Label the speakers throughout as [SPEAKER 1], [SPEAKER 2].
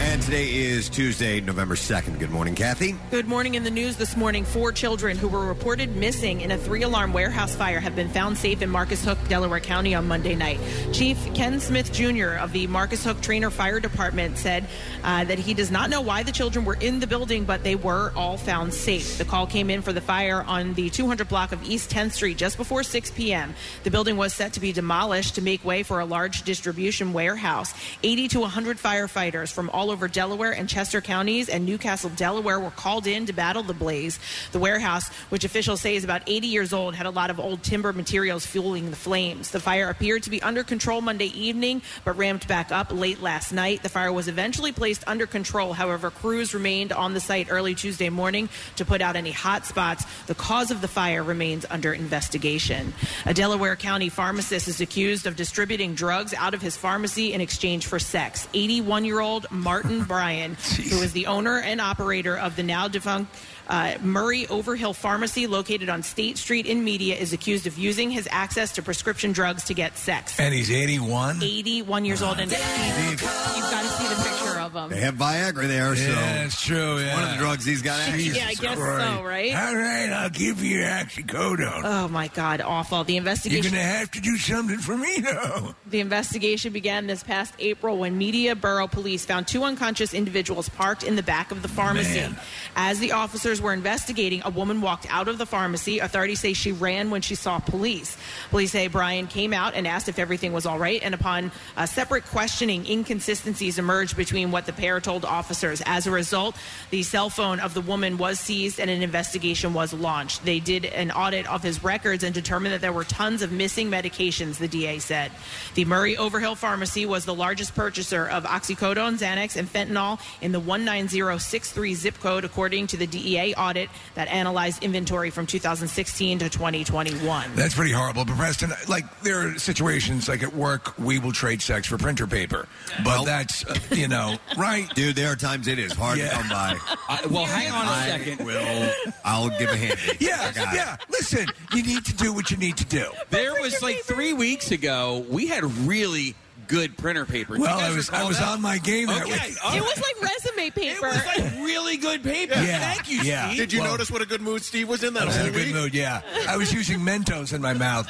[SPEAKER 1] And today is Tuesday, November 2nd. Good morning, Kathy.
[SPEAKER 2] Good morning. In the news this morning, four children who were reported missing in a three alarm warehouse fire have been found safe in Marcus Hook, Delaware County on Monday night. Chief Ken Smith Jr. of the Marcus Hook Trainer Fire Department said uh, that he does not know why the children were in the building, but they were all found safe. The call came in for the fire on the 200 block of East 10th Street just before 6 p.m. The building was set to be demolished to make way for a large distribution warehouse. 80 to 100 firefighters from all over Delaware and Chester counties and Newcastle, Delaware were called in to battle the blaze. The warehouse, which officials say is about 80 years old, had a lot of old timber materials fueling the flames. The fire appeared to be under control Monday evening, but ramped back up late last night. The fire was eventually placed under control. However, crews remained on the site early Tuesday morning to put out any hot spots. The cause of the fire remains under investigation. A Delaware County pharmacist is accused of distributing drugs out of his pharmacy in exchange for sex. 81 year old Martin Bryan, who is the owner and operator of the now defunct uh, Murray Overhill Pharmacy located on State Street in Media, is accused of using his access to prescription drugs to get sex.
[SPEAKER 3] And he's 81?
[SPEAKER 2] 81 years old, and you've got to see the picture of him.
[SPEAKER 1] They have Viagra there,
[SPEAKER 3] Yeah,
[SPEAKER 1] so
[SPEAKER 3] that's true. Yeah.
[SPEAKER 1] one of the drugs he's got access
[SPEAKER 2] Yeah, I
[SPEAKER 1] to.
[SPEAKER 2] guess so, right?
[SPEAKER 3] All right, I'll give you your oxycodone.
[SPEAKER 2] Oh my God, awful. The
[SPEAKER 3] You're going
[SPEAKER 2] investigation
[SPEAKER 3] to have to do something for me, though.
[SPEAKER 2] The investigation began this past April when Media Borough Police found two unconscious individuals parked in the back of the pharmacy.
[SPEAKER 3] Man.
[SPEAKER 2] As the officers were investigating, a woman walked out of the pharmacy. Authorities say she ran when she saw police. Police say Brian came out and asked if everything was all right, and upon uh, separate questioning, inconsistencies emerged between what the pair told officers. As a result, the cell phone of the woman was seized and an investigation was launched. They did an audit of his records and determined that there were tons of missing medications, the DA said. The Murray Overhill Pharmacy was the largest purchaser of oxycodone, Xanax, and fentanyl in the 19063 zip code, according to the DEA audit that analyzed inventory from 2016 to 2021.
[SPEAKER 3] That's pretty horrible. But, Preston, like, there are situations, like at work, we will trade sex for printer paper. But that's, uh, you know, right?
[SPEAKER 1] Dude, there are times it is hard to
[SPEAKER 3] Yeah.
[SPEAKER 1] come by.
[SPEAKER 4] I, well, hang on a
[SPEAKER 1] I
[SPEAKER 4] second.
[SPEAKER 1] will. I'll give a hand.
[SPEAKER 3] Yeah,
[SPEAKER 1] I got it.
[SPEAKER 3] yeah. Listen, you need to do what you need to do.
[SPEAKER 4] There was like three weeks ago, we had really good printer paper. Do you
[SPEAKER 3] Well,
[SPEAKER 4] guys
[SPEAKER 3] I was I
[SPEAKER 4] recall
[SPEAKER 3] was
[SPEAKER 4] that?
[SPEAKER 3] on my game that
[SPEAKER 4] Okay,
[SPEAKER 3] week.
[SPEAKER 4] all
[SPEAKER 2] It
[SPEAKER 4] right.
[SPEAKER 2] was like resume
[SPEAKER 4] It
[SPEAKER 2] paper.
[SPEAKER 4] was like really good paper.
[SPEAKER 3] Yeah,
[SPEAKER 4] Thank you,
[SPEAKER 3] yeah.
[SPEAKER 4] Steve.
[SPEAKER 5] Did you
[SPEAKER 3] Well-
[SPEAKER 5] notice what a good mood Steve was in that
[SPEAKER 3] I was
[SPEAKER 5] whole
[SPEAKER 3] in a good
[SPEAKER 5] week?
[SPEAKER 3] mood, yeah. I was using Mentos in my mouth.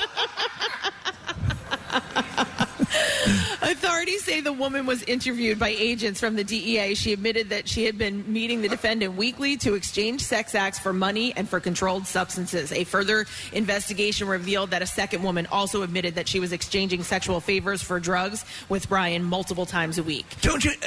[SPEAKER 2] Authorities say the woman was interviewed by agents from the DEA. She admitted that she had been meeting the defendant weekly to exchange sex acts for money and for controlled substances. A further investigation revealed that a second woman also admitted that she was exchanging sexual favors for drugs with Brian multiple times a week.
[SPEAKER 3] Don't you? Uh,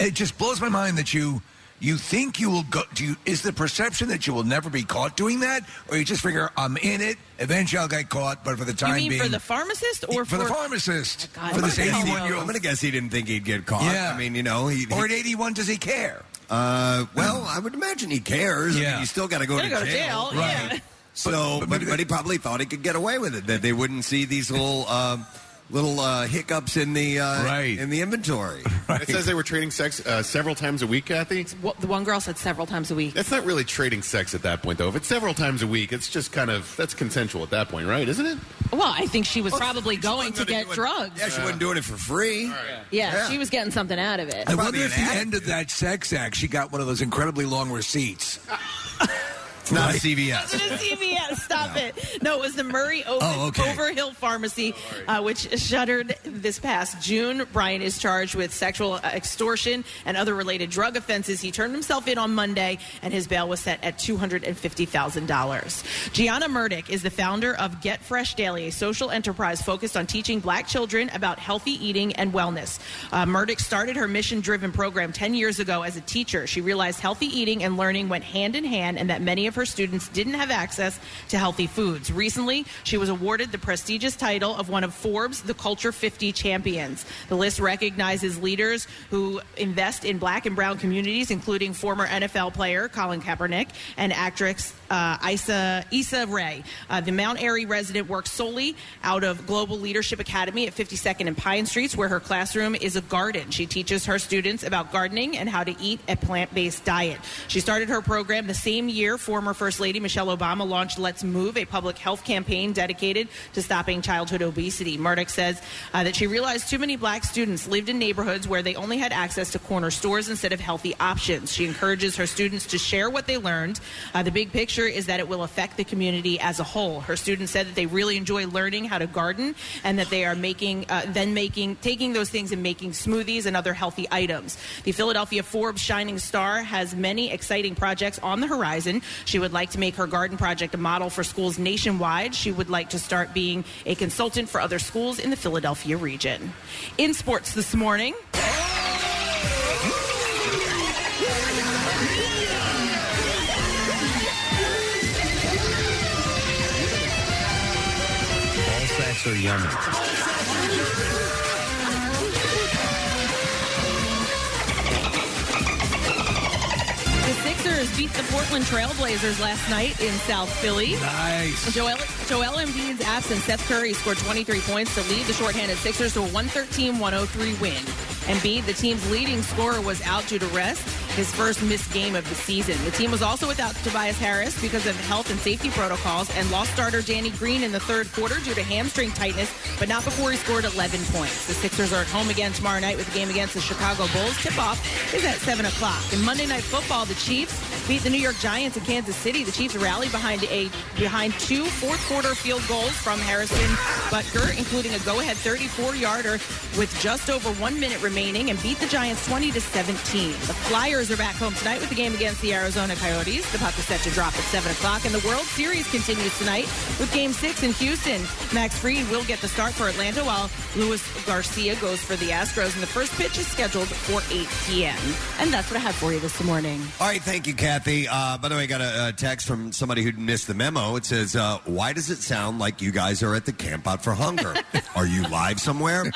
[SPEAKER 3] it just blows my mind that you you think you will go. Do you, is the perception that you will never be caught doing that, or you just figure I'm in it? Eventually, I'll get caught. But for the time
[SPEAKER 2] you mean
[SPEAKER 3] being,
[SPEAKER 2] for the pharmacist or
[SPEAKER 3] for the pharmacist,
[SPEAKER 2] Oh, God.
[SPEAKER 3] for this
[SPEAKER 2] I'm
[SPEAKER 1] Guess he-
[SPEAKER 3] 81 year
[SPEAKER 1] I'm
[SPEAKER 3] old,
[SPEAKER 1] going to guess he didn't think he'd get caught.
[SPEAKER 3] Yeah.
[SPEAKER 1] I mean, you know, he,
[SPEAKER 3] or
[SPEAKER 1] he-
[SPEAKER 3] at 81, does he care?
[SPEAKER 1] uh, well, I would imagine he cares. I
[SPEAKER 3] Yeah.
[SPEAKER 1] mean, you still got to go
[SPEAKER 2] Gotta
[SPEAKER 1] to
[SPEAKER 2] go
[SPEAKER 1] jail.
[SPEAKER 2] to jail, yeah.
[SPEAKER 3] Right.
[SPEAKER 1] So,
[SPEAKER 3] But- but
[SPEAKER 1] but,
[SPEAKER 3] maybe
[SPEAKER 1] but
[SPEAKER 3] they-
[SPEAKER 1] he probably thought he could get away with it. That they wouldn't see these little um, little uh, hiccups in the uh,
[SPEAKER 3] Right.
[SPEAKER 1] in the inventory.
[SPEAKER 5] It says they were trading sex uh, several times a week, Kathy.
[SPEAKER 2] Wha- the one girl said several times a week.
[SPEAKER 5] That's not really trading sex at that point, though. If it's several times a week, it's just kind of that's consensual at that point, right? Isn't it?
[SPEAKER 2] Well, I think she was probably
[SPEAKER 1] She
[SPEAKER 2] going
[SPEAKER 1] wasn't
[SPEAKER 2] to
[SPEAKER 1] gonna
[SPEAKER 2] get
[SPEAKER 1] do it-
[SPEAKER 2] drugs.
[SPEAKER 1] Yeah, she wasn't doing it for free.
[SPEAKER 2] Yeah,
[SPEAKER 1] Yeah.
[SPEAKER 2] she was getting something out of it.
[SPEAKER 3] I
[SPEAKER 1] Probably
[SPEAKER 3] wonder if
[SPEAKER 1] an
[SPEAKER 3] the
[SPEAKER 1] ad,
[SPEAKER 3] end of that sex act, she got one of those incredibly long receipts.
[SPEAKER 1] It's not CVS.
[SPEAKER 2] to CVS. Stop it. No, it was the Murray Over-
[SPEAKER 3] Oh, okay.
[SPEAKER 2] Overhill Pharmacy, uh, which shuttered this past June. Brian is charged with sexual uh, extortion and other related drug offenses. He turned himself in on Monday, and his bail was set at $250,000. Gianna Murdick is the founder of Get Fresh Daily, a social enterprise focused on teaching black children about healthy eating and wellness. Uh, Murdick started her mission driven program 10 years ago as a teacher. She realized healthy eating and learning went hand in hand and that many of her her students didn't have access to healthy foods. Recently, she was awarded the prestigious title of one of Forbes The Culture 50 Champions. The list recognizes leaders who invest in black and brown communities, including former NFL player Colin Kaepernick and actress uh, Isa, Issa Rae. Uh, the Mount Airy resident works solely out of Global Leadership Academy at 52nd and Pine Streets, where her classroom is a garden. She teaches her students about gardening and how to eat a plant based diet. She started her program the same year former First Lady Michelle Obama launched Let's Move, a public health campaign dedicated to stopping childhood obesity. Murdoch says uh, that she realized too many black students lived in neighborhoods where they only had access to corner stores instead of healthy options. She encourages her students to share what they learned. Uh, the big picture is that it will affect the community as a whole. Her students said that they really enjoy learning how to garden and that they are making, uh, then making, taking those things and making smoothies and other healthy items. The Philadelphia Forbes Shining Star has many exciting projects on the horizon. She would like to make her garden project a model for schools nationwide. She would like to start being a consultant for other schools in the Philadelphia region. In sports this morning,
[SPEAKER 6] Ball sacks are yummy.
[SPEAKER 2] the Sixers beat the Portland Trailblazers last night in South Philly.
[SPEAKER 3] Nice.
[SPEAKER 2] Joel, Joel Embiid's absence, Seth Curry scored 23 points to lead the shorthanded Sixers to a 113-103 win. Embiid, the team's leading scorer, was out due to rest, his first missed game of the season. The team was also without Tobias Harris because of health and safety protocols and lost starter Danny Green in the third quarter due to hamstring tightness, but not before he scored 11 points. The Sixers are at home again tomorrow night with a game against the Chicago Bulls. Tip-off is at 7 o'clock. In Monday Night Football, the Chiefs beat the New York Giants in Kansas City. The Chiefs rallied behind a behind two fourth quarter field goals from Harrison Butker, including a go-ahead 34-yarder with just over one minute remaining, and beat the Giants 20 to 17. The Flyers are back home tonight with the game against the Arizona Coyotes. The puck is set to drop at seven o'clock, and the World Series continues tonight with Game Six in Houston. Max Fried will get the start for Atlanta, while Luis Garcia goes for the Astros, and the first pitch is scheduled for 8 p.m. And that's what I have for you this morning.
[SPEAKER 1] All right, thank you, Kathy. Uh, by the way, I got a, uh text from somebody who missed the memo. It says, uh, "Why does it sound like you guys are at the camp out for hunger? are you live somewhere?"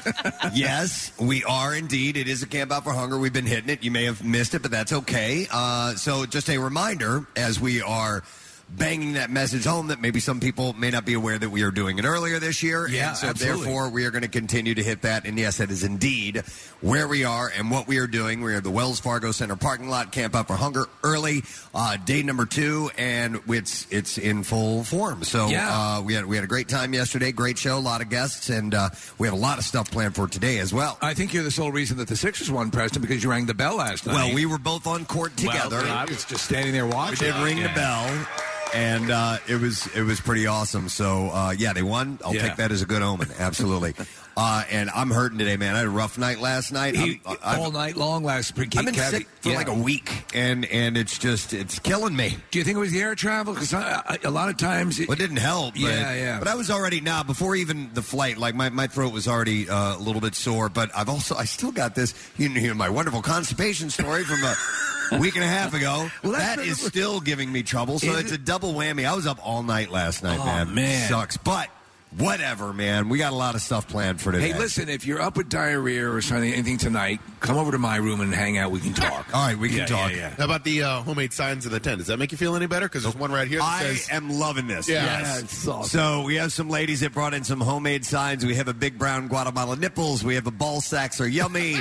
[SPEAKER 1] yes, we are indeed. It is a camp out for hunger. We've been hitting it. You may have missed it, but that's okay. Uh, so, just a reminder as we are banging that message home that maybe some people may not be aware that we are doing it earlier this year.
[SPEAKER 3] Yeah,
[SPEAKER 1] and so
[SPEAKER 3] absolutely.
[SPEAKER 1] therefore we are going to continue to hit that. And yes, that is indeed where we are and what we are doing. We are at the Wells Fargo Center parking lot, Camp Out for Hunger early, uh, day number two, and it's it's in full form. So
[SPEAKER 3] Yeah.
[SPEAKER 1] uh, we had we had a great time yesterday, great show, a lot of guests, and uh, we have a lot of stuff planned for today as well.
[SPEAKER 3] I think you're the sole reason that the Sixers won, Preston, because you rang the bell last night.
[SPEAKER 1] Well, we were both on court together.
[SPEAKER 3] Well, I was just standing there
[SPEAKER 1] We
[SPEAKER 3] watching.
[SPEAKER 1] did ring the bell, and uh, it was it was pretty awesome. So uh, yeah, they won. I'll
[SPEAKER 3] Yeah.
[SPEAKER 1] take that as a good omen. Absolutely. uh, and I'm hurting today, man. I had a rough night last night.
[SPEAKER 3] He-
[SPEAKER 1] I'm- I've,
[SPEAKER 3] all night long last. I've
[SPEAKER 1] I've been sick for like a week, and and it's just it's killing me.
[SPEAKER 3] Do you think it was the air travel? Because a lot of times, it,
[SPEAKER 1] Well, it didn't help. But,
[SPEAKER 3] Yeah, yeah.
[SPEAKER 1] But I was already now before even the flight. Like my, my throat was already uh, a little bit sore. But I've also I still got this. You know, you know, my wonderful constipation story from a week and a half ago.
[SPEAKER 3] Well, that's
[SPEAKER 1] that
[SPEAKER 3] the-
[SPEAKER 1] is still giving me trouble. So
[SPEAKER 3] Is
[SPEAKER 1] it's
[SPEAKER 3] it-
[SPEAKER 1] a double whammy. I was up all night last night,
[SPEAKER 3] Oh,
[SPEAKER 1] man.
[SPEAKER 3] man.
[SPEAKER 1] sucks. But whatever, man. We got a lot of stuff planned for today.
[SPEAKER 3] hey, listen, if you're up with diarrhea or something, anything tonight, come over to my room and hang out. We can talk.
[SPEAKER 1] All right, we can
[SPEAKER 3] Yeah,
[SPEAKER 1] talk.
[SPEAKER 3] yeah, yeah.
[SPEAKER 5] How about the uh, homemade signs of the tent? Does that make you feel any better? Because there's one right here that
[SPEAKER 1] I
[SPEAKER 5] says.
[SPEAKER 1] am loving this.
[SPEAKER 5] Yeah.
[SPEAKER 3] Yeah, it's awesome.
[SPEAKER 1] So we have some ladies that brought in some homemade signs. We have a big brown Guatemala nipples. We have a ball sacks are yummy.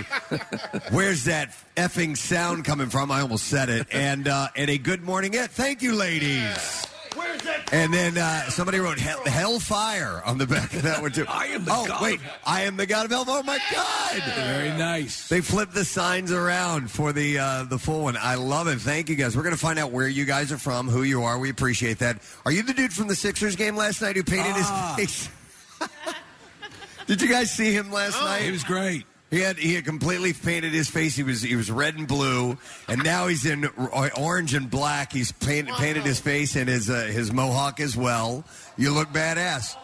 [SPEAKER 1] Where's that effing sound coming from? I almost said it. And uh, and a good morning it. Thank you, ladies. And then uh, somebody wrote hell, Hellfire on the back of that one, too.
[SPEAKER 3] I am the
[SPEAKER 1] oh,
[SPEAKER 3] god
[SPEAKER 1] wait.
[SPEAKER 3] of-
[SPEAKER 1] I am the God of Hell. Oh, my God.
[SPEAKER 3] Very nice.
[SPEAKER 1] They flipped the signs around for the uh, the full one. I love it. Thank you guys. We're going to find out where you guys are from, who you are. We appreciate that. Are you the dude from the Sixers game last night who painted
[SPEAKER 3] Ah.
[SPEAKER 1] his face? Did you guys see him last night?
[SPEAKER 3] It Oh. was great.
[SPEAKER 1] He had he had completely painted his face. He was he was red and blue, and now he's in o- orange and black. He's painted painted his face and his uh, his
[SPEAKER 4] Oh,
[SPEAKER 1] mohawk as well. You look badass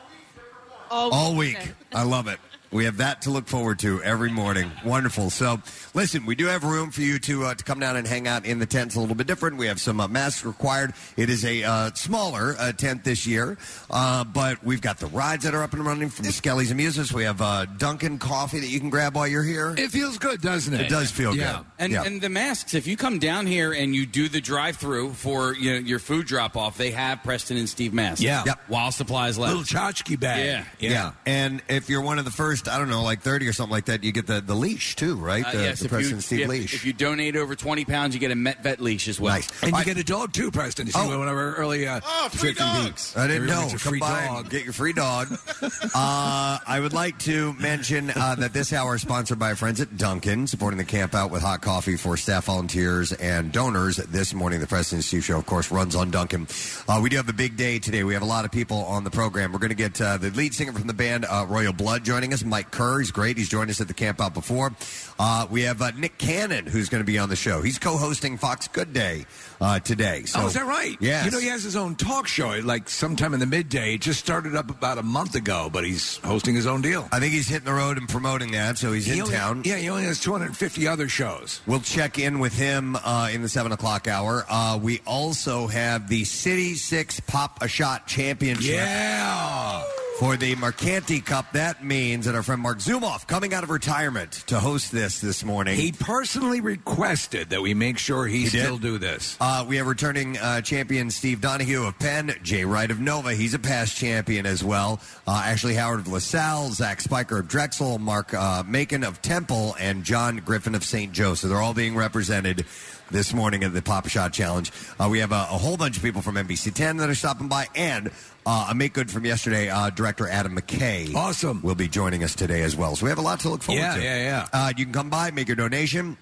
[SPEAKER 1] all week. I love it. We have that to look forward to every morning. Wonderful. So, listen, we do have room for you to uh, to come down and hang out in the tent. It's a little bit different. We have some uh, masks required. It is a uh, smaller uh, tent this year, uh, but we've got the rides that are up and running from Skelly's Amusements. We have uh, Dunkin' Coffee that you can grab while you're here.
[SPEAKER 3] It feels good, doesn't it?
[SPEAKER 1] It does feel good.
[SPEAKER 4] And,
[SPEAKER 1] yeah.
[SPEAKER 4] and the masks, if you come down here and you do the drive through for you know, your food drop off, they have Preston and Steve masks.
[SPEAKER 3] Yeah. Yep.
[SPEAKER 4] While supplies left.
[SPEAKER 3] Little tchotchke bag.
[SPEAKER 1] Yeah. and if you're one of the first, I don't know, like 30 or something like that, you get the, the leash too, right?
[SPEAKER 4] Uh,
[SPEAKER 1] the
[SPEAKER 4] yes,
[SPEAKER 1] the
[SPEAKER 4] if you,
[SPEAKER 1] President Steve
[SPEAKER 4] if,
[SPEAKER 1] leash.
[SPEAKER 4] if you donate over 20 pounds, you get a Met Vet leash as well.
[SPEAKER 1] Nice.
[SPEAKER 3] And you get a dog too, Preston. You see,
[SPEAKER 1] Oh.
[SPEAKER 3] one of our early uh,
[SPEAKER 5] Oh, free
[SPEAKER 3] 50
[SPEAKER 5] dogs.
[SPEAKER 3] weeks.
[SPEAKER 1] I didn't
[SPEAKER 3] Everyone
[SPEAKER 1] know.
[SPEAKER 3] gets a
[SPEAKER 1] Come
[SPEAKER 3] free
[SPEAKER 1] by and
[SPEAKER 3] dog.
[SPEAKER 1] Get your free dog. uh, I would like to mention uh, that this hour is sponsored by our friends at Dunkin', supporting the camp out with hot coffee for staff volunteers and donors. This morning, the President's Steve Show, of course, runs on Dunkin'. Uh, we do have a big day today. We have a lot of people on the program. We're going to get uh, the lead singer from the band, uh, Royal Blood, joining us. Mike Kerr, he's great. He's joined us at the camp out before. Uh, we have uh, Nick Cannon, who's going to be on the show. He's co-hosting Fox Good Day uh, today. So,
[SPEAKER 3] oh, is that right?
[SPEAKER 1] Yes.
[SPEAKER 3] You know, he has his own talk show, like sometime in the midday. It just started up about a month ago, but he's hosting his own deal.
[SPEAKER 1] I think he's hitting the road and promoting that, so he's
[SPEAKER 3] He
[SPEAKER 1] in
[SPEAKER 3] only-
[SPEAKER 1] town.
[SPEAKER 3] Yeah, he only has 250 other shows.
[SPEAKER 1] We'll check in with him uh, in the seven o'clock hour. Uh, we also have the City Six Pop a Shot Championship Uh,
[SPEAKER 3] Yeah.
[SPEAKER 1] for the Mercanti Cup. That means that our friend Mark Zumoff coming out of retirement to host this this morning.
[SPEAKER 3] He personally requested that we make sure he,
[SPEAKER 1] did?
[SPEAKER 3] still do this.
[SPEAKER 1] Uh, we have returning uh, champion Steve Donahue of Penn, Jay Wright of Nova. He's a past champion as well. Uh, Ashley Howard of LaSalle, Zach Spiker of Drexel, Mark uh, Macon of Temple, and John Griffin of St. Joe. So they're all being represented this morning at the Pop Shot Challenge. Uh, we have a, a whole bunch of people from NBC 10 that are stopping by, and uh, a make good from yesterday, uh, director Adam McKay.
[SPEAKER 3] Awesome.
[SPEAKER 1] Will be joining us today as well. So we have a lot to look forward
[SPEAKER 3] Yeah,
[SPEAKER 1] to.
[SPEAKER 3] yeah, yeah.
[SPEAKER 1] Uh, you can come by, make your donation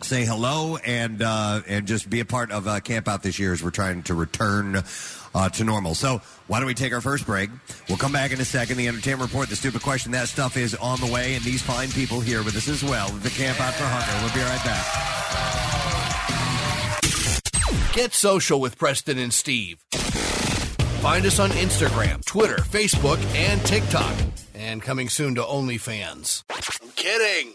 [SPEAKER 1] say hello and uh, and just be a part of uh, camp out this year as we're trying to return uh, to normal. So why don't we take our first break? We'll come back in a second. The entertainment report, the stupid question, that stuff is on the way, and these fine people here with us as well. The camp out for hunger. We'll be right back.
[SPEAKER 7] Get social with Preston and Steve. Find us on Instagram, Twitter, Facebook, and TikTok. And coming soon to OnlyFans. I'm kidding.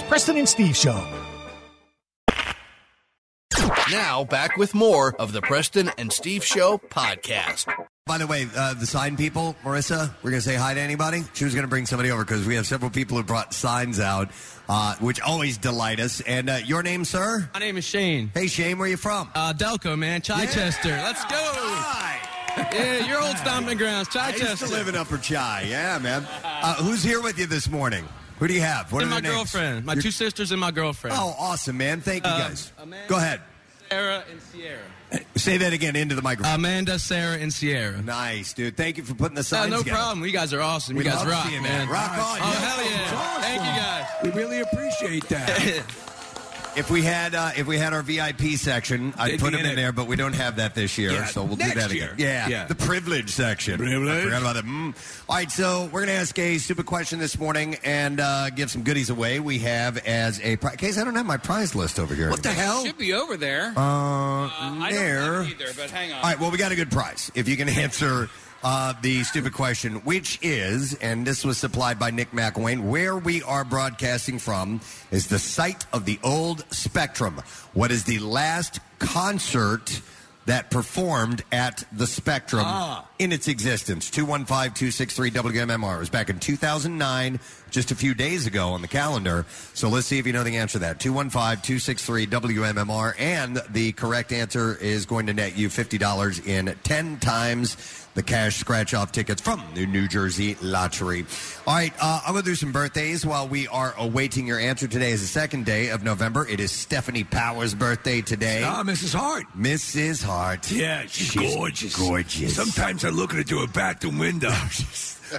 [SPEAKER 8] Preston and Steve Show.
[SPEAKER 7] Now, back with more of the Preston and Steve Show podcast.
[SPEAKER 1] By the way, uh, the sign people, Marissa, we're going to say hi to anybody. She was going to bring somebody over because we have several people who brought signs out, uh, which always delight us. And uh, your name, sir?
[SPEAKER 9] My name is Shane.
[SPEAKER 1] Hey, Shane, where you from?
[SPEAKER 9] Uh, Delco, man. Chichester. Let's go.
[SPEAKER 1] Hi.
[SPEAKER 9] Yeah, your old stomping grounds.
[SPEAKER 1] I used to live
[SPEAKER 9] Chichester.
[SPEAKER 1] in Upper Chi. Yeah, man. Uh, who's here with you this morning? Who do you have? What
[SPEAKER 9] And my
[SPEAKER 1] their names?
[SPEAKER 9] girlfriend. My
[SPEAKER 1] Your-
[SPEAKER 9] two sisters and my girlfriend.
[SPEAKER 1] Oh, awesome, man. Thank you,
[SPEAKER 9] Uh,
[SPEAKER 1] guys.
[SPEAKER 9] Amanda-
[SPEAKER 1] Go ahead.
[SPEAKER 9] Sarah and Sierra.
[SPEAKER 1] Say that again into the microphone.
[SPEAKER 9] Amanda, Sarah, and Sierra.
[SPEAKER 1] nice, dude. Thank you for putting the
[SPEAKER 9] Yeah,
[SPEAKER 1] signs
[SPEAKER 9] no
[SPEAKER 1] together.
[SPEAKER 9] problem. You guys are awesome.
[SPEAKER 1] We
[SPEAKER 9] you guys
[SPEAKER 1] love
[SPEAKER 9] rock,
[SPEAKER 1] seeing that.
[SPEAKER 9] man.
[SPEAKER 1] Rock
[SPEAKER 3] All
[SPEAKER 1] on.
[SPEAKER 3] right.
[SPEAKER 9] Oh,
[SPEAKER 1] Yeah.
[SPEAKER 9] hell yeah. Thank you, guys.
[SPEAKER 3] We really appreciate that.
[SPEAKER 1] If we had uh, if we had our VIP section, I'd
[SPEAKER 3] They'd
[SPEAKER 1] put
[SPEAKER 3] be
[SPEAKER 1] them in,
[SPEAKER 3] in it.
[SPEAKER 1] there, but we don't have that this year,
[SPEAKER 3] Yeah,
[SPEAKER 1] so we'll do
[SPEAKER 3] next
[SPEAKER 1] that
[SPEAKER 3] year.
[SPEAKER 1] again. Yeah,
[SPEAKER 3] Yeah.
[SPEAKER 1] the privilege section.
[SPEAKER 3] Privilege.
[SPEAKER 1] I forgot about that. Mm. All right, so we're gonna ask a stupid question this morning and uh, give some goodies away. We have as a pri- case. I don't have my prize list over here.
[SPEAKER 3] what the hell?
[SPEAKER 4] Should be over there.
[SPEAKER 1] Uh,
[SPEAKER 4] I don't
[SPEAKER 1] there.
[SPEAKER 4] have it either, but hang on.
[SPEAKER 1] All right, well, we got a good prize if you can answer uh, the stupid question, which is, and this was supplied by Nick McElwain, where we are broadcasting from is the site of the old Spectrum. What is the last concert that performed at the Spectrum
[SPEAKER 4] Ah.
[SPEAKER 1] in its existence? 215 263 WMMR. It was back in 2009, just a few days ago on the calendar. So let's see if you know the answer to that. 215 263 WMMR. And the correct answer is going to net you $50 in 10 times the cash scratch off tickets from the New Jersey Lottery. All right, uh, I'm going to do some birthdays while we are awaiting your answer. Today is the second day of November. It is Stephanie Powers' birthday today.
[SPEAKER 3] Ah, Mrs. Hart.
[SPEAKER 1] Mrs. Hart.
[SPEAKER 3] Yeah, she's, gorgeous.
[SPEAKER 1] gorgeous.
[SPEAKER 3] Sometimes I look at her through a bathroom window.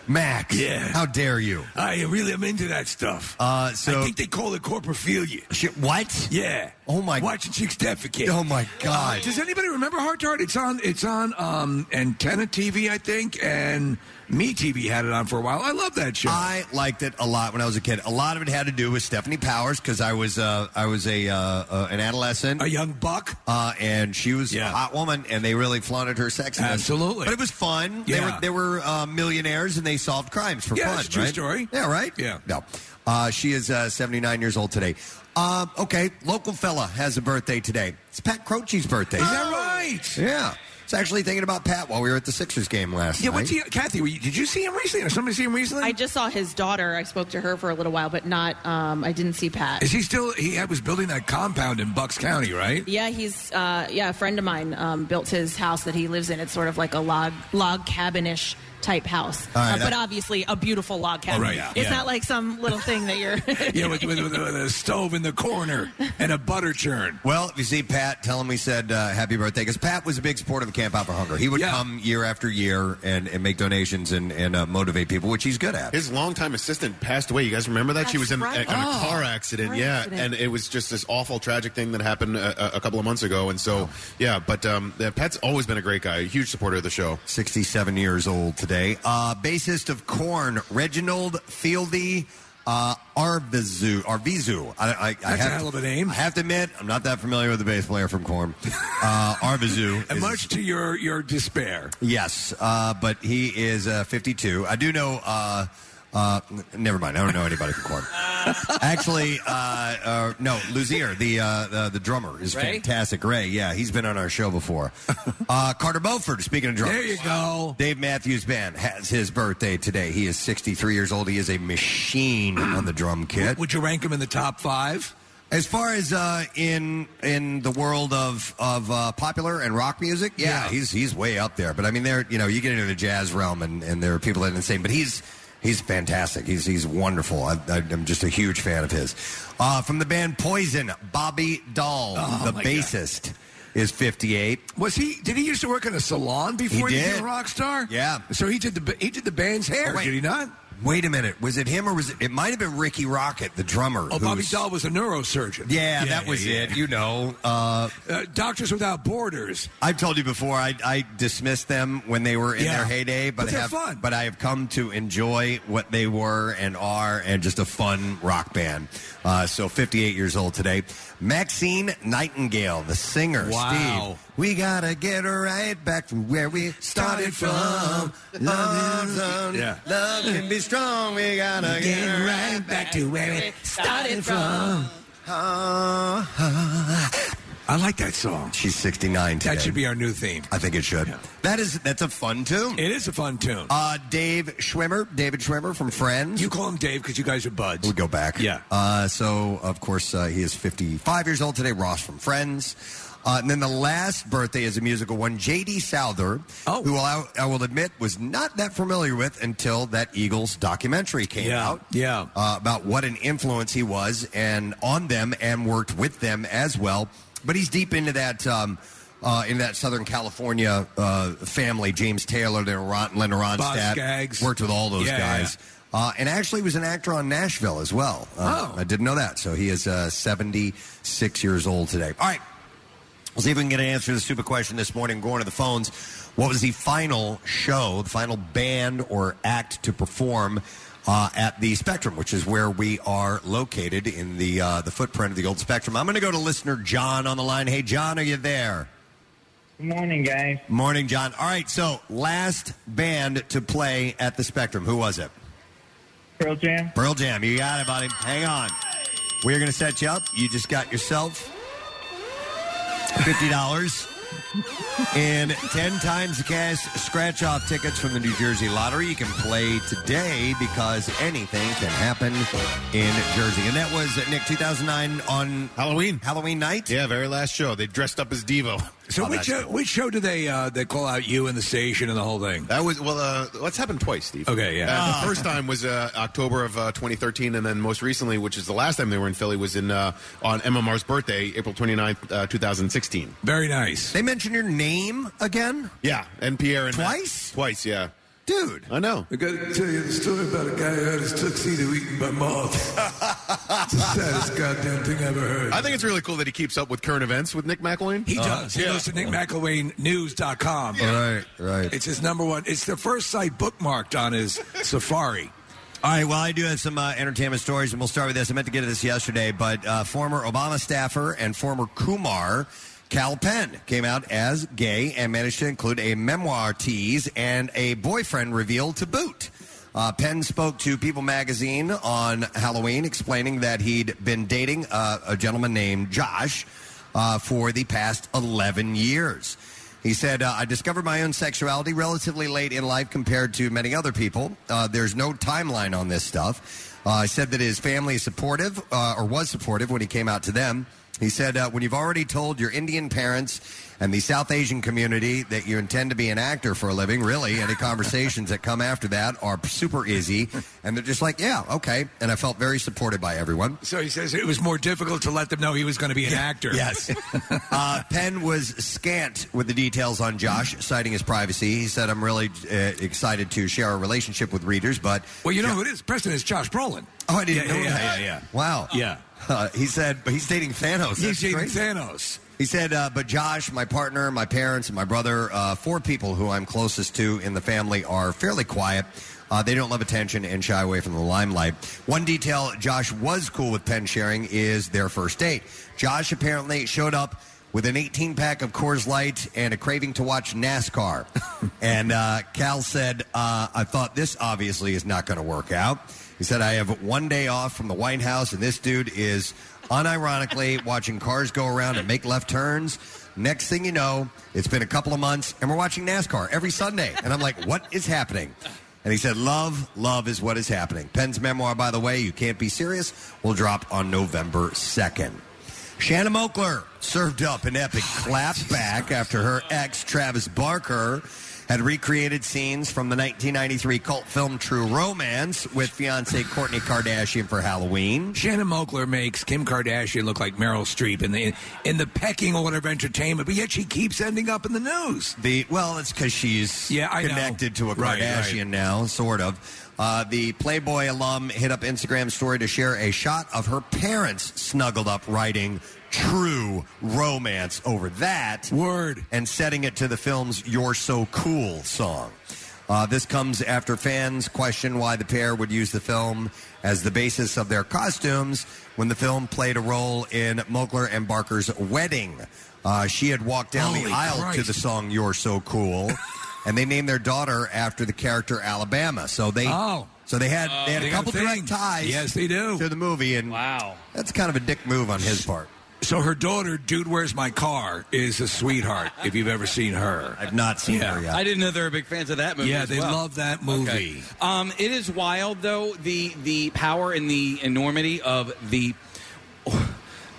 [SPEAKER 1] Max.
[SPEAKER 3] Yeah.
[SPEAKER 1] How dare you?
[SPEAKER 3] I really am into that stuff.
[SPEAKER 1] Uh, so-
[SPEAKER 3] I think they call it corporophilia.
[SPEAKER 1] Shit, what?
[SPEAKER 3] Yeah.
[SPEAKER 1] Oh my.
[SPEAKER 3] Watching chicks defecate.
[SPEAKER 1] Oh my God.
[SPEAKER 3] Uh, does anybody remember Hard Tart? It's on. It's on um, Antenna TV, I think, and Me TV had it on for a while. I love that show.
[SPEAKER 1] I liked it a lot when I was a kid. A lot of it had to do with Stephanie Powers because I was uh, I was a uh, uh, an adolescent,
[SPEAKER 3] a young buck.
[SPEAKER 1] uh, and she was a hot woman, and they really flaunted her sexiness.
[SPEAKER 3] Absolutely.
[SPEAKER 1] but it was fun.
[SPEAKER 3] Yeah.
[SPEAKER 1] They were they were uh, millionaires and they solved crimes for
[SPEAKER 3] Yeah,
[SPEAKER 1] fun.
[SPEAKER 3] it's a true
[SPEAKER 1] right?
[SPEAKER 3] story.
[SPEAKER 1] Yeah, right.
[SPEAKER 3] Yeah.
[SPEAKER 1] No, uh, she is uh, seventy nine years old today. Um, okay, local fella has a birthday today. It's Pat Croce's birthday.
[SPEAKER 3] Is that right?
[SPEAKER 1] Yeah. I was actually thinking about Pat while we were at the Sixers game last
[SPEAKER 3] Yeah.
[SPEAKER 1] night.
[SPEAKER 3] What's he, Kathy? Were you, did you see him recently? Or somebody see him recently?
[SPEAKER 2] I just saw his daughter. I spoke to her for a little while, but not. Um, I didn't see Pat.
[SPEAKER 3] Is he still? He had- was building that compound in Bucks County, right?
[SPEAKER 2] Yeah, he's uh, yeah a friend of mine um, built his house that he lives in. It's sort of like a log log cabinish type house,
[SPEAKER 1] All right,
[SPEAKER 2] uh, but
[SPEAKER 1] I-
[SPEAKER 2] obviously a beautiful log cabin.
[SPEAKER 3] Oh, right, yeah.
[SPEAKER 2] It's
[SPEAKER 3] Yeah.
[SPEAKER 2] not like some little thing that you're.
[SPEAKER 3] Yeah, with, with, with, with a stove in the corner and a butter churn.
[SPEAKER 1] Well, if you see Pat, tell him we said uh, happy birthday because Pat was a big supporter of Camp Out for Hunger. He would
[SPEAKER 3] Yeah.
[SPEAKER 1] come year after year and, and make donations and, and uh, motivate people, which he's good at.
[SPEAKER 5] His longtime assistant passed away. You guys remember that? she
[SPEAKER 2] That's
[SPEAKER 5] was in,
[SPEAKER 2] right.
[SPEAKER 5] in a
[SPEAKER 2] Oh.
[SPEAKER 5] car accident.
[SPEAKER 2] Car
[SPEAKER 5] yeah,
[SPEAKER 2] accident.
[SPEAKER 5] and it was just this awful, tragic thing that happened uh, a, a- a couple of months ago. And
[SPEAKER 1] Oh.
[SPEAKER 5] so, yeah, but um, yeah, Pat's always been a great guy, a huge supporter of the show.
[SPEAKER 1] 67 years old today. Uh, bassist of Korn, Reginald Fieldy uh, Arvizu. Arvizu. I, I, I
[SPEAKER 3] That's a
[SPEAKER 1] have
[SPEAKER 3] hell of a name.
[SPEAKER 1] I have to admit, I'm not that familiar with the bass player from Korn. Uh, Arvizu.
[SPEAKER 3] And
[SPEAKER 1] is-
[SPEAKER 3] much to your your despair.
[SPEAKER 1] Yes, uh, but he is uh, 52. I do know. Uh, uh, n- never mind. I don't know anybody from Corn. Actually, uh, uh, no, Luzier, the uh, uh, the drummer, is
[SPEAKER 4] Ray?
[SPEAKER 1] fantastic. Ray, yeah, he's been on our show before. Uh, Carter Beauford. Speaking of drummers,
[SPEAKER 3] There you go.
[SPEAKER 1] Dave Matthews Band has his birthday today. He is 63 years old. He is a machine on the drum kit.
[SPEAKER 3] Would you rank him in the top five?
[SPEAKER 1] As far as uh, in in the world of of uh, popular and rock music, yeah,
[SPEAKER 3] Yeah.
[SPEAKER 1] he's he's way up there. But I mean, there you know you get into the jazz realm, and, and there are people that are insane. But he's he's fantastic. He's he's wonderful. I, I, I'm just a huge fan of his. Uh, from the band Poison, Bobby Dahl, the
[SPEAKER 3] Oh, my
[SPEAKER 1] bassist, is 58.
[SPEAKER 3] Was he? Did he used to work in a salon before
[SPEAKER 1] He
[SPEAKER 3] he,
[SPEAKER 1] did.
[SPEAKER 3] became a rock star?
[SPEAKER 1] Yeah.
[SPEAKER 3] So he did the he did the band's hair.
[SPEAKER 1] Oh, wait.
[SPEAKER 3] did he not?
[SPEAKER 1] Wait a minute, was it him or was it? It might have been Ricky Rocket, the drummer.
[SPEAKER 3] Oh, Bobby
[SPEAKER 1] who's-
[SPEAKER 3] Dahl was a neurosurgeon.
[SPEAKER 1] Yeah, that was
[SPEAKER 3] yeah.
[SPEAKER 1] it. You know. Uh,
[SPEAKER 3] Uh, Doctors Without Borders.
[SPEAKER 1] I've told you before, I, I dismissed them when they were in
[SPEAKER 3] Yeah.
[SPEAKER 1] their heyday, but,
[SPEAKER 3] But
[SPEAKER 1] I
[SPEAKER 3] they're
[SPEAKER 1] have,
[SPEAKER 3] fun.
[SPEAKER 1] but I have come to enjoy what they were and are, and just a fun rock band. Uh, so, 58 years old today. Maxine Nightingale, the singer.
[SPEAKER 3] Wow.
[SPEAKER 1] Steve, we gotta get her right back from where we started from. Love, is- love,
[SPEAKER 3] Yeah.
[SPEAKER 1] love can be strong. We gotta get, her right back.
[SPEAKER 3] to where it
[SPEAKER 2] started from.
[SPEAKER 3] I like that song.
[SPEAKER 1] She's 69 today.
[SPEAKER 3] That should be our new theme.
[SPEAKER 1] I think it should. That is. That's a fun tune.
[SPEAKER 3] It is a fun tune.
[SPEAKER 1] Uh, Dave Schwimmer, David Schwimmer from Friends.
[SPEAKER 3] you call him Dave because you guys are buds.
[SPEAKER 1] we go back.
[SPEAKER 3] Yeah.
[SPEAKER 1] Uh, so, of course, uh, he is 55 years old today. Ross from Friends. Uh, and then the last birthday is a musical one. J.D. Souther,
[SPEAKER 3] Oh.
[SPEAKER 1] who I, I will admit was not that familiar with until that Eagles documentary came
[SPEAKER 3] Yeah,
[SPEAKER 1] out.
[SPEAKER 3] yeah.
[SPEAKER 1] Uh, about what an influence he was and on them and worked with them as well. But he's deep into that. Um, uh, in that Southern California uh, family, James Taylor, then Ron, Linda Ronstadt,
[SPEAKER 3] Skaggs.
[SPEAKER 1] worked with all those
[SPEAKER 3] Yeah,
[SPEAKER 1] guys. Uh, and actually was an actor on Nashville as well. Uh,
[SPEAKER 3] Oh.
[SPEAKER 1] I didn't know that. So he is uh, 76 years old today. All right. We'll see if we can get an answer to the stupid question this morning. Going to the phones. What was the final show, the final band or act to perform uh, at the Spectrum, which is where we are located in the uh, the footprint of the old Spectrum? I'm going to go to listener John on the line. Hey, John, are you there?
[SPEAKER 10] Good morning, guys.
[SPEAKER 1] Morning, John. All right. So last band to play at the Spectrum. Who was it?
[SPEAKER 10] Pearl Jam.
[SPEAKER 1] Pearl Jam, you got it, buddy. Hang on. We're going to set you up. You just got yourself $50 and 10 times the cash scratch off tickets from the New Jersey Lottery. You can play today because anything can happen in Jersey. And that was, uh, Nick, 2009 on
[SPEAKER 5] Halloween.
[SPEAKER 1] Halloween night?
[SPEAKER 5] Yeah, very last show. They dressed up as Devo.
[SPEAKER 3] So
[SPEAKER 1] Oh,
[SPEAKER 3] which
[SPEAKER 1] that's
[SPEAKER 3] show,
[SPEAKER 1] cool.
[SPEAKER 3] which show do they uh, they call out you and the station and the whole thing?
[SPEAKER 5] That was well. Uh, that's happened twice, Steve.
[SPEAKER 3] Okay, yeah.
[SPEAKER 5] Uh, the first time was uh, October of uh, 2013, and then most recently, which is the last time they were in Philly, was in uh, on MMR's birthday, April 29th, uh, 2016.
[SPEAKER 3] Very nice.
[SPEAKER 1] They mentioned your name again?
[SPEAKER 5] Yeah, and Pierre and
[SPEAKER 1] Twice?
[SPEAKER 5] twice, yeah.
[SPEAKER 1] Dude.
[SPEAKER 5] I know.
[SPEAKER 11] I got to tell you the story about a guy who had his tuxedo eaten by moths. it's the saddest goddamn thing I ever heard.
[SPEAKER 5] I think it's really cool that he keeps up with current events with Nick McElwain.
[SPEAKER 11] He does.
[SPEAKER 3] He goes to nickmcilwainnews.com.
[SPEAKER 1] Uh-huh. Right, right.
[SPEAKER 3] It's his number one. It's the first site bookmarked on his Safari.
[SPEAKER 1] All right, well, I do have some uh, entertainment stories, and we'll start with this. I meant to get to this yesterday, but uh, former Obama staffer and former Kumar Cal Penn came out as gay and managed to include a memoir tease and a boyfriend reveal to boot. Uh, Penn spoke to People magazine on Halloween, explaining that he'd been dating uh, a gentleman named Josh uh, for the past 11 years. He said, uh, I discovered my own sexuality relatively late in life compared to many other people. Uh, there's no timeline on this stuff. Uh, he said that his family is supportive, uh, or was supportive when he came out to them. He said, uh, when you've already told your Indian parents and the South Asian community that you intend to be an actor for a living, really, any conversations that come after that are super easy. And they're just like, yeah, okay. And I felt very supported by everyone.
[SPEAKER 3] So he says it was more difficult to let them know he was going to be an actor.
[SPEAKER 1] Yes. uh, Penn was scant with the details on Josh, citing his privacy. He said, I'm really uh, excited to share our relationship with readers, but.
[SPEAKER 3] Well, you know who it is? President is Josh Brolin.
[SPEAKER 1] Oh, I didn't
[SPEAKER 3] yeah,
[SPEAKER 1] know
[SPEAKER 3] yeah,
[SPEAKER 1] that.
[SPEAKER 3] Yeah, yeah,
[SPEAKER 1] Wow.
[SPEAKER 3] Yeah.
[SPEAKER 1] Uh, he said, but he's dating Thanos.
[SPEAKER 3] He's
[SPEAKER 1] That's
[SPEAKER 3] dating
[SPEAKER 1] crazy.
[SPEAKER 3] Thanos.
[SPEAKER 1] He said, uh, but Josh, my partner, my parents, and my brother, uh, four people who I'm closest to in the family are fairly quiet. Uh, they don't love attention and shy away from the limelight. One detail Josh was cool with Penn sharing is their first date. Josh apparently showed up with an 18 pack of Coors Light and a craving to watch NASCAR. and uh, Cal said, uh, I thought this obviously is not going to work out. He said, I have one day off from the White House, and this dude is unironically watching cars go around and make left turns. Next thing you know, it's been a couple of months, and we're watching NASCAR every Sunday. And I'm like, what is happening? And he said, Love, love is what is happening. Penn's memoir, by the way, You Can't Be Serious, will drop on November 2nd. Shannon Mokler served up an epic clapback after her ex, Travis Barker, had recreated scenes from the 1993 cult film True Romance with fiancee Courtney Kardashian for Halloween.
[SPEAKER 3] Shannon Mokler makes Kim Kardashian look like Meryl Streep in the in the pecking order of entertainment, but yet she keeps ending up in the news.
[SPEAKER 1] The well, it's because she's
[SPEAKER 3] yeah, I know.
[SPEAKER 1] connected to a
[SPEAKER 3] Right,
[SPEAKER 1] Kardashian
[SPEAKER 3] right.
[SPEAKER 1] now, sort of. Uh, the Playboy alum hit up Instagram story to share a shot of her parents snuggled up, writing "True Romance" over that
[SPEAKER 3] word
[SPEAKER 1] and setting it to the film's "You're So Cool" song. Uh, this comes after fans question why the pair would use the film as the basis of their costumes when the film played a role in Mokler and Barker's wedding. Uh, she had walked down
[SPEAKER 3] Holy
[SPEAKER 1] the aisle to
[SPEAKER 3] Christ.
[SPEAKER 1] the song "You're So Cool," and they named their daughter after the character Alabama. So they
[SPEAKER 3] Oh.
[SPEAKER 1] so they had they had
[SPEAKER 3] They
[SPEAKER 1] a
[SPEAKER 3] got
[SPEAKER 1] couple
[SPEAKER 3] a thing.
[SPEAKER 1] direct ties.
[SPEAKER 3] Yes, they do.
[SPEAKER 1] to the movie, and
[SPEAKER 4] wow,
[SPEAKER 1] that's kind of a dick move on his part.
[SPEAKER 3] So her daughter, Dude, Where's My Car, is a sweetheart, if you've ever seen her.
[SPEAKER 1] I've not seen
[SPEAKER 3] yeah.
[SPEAKER 1] her yet. Oh,
[SPEAKER 4] I didn't know they were big fans of that movie.
[SPEAKER 3] Yeah,
[SPEAKER 4] as
[SPEAKER 3] they
[SPEAKER 4] well.
[SPEAKER 3] love that movie.
[SPEAKER 4] Okay. Um, it is wild though the the power and the enormity of the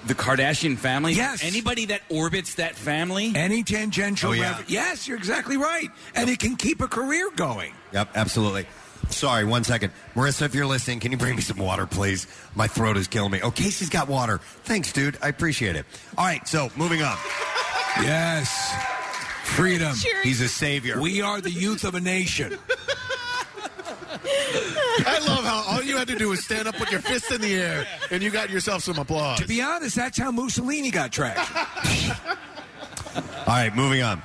[SPEAKER 4] the Kardashian family.
[SPEAKER 3] Yes.
[SPEAKER 4] anybody that orbits that family.
[SPEAKER 3] Any tangential
[SPEAKER 1] Oh, yeah.
[SPEAKER 3] rever- Yes, you're exactly right. And it can keep a career going.
[SPEAKER 1] Yep, absolutely. Sorry, one second. Marissa, if you're listening, can you bring me some water, please? My throat is killing me. Oh, Casey's got water. Thanks, dude. I appreciate it. All right, so moving on.
[SPEAKER 3] Yes. Freedom.
[SPEAKER 1] He's a savior.
[SPEAKER 3] We are the youth of a nation.
[SPEAKER 5] I love how all you had to do was stand up with your fist in the air and you got yourself some applause.
[SPEAKER 3] to be honest, that's how Mussolini got traction.
[SPEAKER 1] All right, moving on.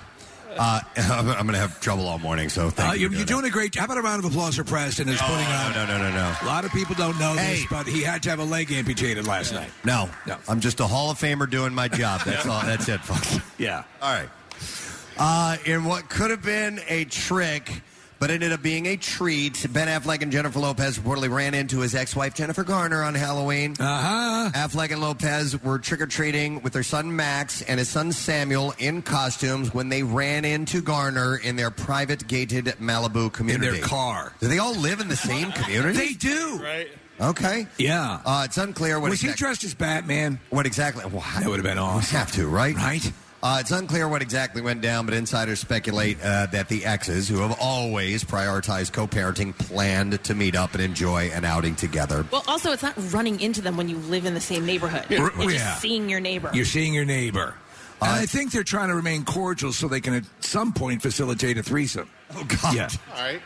[SPEAKER 1] Uh, I'm going to have trouble all morning, so thank
[SPEAKER 3] Uh,
[SPEAKER 1] you.
[SPEAKER 3] you're,
[SPEAKER 1] for
[SPEAKER 3] you're doing a great How about a round of applause for Preston? Is putting
[SPEAKER 1] that.
[SPEAKER 3] on.
[SPEAKER 1] No, no, no, no, no.
[SPEAKER 3] A lot of people don't know this,
[SPEAKER 1] Oh. Hey.
[SPEAKER 3] but he had to have a leg amputated last night.
[SPEAKER 1] No,
[SPEAKER 3] No.
[SPEAKER 1] I'm just a Hall of Famer doing my job. That's all. That's it, folks.
[SPEAKER 3] Yeah.
[SPEAKER 1] All right. Uh, in what could have been a trick, but ended up being a treat, Ben Affleck and Jennifer Lopez reportedly ran into his ex-wife Jennifer Garner on Halloween.
[SPEAKER 3] Uh huh.
[SPEAKER 1] Affleck and Lopez were trick or treating with their son Max and his son Samuel in costumes when they ran into Garner in their private gated Malibu
[SPEAKER 3] In
[SPEAKER 1] community.
[SPEAKER 3] their car.
[SPEAKER 1] Do they all live in the same community?
[SPEAKER 3] They do.
[SPEAKER 1] okay.
[SPEAKER 3] Yeah.
[SPEAKER 1] Uh, it's unclear what
[SPEAKER 3] Was he
[SPEAKER 1] exact-
[SPEAKER 3] dressed as Batman?
[SPEAKER 1] what exactly. Well, I-
[SPEAKER 3] That would have been
[SPEAKER 1] we
[SPEAKER 3] awesome.
[SPEAKER 1] have to, right?
[SPEAKER 3] Right?
[SPEAKER 1] Uh, it's unclear what exactly went down, but insiders speculate uh, that the exes, who have always prioritized co parenting, planned to meet up and enjoy an outing together.
[SPEAKER 2] Well, also, it's not running into them when you live in the same neighborhood.
[SPEAKER 3] Yeah.
[SPEAKER 2] It's
[SPEAKER 3] Yeah.
[SPEAKER 2] just seeing your neighbor.
[SPEAKER 3] You're seeing your neighbor. Uh, and I think they're trying to remain cordial so they can at some point facilitate a threesome.
[SPEAKER 1] Oh, God.
[SPEAKER 3] Yeah.
[SPEAKER 5] all right.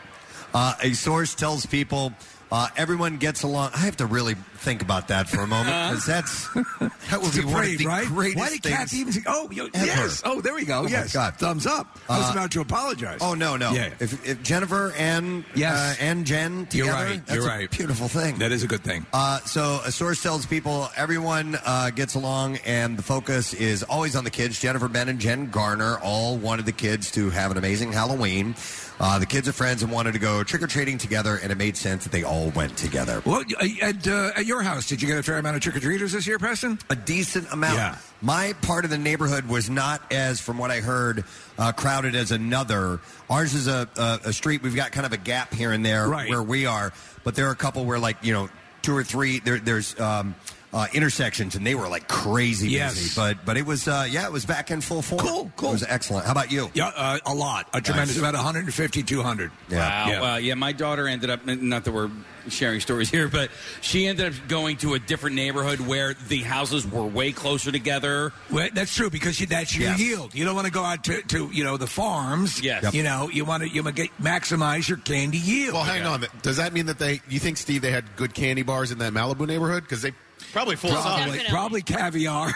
[SPEAKER 1] Uh, a source tells people uh, everyone gets along. I have to really think about that for a moment because that's that would
[SPEAKER 3] Uh-huh. It's
[SPEAKER 1] be one
[SPEAKER 3] depraved,
[SPEAKER 1] of the
[SPEAKER 3] right?
[SPEAKER 1] greatest
[SPEAKER 3] Why did
[SPEAKER 1] things
[SPEAKER 3] Kathy even think? Oh, yo-
[SPEAKER 1] ever.
[SPEAKER 3] yes. Oh, there we go.
[SPEAKER 1] Oh, my
[SPEAKER 3] yes.
[SPEAKER 1] God.
[SPEAKER 3] Thumbs up. I was
[SPEAKER 1] Uh,
[SPEAKER 3] about to apologize.
[SPEAKER 1] Oh no no!
[SPEAKER 3] Yeah.
[SPEAKER 1] If, if Jennifer and
[SPEAKER 3] Yes.
[SPEAKER 1] uh, and Jen
[SPEAKER 3] You're
[SPEAKER 1] together,
[SPEAKER 3] right.
[SPEAKER 1] that's
[SPEAKER 3] You're
[SPEAKER 1] a
[SPEAKER 3] right.
[SPEAKER 1] beautiful thing.
[SPEAKER 3] That is a good thing.
[SPEAKER 1] Uh, so a source tells people everyone uh, gets along, and the focus is always on the kids. Jennifer Ben and Jen Garner all wanted the kids to have an amazing Halloween. Uh, the kids are friends and wanted to go trick or treating together, and it made sense that they all went together.
[SPEAKER 3] Well, y- at, uh, at your house, did you get a fair amount of trick or treaters this year, Preston?
[SPEAKER 1] A decent amount.
[SPEAKER 3] Yeah.
[SPEAKER 1] My part of the neighborhood was not as, from what I heard, uh, crowded as another. Ours is a, a, a street. We've got kind of a gap here and there
[SPEAKER 3] Right.
[SPEAKER 1] where we are, but there are a couple where, like, you know, two or three. There, there's um, uh, intersections, and they were like crazy
[SPEAKER 3] Yes.
[SPEAKER 1] busy. But but it was uh, yeah, it was back in full form. Cool, cool. It was excellent. How about you?
[SPEAKER 3] Yeah, uh, a lot. A tremendous about 150, 200.
[SPEAKER 4] Wow. Yeah. Well, yeah, my daughter ended up, not that we're sharing stories here, but she ended up going to a different neighborhood where the houses were way closer together.
[SPEAKER 3] Well, that's true because you, that's your
[SPEAKER 4] Yes.
[SPEAKER 3] yield. You don't want to go out to, to you know the farms.
[SPEAKER 5] Yes. Yep.
[SPEAKER 3] You know you want to you want to get, maximize your candy yield.
[SPEAKER 5] Well, hang on. Does that mean that they? You think Steve they had good candy bars in that Malibu neighborhood? Because they probably full us up.
[SPEAKER 3] Probably, probably caviar.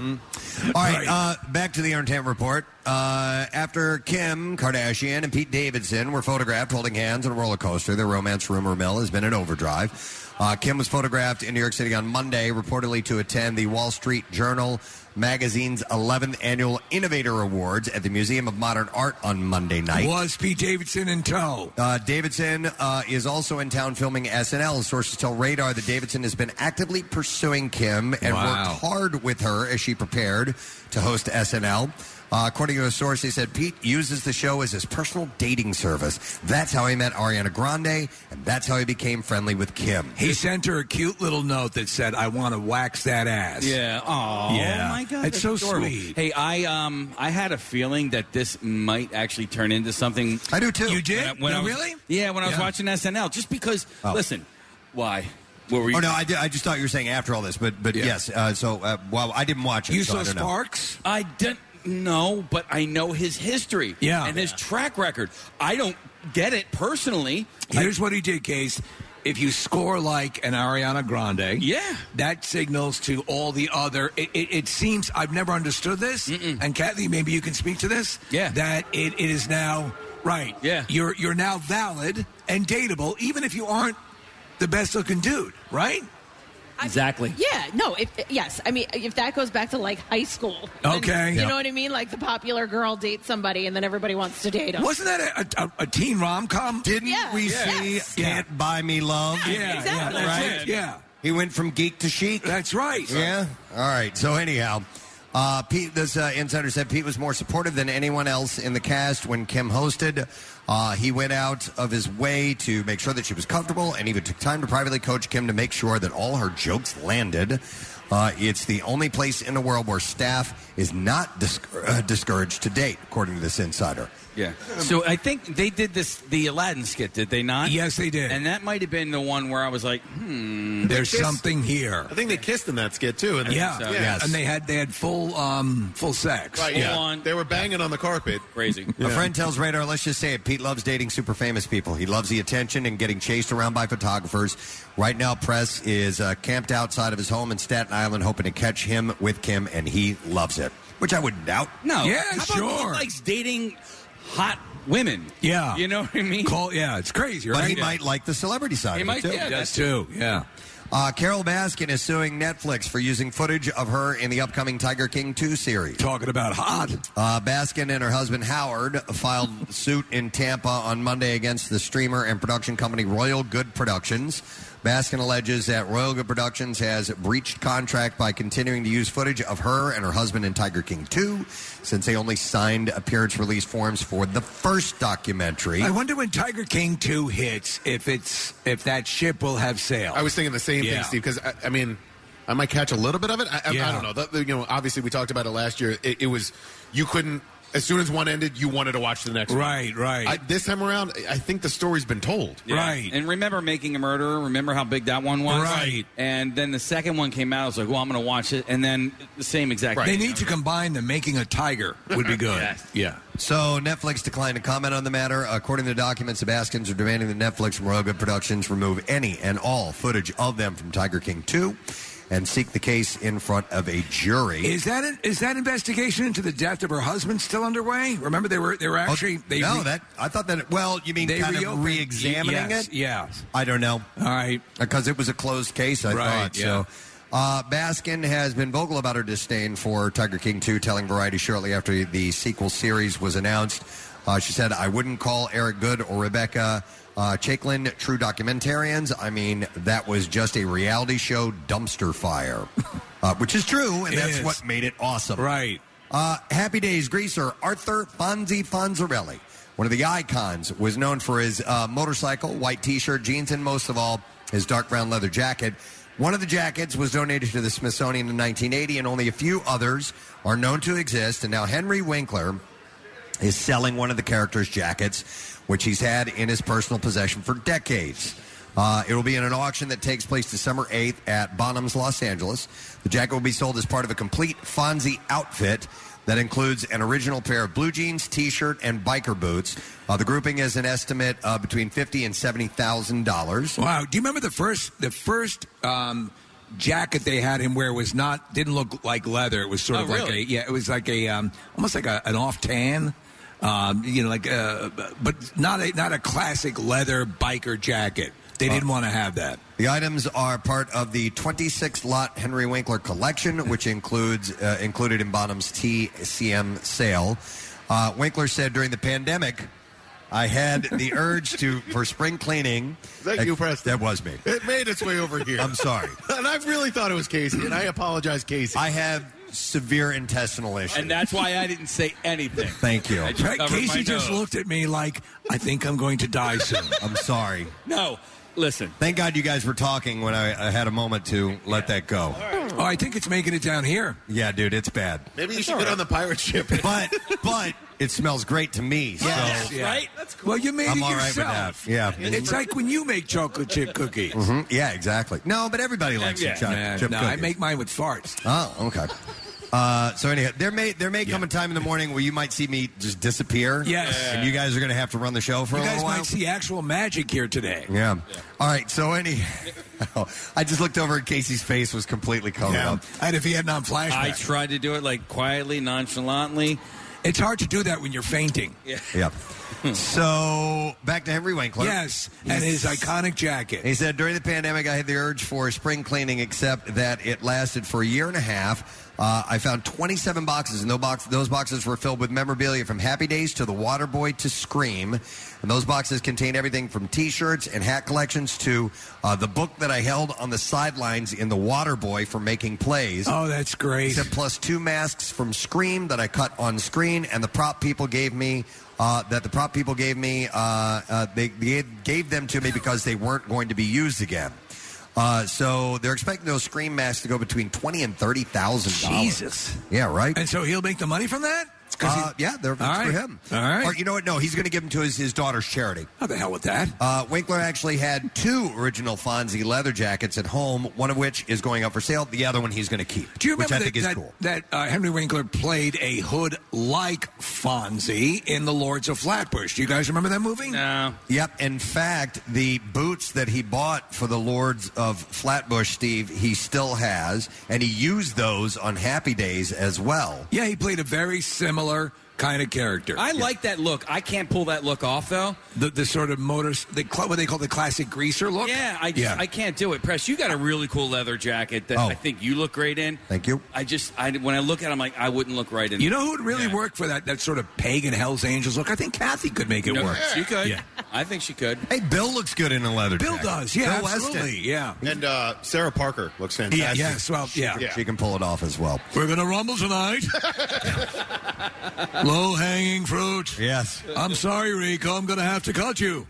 [SPEAKER 1] All right, uh, back to the entertainment report. Uh, after Kim Kardashian and Pete Davidson were photographed holding hands on a roller coaster, their romance rumor mill has been in overdrive. Uh, Kim was photographed in New York City on Monday, reportedly to attend the Wall Street Journal magazine's 11th annual Innovator Awards at the Museum of Modern Art on Monday night.
[SPEAKER 3] Was Pete Davidson in tow?
[SPEAKER 1] Uh, Davidson uh, is also in town filming SNL. Sources tell Radar that Davidson has been actively pursuing Kim and
[SPEAKER 3] Wow.
[SPEAKER 1] worked hard with her as she prepared to host SNL. Uh, according to a source, they said Pete uses the show as his personal dating service. That's how he met Ariana Grande, and that's how he became friendly with Kim.
[SPEAKER 3] He sent her a cute little note that said, "I want to wax that ass."
[SPEAKER 4] Yeah. Oh
[SPEAKER 3] Yeah.
[SPEAKER 4] my God. that's
[SPEAKER 3] It's so
[SPEAKER 4] adorable.
[SPEAKER 3] sweet.
[SPEAKER 4] Hey, I um I had a feeling that this might actually turn into something.
[SPEAKER 1] I do too.
[SPEAKER 3] You did?
[SPEAKER 4] When I- when
[SPEAKER 3] No,
[SPEAKER 4] I was-
[SPEAKER 3] really?
[SPEAKER 4] Yeah. When I was
[SPEAKER 3] Yeah.
[SPEAKER 4] watching SNL, just because.
[SPEAKER 1] Oh.
[SPEAKER 4] Listen, why? What were you?
[SPEAKER 1] Oh no, I, did, I just thought you were saying after all this, but but
[SPEAKER 4] Yeah.
[SPEAKER 1] yes. Uh, so uh, well, I didn't watch it. so I don't know.
[SPEAKER 4] I didn't know, but I know his history.
[SPEAKER 3] Yeah.
[SPEAKER 4] And his track record. I don't get it personally.
[SPEAKER 3] Here's what he did, Case. If you score like an Ariana Grande, yeah, that signals to all the other. It, it, it seems I've never understood this, and Kathy, maybe you can speak to this. Yeah, that it, it is now right. Yeah, you're you're now valid and dateable, even if you aren't the best looking dude, right?
[SPEAKER 4] Exactly.
[SPEAKER 12] Yeah, no, if yes, I mean if that goes back to like high school. when-
[SPEAKER 3] Okay.
[SPEAKER 12] you
[SPEAKER 3] Yeah.
[SPEAKER 12] know what I mean? Like the popular girl dates somebody and then everybody wants to date them.
[SPEAKER 3] Wasn't that a, a, a teen rom com?
[SPEAKER 1] Didn't
[SPEAKER 12] Yeah,
[SPEAKER 1] we see
[SPEAKER 12] yes.
[SPEAKER 1] Can't Buy Me Love?
[SPEAKER 3] Yeah, yeah,
[SPEAKER 12] exactly.
[SPEAKER 3] that's
[SPEAKER 1] Right?
[SPEAKER 3] it, yeah.
[SPEAKER 1] He went from geek to chic.
[SPEAKER 3] That's right.
[SPEAKER 1] Yeah. All right. So anyhow, uh, Pete. This uh, insider said Pete was more supportive than anyone else in the cast when Kim hosted. Uh, he went out of his way to make sure that she was comfortable, and even took time to privately coach Kim to make sure that all her jokes landed. Uh, it's the only place in the world where staff is not dis- uh, discouraged to date, according to this insider.
[SPEAKER 4] Yeah. So I think they did this the Aladdin skit, did they not?
[SPEAKER 3] Yes, they did.
[SPEAKER 4] And that might have been the one where I was like, hmm,
[SPEAKER 3] There's something here.
[SPEAKER 5] I think they kissed in that skit too. And they-
[SPEAKER 3] Yeah, and they had they had full um full sex.
[SPEAKER 5] Right,
[SPEAKER 3] yeah.
[SPEAKER 5] yeah. They were banging on the carpet.
[SPEAKER 4] Crazy.
[SPEAKER 1] A friend tells Radar, let's just say it. Pete loves dating super famous people. He loves the attention and getting chased around by photographers. Right now, Press is uh, camped outside of his home in Staten Island, hoping to catch him with Kim, and he loves it, which I wouldn't doubt.
[SPEAKER 4] No.
[SPEAKER 3] Yeah,
[SPEAKER 4] How about
[SPEAKER 3] sure.
[SPEAKER 4] He likes dating hot women.
[SPEAKER 3] Yeah.
[SPEAKER 4] You know what I mean?
[SPEAKER 3] Call, yeah, it's crazy,
[SPEAKER 1] But
[SPEAKER 3] right?
[SPEAKER 1] he might like the celebrity side
[SPEAKER 4] He
[SPEAKER 1] of
[SPEAKER 4] might-
[SPEAKER 1] it, too.
[SPEAKER 4] yeah,
[SPEAKER 3] Does
[SPEAKER 4] that's-
[SPEAKER 3] too. Yeah.
[SPEAKER 1] Uh, Carol Baskin is suing Netflix for using footage of her in the upcoming Tiger King 2 series.
[SPEAKER 3] Talking about hot.
[SPEAKER 1] Uh, Baskin and her husband Howard filed suit in Tampa on Monday against the streamer and production company Royal Good Productions. Baskin alleges that Royal Good Productions has breached contract by continuing to use footage of her and her husband in Tiger King 2 since they only signed appearance release forms for the first documentary.
[SPEAKER 3] I wonder when Tiger King two hits if it's if that ship will have sailed.
[SPEAKER 5] I was thinking the same
[SPEAKER 3] Yeah.
[SPEAKER 5] thing, Steve. Because I, I mean, I might catch a little bit of it. I, I,
[SPEAKER 3] Yeah.
[SPEAKER 5] I don't know. That- you know, obviously we talked about it last year. It, it was you couldn't as soon as one ended, you wanted to watch the next
[SPEAKER 3] Right,
[SPEAKER 5] one.
[SPEAKER 3] right.
[SPEAKER 5] I, this time around, I- I think the story's been told.
[SPEAKER 4] Yeah. And remember making a murderer? Remember how big that one was?
[SPEAKER 3] Right.
[SPEAKER 4] And then the second one came out. I was like, well, I'm going to watch it. And then the same exact
[SPEAKER 3] They need to combine them. Making a tiger would be good.
[SPEAKER 4] Yes.
[SPEAKER 3] Yeah.
[SPEAKER 1] So Netflix declined to comment on the matter. According to documents, Sebastians are demanding that Netflix from Royal Good Productions remove any and all footage of them from Tiger King 2 and seek the case in front of a jury.
[SPEAKER 3] Is that an, is that investigation into the death of her husband still underway? Remember they were they were
[SPEAKER 1] Oh,
[SPEAKER 3] actually they
[SPEAKER 1] no,
[SPEAKER 3] re-
[SPEAKER 1] that I thought that. Well, you mean
[SPEAKER 3] They
[SPEAKER 1] kind
[SPEAKER 3] reopened.
[SPEAKER 1] of re-examining
[SPEAKER 3] Yes,
[SPEAKER 1] it?
[SPEAKER 3] yeah.
[SPEAKER 1] I don't know.
[SPEAKER 3] All right,
[SPEAKER 1] because it was a closed case. I
[SPEAKER 3] Right,
[SPEAKER 1] thought
[SPEAKER 3] yeah.
[SPEAKER 1] so. Uh, Baskin has been vocal about her disdain for Tiger King 2, telling Variety shortly after the sequel series was announced. Uh, she said, I wouldn't call Eric Good or Rebecca uh, Chaklin true documentarians. I mean, that was just a reality show dumpster fire, uh, which is true, and
[SPEAKER 3] It
[SPEAKER 1] that's
[SPEAKER 3] is.
[SPEAKER 1] what made it awesome.
[SPEAKER 3] Right.
[SPEAKER 1] Uh, Happy Days greaser Arthur Fonzie Fonzarelli, one of the icons, was known for his uh, motorcycle, white T-shirt, jeans, and most of all, his dark brown leather jacket. One of the jackets was donated to the Smithsonian in 1980, and only a few others are known to exist. And now Henry Winkler is selling one of the character's jackets, which he's had in his personal possession for decades. Uh, it will be in an auction that takes place December 8th at Bonhams, Los Angeles. The jacket will be sold as part of a complete Fonzie outfit that includes an original pair of blue jeans, t-shirt, and biker boots. Uh, the grouping is an estimate uh, between fifty and seventy thousand dollars.
[SPEAKER 3] Wow. Do you remember the first the first um, jacket they had him wear was not didn't look like leather. It was sort
[SPEAKER 4] Oh,
[SPEAKER 3] of like a
[SPEAKER 4] really?
[SPEAKER 3] yeah. It was like a um, almost like a, an off tan. Um, you know, like uh, but not a not a classic leather biker jacket. They didn't want to have that.
[SPEAKER 1] The items are part of the 26 lot Henry Winkler collection, which includes uh, included in Bonham's TCM sale. Uh, Winkler said during the pandemic, I had the urge to for spring cleaning. Is
[SPEAKER 5] that you, Preston?
[SPEAKER 1] That was me.
[SPEAKER 5] It made its way over here.
[SPEAKER 1] I'm sorry.
[SPEAKER 5] and I really thought it was Casey, and I apologize, Casey.
[SPEAKER 1] I have severe intestinal issues.
[SPEAKER 4] And that's why I didn't say anything.
[SPEAKER 1] Thank you.
[SPEAKER 4] I just covered my
[SPEAKER 3] Casey just
[SPEAKER 4] nose.
[SPEAKER 3] looked at me like I think I'm going to die soon.
[SPEAKER 1] I'm sorry.
[SPEAKER 4] No, listen.
[SPEAKER 1] Thank God you guys were talking when I, I had a moment to let that go.
[SPEAKER 3] Oh, I think it's making it down here.
[SPEAKER 1] Yeah, dude, it's bad.
[SPEAKER 5] Maybe you should get on the pirate ship.
[SPEAKER 1] But but it smells great to me.
[SPEAKER 3] Yes,
[SPEAKER 1] so
[SPEAKER 3] yeah.
[SPEAKER 4] Right? That's cool.
[SPEAKER 3] Well, you made
[SPEAKER 1] I'm
[SPEAKER 3] it
[SPEAKER 1] all right with
[SPEAKER 3] yourself.
[SPEAKER 1] that. Yeah.
[SPEAKER 3] it's like when you make chocolate chip cookies.
[SPEAKER 1] Mhm. yeah, exactly. No, but everybody likes
[SPEAKER 3] Yeah.
[SPEAKER 1] the chocolate
[SPEAKER 3] Nah,
[SPEAKER 1] chip
[SPEAKER 3] no, I
[SPEAKER 1] cookies.
[SPEAKER 3] make mine with farts.
[SPEAKER 1] Oh, okay. Uh, so anyhow, there may there may come a time in the morning where you might see me just disappear.
[SPEAKER 3] Yes.
[SPEAKER 1] and you guys are going to have to run the show for
[SPEAKER 3] You
[SPEAKER 1] a
[SPEAKER 3] guys
[SPEAKER 1] little while.
[SPEAKER 3] might see actual magic here today.
[SPEAKER 1] yeah. All right. So anyhow, I just looked over and Casey's face was completely covered up.
[SPEAKER 3] I had a Vietnam flashback.
[SPEAKER 4] I tried to do it like quietly, nonchalantly.
[SPEAKER 3] it's hard to do that when you're fainting.
[SPEAKER 1] Yeah. so back to Henry Winkler.
[SPEAKER 3] Yes, and his iconic jacket.
[SPEAKER 1] He said, during the pandemic, I had the urge for spring cleaning, except that it lasted for a year and a half. Uh, I found 27 boxes, and those, box- those boxes were filled with memorabilia from Happy Days to The Waterboy to Scream. And those boxes contained everything from t shirts and hat collections to uh, the book that I held on the sidelines in The Waterboy for making plays.
[SPEAKER 3] Oh, that's great.
[SPEAKER 1] He said, plus two masks from Scream that I cut on screen, and the prop people gave me. Uh, that the prop people gave me, uh, uh, they, they gave them to me because they weren't going to be used again. Uh, so they're expecting those scream masks to go between twenty and thirty thousand dollars.
[SPEAKER 3] Jesus.
[SPEAKER 1] Yeah, right.
[SPEAKER 3] And so he'll make the money from that? 'Cause he-
[SPEAKER 1] Uh, yeah, they're it's
[SPEAKER 3] All right.
[SPEAKER 1] for him.
[SPEAKER 3] All right.
[SPEAKER 1] Or you know what? No, he's going to give them to his, his daughter's charity.
[SPEAKER 3] How the hell with that?
[SPEAKER 1] Uh, Winkler actually had two original Fonzie leather jackets at home, one of which is going up for sale. The other one he's going to keep,
[SPEAKER 3] Do you
[SPEAKER 1] which
[SPEAKER 3] remember
[SPEAKER 1] I
[SPEAKER 3] that,
[SPEAKER 1] think is
[SPEAKER 3] that,
[SPEAKER 1] cool.
[SPEAKER 3] that, uh, Henry Winkler played a hood like Fonzie in The Lords of Flatbush? Do you guys remember that movie?
[SPEAKER 4] No.
[SPEAKER 1] Yep. In fact, the boots that he bought for the Lords of Flatbush, Steve, he still has, and he used those on Happy Days as well.
[SPEAKER 3] Yeah, he played a very similar kind of character.
[SPEAKER 4] I like that look. I can't pull that look off, though.
[SPEAKER 3] the, the sort of motor, the, cl- what they call the classic greaser look.
[SPEAKER 4] Yeah, I just, I can't do it. Press, you got a really cool leather jacket that
[SPEAKER 1] Oh.
[SPEAKER 4] I think you look great in.
[SPEAKER 1] Thank you.
[SPEAKER 4] I just, I, when I look at it, I'm like, I wouldn't look right in
[SPEAKER 3] You know who would really
[SPEAKER 4] Yeah.
[SPEAKER 3] work for that, that sort of pagan Hell's Angels look? I think Kathy could make it
[SPEAKER 4] No,
[SPEAKER 3] work.
[SPEAKER 4] She could.
[SPEAKER 3] Yeah.
[SPEAKER 4] I think she could.
[SPEAKER 1] Hey, Bill looks good in a leather
[SPEAKER 3] Bill
[SPEAKER 1] jacket.
[SPEAKER 3] does, yeah,
[SPEAKER 1] Bill Weston.
[SPEAKER 3] absolutely, yeah.
[SPEAKER 5] And uh, Sarah Parker looks fantastic.
[SPEAKER 3] Yes, yes, well, yeah.
[SPEAKER 5] Yeah.
[SPEAKER 1] She can pull it off as well.
[SPEAKER 3] We're gonna rumble tonight. Low hanging fruit.
[SPEAKER 1] Yes.
[SPEAKER 3] I'm sorry, Rico. I'm gonna have to cut you.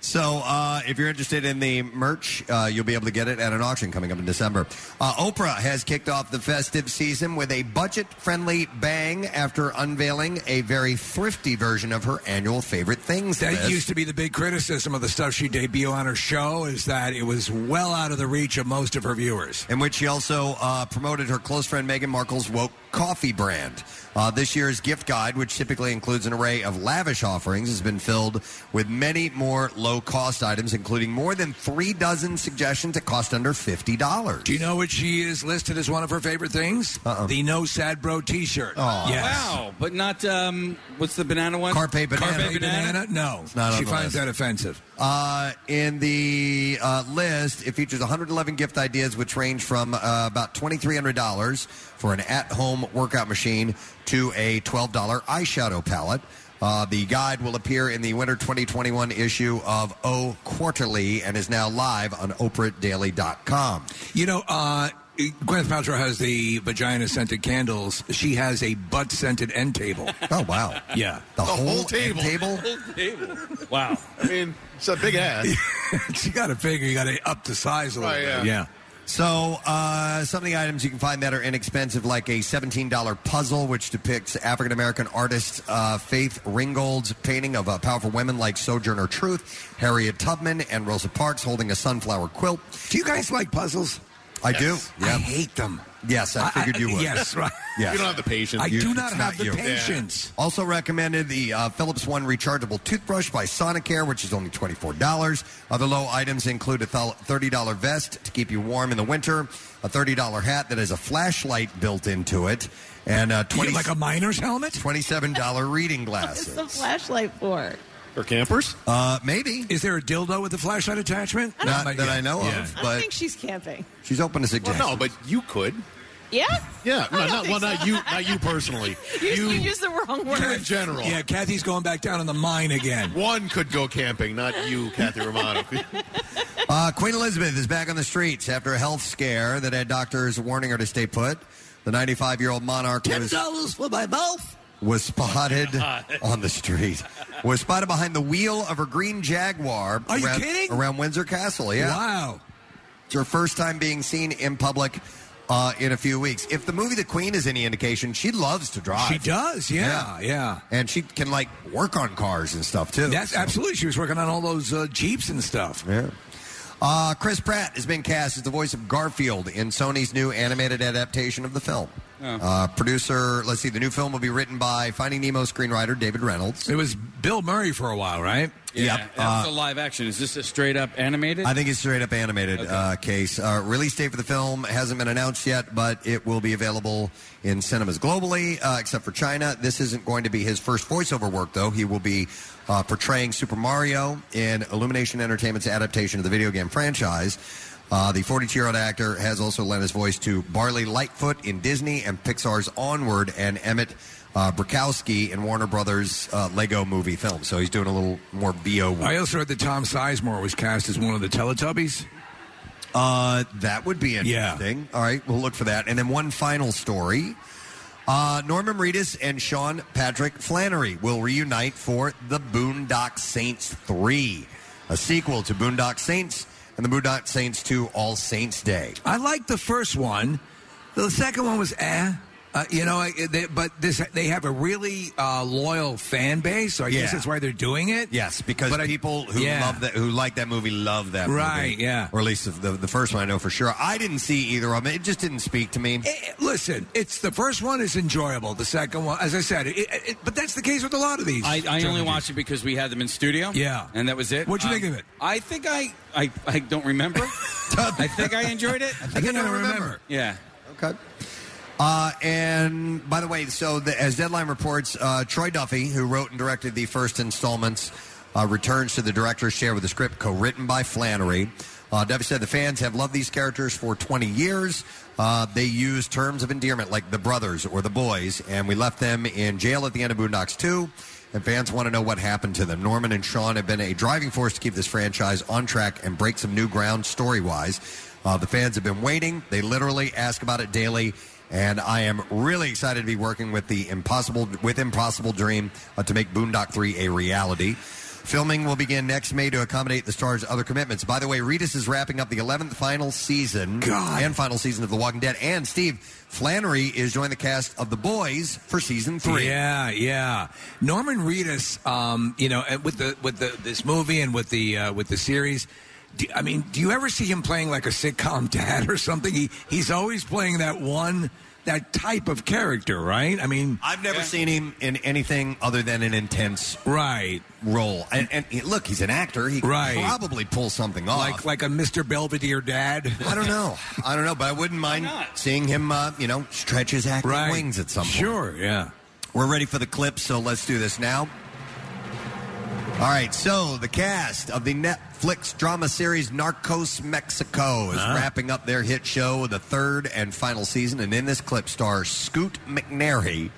[SPEAKER 1] So, uh, if you're interested in the merch, uh, you'll be able to get it at an auction coming up in December. Uh, Oprah has kicked off the festive season with a budget friendly bang after unveiling a very thrifty version of her annual favorite things
[SPEAKER 3] That
[SPEAKER 1] list.
[SPEAKER 3] used to be the big criticism of the stuff she debuted on her show is that it was well out of the reach of most of her viewers.
[SPEAKER 1] in which she also uh, promoted her close friend Meghan Markle's woke coffee brand. Uh, this year's gift guide, which typically includes an array of lavish offerings, has been filled with many more low cost items, including more than three dozen suggestions that cost under $50.
[SPEAKER 3] Do you know what she is listed as one of her favorite things?
[SPEAKER 1] Uh-uh.
[SPEAKER 3] uh The No Sad Bro T-shirt. Oh,
[SPEAKER 4] Wow, but not um, what's the banana one?
[SPEAKER 1] Carpe banana.
[SPEAKER 4] Carpe banana?
[SPEAKER 3] No,
[SPEAKER 1] It's not on
[SPEAKER 3] she
[SPEAKER 1] the
[SPEAKER 3] finds
[SPEAKER 1] list.
[SPEAKER 3] that offensive.
[SPEAKER 1] Uh, in the uh, list, it features 111 gift ideas, which range from uh, about $2,300 for an at home workout machine to a $12 eyeshadow palette. Uh, the guide will appear in the winter 2021 issue of O Quarterly and is now live on OprahDaily.com.
[SPEAKER 3] You know, uh, Gwyneth Paltrow has the vagina scented candles. She has a butt scented end table.
[SPEAKER 1] Oh wow!
[SPEAKER 3] Yeah,
[SPEAKER 1] The
[SPEAKER 5] The whole whole table. end table? Table.
[SPEAKER 4] Wow.
[SPEAKER 5] I mean, it's a big ass.
[SPEAKER 3] you got to figure you got to up the size a little
[SPEAKER 5] Oh, yeah.
[SPEAKER 3] bit. Yeah.
[SPEAKER 1] So, uh, some of the items you can find that are inexpensive, like a $17 puzzle, which depicts African American artist uh, Faith Ringgold's painting of uh, powerful women like Sojourner Truth, Harriet Tubman, and Rosa Parks holding a sunflower quilt.
[SPEAKER 3] Do you guys like puzzles?
[SPEAKER 1] I
[SPEAKER 5] Yes.
[SPEAKER 1] do. Yeah.
[SPEAKER 3] I hate them.
[SPEAKER 1] Yes, I
[SPEAKER 3] I-
[SPEAKER 1] figured you
[SPEAKER 3] I-
[SPEAKER 1] would.
[SPEAKER 3] yes, right.
[SPEAKER 1] Yes.
[SPEAKER 5] You don't have the patience.
[SPEAKER 3] I
[SPEAKER 1] You-
[SPEAKER 3] do
[SPEAKER 1] it's
[SPEAKER 3] not have the
[SPEAKER 1] you.
[SPEAKER 3] patience.
[SPEAKER 1] Also recommended the uh, Philips One rechargeable toothbrush by Sonicare, which is only $24. Other low items include a thol- $30 vest to keep you warm in the winter, a $30 hat that has a flashlight built into it, and a 20
[SPEAKER 3] like a miner's helmet?
[SPEAKER 1] $27 reading glasses.
[SPEAKER 12] What's the flashlight for?
[SPEAKER 5] Or campers?
[SPEAKER 1] Uh, maybe.
[SPEAKER 3] Is there a dildo with a flashlight attachment?
[SPEAKER 1] Not
[SPEAKER 3] Not
[SPEAKER 1] that
[SPEAKER 3] yet.
[SPEAKER 1] I know
[SPEAKER 3] Yeah.
[SPEAKER 1] of,
[SPEAKER 12] I don't
[SPEAKER 1] but
[SPEAKER 12] think she's camping.
[SPEAKER 1] she's open to suggestions.
[SPEAKER 5] no, but you could.
[SPEAKER 12] Yeah?
[SPEAKER 5] Yeah,
[SPEAKER 12] I
[SPEAKER 5] no,
[SPEAKER 12] don't
[SPEAKER 5] not,
[SPEAKER 12] think
[SPEAKER 5] well,
[SPEAKER 12] so.
[SPEAKER 5] not you, not you personally.
[SPEAKER 12] You, you used the wrong word.
[SPEAKER 5] you in general.
[SPEAKER 3] Yeah, Kathy's going back down in the mine again.
[SPEAKER 5] One could go camping, not you, Kathy Romano.
[SPEAKER 1] Uh, Queen Elizabeth is back on the streets after a health scare that had doctors warning her to stay put. The 95 year old monarch was.
[SPEAKER 3] dollars for my mouth.
[SPEAKER 1] was spotted on the street. Was spotted behind the wheel of her green Jaguar.
[SPEAKER 3] Are you
[SPEAKER 1] around,
[SPEAKER 3] kidding?
[SPEAKER 1] Around Windsor Castle, yeah.
[SPEAKER 3] Wow.
[SPEAKER 1] It's her first time being seen in public uh, in a few weeks. If the movie The Queen is any indication, she loves to drive.
[SPEAKER 3] She does, yeah, yeah.
[SPEAKER 1] And she can, like, work on cars and stuff, too.
[SPEAKER 3] That's
[SPEAKER 1] So-
[SPEAKER 3] absolutely. She was working on all those uh, jeeps and stuff.
[SPEAKER 1] Yeah. Uh, Chris Pratt has been cast as the voice of Garfield in Sony's new animated adaptation of the film. Uh, producer, let's see, the new film will be written by Finding Nemo screenwriter David Reynolds.
[SPEAKER 3] It was Bill Murray for a while, right?
[SPEAKER 4] Yeah,
[SPEAKER 1] Yep.
[SPEAKER 4] That's
[SPEAKER 1] Uh,
[SPEAKER 4] a live action. Is this a straight up animated?
[SPEAKER 1] I think it's straight up animated uh, case. Uh, release date for the film hasn't been announced yet, but it will be available in cinemas globally, uh, except for China. This isn't going to be his first voiceover work, though. He will be uh, portraying Super Mario in Illumination Entertainment's adaptation of the video game franchise. Uh, the 42 year old actor has also lent his voice to Barley Lightfoot in Disney and Pixar's Onward and Emmett uh, Brakowski in Warner Brothers' uh, Lego movie film. So he's doing a little more BO work.
[SPEAKER 3] I also heard that Tom Sizemore was cast as one of the Teletubbies.
[SPEAKER 1] Uh, that would be
[SPEAKER 3] Yeah.
[SPEAKER 1] interesting. All right, we'll look for that. And then one final story. Uh, Norman Reedus and Sean Patrick Flannery will reunite for The Boondock Saints 3, a sequel to Boondock Saints and The Boondock Saints 2 All Saints Day.
[SPEAKER 3] I liked the first one. The second one was eh. Uh, you know, I- they, but this they have a really uh, loyal fan base, so I guess
[SPEAKER 1] Yeah.
[SPEAKER 3] that's why they're doing it.
[SPEAKER 1] Yes, because
[SPEAKER 3] But I-
[SPEAKER 1] people who
[SPEAKER 3] Yeah.
[SPEAKER 1] love that, who like that movie, love that movie.
[SPEAKER 3] Right, yeah.
[SPEAKER 1] Or at least the, the first one, I know for sure. I didn't see either of them. It just didn't speak to me.
[SPEAKER 3] Eh, eh, Listen, it's the first one is enjoyable. The second one, as I said, it, it, it- but that's the case with a lot of these.
[SPEAKER 4] I, I only
[SPEAKER 3] trilogies.
[SPEAKER 4] watched it because we had them in studio.
[SPEAKER 3] Yeah.
[SPEAKER 4] and that was it. Um,
[SPEAKER 3] What'd you think of it?
[SPEAKER 4] I think I I, I don't remember. I think I enjoyed it.
[SPEAKER 1] I think I don't remember.
[SPEAKER 4] Yeah.
[SPEAKER 1] Okay. Uh, and by the way, so the, as Deadline reports, uh, Troy Duffy, who wrote and directed the first installments, uh, returns to the director's chair with a script co-written by Flannery. Uh, Duffy said the fans have loved these characters for 20 years. Uh, they use terms of endearment like the brothers or the boys, and we left them in jail at the end of Boondocks 2. And fans want to know what happened to them. Norman and Sean have been a driving force to keep this franchise on track and break some new ground story wise. Uh, the fans have been waiting. They literally ask about it daily. And I am really excited to be working with the Impossible with Impossible Dream uh, to make Boondock 3 a reality. Filming will begin next May to accommodate the star's other commitments. By the way, Redis is wrapping up the 11th final season and final season of The Walking Dead. And Steve Flannery is joining the cast of The Boys for season three.
[SPEAKER 3] Yeah, yeah. Norman Reedus, um, you know, and with the with the this movie and with the uh, with the series. Do, I mean, do you ever see him playing like a sitcom dad or something? He he's always playing that one that type of character, right? I mean,
[SPEAKER 1] I've never seen him in anything other than an intense
[SPEAKER 3] right
[SPEAKER 1] role. And, and he- look, he's an actor. He could
[SPEAKER 3] Right.
[SPEAKER 1] probably pull something off.
[SPEAKER 3] like like a Mr. Belvedere dad.
[SPEAKER 1] I don't know. I don't know, but I wouldn't mind seeing him, uh, you know, stretch his acting wings at some point.
[SPEAKER 3] Sure, yeah.
[SPEAKER 1] We're ready for the clip, so let's do this now. All right, so the cast of the Netflix drama series Narcos Mexico is
[SPEAKER 3] Uh-huh.
[SPEAKER 1] wrapping up their hit show, the third and final season. And in this clip, star Scoot McNairy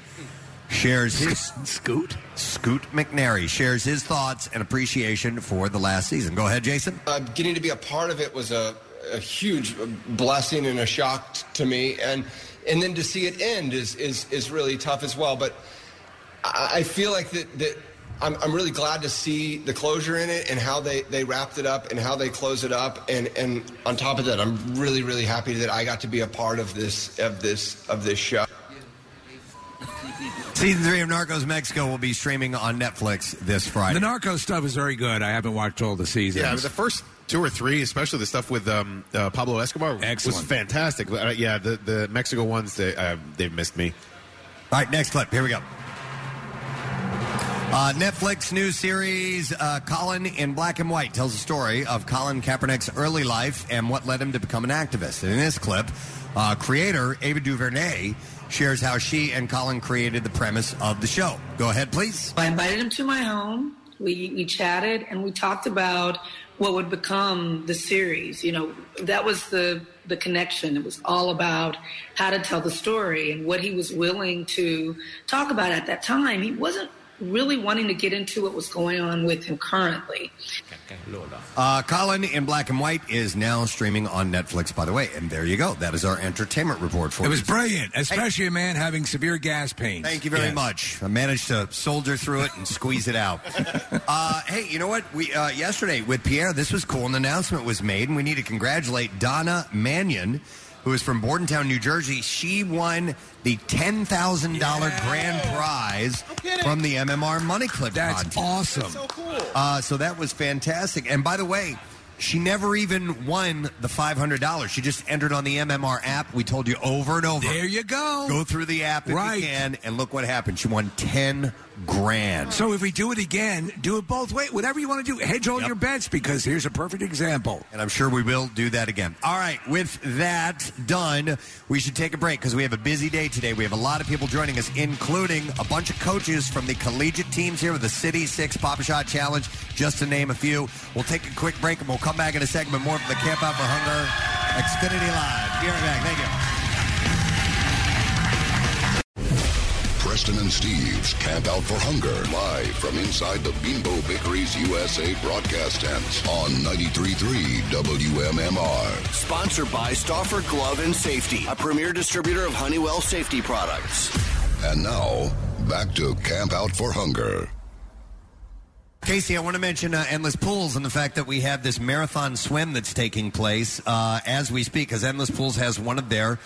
[SPEAKER 1] shares his
[SPEAKER 3] Scoot
[SPEAKER 1] Scoot McNairy shares his thoughts and appreciation for the last season. Go ahead, Jason.
[SPEAKER 13] Uh, getting to be a part of it was a, a huge blessing and a shock t- to me, and and then to see it end is is is really tough as well. But I, I feel like that that. I'm, I'm really glad to see the closure in it and how they, they wrapped it up and how they close it up and, and on top of that I'm really really happy that I got to be a part of this of this of this show.
[SPEAKER 1] Season three of Narcos Mexico will be streaming on Netflix this Friday.
[SPEAKER 3] The Narco stuff is very good. I haven't watched all the seasons.
[SPEAKER 5] Yeah, the first two or three, especially the stuff with um, uh, Pablo Escobar, was
[SPEAKER 3] Excellent.
[SPEAKER 5] fantastic. Uh, yeah, the, the Mexico ones, they, uh, they've missed me.
[SPEAKER 1] All right, next clip. Here we go. Uh, Netflix new series uh, Colin in Black and White tells the story of Colin Kaepernick's early life and what led him to become an activist. And in this clip, uh, creator Ava DuVernay shares how she and Colin created the premise of the show. Go ahead, please.
[SPEAKER 14] I invited him to my home. We we chatted and we talked about what would become the series. You know, that was the the connection. It was all about how to tell the story and what he was willing to talk about at that time. He wasn't really wanting to get into what was going on with him currently.
[SPEAKER 1] Uh, Colin in Black and White is now streaming on Netflix, by the way. And there you go. That is our entertainment report for
[SPEAKER 3] It
[SPEAKER 1] you.
[SPEAKER 3] was brilliant, especially a man having severe gas pains.
[SPEAKER 1] Thank you very
[SPEAKER 3] Yes.
[SPEAKER 1] much. I managed to soldier through it and squeeze it out. uh, hey, you know what? We uh, yesterday with Pierre, this was cool. An announcement was made, and we need to congratulate Donna Mannion, who is from Bordentown, New Jersey. She won the ten thousand dollar grand prize from the MMR Money Clip. That's
[SPEAKER 3] awesome.
[SPEAKER 1] so cool. Uh, so that was fantastic. And by the way. She never even won the $500. She just entered on the MMR app. We told you over and over.
[SPEAKER 3] There you go.
[SPEAKER 1] Go through the app if
[SPEAKER 3] Right.
[SPEAKER 1] you can, and look what happened. She won ten grand.
[SPEAKER 3] So if we do it again, do it both ways. Whatever you want to do, hedge all your bets because here's a perfect example.
[SPEAKER 1] And I'm sure we will do that again. All right, with that done, we should take a break because we have a busy day today. We have a lot of people joining us, including a bunch of coaches from the collegiate teams here with the City Six Papa Shot Challenge, just to name a few. We'll take a quick break and we'll come back in a segment more from the Camp Out for Hunger Xfinity Live. Be right back. Thank you.
[SPEAKER 15] Preston and Steve's Camp Out for Hunger, live from inside the Bimbo Bakeries USA broadcast tent on 93.3 WMMR.
[SPEAKER 7] Sponsored by Stauffer Glove and Safety, a premier distributor of Honeywell safety products.
[SPEAKER 15] And now, back to Camp Out for Hunger.
[SPEAKER 1] Casey, I want to mention uh, Endless Pools and the fact that we have this marathon swim that's taking place uh, as we speak, because Endless Pools has one of their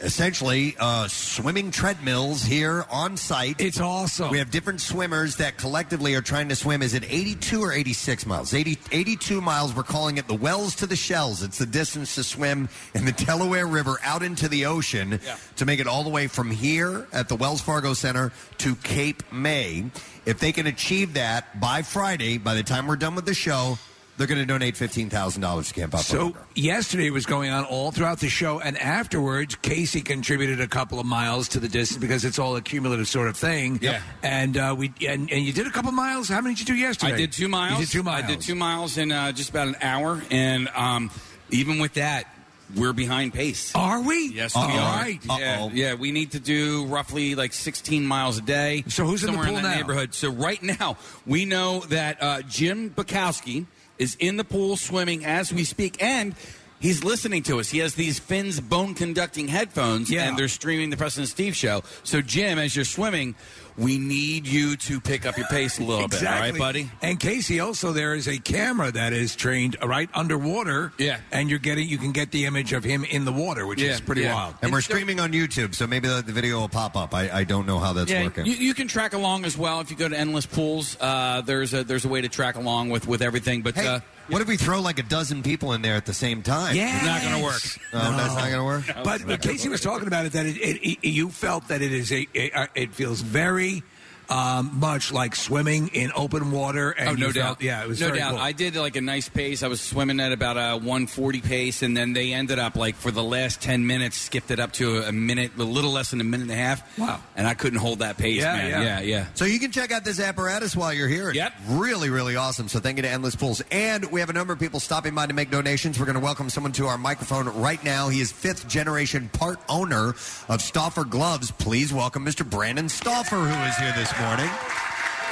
[SPEAKER 1] essentially uh, swimming treadmills here on site.
[SPEAKER 3] It's awesome.
[SPEAKER 1] We have different swimmers that collectively are trying to swim. Is it 82 or 86 miles? 80, 82 miles. We're calling it the Wells to the Shells. It's the distance to swim in the Delaware River out into the ocean to make it all the way from here at the Wells Fargo Center to Cape May. If they can achieve that by Friday, by the time we're done with the show, they're going to donate $15,000 to Camp Out. for
[SPEAKER 3] So yesterday was going on all throughout the show, and afterwards, Casey contributed a couple of miles to the distance because it's all a cumulative sort of thing. Yeah. And uh, we and, and you did a couple of miles. How many did you do yesterday?
[SPEAKER 4] I did two miles.
[SPEAKER 3] You did two miles.
[SPEAKER 4] I did two miles in uh, just about an hour, and um, even with that, we're behind pace.
[SPEAKER 3] Are we?
[SPEAKER 4] Yes,
[SPEAKER 3] Uh-oh.
[SPEAKER 4] we are.
[SPEAKER 3] All right.
[SPEAKER 4] Yeah, yeah, we need to do roughly like 16 miles a day.
[SPEAKER 3] So who's in the
[SPEAKER 4] somewhere
[SPEAKER 3] pool
[SPEAKER 4] in that
[SPEAKER 3] now?
[SPEAKER 4] neighborhood? So right now, we know that uh, Jim Bukowski is in the pool swimming as we speak, and. He's listening to us. He has these Finn's bone conducting headphones, and they're streaming the Preston and Steve show. So, Jim, as you're swimming, we need you to pick up your pace a little bit. All right, buddy?
[SPEAKER 3] And Casey, also there is a camera that is trained uh, right underwater.
[SPEAKER 4] Yeah.
[SPEAKER 3] and you're getting you can get the image of him in the water, which is pretty wild.
[SPEAKER 1] And we're streaming on YouTube, so maybe the, the video will pop up. I, I don't know how that's
[SPEAKER 4] yeah,
[SPEAKER 1] working.
[SPEAKER 4] You, you can track along as well if you go to Endless Pools. Uh, there's a there's a way to track along with with everything. But uh,
[SPEAKER 1] what if we throw like a dozen people in there at the same time?
[SPEAKER 3] Yeah,
[SPEAKER 4] Not gonna work.
[SPEAKER 1] No, that's not gonna work.
[SPEAKER 3] But, but Casey was talking about it that it, it, it- you felt that it is a, a it feels very um, much like swimming in open water. And
[SPEAKER 4] oh, no
[SPEAKER 3] you
[SPEAKER 4] doubt.
[SPEAKER 3] felt- yeah, it was
[SPEAKER 4] no
[SPEAKER 3] very
[SPEAKER 4] doubt.
[SPEAKER 3] Cool.
[SPEAKER 4] I did like a nice pace. I was swimming at about a 140 pace, and then they ended up like for the last 10 minutes, skipped it up to a, a minute, a little less than a minute and a half. Wow. And I couldn't hold that pace, man. yeah, yeah.
[SPEAKER 1] So you can check out this apparatus while you're here. It's yep. really, really awesome. So thank you to Endless Pools. And we have a number of people stopping by to make donations. We're going to welcome someone to our microphone right now. He is fifth generation part owner of Stoffer Gloves. Please welcome Mr. Brandon Stoffer, who is here this morning.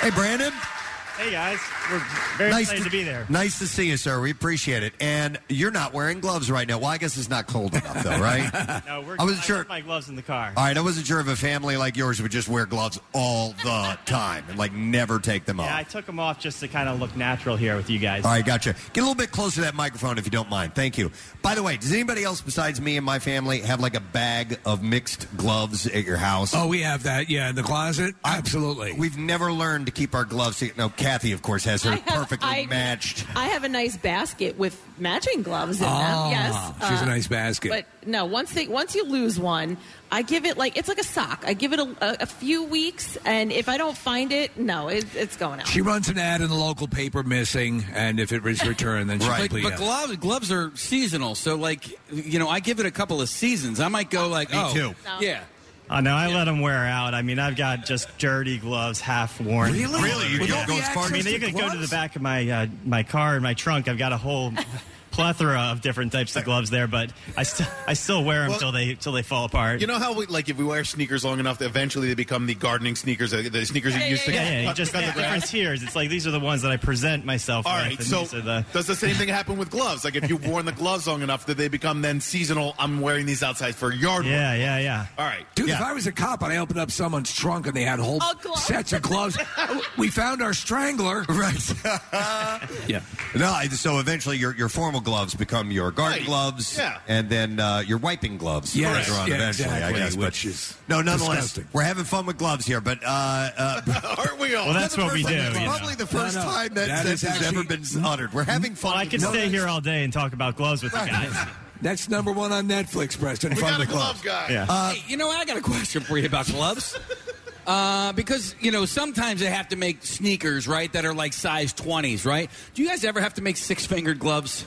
[SPEAKER 1] Hey, Brandon.
[SPEAKER 16] Hey guys, we're very excited to be there.
[SPEAKER 1] Nice to see you, sir. We appreciate it. And you're not wearing gloves right now. Well, I guess it's not cold enough, though, right?
[SPEAKER 16] No, we're.
[SPEAKER 1] I wasn't
[SPEAKER 16] left
[SPEAKER 1] sure.
[SPEAKER 16] My gloves in the car.
[SPEAKER 1] All right, I wasn't sure if a family like yours would just wear gloves all the time and like never take them off.
[SPEAKER 16] Yeah, I took them off just to kind of look natural here with you guys.
[SPEAKER 1] All right, gotcha. Get a little bit closer to that microphone if you don't mind. Thank you. By the way, does anybody else besides me and my family have like a bag of mixed gloves at your house?
[SPEAKER 3] Oh, we have that. Yeah, in the closet. Absolutely.
[SPEAKER 1] We've never learned to keep our gloves. together. No, Kathy, of course, has her perfectly
[SPEAKER 2] I-
[SPEAKER 1] matched.
[SPEAKER 2] I have a nice basket with matching gloves in
[SPEAKER 1] Ah,
[SPEAKER 2] them. Yes,
[SPEAKER 12] uh,
[SPEAKER 1] she's a nice
[SPEAKER 3] basket.
[SPEAKER 2] Uh, But no, once they once you lose one, I give it like it's like a sock. I give it a, a, a few weeks, and if I don't find it, no, it, it's going out.
[SPEAKER 3] She runs an ad in the local paper missing, and if it is returned, then she
[SPEAKER 4] But,
[SPEAKER 3] completely
[SPEAKER 4] but gloves, gloves are seasonal, so like you know, I give it a couple of seasons. I might go like, oh, yeah,
[SPEAKER 16] Oh no, I let them wear out. I mean, I've got just dirty gloves, half worn.
[SPEAKER 4] Really? Really? You
[SPEAKER 16] With
[SPEAKER 4] can
[SPEAKER 16] all
[SPEAKER 4] go
[SPEAKER 16] the
[SPEAKER 4] as far
[SPEAKER 16] access
[SPEAKER 4] as
[SPEAKER 16] I mean,
[SPEAKER 4] the
[SPEAKER 16] you could go to the
[SPEAKER 4] gloves?
[SPEAKER 16] back of my uh, my car and my trunk. I've got a whole plethora of different types of gloves there, but I still I still wear them
[SPEAKER 5] Well-
[SPEAKER 16] till they till they fall apart.
[SPEAKER 5] You know how, we, like, if we wear sneakers long enough, eventually they become the gardening sneakers, uh, the sneakers you used to
[SPEAKER 16] yeah, yeah, you just
[SPEAKER 5] cut
[SPEAKER 16] the
[SPEAKER 5] the grass.
[SPEAKER 16] different tiers. It's like these are the ones that I present myself
[SPEAKER 5] All
[SPEAKER 16] with.
[SPEAKER 5] right,
[SPEAKER 16] and
[SPEAKER 5] so
[SPEAKER 16] these are the-
[SPEAKER 5] does the same thing happen with gloves? Like, if you've worn the gloves long enough, that they become then seasonal? I'm wearing these outside for yard work.
[SPEAKER 16] Yeah, yeah, yeah.
[SPEAKER 5] All right,
[SPEAKER 3] Dude, if I was a cop and I opened up someone's trunk and they had whole sets of gloves, we found our strangler.
[SPEAKER 1] Right.
[SPEAKER 4] yeah.
[SPEAKER 1] No, I- so eventually your, your formal gloves become your guard
[SPEAKER 5] Right.
[SPEAKER 1] gloves,
[SPEAKER 5] Yeah.
[SPEAKER 1] and then uh, your wiping gloves
[SPEAKER 5] Yes,
[SPEAKER 1] later on
[SPEAKER 5] yeah,
[SPEAKER 1] eventually, I
[SPEAKER 5] exactly,
[SPEAKER 1] guess. But
[SPEAKER 5] which is
[SPEAKER 1] no, nonetheless,
[SPEAKER 5] disgusting.
[SPEAKER 1] we're having fun with gloves here, but uh, uh,
[SPEAKER 5] aren't we all?
[SPEAKER 16] Well, that's
[SPEAKER 1] the
[SPEAKER 16] what we
[SPEAKER 1] first-
[SPEAKER 16] do,
[SPEAKER 1] that's
[SPEAKER 16] you know.
[SPEAKER 1] Probably the first
[SPEAKER 16] No, no.
[SPEAKER 1] time that,
[SPEAKER 16] That
[SPEAKER 1] sentence
[SPEAKER 16] is
[SPEAKER 1] has ever been uttered. We're having fun.
[SPEAKER 16] Well, I
[SPEAKER 1] with
[SPEAKER 16] could
[SPEAKER 1] gloves.
[SPEAKER 16] stay here all day and talk about gloves with you guys.
[SPEAKER 3] That's number one on Netflix, Preston.
[SPEAKER 16] We
[SPEAKER 3] Fun
[SPEAKER 16] got
[SPEAKER 3] with
[SPEAKER 16] a glove guy. Yeah.
[SPEAKER 4] Uh,
[SPEAKER 3] Uh,
[SPEAKER 4] Hey, you know, I got a question for you about gloves. Uh, because you know, sometimes they have to make sneakers, right? That are like size twenties, right? Do you guys ever have to make six-fingered gloves?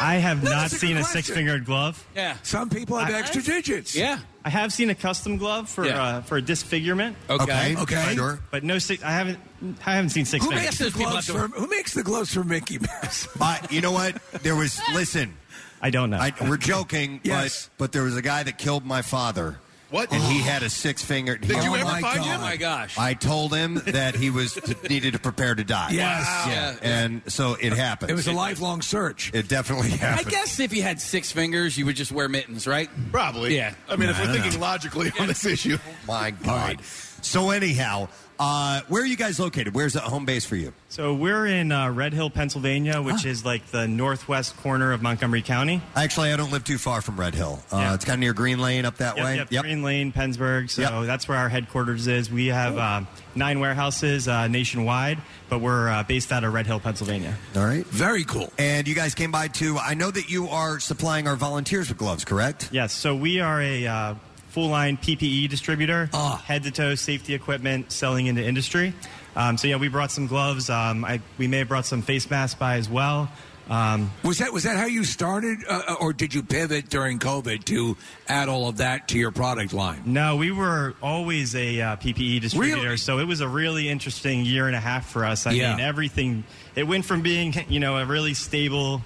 [SPEAKER 16] I have not
[SPEAKER 4] that's a good
[SPEAKER 16] seen a
[SPEAKER 4] question.
[SPEAKER 16] six fingered glove.
[SPEAKER 4] Yeah.
[SPEAKER 3] Some people have
[SPEAKER 16] I-
[SPEAKER 3] extra digits.
[SPEAKER 4] Yeah.
[SPEAKER 16] I have seen a custom glove for
[SPEAKER 3] Yeah.
[SPEAKER 16] uh, for disfigurement.
[SPEAKER 3] Okay. Okay, okay.
[SPEAKER 16] But,
[SPEAKER 3] Sure.
[SPEAKER 16] but no six. I haven't. I haven't seen six.
[SPEAKER 3] Who
[SPEAKER 16] fingers.
[SPEAKER 3] makes, the gloves for, who makes the gloves for Mickey Mouse?
[SPEAKER 1] Uh, you know what? There was listen.
[SPEAKER 16] I don't know.
[SPEAKER 1] we're joking,
[SPEAKER 3] Yes.
[SPEAKER 1] but but there was a guy that killed my father.
[SPEAKER 5] What?
[SPEAKER 1] And he had a six fingered.
[SPEAKER 5] Did you ever find him? Oh, my
[SPEAKER 4] gosh!
[SPEAKER 1] I told him that he was needed to prepare to die.
[SPEAKER 3] Yes. Wow.
[SPEAKER 1] yeah.
[SPEAKER 4] Yeah.
[SPEAKER 1] And so it happened.
[SPEAKER 3] It was a lifelong search.
[SPEAKER 1] It definitely
[SPEAKER 4] I
[SPEAKER 1] happened.
[SPEAKER 4] guess if you had six fingers, you would just wear mittens, right?
[SPEAKER 5] Probably.
[SPEAKER 4] Yeah.
[SPEAKER 5] I mean, if
[SPEAKER 1] I
[SPEAKER 5] we're
[SPEAKER 1] don't
[SPEAKER 5] thinking logically on this issue,
[SPEAKER 1] Oh my God. So anyhow, uh, where are you guys located? Where's the home base for you?
[SPEAKER 16] So we're in uh, Red Hill, Pennsylvania,
[SPEAKER 1] Ah.
[SPEAKER 16] which is like the northwest corner of Montgomery County.
[SPEAKER 1] Actually, I don't live too far from Red Hill. Uh, It's kind of near Green Lane up that
[SPEAKER 16] Yep,
[SPEAKER 1] way.
[SPEAKER 16] yep, Green Lane, Pennsburg. So that's where our headquarters is. We have uh, nine warehouses uh, nationwide, but we're uh, based out of Red Hill, Pennsylvania.
[SPEAKER 1] All right.
[SPEAKER 3] Very cool.
[SPEAKER 1] And you guys came by too. I know that you are supplying our volunteers with gloves, correct?
[SPEAKER 16] Yes. So we are a uh, full line PPE E distributor,
[SPEAKER 1] Ah.
[SPEAKER 16] head to toe safety equipment selling into industry. Um, so yeah, we brought some gloves. Um, I, we may have brought some face masks by as well. Um,
[SPEAKER 3] Was that was that how you started, uh, or did you pivot during COVID to add all of that to your product line?
[SPEAKER 16] No, we were always a uh, PPE distributor, so it was a really interesting year and a half for us. I
[SPEAKER 3] Yeah.
[SPEAKER 16] mean, everything it went from being you know a really stable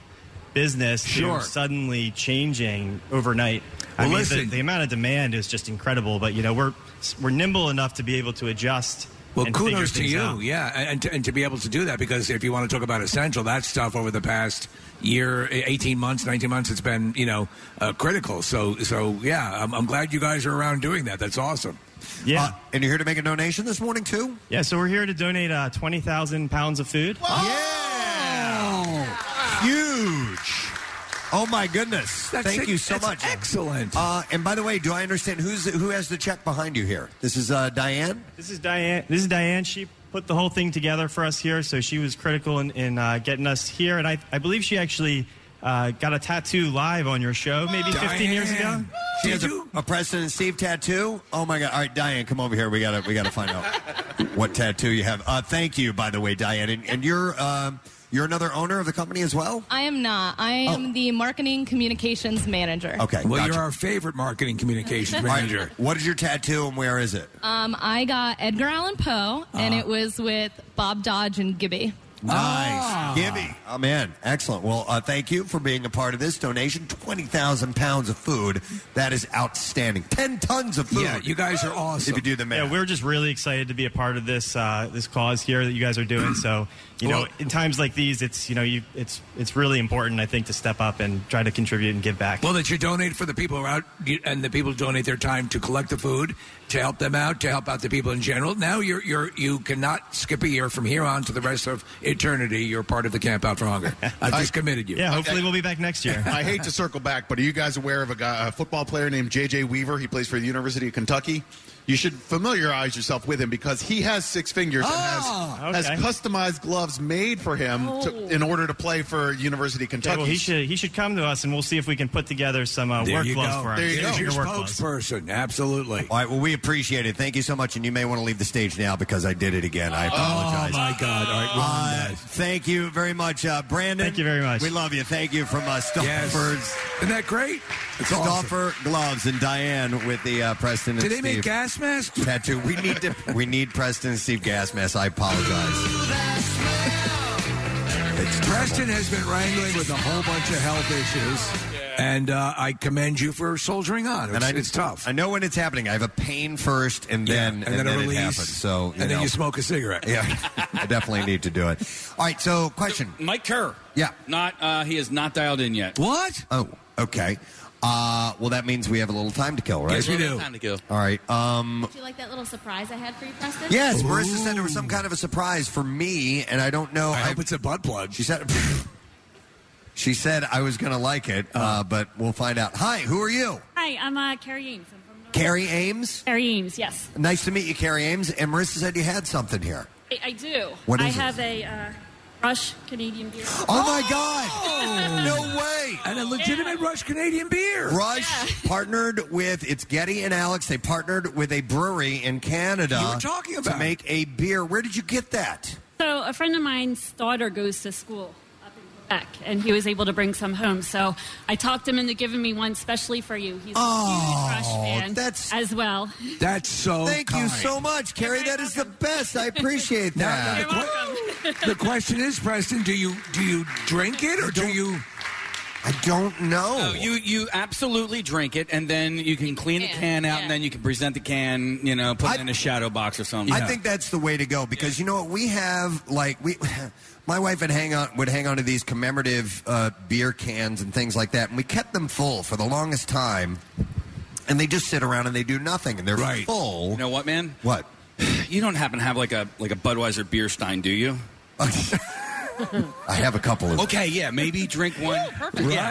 [SPEAKER 16] business
[SPEAKER 3] Sure.
[SPEAKER 16] to suddenly changing overnight. I
[SPEAKER 3] Well,
[SPEAKER 16] mean, the,
[SPEAKER 3] listen.
[SPEAKER 16] the amount of demand is just incredible, but you know we're we're nimble enough to be able to adjust.
[SPEAKER 3] Well,
[SPEAKER 16] and figure
[SPEAKER 3] kudos to
[SPEAKER 16] things
[SPEAKER 3] you,
[SPEAKER 16] out.
[SPEAKER 3] yeah, and to, and to be able to do that because if you want to talk about essential, that stuff over the past year, 18 months, 19 months, it's been, you know, uh, critical. So, so yeah, I'm, I'm glad you guys are around doing that. That's awesome. Uh,
[SPEAKER 17] Yeah.
[SPEAKER 1] and you're here to make a donation this morning, too?
[SPEAKER 17] Yeah, so we're here to donate uh, 20,000 pounds of food.
[SPEAKER 1] Yeah. Huge. Oh my goodness!
[SPEAKER 17] That's
[SPEAKER 1] Thank
[SPEAKER 17] ex-
[SPEAKER 1] you so
[SPEAKER 17] that's
[SPEAKER 1] much.
[SPEAKER 3] Excellent.
[SPEAKER 1] Uh, and by the way, do I understand who's who has the check behind you here? This is uh, Diane.
[SPEAKER 17] This is Diane. This is Diane. She put the whole thing together for us here, so she was critical in, in uh, getting us here. And I, I believe she actually uh, got a tattoo live on your show maybe 15 years ago.
[SPEAKER 1] She has a, a President Steve tattoo. Oh my God! All right, Diane, come over here. We gotta we gotta find out what tattoo you have. Uh, thank you, by the way, Diane. And, and you're um, you're another owner of the company as well.
[SPEAKER 18] I am not. I am the marketing communications manager.
[SPEAKER 1] Oh. Okay.
[SPEAKER 3] Well, you're our favorite marketing communications
[SPEAKER 1] All right,
[SPEAKER 3] manager.
[SPEAKER 1] What is your tattoo and where is it?
[SPEAKER 18] Um, I got Edgar Allan Poe, and
[SPEAKER 1] Uh-huh.
[SPEAKER 18] it was with Bob Dodge and Gibby.
[SPEAKER 1] Nice.
[SPEAKER 3] Ah.
[SPEAKER 1] Gibby. I'm in. Excellent. Well, uh, thank you for being a part of this donation. 20,000 pounds of food. That is outstanding. 10 tons of food. If you do the math.
[SPEAKER 17] Yeah, we're just really excited to be a part of this uh, this cause here that you guys are doing. So, you know,
[SPEAKER 3] Well-
[SPEAKER 17] in times like these, it's you know, you, it's it's really important, I think, to step up and try to contribute and give back.
[SPEAKER 3] Well, that you donate for the people out, you- and the people donate their time to collect the food, to help them out, to help out the people in general. Now you're you're you cannot skip a year from here on to the rest of eternity. You're part of the Camp Out for Hunger. I've just committed you.
[SPEAKER 17] we'll be back next year.
[SPEAKER 5] I hate to circle back, but are you guys aware of a, guy, a football player named J.J. Weaver? He plays for the University of Kentucky. You should familiarize yourself with him because he has six fingers
[SPEAKER 17] Ah,
[SPEAKER 5] and has,
[SPEAKER 17] okay.
[SPEAKER 5] has customized gloves made for him to, in order to play for University of
[SPEAKER 17] Okay,
[SPEAKER 5] Kentucky.
[SPEAKER 17] well, he should he should come to us, and we'll see if we can put together some uh, work gloves
[SPEAKER 3] Oh,
[SPEAKER 17] for him. Get your work gloves.
[SPEAKER 3] spokesperson. Absolutely.
[SPEAKER 1] All right. Well, we appreciate it. Thank you so much. And you may want to leave the stage now because I did it again. I
[SPEAKER 3] Oh.
[SPEAKER 1] apologize.
[SPEAKER 3] my God. All right.
[SPEAKER 1] Uh, thank you very much, uh, Brandon. Thank you very much. We love you. Thank you from uh,
[SPEAKER 3] Yes.
[SPEAKER 1] Stoffer's.
[SPEAKER 3] Isn't that great? It's
[SPEAKER 1] Stoffer gloves and Diane with the uh, Preston and
[SPEAKER 3] Do they
[SPEAKER 1] Steve
[SPEAKER 3] make gas masks?
[SPEAKER 1] tattoo. We need to. we need Preston and Steve gas mask. I apologize.
[SPEAKER 3] Preston has been wrangling with a whole bunch of health issues, and uh, I commend you for soldiering on. It's,
[SPEAKER 1] And I-
[SPEAKER 3] it's tough.
[SPEAKER 1] I know when it's happening. I have a pain first, and
[SPEAKER 3] Yeah,
[SPEAKER 1] then
[SPEAKER 3] and
[SPEAKER 1] and
[SPEAKER 3] then a
[SPEAKER 1] then it
[SPEAKER 3] release,
[SPEAKER 1] happens. So
[SPEAKER 3] and then you smoke a cigarette.
[SPEAKER 1] Yeah, I definitely need to do it. All right. So question.
[SPEAKER 4] Mike Kerr.
[SPEAKER 1] Yeah.
[SPEAKER 4] Not uh, he is not dialed in yet.
[SPEAKER 3] What?
[SPEAKER 1] Oh, okay. Uh, well, that means we have a little time to kill, right?
[SPEAKER 4] Yes, we Little do. time to kill.
[SPEAKER 1] All right. Um,
[SPEAKER 18] Do you like that little surprise I had for you, Preston?
[SPEAKER 1] yes, Marissa said there was some kind of a surprise for me, and I don't know. I, hope
[SPEAKER 3] it's a butt plug.
[SPEAKER 1] She said. She said I was going to like it,
[SPEAKER 3] Uh-huh.
[SPEAKER 1] uh, but we'll find out. Hi, who are you?
[SPEAKER 19] Hi, I'm uh, Carrie Ames. I'm from
[SPEAKER 1] Carrie Ames.
[SPEAKER 19] Carrie Ames, yes.
[SPEAKER 1] Nice to meet you, Carrie Ames. And Marissa said you had something here.
[SPEAKER 19] I, I do.
[SPEAKER 1] What
[SPEAKER 19] I
[SPEAKER 1] is it?
[SPEAKER 19] have a uh, Rush Canadian beer. Oh!
[SPEAKER 1] Oh, my God! no way!
[SPEAKER 3] And a legitimate Rush Canadian beer.
[SPEAKER 1] Rush partnered with it's Getty and Alex. They partnered with a brewery in Canada.
[SPEAKER 19] You were talking
[SPEAKER 1] to
[SPEAKER 19] about
[SPEAKER 1] make a beer. Where did you get that?
[SPEAKER 19] So a friend of mine's daughter goes to school up in Quebec, and he was able to bring some home. So I talked him into giving me one specially for you. He's a
[SPEAKER 1] Oh,
[SPEAKER 19] huge Rush fan as well.
[SPEAKER 3] That's so.
[SPEAKER 1] Thank you so much, Carrie. That is the best. I appreciate that.
[SPEAKER 3] Now, the, que- the question is, Preston, do you do you drink it or do you?
[SPEAKER 1] I don't know.
[SPEAKER 4] No, you you absolutely drink it, and then you can clean the can out, and then you can present the can. You know, put it in a shadow box or something.
[SPEAKER 1] I think that's the way to go because you know what we have like we my wife would hang on would hang on to these commemorative uh, beer cans and things like that and we kept them full for the longest time and they just sit around and they do nothing and they're full.
[SPEAKER 4] You know what, man?
[SPEAKER 1] What?
[SPEAKER 4] You don't happen to have like a like a Budweiser beer stein, do you?
[SPEAKER 1] I have a couple of
[SPEAKER 4] Okay, yeah, maybe drink one. Yeah,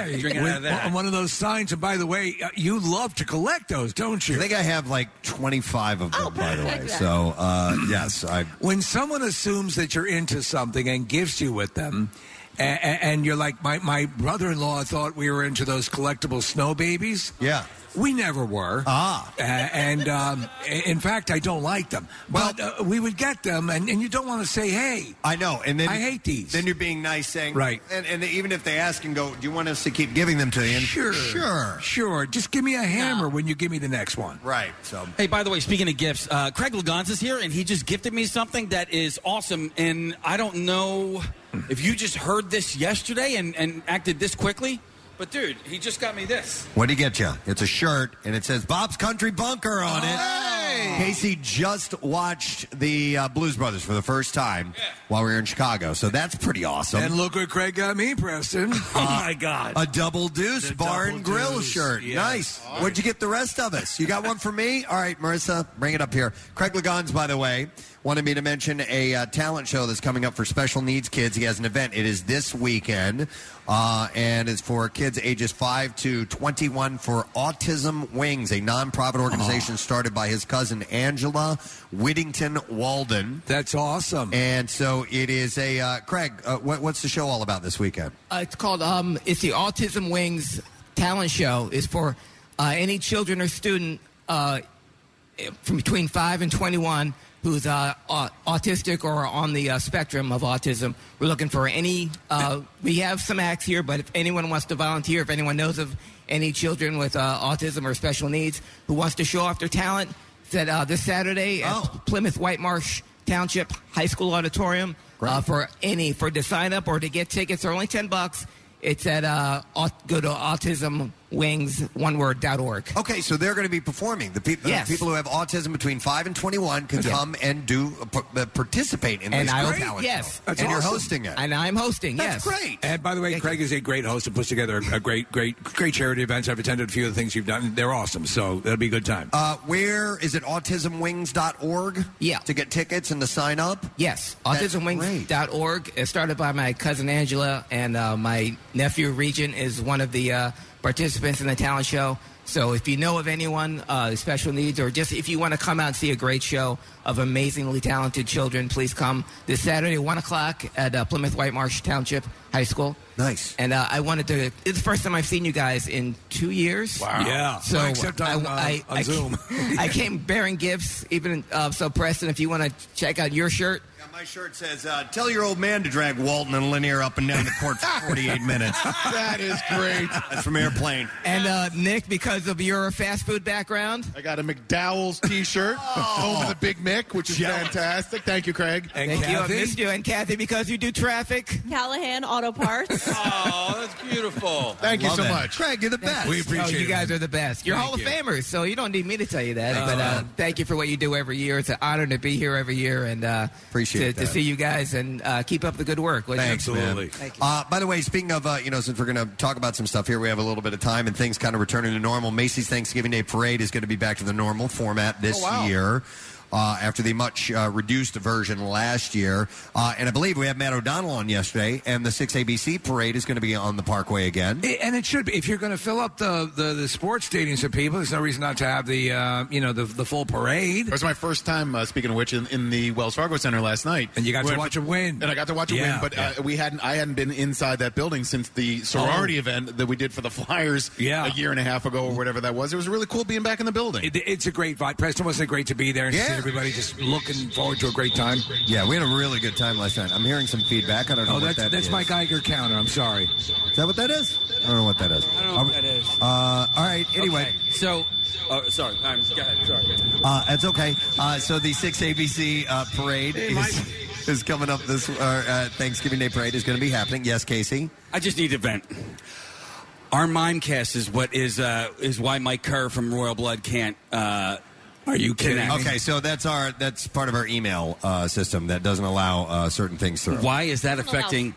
[SPEAKER 3] Right.
[SPEAKER 4] drink it out of
[SPEAKER 3] With-
[SPEAKER 4] that.
[SPEAKER 3] on One of those signs. And by the way, uh, you love to collect those, don't you?
[SPEAKER 1] I think I have like 25 of them
[SPEAKER 4] Oh,
[SPEAKER 1] by the way. So uh, yes, I
[SPEAKER 3] When someone assumes that you're into something and gives you with them, and, and you're like, my, my brother in law thought we were into those collectible snow babies.
[SPEAKER 1] Yeah.
[SPEAKER 3] We never were. Ah. and um, i- in fact, I don't like them. But uh, we would get them, and, and you don't want to say, hey.
[SPEAKER 1] I know. And then
[SPEAKER 3] I hate these.
[SPEAKER 1] Then you're being nice saying
[SPEAKER 3] Right.
[SPEAKER 1] and, and even if they ask and go, "Do you want us to keep giving them to you?" And,
[SPEAKER 3] Sure.
[SPEAKER 1] Sure.
[SPEAKER 3] Sure. Just give me a hammer when you give me the next one.
[SPEAKER 1] Right. So
[SPEAKER 4] Hey, by the way, speaking of gifts, uh, Craig Lagans is here, and he just gifted me something that is awesome. And I don't know if you just heard this yesterday and, and acted this quickly, but dude, he just got me this.
[SPEAKER 1] What do you get you? It's a shirt, and it says Bob's Country Bunker on it. Casey just watched the uh, Blues Brothers for the first time while we were in Chicago, so that's pretty awesome.
[SPEAKER 3] and look what Craig got me, Preston. oh my God!
[SPEAKER 1] Uh, a double deuce
[SPEAKER 3] The
[SPEAKER 1] bar and
[SPEAKER 3] double
[SPEAKER 1] grill
[SPEAKER 3] deuce,
[SPEAKER 1] shirt.
[SPEAKER 3] yes.
[SPEAKER 1] Nice.
[SPEAKER 3] All right.
[SPEAKER 1] Where'd you get the rest of us? You got one for me? All right, Marissa, bring it up here. Craig Lagans, by the way, wanted me to mention a uh, talent show that's coming up for special needs kids. He has an event. It is this weekend, uh, and it's for kids ages 5 to 21 for Autism Wings, a nonprofit
[SPEAKER 3] Oh.
[SPEAKER 1] organization started by his cousin Angela Whittington Walden.
[SPEAKER 3] That's awesome.
[SPEAKER 1] And so it is a, uh, Craig, uh, what, what's the show all about this weekend?
[SPEAKER 20] Uh, it's called um, it's the Autism Wings Talent Show. It's for uh, any children or student uh, from between five and twenty-one who's uh, au- autistic or on the uh, spectrum of autism. We're looking for any. Uh, we have some acts here, but if anyone wants to volunteer, if anyone knows of any children with uh, autism or special needs who wants to show off their talent, it's at uh, this Saturday at Plymouth White Marsh Township High School Auditorium uh, for any for to sign up or to get tickets. They're only ten bucks. It's at uh, aut- go to autismwings.org.
[SPEAKER 1] Okay, so they're going to be performing. The people,
[SPEAKER 20] Yes.
[SPEAKER 1] people who have autism between five and twenty-one can
[SPEAKER 20] Okay.
[SPEAKER 1] come and do p- p- uh, participate in
[SPEAKER 20] And
[SPEAKER 1] this
[SPEAKER 20] I will-
[SPEAKER 1] great talent
[SPEAKER 20] yes.
[SPEAKER 1] show.
[SPEAKER 20] That's
[SPEAKER 1] and you're
[SPEAKER 20] awesome.
[SPEAKER 1] hosting it.
[SPEAKER 20] And I'm hosting.
[SPEAKER 1] That's
[SPEAKER 20] yes,
[SPEAKER 1] great.
[SPEAKER 3] And by the way, Craig is a great host and puts together a, a great, great, great charity events. I've attended a few of the things you've done. They're awesome, so that'll be a good time.
[SPEAKER 1] Uh, where is it? AutismWings.org. Yeah, to get tickets and to sign up.
[SPEAKER 20] Yes,
[SPEAKER 1] That's
[SPEAKER 20] autismwings.org. It's started by my cousin Angela, and uh, my nephew Regent is one of the uh, participants in the talent show. So if you know of anyone uh, with special needs, or just if you want to come out and see a great show of amazingly talented children, please come this Saturday, one o'clock at uh, Plymouth White Marsh Township High School.
[SPEAKER 1] Nice.
[SPEAKER 20] And uh, I wanted to. It's the first time I've seen you guys in two years.
[SPEAKER 3] Wow. Yeah.
[SPEAKER 20] So
[SPEAKER 3] Well, except on, uh, on
[SPEAKER 20] I,
[SPEAKER 3] Zoom.
[SPEAKER 20] I came bearing gifts, even uh, so. Preston, if you want to check out your shirt,
[SPEAKER 1] My shirt says, uh, "Tell your old man to drag Walton and Lanier up and down the court for forty-eight minutes."
[SPEAKER 20] That is great.
[SPEAKER 1] That's from Airplane.
[SPEAKER 20] and uh, Nick, because of your fast food background, I got a McDowell's T-shirt.
[SPEAKER 1] Oh.
[SPEAKER 5] Over the Big Mick, which is fantastic. Thank you, Craig.
[SPEAKER 20] Thank you. I missed you, and Kathy, because you do traffic.
[SPEAKER 12] Callahan Auto Parts.
[SPEAKER 9] Oh, that's beautiful.
[SPEAKER 20] Thank you so much.
[SPEAKER 1] Craig, you're the best.
[SPEAKER 9] We
[SPEAKER 20] Oh,
[SPEAKER 9] appreciate
[SPEAKER 20] you
[SPEAKER 9] it.
[SPEAKER 20] guys are the best. You're
[SPEAKER 9] Thank
[SPEAKER 20] Hall of
[SPEAKER 9] you.
[SPEAKER 20] Famers, so you don't need me to tell you that.
[SPEAKER 9] Oh,
[SPEAKER 20] but uh,
[SPEAKER 9] man.
[SPEAKER 20] thank you for what you do every year. It's an honor to be here every year, and uh,
[SPEAKER 1] Appreciate
[SPEAKER 20] to, to
[SPEAKER 1] that.
[SPEAKER 20] see you guys and uh, keep up the good work. would you?
[SPEAKER 1] Thanks, man. Uh, by the way, speaking of, uh, you know, since we're going to talk about some stuff here, we have a little bit of time and things kind of returning to normal. Macy's Thanksgiving Day Parade is going to be back to the normal format this
[SPEAKER 21] Oh, wow.
[SPEAKER 1] year. Uh, after the much uh, reduced version last year. Uh, and I believe we had Matt O'Donnell on yesterday, and the 6ABC parade is going to be on the parkway again.
[SPEAKER 3] It- and it should be if you're going to fill up the, the, the sports stadiums for people. There's no reason not to have the uh, you know the, the full parade.
[SPEAKER 5] It was my first time, uh, speaking of which, in, in the Wells Fargo Center last night. And
[SPEAKER 3] you got to watch a win.
[SPEAKER 5] And I got to watch a
[SPEAKER 3] Yeah,
[SPEAKER 5] win, but
[SPEAKER 3] yeah.
[SPEAKER 5] uh, we hadn't. I hadn't been inside that building since the sorority
[SPEAKER 3] Oh.
[SPEAKER 5] event that we did for the Flyers a year and a half ago or whatever that was. It was really cool being back in the building.
[SPEAKER 3] It, it's a great vibe. Preston, wasn't it great to be there and see everybody just looking forward to a great time?
[SPEAKER 1] Yeah, we had a really good time last night. I'm hearing some feedback. I don't know
[SPEAKER 3] Oh,
[SPEAKER 1] what
[SPEAKER 3] that's
[SPEAKER 1] that
[SPEAKER 3] that's
[SPEAKER 1] is.
[SPEAKER 3] my Geiger counter. I'm sorry.
[SPEAKER 1] Is that what that is? I don't know what that is.
[SPEAKER 4] I don't know what that is.
[SPEAKER 1] Uh, all right, anyway.
[SPEAKER 4] Okay, So, oh, sorry. I'm, go ahead. Sorry.
[SPEAKER 1] Uh, that's okay. Uh, so the 6 ABC uh, parade is, is coming up this uh, uh, Thanksgiving Day parade is going to be happening. Yes, Casey.
[SPEAKER 4] I just need to vent. Our mimecast is what is uh, is why Mike Kerr from Royal Blood can't. Uh, Are you kidding?
[SPEAKER 1] Okay, so that's our that's part of our email uh, system that doesn't allow uh, certain things through.
[SPEAKER 4] Why is that affecting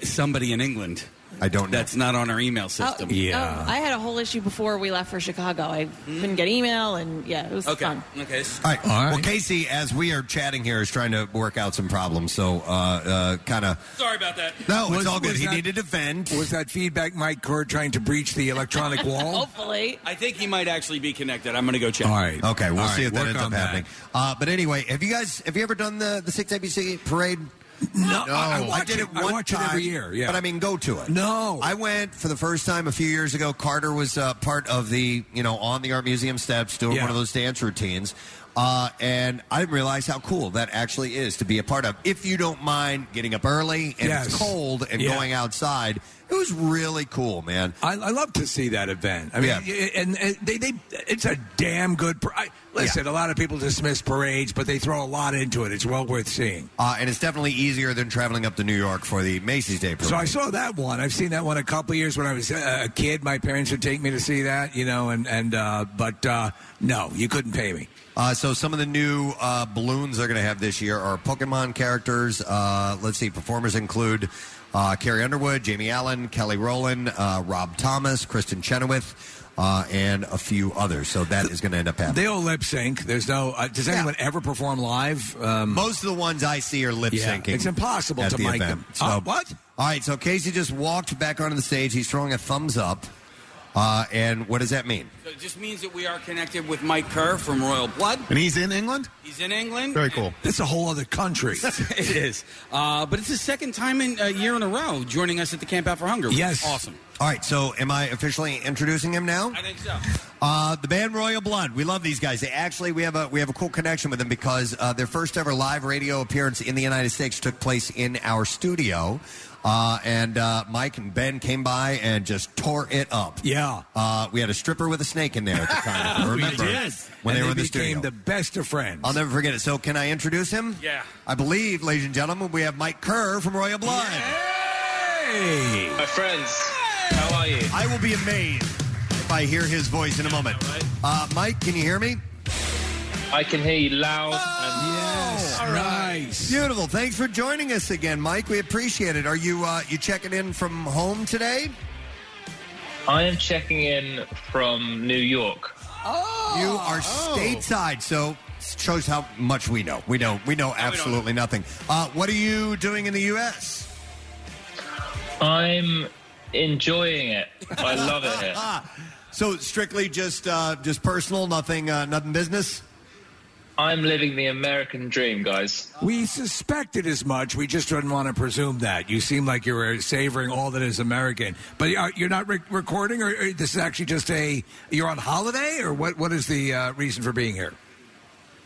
[SPEAKER 4] somebody in England?
[SPEAKER 1] I don't.
[SPEAKER 4] That's not on our email system.
[SPEAKER 12] Oh, oh, I had a whole issue before we left for Chicago. I couldn't get email, and yeah, it was
[SPEAKER 4] okay.
[SPEAKER 12] fun.
[SPEAKER 4] Okay.
[SPEAKER 1] All right. Well, Casey, as we are chatting here, is trying to work out some problems. So, uh, uh, kind of.
[SPEAKER 4] Sorry about that.
[SPEAKER 1] No, it's all good.
[SPEAKER 3] was
[SPEAKER 1] He needed to vent.
[SPEAKER 3] Was that feedback Mike Kerr trying to breach the electronic wall?
[SPEAKER 12] Hopefully.
[SPEAKER 4] I think he might actually be connected. I'm going to go check.
[SPEAKER 3] All right.
[SPEAKER 1] Okay, we'll
[SPEAKER 3] All
[SPEAKER 1] see
[SPEAKER 3] right,
[SPEAKER 1] if that
[SPEAKER 3] work
[SPEAKER 1] ends up
[SPEAKER 3] on that.
[SPEAKER 1] happening. Uh, but anyway, have you guys have you ever done the the six ABC parade?
[SPEAKER 3] No, I- I watch
[SPEAKER 1] did
[SPEAKER 3] it.
[SPEAKER 1] it
[SPEAKER 3] I
[SPEAKER 1] one
[SPEAKER 3] watch it every
[SPEAKER 1] time,
[SPEAKER 3] year, yeah.
[SPEAKER 1] but I mean, go to it.
[SPEAKER 3] No,
[SPEAKER 1] I went for the first time a few years ago. Carter was uh, part of the you know on the art museum steps doing
[SPEAKER 3] Yeah.
[SPEAKER 1] one of those dance routines, uh, and I didn't realize how cool that actually is to be a part of. If you don't mind getting up early and
[SPEAKER 3] Yes.
[SPEAKER 1] it's cold and
[SPEAKER 3] Yeah.
[SPEAKER 1] going outside It was really cool, man.
[SPEAKER 3] I, I love to see that event. I mean,
[SPEAKER 1] Yeah.
[SPEAKER 3] y- and, and they, they, it's a damn good. par- I, listen, a lot of people dismiss parades, but they throw a lot into it. It's well worth seeing.
[SPEAKER 1] Uh, and it's definitely easier than traveling up to New York for the Macy's Day Parade.
[SPEAKER 3] So I saw that one. I've seen that one a couple of years when I was uh, a kid. My parents would take me to see that, you know, and and uh, but uh, no, you couldn't pay me.
[SPEAKER 1] Uh, so some of the new uh, balloons they're going to have this year are Pokemon characters. Uh, let's see, performers include uh, Carrie Underwood, Jamie Allen, Kelly Rowland, uh, Rob Thomas, Kristen Chenoweth, uh, and a few others. So that is going to end up happening.
[SPEAKER 3] They all lip sync. There's no. Uh, does anyone ever perform live? Um,
[SPEAKER 1] Most of the ones I see are lip
[SPEAKER 3] yeah,
[SPEAKER 1] syncing.
[SPEAKER 3] It's impossible
[SPEAKER 1] at
[SPEAKER 3] to
[SPEAKER 1] the
[SPEAKER 3] mic
[SPEAKER 1] event.
[SPEAKER 3] them.
[SPEAKER 1] So-
[SPEAKER 3] Uh, what?
[SPEAKER 1] All right, so Casey just walked back onto the stage. He's throwing a thumbs up. Uh, and what does that mean?
[SPEAKER 4] So it just means that we are connected with Mike Kerr from Royal Blood.
[SPEAKER 5] And he's in England?
[SPEAKER 4] He's in England.
[SPEAKER 3] That's a whole other country.
[SPEAKER 4] it is. Uh, but it's the second time in a year in a row joining us at the Camp Out for Hunger. which is Awesome.
[SPEAKER 1] All right, so am I officially introducing him now?
[SPEAKER 4] I think so.
[SPEAKER 1] Uh, the band Royal Blood. We love these guys. They actually we have a we have a cool connection with them because uh, their first ever live radio appearance in the United States took place in our studio. Uh, and uh, Mike and Ben came by and just tore it up.
[SPEAKER 3] Yeah.
[SPEAKER 1] Uh, we had a stripper with a snake in there at the time. if you
[SPEAKER 3] We
[SPEAKER 1] remember
[SPEAKER 3] did.
[SPEAKER 1] when
[SPEAKER 3] And
[SPEAKER 1] they were in
[SPEAKER 3] they
[SPEAKER 1] the
[SPEAKER 3] became
[SPEAKER 1] studio?
[SPEAKER 3] the best of friends.
[SPEAKER 1] I'll never forget it. So can I introduce him?
[SPEAKER 3] Yeah.
[SPEAKER 1] I believe, ladies and gentlemen, we have Mike Kerr from Royal Blood.
[SPEAKER 21] My friends, how are you?
[SPEAKER 1] I will be amazed if I hear his voice in a moment. Uh, Mike, can you hear me?
[SPEAKER 21] I can hear you loud.
[SPEAKER 1] Yes, nice, beautiful. Thanks for joining us again, Mike. We appreciate it. Are you uh, you checking in from home today?
[SPEAKER 21] I am checking in from New York.
[SPEAKER 1] you are stateside, so shows how much we know. We know we know absolutely nothing. Uh, what are you doing in the U.S.?
[SPEAKER 21] I'm enjoying it. I love it here.
[SPEAKER 1] Ah. So strictly just uh, just personal, nothing uh, nothing business.
[SPEAKER 21] I'm living the American dream, guys.
[SPEAKER 3] We suspected as much. We just didn't want to presume that. You seem like you're savoring all that is American. But are, you're not re- recording, or, or this is actually just a you're on holiday, or what? What is the uh, reason for being here?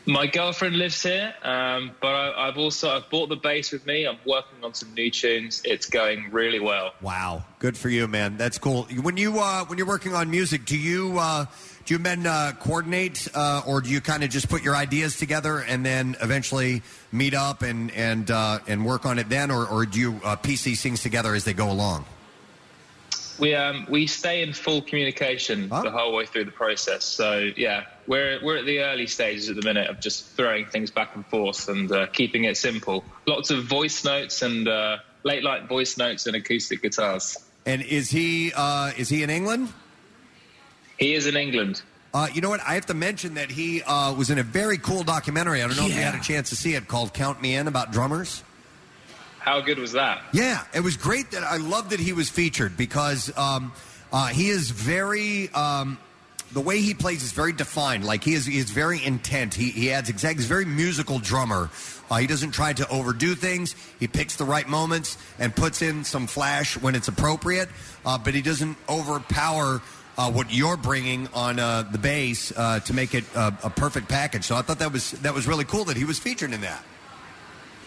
[SPEAKER 21] My girlfriend lives here, um, but I, I've also I've bought the bass with me. I'm working on some new tunes. It's going really well.
[SPEAKER 1] Wow, good for you, man. That's cool. When you uh, when you're working on music, do you uh, do you men uh, coordinate, uh, or do you kind of just put your ideas together and then eventually meet up and and uh, and work on it then, or, or do you uh, piece these things together as they go along?
[SPEAKER 21] We um, we stay in full communication the whole way through the process. So yeah, we're we're at the early stages at the minute of just throwing things back and forth and uh, keeping it simple. Lots of voice notes and uh, late light voice notes and acoustic guitars.
[SPEAKER 1] And is he uh, is he in England?
[SPEAKER 21] He is in England.
[SPEAKER 1] Uh, you know what? I have to mention that he uh, was in a very cool documentary. I don't know if you had a chance to see it called "Count Me In" about drummers.
[SPEAKER 21] How good was that?
[SPEAKER 1] Yeah, it was great that I love that he was featured because um, uh, he is very. Um, the way he plays is very defined. Like he is, he is very intent. He, he adds exact. He's a very musical drummer. Uh, he doesn't try to overdo things. He picks the right moments and puts in some flash when it's appropriate. Uh, but he doesn't overpower uh, what you're bringing on uh, the bass uh, to make it uh, a perfect package. So I thought that was that was really cool that he was featured in that.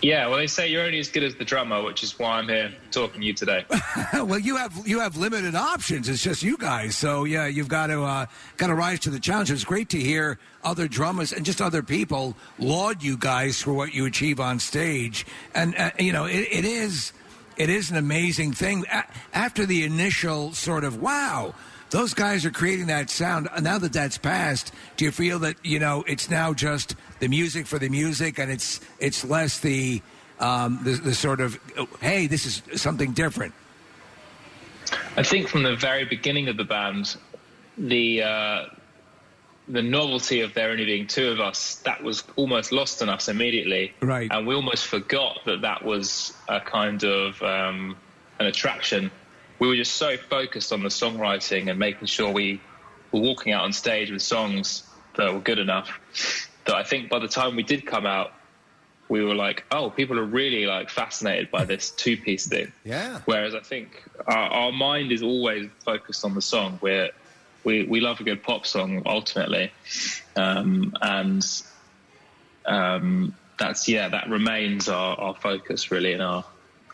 [SPEAKER 21] Yeah, well, they say you're only as good as the drummer, which is why I'm here talking to you today.
[SPEAKER 3] well, you have you have limited options. It's just you guys. So yeah, you've got to uh, got to rise to the challenge. It's great to hear other drummers and just other people laud you guys for what you achieve on stage. And uh, you know, it, it is it is an amazing thing. A- after the initial sort of wow. Those guys are creating that sound. uh, Now that that's passed, do you feel that you know it's now just the music for the music, and it's it's less the um, the, the sort of oh, hey, this is something different.
[SPEAKER 21] I think from the very beginning of the band, the uh, the novelty of there only being two of us that was almost lost on us immediately,
[SPEAKER 3] Right.
[SPEAKER 21] and we almost forgot that that was a kind of um, an attraction. We were just so focused on the songwriting and making sure we were walking out on stage with songs that were good enough that I think by the time we did come out, we were like, oh, people are really like fascinated by this two piece thing.
[SPEAKER 1] Yeah.
[SPEAKER 21] Whereas I think our, our mind is always focused on the song. We're, we we love a good pop song ultimately, um, and um, that's yeah that remains our, our focus really in our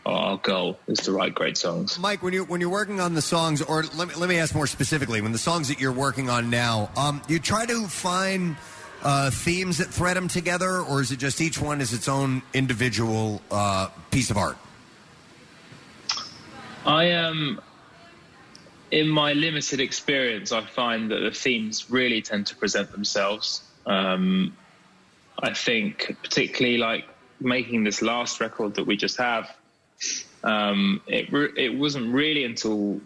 [SPEAKER 21] our goal is to write great songs.
[SPEAKER 1] Mike, when you when you're working on the songs, or let me let me ask more specifically, when the songs that you're working on now, um, you try to find uh, themes that thread them together, or is it just each one is its own individual uh, piece of art?
[SPEAKER 21] I Um, in my limited experience, I find that the themes really tend to present themselves. Um, I think, particularly like making this last record that we just have, um, it re- it wasn't really until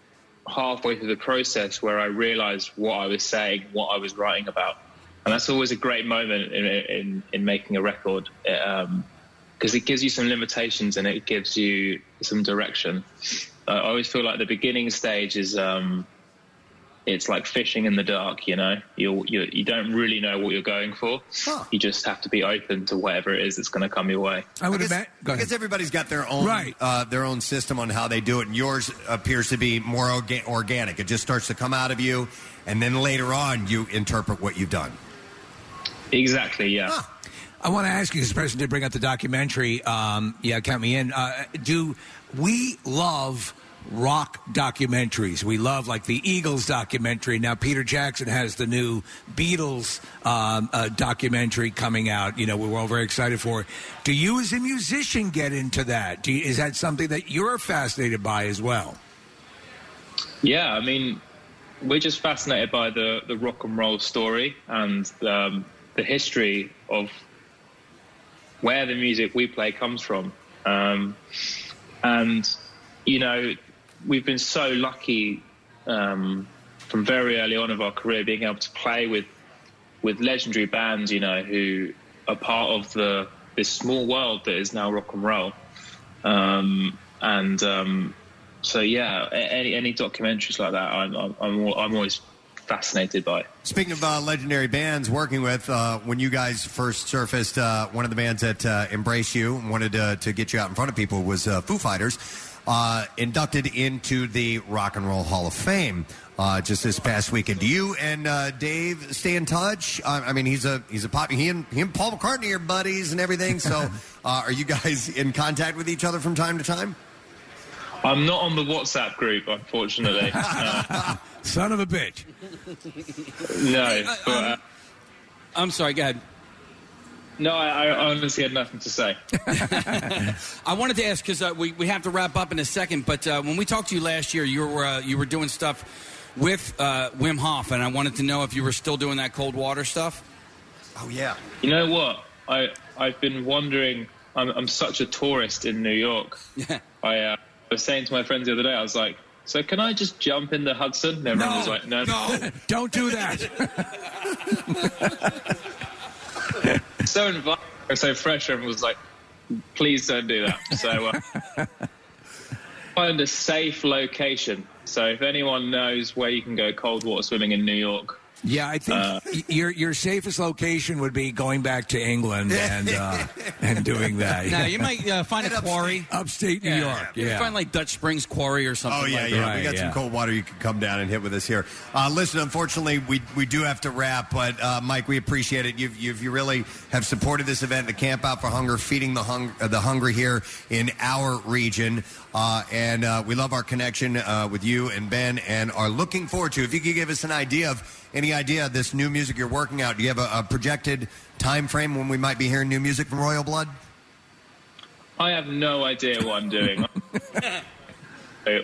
[SPEAKER 21] halfway through the process where I realised what I was saying, what I was writing about, and that's always a great moment in in, in making a record because it gives you some limitations and it gives you some direction. I always feel like the beginning stage is um, it's like fishing in the dark. You know, you you you don't really know what you're going for. You just have to be open to whatever it is that's going to come your way.
[SPEAKER 1] I would imagine because everybody's got their own uh, their own system on how they do it, and yours appears to be more orga- organic. It just starts to come out of you, and then later on, you interpret what you've done.
[SPEAKER 21] Exactly. Yeah.
[SPEAKER 3] I want to ask you, this person did bring up the documentary. Um, yeah, count me in. Uh, do we love rock documentaries? We love like the Eagles documentary. Now Peter Jackson has the new Beatles um, uh, documentary coming out. You know, we're all very excited for. it. Do you, as a musician, get into that? Do you, is that something that you're fascinated by as well?
[SPEAKER 21] Yeah, I mean, we're just fascinated by the, the rock and roll story and um, the history of where the music we play comes from. Um, and, you know, we've been so lucky um, from very early on of our career being able to play with with legendary bands, you know, who are part of the this small world that is now rock and roll. Um, and um, so, yeah, a- any any documentaries like that, I'm I'm I'm, al- I'm always fascinated by.
[SPEAKER 1] Speaking of uh, legendary bands working with, uh, when you guys first surfaced, uh, one of the bands that uh, embraced you and wanted to, to get you out in front of people was uh, Foo Fighters, uh, inducted into the Rock and Roll Hall of Fame uh, just this past weekend. Do you and uh, Dave stay in touch? Uh, I mean, he's a he's a pop. He and he and Paul McCartney are buddies and everything. So, uh, are you guys in contact with each other from time to time?
[SPEAKER 21] I'm not on the WhatsApp group, unfortunately. Uh,
[SPEAKER 3] Son of a bitch.
[SPEAKER 21] no, but uh,
[SPEAKER 4] I'm sorry. Go ahead.
[SPEAKER 21] no, I, I honestly had nothing to say.
[SPEAKER 4] I wanted to ask because uh, we we have to wrap up in a second. But uh, when we talked to you last year, you were uh, you were doing stuff with uh, Wim Hof, and I wanted to know if you were still doing that cold water stuff.
[SPEAKER 1] Oh yeah.
[SPEAKER 21] You know what? I I've been wondering. I'm I'm such a tourist in New York. I uh, was saying to my friends the other day. I was like, "So can I just jump in the Hudson?" And everyone
[SPEAKER 3] No,
[SPEAKER 21] was like, "No,
[SPEAKER 3] no, don't do that."
[SPEAKER 21] so inviting, so fresh." Everyone was like, "Please don't do that." So uh, find a safe location. So if anyone knows where you can go cold water swimming in New York,
[SPEAKER 3] Yeah, I think
[SPEAKER 21] Uh,
[SPEAKER 3] y- your your safest location would be going back to England and uh, and doing that.
[SPEAKER 4] Now you might uh, find a quarry
[SPEAKER 3] upstate New York, yeah.
[SPEAKER 4] find like Dutch Springs Quarry or something.
[SPEAKER 1] Oh yeah,
[SPEAKER 4] like
[SPEAKER 1] yeah.
[SPEAKER 4] That.
[SPEAKER 1] we got some cold water. You can come down and hit with us here. Uh, listen, unfortunately, we we do have to wrap, but uh, Mike, we appreciate it. You've, you've you really have supported this event, the Camp Out for Hunger, feeding the hung, uh, the hungry here in our region, uh, and uh, we love our connection uh, with you and Ben, and are looking forward to. If you could give us an idea of any idea of this new music you're working out, do you have a, a projected time frame when we might be hearing new music from Royal Blood?
[SPEAKER 21] I have no idea what I'm doing.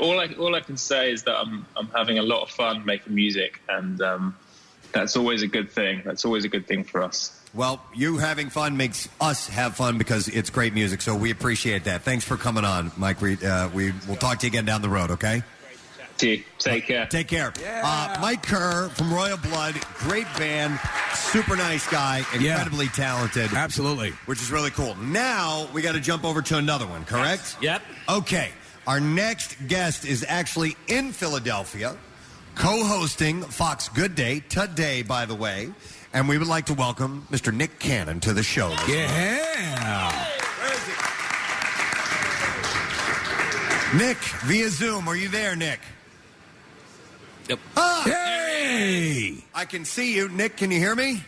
[SPEAKER 21] all I all I can say is that I'm I'm having a lot of fun making music, and um, that's always a good thing. That's always a good thing for us.
[SPEAKER 1] Well, you having fun makes us have fun because it's great music. So we appreciate that. Thanks for coming on, Mike. We, uh, we will talk to you again down the road. Okay.
[SPEAKER 21] Take care.
[SPEAKER 1] Take care. Uh, Mike Kerr from Royal Blood, great band, super nice guy, incredibly talented.
[SPEAKER 3] Absolutely.
[SPEAKER 1] Which is really cool. Now we got to jump over to another one, correct?
[SPEAKER 4] Yep.
[SPEAKER 1] Okay. Our next guest is actually in Philadelphia, co hosting Fox Good Day today, by the way. And we would like to welcome Mr. Nick Cannon to the show. this
[SPEAKER 3] Yeah.
[SPEAKER 1] Nick, via Zoom, are you there, Nick?
[SPEAKER 4] Yep.
[SPEAKER 1] Ah! hey! I can see you. Nick, can you hear me?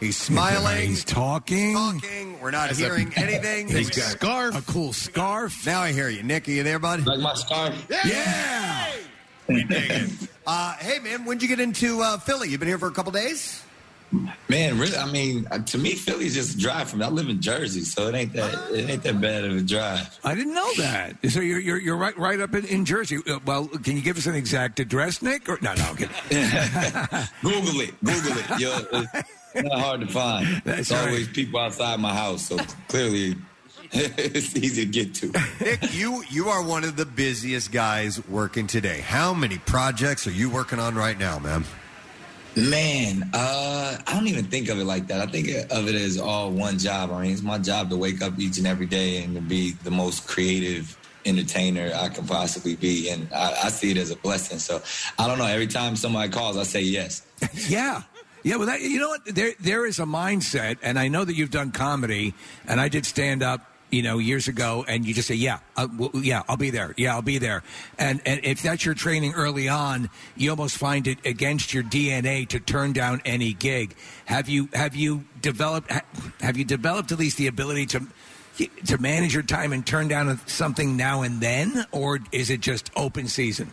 [SPEAKER 1] He's smiling.
[SPEAKER 3] He's talking.
[SPEAKER 1] Talking. We're not
[SPEAKER 3] Has a-
[SPEAKER 1] hearing anything.
[SPEAKER 3] He's got
[SPEAKER 1] scarf. A cool scarf. Now I hear you. Nick, are you there, bud? Like my scarf. Yeah. We dig it. Uh, hey, man, when'd you get into uh, Philly? You've been here for a couple days?
[SPEAKER 22] Man, really, I mean, uh, to me, Philly's just a drive from. I live in Jersey, so it ain't that it ain't that bad of a drive.
[SPEAKER 3] I didn't know that. So you're you're, you're right right up in, in Jersey. Uh, Well, can you give us an exact address, Nick? Or no, no, okay.
[SPEAKER 22] Google it, Google it. Yo, it's not hard to find. It's always people outside my house, so clearly it's easy to get to.
[SPEAKER 1] Nick, you you are one of the busiest guys working today. How many projects are you working on right now, man?
[SPEAKER 22] Man, uh, I don't even think of it like that. I think of it as all one job. I mean, it's my job to wake up each and every day and to be the most creative entertainer I can possibly be. And I, I see it as a blessing. So I don't know. Every time somebody calls, I say yes.
[SPEAKER 3] Yeah. Yeah, well, that, you know what? There, there is a mindset, and I know that you've done comedy, and I did stand up, you know, years ago, and you just say, "Yeah, uh, w- w- yeah, I'll be there. Yeah, I'll be there." And and if that's your training early on, you almost find it against your DNA to turn down any gig. Have you have you developed ha- have you developed at least the ability to to manage your time and turn down something now and then, or is it just open season?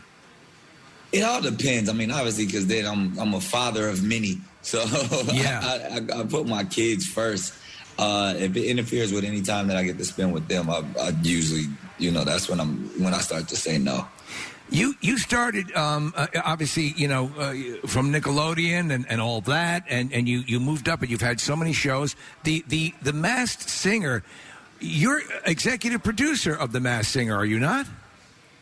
[SPEAKER 22] It all depends. I mean, obviously, because then I'm I'm a father of many, so I, I, I put my kids first. Uh, if it interferes with any time that I get to spend with them, I, I usually, you know, that's when I'm when I start to say no.
[SPEAKER 3] You you started um, uh, obviously you know uh, from Nickelodeon and, and all that and, and you, you moved up and you've had so many shows. The the the Masked Singer, you're executive producer of the Masked Singer, are you not?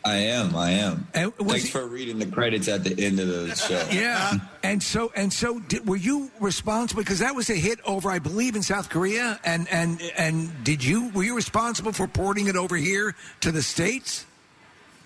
[SPEAKER 22] I am. I am.
[SPEAKER 3] And was
[SPEAKER 22] Thanks for reading the credits at the end of the show.
[SPEAKER 3] Yeah. and so and so did, were you responsible because that was a hit over I believe in South Korea and and and did you were you responsible for porting it over here to the states?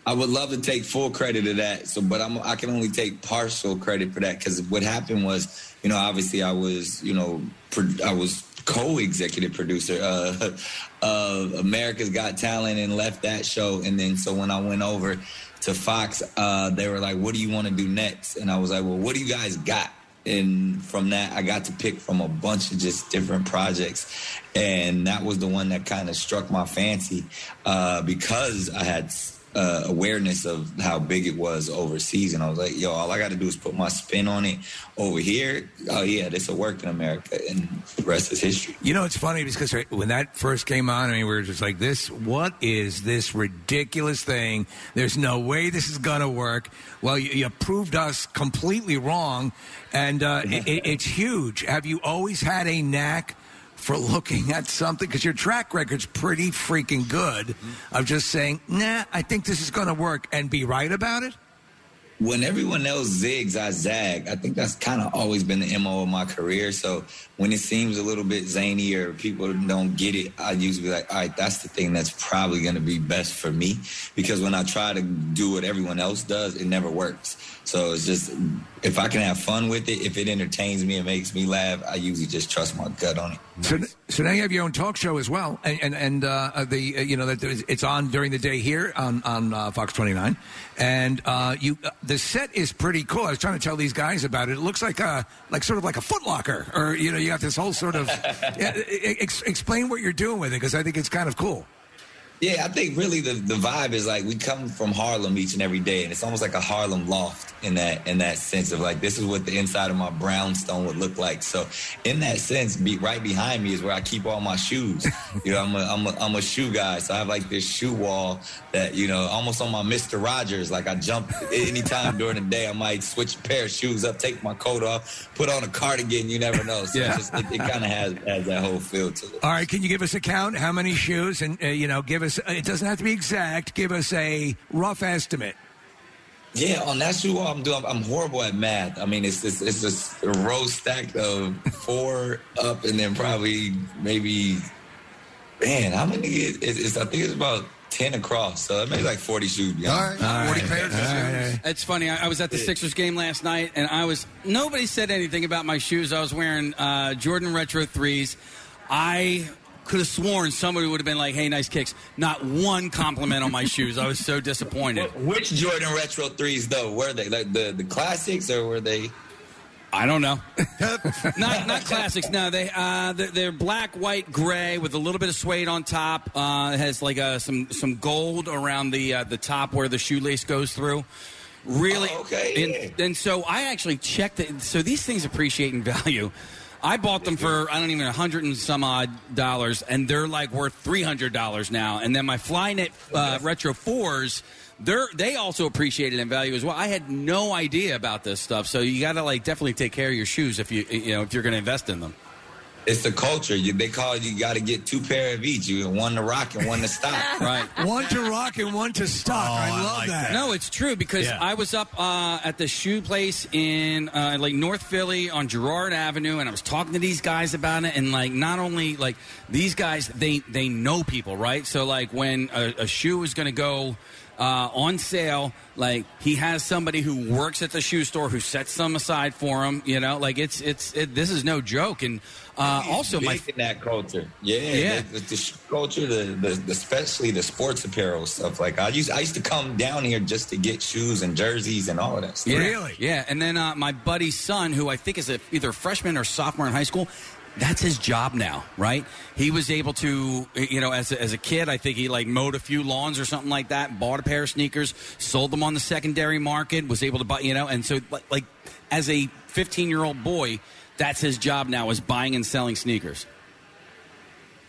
[SPEAKER 22] I would love to take full credit of that. So, but I'm, I can only take partial credit for that because what happened was, you know, obviously I was, you know, pro- I was co-executive producer uh, of America's Got Talent and left that show. And then so when I went over to Fox, uh, they were like, "What do you want to do next?" And I was like, "Well, what do you guys got?" And from that, I got to pick from a bunch of just different projects, and that was the one that kind of struck my fancy uh, because I had uh, awareness of how big it was overseas. And I was like, yo, all I got to do is put my spin on it over here. Oh, yeah, this will work in America. And the rest is history.
[SPEAKER 3] You know, it's funny because when that first came on, I mean, we were just like, "This, what is this ridiculous thing? There's no way this is going to work." Well, you, you proved us completely wrong, and uh, it, it- it's huge. Have you always had a knack for looking at something? Because your track record's pretty freaking good of just saying, "Nah, I think this is going to work," and be right about it.
[SPEAKER 22] When everyone else zigs, I zag. I think that's kind of always been the MO of my career. So when it seems a little bit zany or people don't get it, I usually be like, all right, that's the thing that's probably going to be best for me. Because when I try to do what everyone else does, it never works. So it's just, if I can have fun with it, if it entertains me and makes me laugh, I usually just trust my gut on it.
[SPEAKER 3] So, so now you have your own talk show as well, and and, and uh, the uh, you know that there's- it's on during the day here on on uh, Fox 29, and uh, you uh, the set is pretty cool. I was trying to tell these guys about it. It looks like a like sort of like a Footlocker, or you know you got this whole sort of yeah, e, ex- explain what you're doing with it because I think it's kind of cool.
[SPEAKER 22] Yeah, I think really the, the vibe is like we come from Harlem each and every day, and it's almost like a Harlem loft in that in that sense of like this is what the inside of my brownstone would look like. So in that sense, be right behind me is where I keep all my shoes. You know, I'm a, I'm a I'm a shoe guy, so I have like this shoe wall that you know almost on my Mister Rogers. Like I jump anytime during the day, I might switch a pair of shoes up, take my coat off, put on a cardigan. You never know. So
[SPEAKER 3] Yeah.
[SPEAKER 22] it's just, it, it kind of has has that whole feel to it.
[SPEAKER 3] All right, can you give us a count? How many shoes? And uh, you know, give us. It doesn't have to be exact. Give us a rough estimate.
[SPEAKER 22] Yeah, on that shoe wall, I'm doing. I'm horrible at math. I mean, it's just it's just a row stacked of four up, and then probably maybe, man, how many? Is, it's, it's, I think it's about ten across, so it may be like forty shoes. All right, forty pairs.
[SPEAKER 4] It's funny. I, I was at the Sixers game last night, and I was nobody said anything about my shoes. I was wearing uh, Jordan Retro threes. I could have sworn somebody would have been like, "Hey, nice kicks." Not one compliment on my shoes. I was so disappointed.
[SPEAKER 22] Which Jordan Retro threes though were they? Like the the classics, or were they?
[SPEAKER 4] I don't know. not not classics. No, they uh, they're, they're black, white, gray with a little bit of suede on top. Uh, it has like uh, some some gold around the uh, the top where the shoelace goes through. Really, okay. And, and so I actually checked it. So these things appreciate in value. I bought them for I don't even a hundred and some odd dollars, and they're like worth three hundred dollars now. And then my Flynet uh, Retro Fours, they're they also appreciated in value as well. I had no idea about this stuff, so you got to like definitely take care of your shoes if you you know if you're going to invest in them.
[SPEAKER 22] It's the culture. You, they call it, you got to get two pair of each. You one to rock and one to stop.
[SPEAKER 4] Right.
[SPEAKER 3] One to rock and one to stock. Oh, I love that.
[SPEAKER 4] No, it's true because
[SPEAKER 3] Yeah.
[SPEAKER 4] I was up uh, at the shoe place in uh, like North Philly on Girard Avenue, and I was talking to these guys about it. And like, not only like these guys, they they know people, right? So like, when a, a shoe is going to go. Uh, on sale, like he has somebody who works at the shoe store who sets some aside for him. You know, like it's it's it, this is no joke. And uh, also, my
[SPEAKER 22] Big in that culture. Yeah,
[SPEAKER 4] Yeah.
[SPEAKER 22] The, the, the sh- culture, the, the, the especially the sports apparel stuff. Like I used, I used to come down here just to get shoes and jerseys and all of that. Stuff.
[SPEAKER 4] Yeah. Yeah. And then uh, my buddy's son, who I think is a, either freshman or sophomore in high school, that's his job now, right? He was able to, you know, as a, as a kid, I think he like mowed a few lawns or something like that, bought a pair of sneakers, sold them on the secondary market, was able to buy, you know, and so like, like as a 15 year old boy, that's his job now is buying and selling sneakers.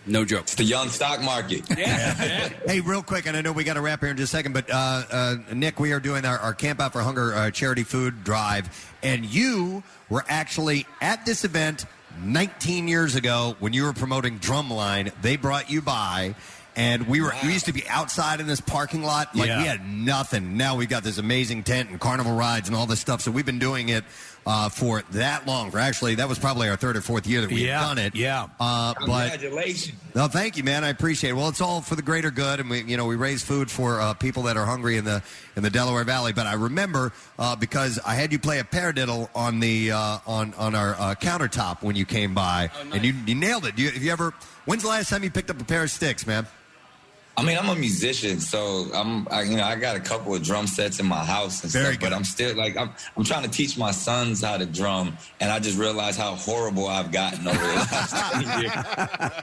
[SPEAKER 4] No joke. It's
[SPEAKER 22] the young stock market.
[SPEAKER 1] Hey, real quick, and I know we got to wrap here in just a second, but uh, uh, Nick, we are doing our, our Camp Out for Hunger uh, charity food drive, and you were actually at this event 19 years ago when you were promoting Drumline. They brought you by. And we were we used to be outside in this parking lot, like
[SPEAKER 3] Yeah.
[SPEAKER 1] we had nothing. Now we've got this amazing tent and carnival rides and all this stuff. So we've been doing it uh, for that long. For actually, that was probably our third or fourth year that we've
[SPEAKER 3] Yeah,
[SPEAKER 1] done it.
[SPEAKER 3] yeah.
[SPEAKER 1] Oh, Uh, but
[SPEAKER 22] Congratulations.
[SPEAKER 1] no, thank you, man. I appreciate it. Well, it's all for the greater good, and we, you know, we raise food for uh, people that are hungry in the in the Delaware Valley. But I remember uh, because I had you play a paradiddle on the uh, on on our uh, countertop when you came by, and you, you nailed it. You, have you ever? When's the last time you picked up a pair of sticks, man?
[SPEAKER 22] I mean, I'm a musician, so I'm, I, you know, I got a couple of drum sets in my house and stuff, but I'm still like, I'm, I'm trying to teach my sons how to drum, and I just realized how horrible I've gotten over the last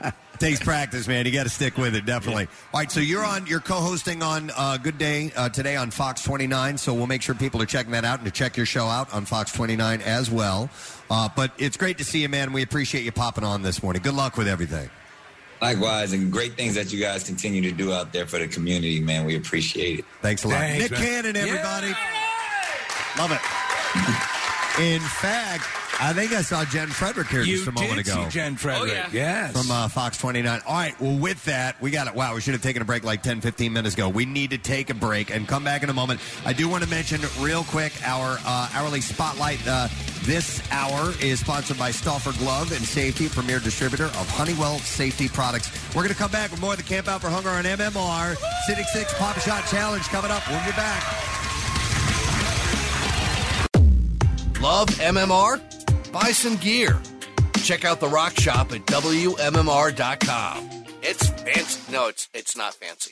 [SPEAKER 22] year.
[SPEAKER 1] Takes practice, man. You got to stick with it, definitely. All right, so you're on, you're co-hosting on uh, Good Day uh, today on Fox 29. So we'll make sure people are checking that out and to check your show out on Fox 29 as well. Uh, but it's great to see you, man. We appreciate you popping on this morning. Good luck with everything.
[SPEAKER 22] Likewise, and great things that you guys continue to do out there for the community, man. We appreciate it.
[SPEAKER 1] Thanks a lot. Nick Cannon, everybody. Love it. In fact, I think I saw Jen Frederick here
[SPEAKER 3] You
[SPEAKER 1] just a moment
[SPEAKER 3] did
[SPEAKER 1] ago.
[SPEAKER 3] see Jen Frederick, Oh, yeah. yes.
[SPEAKER 1] From uh, Fox 29. All right, well, with that, we got it. Wow, we should have taken a break like 10, 15 minutes ago. We need to take a break and come back in a moment. I do want to mention real quick our uh, hourly spotlight uh, this hour is sponsored by Stauffer Glove and Safety, premier distributor of Honeywell safety products. We're going to come back with more of the Camp Out for Hunger on MMR. Civic 6 Pop Shot Challenge coming up. We'll be back.
[SPEAKER 7] Love MMR? Buy some gear. Check out the rock shop at WMMR.com. It's fancy. No, it's it's not fancy.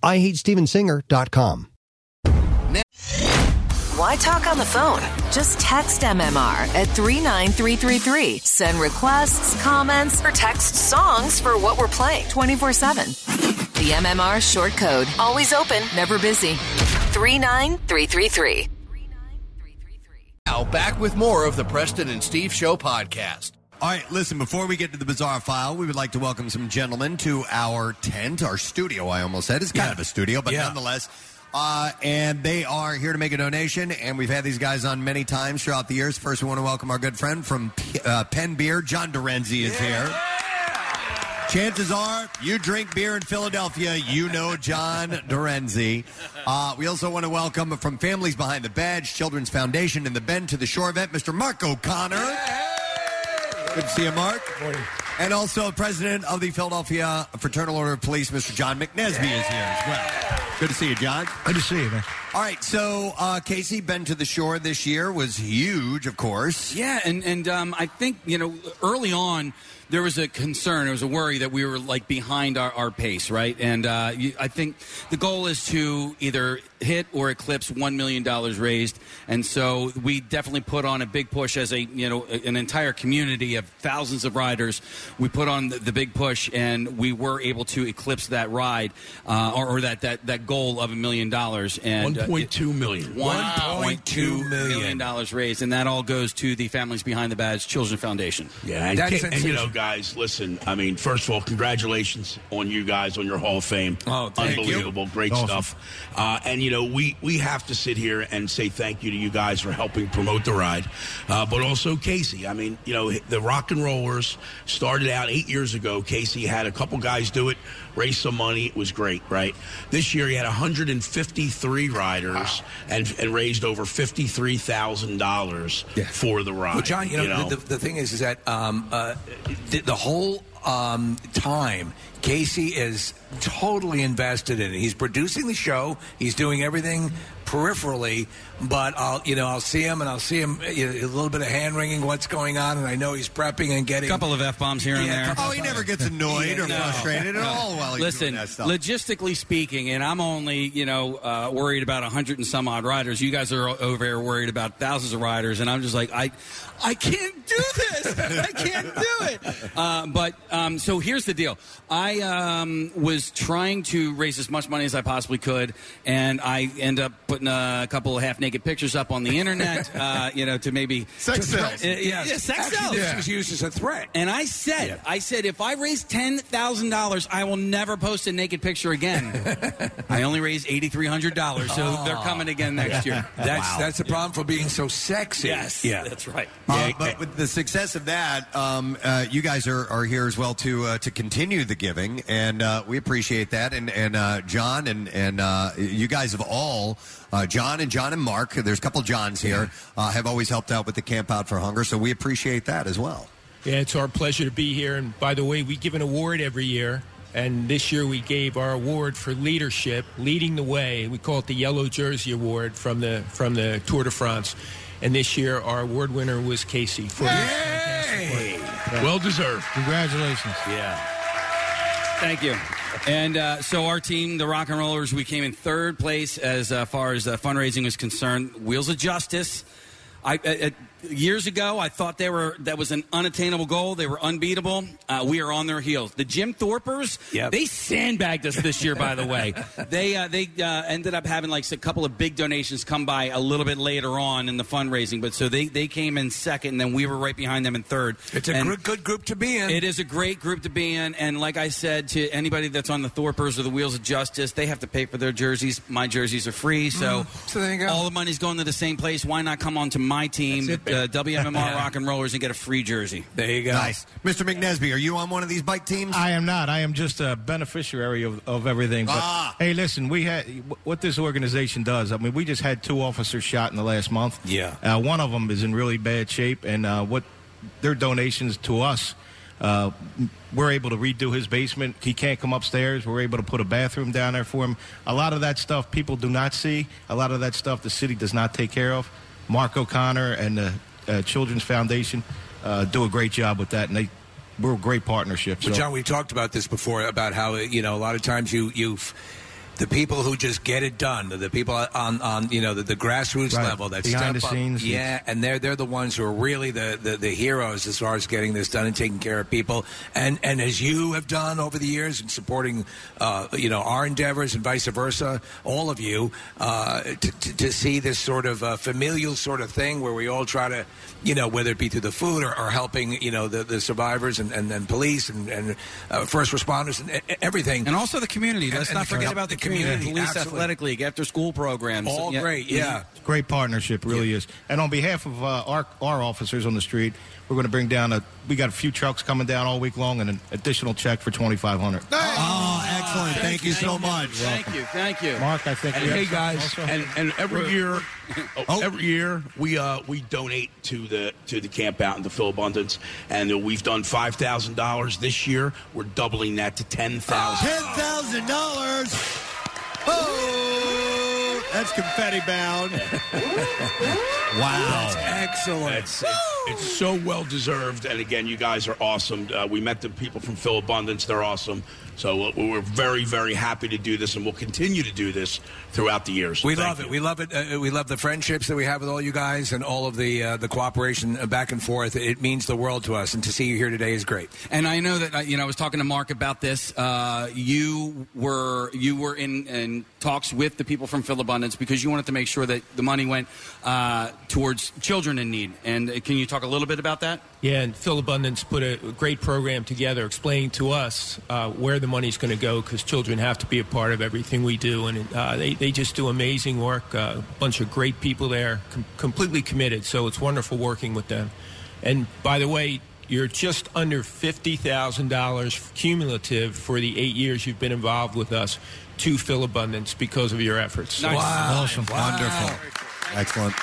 [SPEAKER 6] IHateStevensinger.com.
[SPEAKER 23] Why talk on the phone? Just text MMR at 39333. Send requests, comments, or text songs for what we're playing 24 7. The MMR short code. Always open, never busy. 39333.
[SPEAKER 7] Now back with more of the Preston and Steve Show podcast.
[SPEAKER 1] All right, listen, before we get to the bizarre file, we would like to welcome some gentlemen to our tent, our studio, I almost said. It's kind of a studio, but
[SPEAKER 3] Yeah.
[SPEAKER 1] nonetheless. Uh, and they are here to make a donation, and we've had these guys on many times throughout the years. First, we want to welcome our good friend from P- uh, Penn Beer, John Dorenzi is here. Chances are you drink beer in Philadelphia, you know John Dorenzi. Uh, we also want to welcome from Families Behind the Badge, Children's Foundation, and the Bend to the Shore event, Mr. Mark O'Connor. Good to see you, Mark.
[SPEAKER 4] Oh,
[SPEAKER 1] And also, President of the Philadelphia Fraternal Order of Police, Mr. John McNesby, is here as well. Good to see you, John.
[SPEAKER 24] Good to see you, man.
[SPEAKER 1] All right, so uh, Casey, Bend to the Shore this year was huge, of course.
[SPEAKER 4] Yeah, and and um, I think you know early on there was a concern, there was a worry that we were like behind our, our pace, right? And uh, you, I think the goal is to either hit or eclipse one million dollars raised, and so we definitely put on a big push as a you know a- an entire community of thousands of riders. We put on the, the big push, and we were able to eclipse that ride uh, or, or that, that that goal of a million dollars and uh, it-
[SPEAKER 24] 1.2 million.
[SPEAKER 4] $1.2 million dollars raised, and that all goes to the Families Behind the Badge Children Foundation.
[SPEAKER 24] Yeah, and, ca- and, you know, guys, listen. I mean, first of all, congratulations on you guys on your Hall of Fame. Oh,
[SPEAKER 4] thank you.
[SPEAKER 24] unbelievable, great
[SPEAKER 4] Awesome.
[SPEAKER 24] stuff. Uh, and you know, we we have to sit here and say thank you to you guys for helping promote the ride, uh, but also Casey. I mean, you know, the Rock and Rollers started out eight years ago. Casey had a couple guys do it, raise some money. It was great, right? This year, he had 153 riders and and raised over fifty three thousand dollars for the ride.
[SPEAKER 3] Well, John, you know, The, the, the thing is, is that um, uh, the, the whole um, time Casey is totally invested in it. He's producing the show. He's doing everything peripherally, but I'll, you know, I'll see him and I'll see him uh, you know, a little bit of hand wringing. What's going on? And I know he's prepping and getting a
[SPEAKER 4] couple of f bombs here and there.
[SPEAKER 1] Oh, he never gets annoyed or frustrated at all Oh, while he's
[SPEAKER 4] Listen,
[SPEAKER 1] doing that stuff.
[SPEAKER 4] logistically speaking, and I'm only you know uh, worried about a hundred and some odd riders. You guys are over there worried about thousands of riders, and I'm just like I, I can't do this. I can't do it. Uh, but um, so here's the deal. I um, was trying to raise as much money as I possibly could, and I end up putting a couple of half naked pictures up on the internet, uh, you know, to maybe
[SPEAKER 3] Sex
[SPEAKER 4] to-
[SPEAKER 3] sells.
[SPEAKER 4] Uh, yeah, yeah, sex
[SPEAKER 3] Actually,
[SPEAKER 4] sells.
[SPEAKER 3] this is used as a threat.
[SPEAKER 4] And I said, I said, if I raise ten thousand dollars, I will never post a naked picture again. I only raised eighty three hundred dollars, so
[SPEAKER 3] Oh.
[SPEAKER 4] they're coming again next year.
[SPEAKER 3] That's that's the problem for being so sexy. Um,
[SPEAKER 4] Yes, that's right.
[SPEAKER 1] Uh, but with the success of that, um, uh, you guys are, are here as well to uh, to continue the giving, and uh, we appreciate that. And and uh, John and and uh, you guys have all, uh, John and John and Mark. There's a couple Johns here uh, have always helped out with the Camp Out for Hunger, so we appreciate that as well.
[SPEAKER 25] Yeah, it's our pleasure to be here. And by the way, we give an award every year. And this year we gave our award for leadership, leading the way. We call it the Yellow Jersey Award from the from the Tour de France. And this year our award winner was Casey. For
[SPEAKER 24] Well deserved.
[SPEAKER 25] Congratulations.
[SPEAKER 24] Yeah.
[SPEAKER 4] Thank you. And uh, so our team, the Rock and Rollers, we came in third place as uh, far as uh, fundraising was concerned. Wheels of Justice. I, uh, uh, years ago, I thought they were that was an unattainable goal. They were unbeatable. Uh, we are on their heels. The Jim Thorpers,
[SPEAKER 25] Yep.
[SPEAKER 4] they sandbagged us this year. By the way, they uh, they uh, ended up having like a couple of big donations come by a little bit later on in the fundraising. But so they they came in second, and then we were right behind them in third.
[SPEAKER 3] It's a
[SPEAKER 4] And-
[SPEAKER 3] good, good group to be in.
[SPEAKER 4] it is a great group to be in, and like I said to anybody that's on the Thorpers or the Wheels of Justice, they have to pay for their jerseys. My jerseys are free, so
[SPEAKER 3] Mm-hmm. So there you go.
[SPEAKER 4] all the money's going to the same place. Why not come on to my team, uh, WMMR Rock and Rollers, and get a free jersey?
[SPEAKER 3] There you go.
[SPEAKER 1] Nice, Mr. McNesby. Are you on one of these bike teams?
[SPEAKER 25] I am not. I am just a beneficiary of, of everything. But
[SPEAKER 1] Ah.
[SPEAKER 25] hey, listen, we had what this organization does. I mean, we just had two officers shot in the last month.
[SPEAKER 3] Yeah.
[SPEAKER 25] Uh, one of them is in really bad shape, and uh, what their donations to us, uh, we're able to redo his basement. He can't come upstairs. We're able to put a bathroom down there for him. A lot of that stuff people do not see. A lot of that stuff the city does not take care of. Mark O'Connor and the uh, Children's Foundation uh, do a great job with that, and they we're a great partnership.
[SPEAKER 3] But John, we've talked about this before about how you know a lot of times you you the people who just get it done, the people on on you know the, the grassroots
[SPEAKER 25] Right.
[SPEAKER 3] level that
[SPEAKER 25] Behind
[SPEAKER 3] step
[SPEAKER 25] the
[SPEAKER 3] up,
[SPEAKER 25] scenes.
[SPEAKER 3] yeah, and they're they're the ones who are really the, the the heroes as far as getting this done and taking care of people, and and as you have done over the years and supporting uh, you know our endeavors and vice versa, all of you uh, to, to, to see this sort of uh, familial sort of thing where we all try to you know whether it be through the food or, or helping you know the, the survivors and and, and police and, and uh, first responders and e- everything,
[SPEAKER 4] and also the community. Let's not forget about the community, police
[SPEAKER 25] absolutely.
[SPEAKER 4] athletic league, after school programs.
[SPEAKER 25] All
[SPEAKER 3] great, yeah.
[SPEAKER 25] It's a Great partnership, really is. And on behalf of uh, our our officers on the street, we're going to bring down a. We got a few trucks coming down all week long, and an additional check for twenty five hundred.
[SPEAKER 1] Oh, excellent. Thank you so much.
[SPEAKER 4] Thank you, thank you,
[SPEAKER 25] Mark. I think
[SPEAKER 24] And
[SPEAKER 25] we have
[SPEAKER 24] hey
[SPEAKER 25] something
[SPEAKER 24] guys,
[SPEAKER 25] also.
[SPEAKER 24] and, and every
[SPEAKER 25] We're-
[SPEAKER 24] year, oh, every year we uh, we donate to the to the camp out in the Phil Abundance, and uh, we've done five thousand dollars this year. We're doubling that to ten thousand.
[SPEAKER 1] Ten thousand dollars. Oh, that's confetti bound.
[SPEAKER 24] Wow. excellent. It's, it's, it's so well deserved. And again, you guys are awesome. Uh, we met the people from Phil Abundance. They're awesome. So uh, we're very, very happy to do this, and we'll continue to do this throughout the years.
[SPEAKER 3] We
[SPEAKER 24] Thank
[SPEAKER 3] love it. We love it. Uh, we love the friendships that we have with all you guys and all of the uh, the cooperation uh, back and forth. It means the world to us, and to see you here today is great.
[SPEAKER 4] And I know that uh, you know I was talking to Mark about this. Uh, you were you were in, in talks with the people from Philabundance because you wanted to make sure that the money went uh, towards children in need. And uh, can you talk a little bit about that?
[SPEAKER 26] Yeah, and Phil Abundance put a great program together explaining to us uh, where the money's going to go because children have to be a part of everything we do. And uh, they, they just do amazing work. Uh, a bunch of great people there, com- completely committed. So it's wonderful working with them. And by the way, you're just under $50,000 cumulative for the eight years you've been involved with us to Phil Abundance because of your efforts.
[SPEAKER 1] Nice. Wow. Awesome. Wow. Wonderful. Excellent.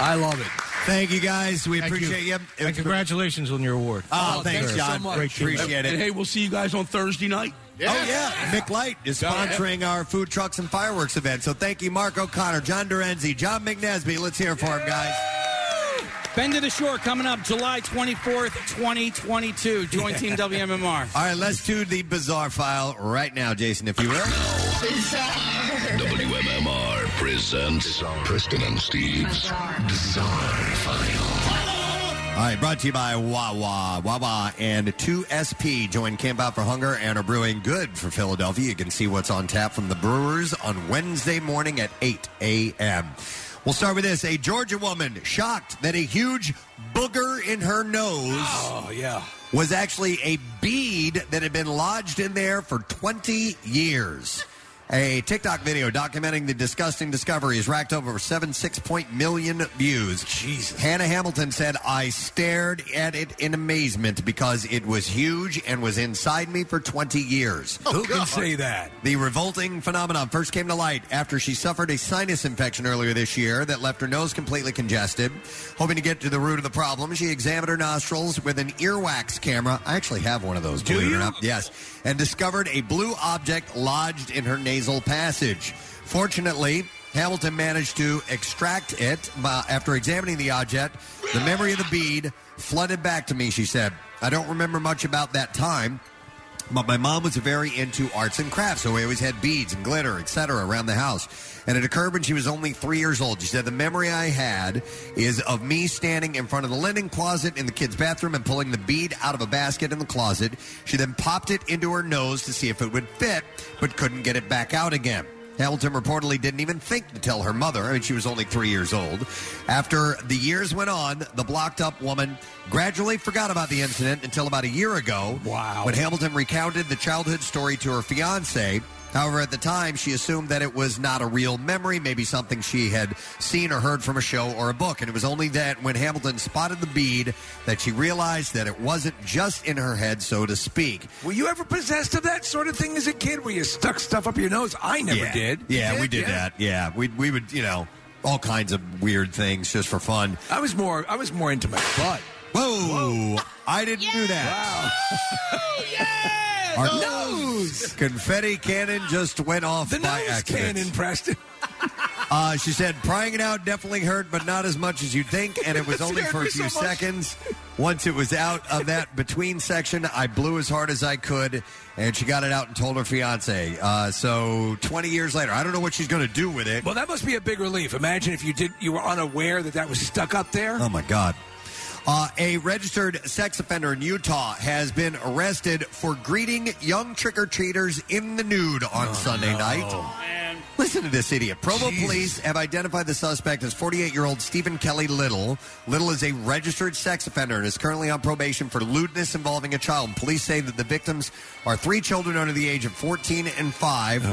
[SPEAKER 3] I love it.
[SPEAKER 1] Thank you guys. We
[SPEAKER 25] Thank
[SPEAKER 1] appreciate you.
[SPEAKER 25] you. And congratulations on your award.
[SPEAKER 1] Oh, thanks,
[SPEAKER 25] Sure.
[SPEAKER 1] John.
[SPEAKER 25] Great to-
[SPEAKER 1] appreciate it.
[SPEAKER 24] And hey, we'll see you guys on Thursday night.
[SPEAKER 1] Oh yeah, Mick Light is sponsoring our food trucks and fireworks event. So thank you, Mark O'Connor, John Dorenzi, John McNesby. Let's hear for him, guys.
[SPEAKER 4] Bend to the Shore coming up July 24th, 2022. Join Team WMMR.
[SPEAKER 1] All right, let's do the bizarre file right now, Jason, if you will.
[SPEAKER 15] WMMR presents Preston and Steve's Bizarre File.
[SPEAKER 1] All right, brought to you by Wawa. Wawa and 2SP join Camp Out for Hunger and are brewing good for Philadelphia. You can see what's on tap from the brewers on Wednesday morning at 8 a.m. We'll start with this. A Georgia woman shocked that a huge booger in her nose
[SPEAKER 3] Oh yeah.
[SPEAKER 1] was actually a bead that had been lodged in there for 20 years. A TikTok video documenting the disgusting discovery has racked over seven six point million views. Jesus. Hannah Hamilton said, I stared at it in amazement because it was huge and was inside me for 20 years.
[SPEAKER 3] Who can say that?
[SPEAKER 1] The revolting phenomenon first came to light after she suffered a sinus infection earlier this year that left her nose completely congested. Hoping to get to the root of the problem, she examined her nostrils with an earwax camera. I actually have one of those, believe it or not. Yes. And discovered a blue object lodged in her nasal passage. Fortunately, Hamilton managed to extract it by, after examining the object. The memory of the bead flooded back to me, she said. I don't remember much about that time. But my mom was very into arts and crafts, so we always had beads and glitter, etc., around the house. And it occurred when she was only three years old. She said, The memory I had is of me standing in front of the linen closet in the kids' bathroom and pulling the bead out of a basket in the closet. She then popped it into her nose to see if it would fit, but couldn't get it back out again. Hamilton reportedly didn't even think to tell her mother. I mean, she was only three years old. After the years went on, the blocked up woman gradually forgot about the incident until about a year ago. Wow. When Hamilton recounted the childhood story to her fiance. However, at the time, she assumed that it was not a real memory, maybe something she had seen or heard from a show or a book. And it was only that when Hamilton spotted the bead that she realized that it wasn't just in her head, so to speak.
[SPEAKER 3] Were you ever possessed of that sort of thing as a kid? Where you stuck stuff up your nose? I never
[SPEAKER 1] yeah.
[SPEAKER 3] did.
[SPEAKER 1] Yeah,
[SPEAKER 3] You
[SPEAKER 1] we did
[SPEAKER 3] Yeah.
[SPEAKER 1] that. Yeah, we we would you know all kinds of weird things just for fun.
[SPEAKER 3] I was more. I was more into my butt.
[SPEAKER 1] Whoa! I didn't do that. Wow! Our nose confetti cannon just went off
[SPEAKER 3] The
[SPEAKER 1] by
[SPEAKER 3] nose
[SPEAKER 1] accident.
[SPEAKER 3] cannon, Preston.
[SPEAKER 1] Uh, she said, prying it out definitely hurt, but not as much as you'd think, and it was
[SPEAKER 3] It
[SPEAKER 1] only
[SPEAKER 3] scared
[SPEAKER 1] for a
[SPEAKER 3] me
[SPEAKER 1] few
[SPEAKER 3] so much.
[SPEAKER 1] seconds. Once it was out of that between section, I blew as hard as I could, and she got it out and told her fiance. Uh, so 20 years later, I don't know what she's going to do with it.
[SPEAKER 3] Well, that must be a big relief. Imagine if you did. You were unaware that that was stuck up there.
[SPEAKER 1] Oh my God. Uh, a registered sex offender in Utah has been
[SPEAKER 3] Oh,
[SPEAKER 1] arrested for greeting young trick or treaters in the nude on Sunday night. Listen to this idiot. Provo police have identified the suspect as 48 year old Stephen Kelly Little. Little is a registered sex offender and is currently on probation for lewdness involving a child. Police say that the victims are three children under the age of 14 and 5, uh,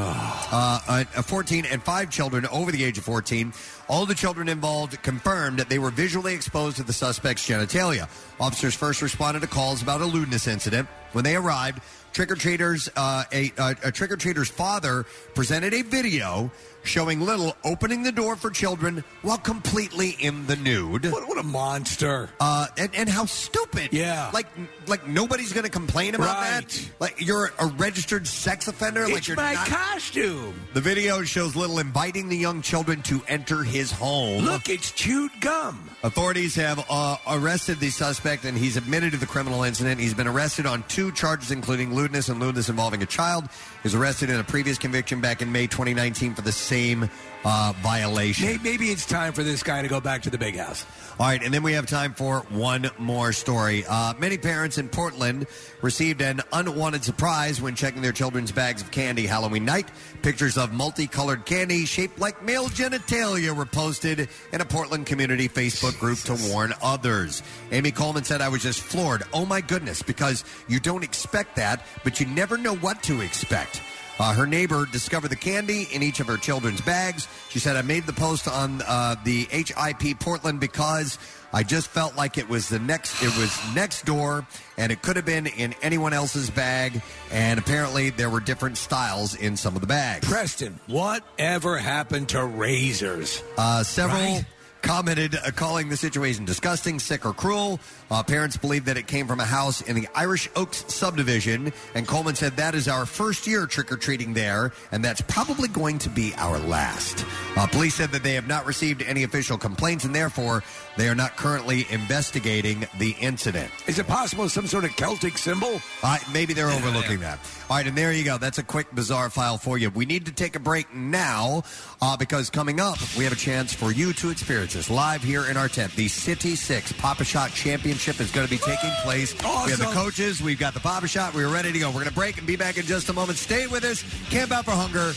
[SPEAKER 1] uh, 14 and 5 children over the age of 14. All the children involved confirmed that they were visually exposed to the suspect's genitalia. Officers first responded to calls about a lewdness incident. When they arrived, trick or treaters, uh, a, a, a trick or treater's father presented a video showing Little opening the door for children while completely in the nude. What,
[SPEAKER 3] what a monster!
[SPEAKER 1] Uh, and, and how stupid!
[SPEAKER 3] Yeah.
[SPEAKER 1] like like nobody's going to complain about that. Like you're a registered sex offender. like
[SPEAKER 3] it's
[SPEAKER 1] you're
[SPEAKER 3] my
[SPEAKER 1] not-
[SPEAKER 3] costume.
[SPEAKER 1] The video shows Little inviting the young children to enter his home.
[SPEAKER 3] Look, it's chewed gum.
[SPEAKER 1] Authorities have uh, arrested the suspect, and he's admitted to the criminal incident. He's been arrested on two charges, including lewdness and lewdness involving a child. He was arrested in a previous conviction back in May 2019 for the same uh, violation.
[SPEAKER 3] May- Maybe it's time for this guy to go back to the big house.
[SPEAKER 1] All right, and then we have time for one more story. Uh, many parents in Portland received an unwanted surprise when checking their children's bags of candy Halloween night. Pictures of multicolored candy shaped like male genitalia were posted in a Portland community Facebook group to warn others. Amy Coleman said, I was just floored. Oh my goodness, because you don't expect that, but you never know what to expect. Uh, her neighbor discovered the candy in each of her children's bags. She said, I made the post on uh, the HIP Portland because I just felt like it was the next, it was next door and it could have been in anyone else's bag. And apparently there were different styles in some of the bags.
[SPEAKER 3] Preston, whatever happened to razors?
[SPEAKER 1] Uh, several
[SPEAKER 3] Right?
[SPEAKER 1] commented uh, calling the situation disgusting, sick, or cruel. Uh, parents believe that it came from a house in the Irish Oaks subdivision, and Coleman said that is our first year trick or treating there, and that's probably going to be our last. Uh, police said that they have not received any official complaints, and therefore they are not currently investigating the incident.
[SPEAKER 3] Is it possible some sort of Celtic symbol?
[SPEAKER 1] Uh, maybe they're overlooking that. All right, and there you go. That's a quick bizarre file for you. We need to take a break now uh, because coming up, we have a chance for you to experience this live here in our tent. The City Six Papa Shot Championship is going to be taking place. We have the
[SPEAKER 3] Awesome.
[SPEAKER 1] coaches, we've got the Papa Shot. We're ready to go. We're going to break and be back in just a moment. Stay with us. Camp Out for Hunger,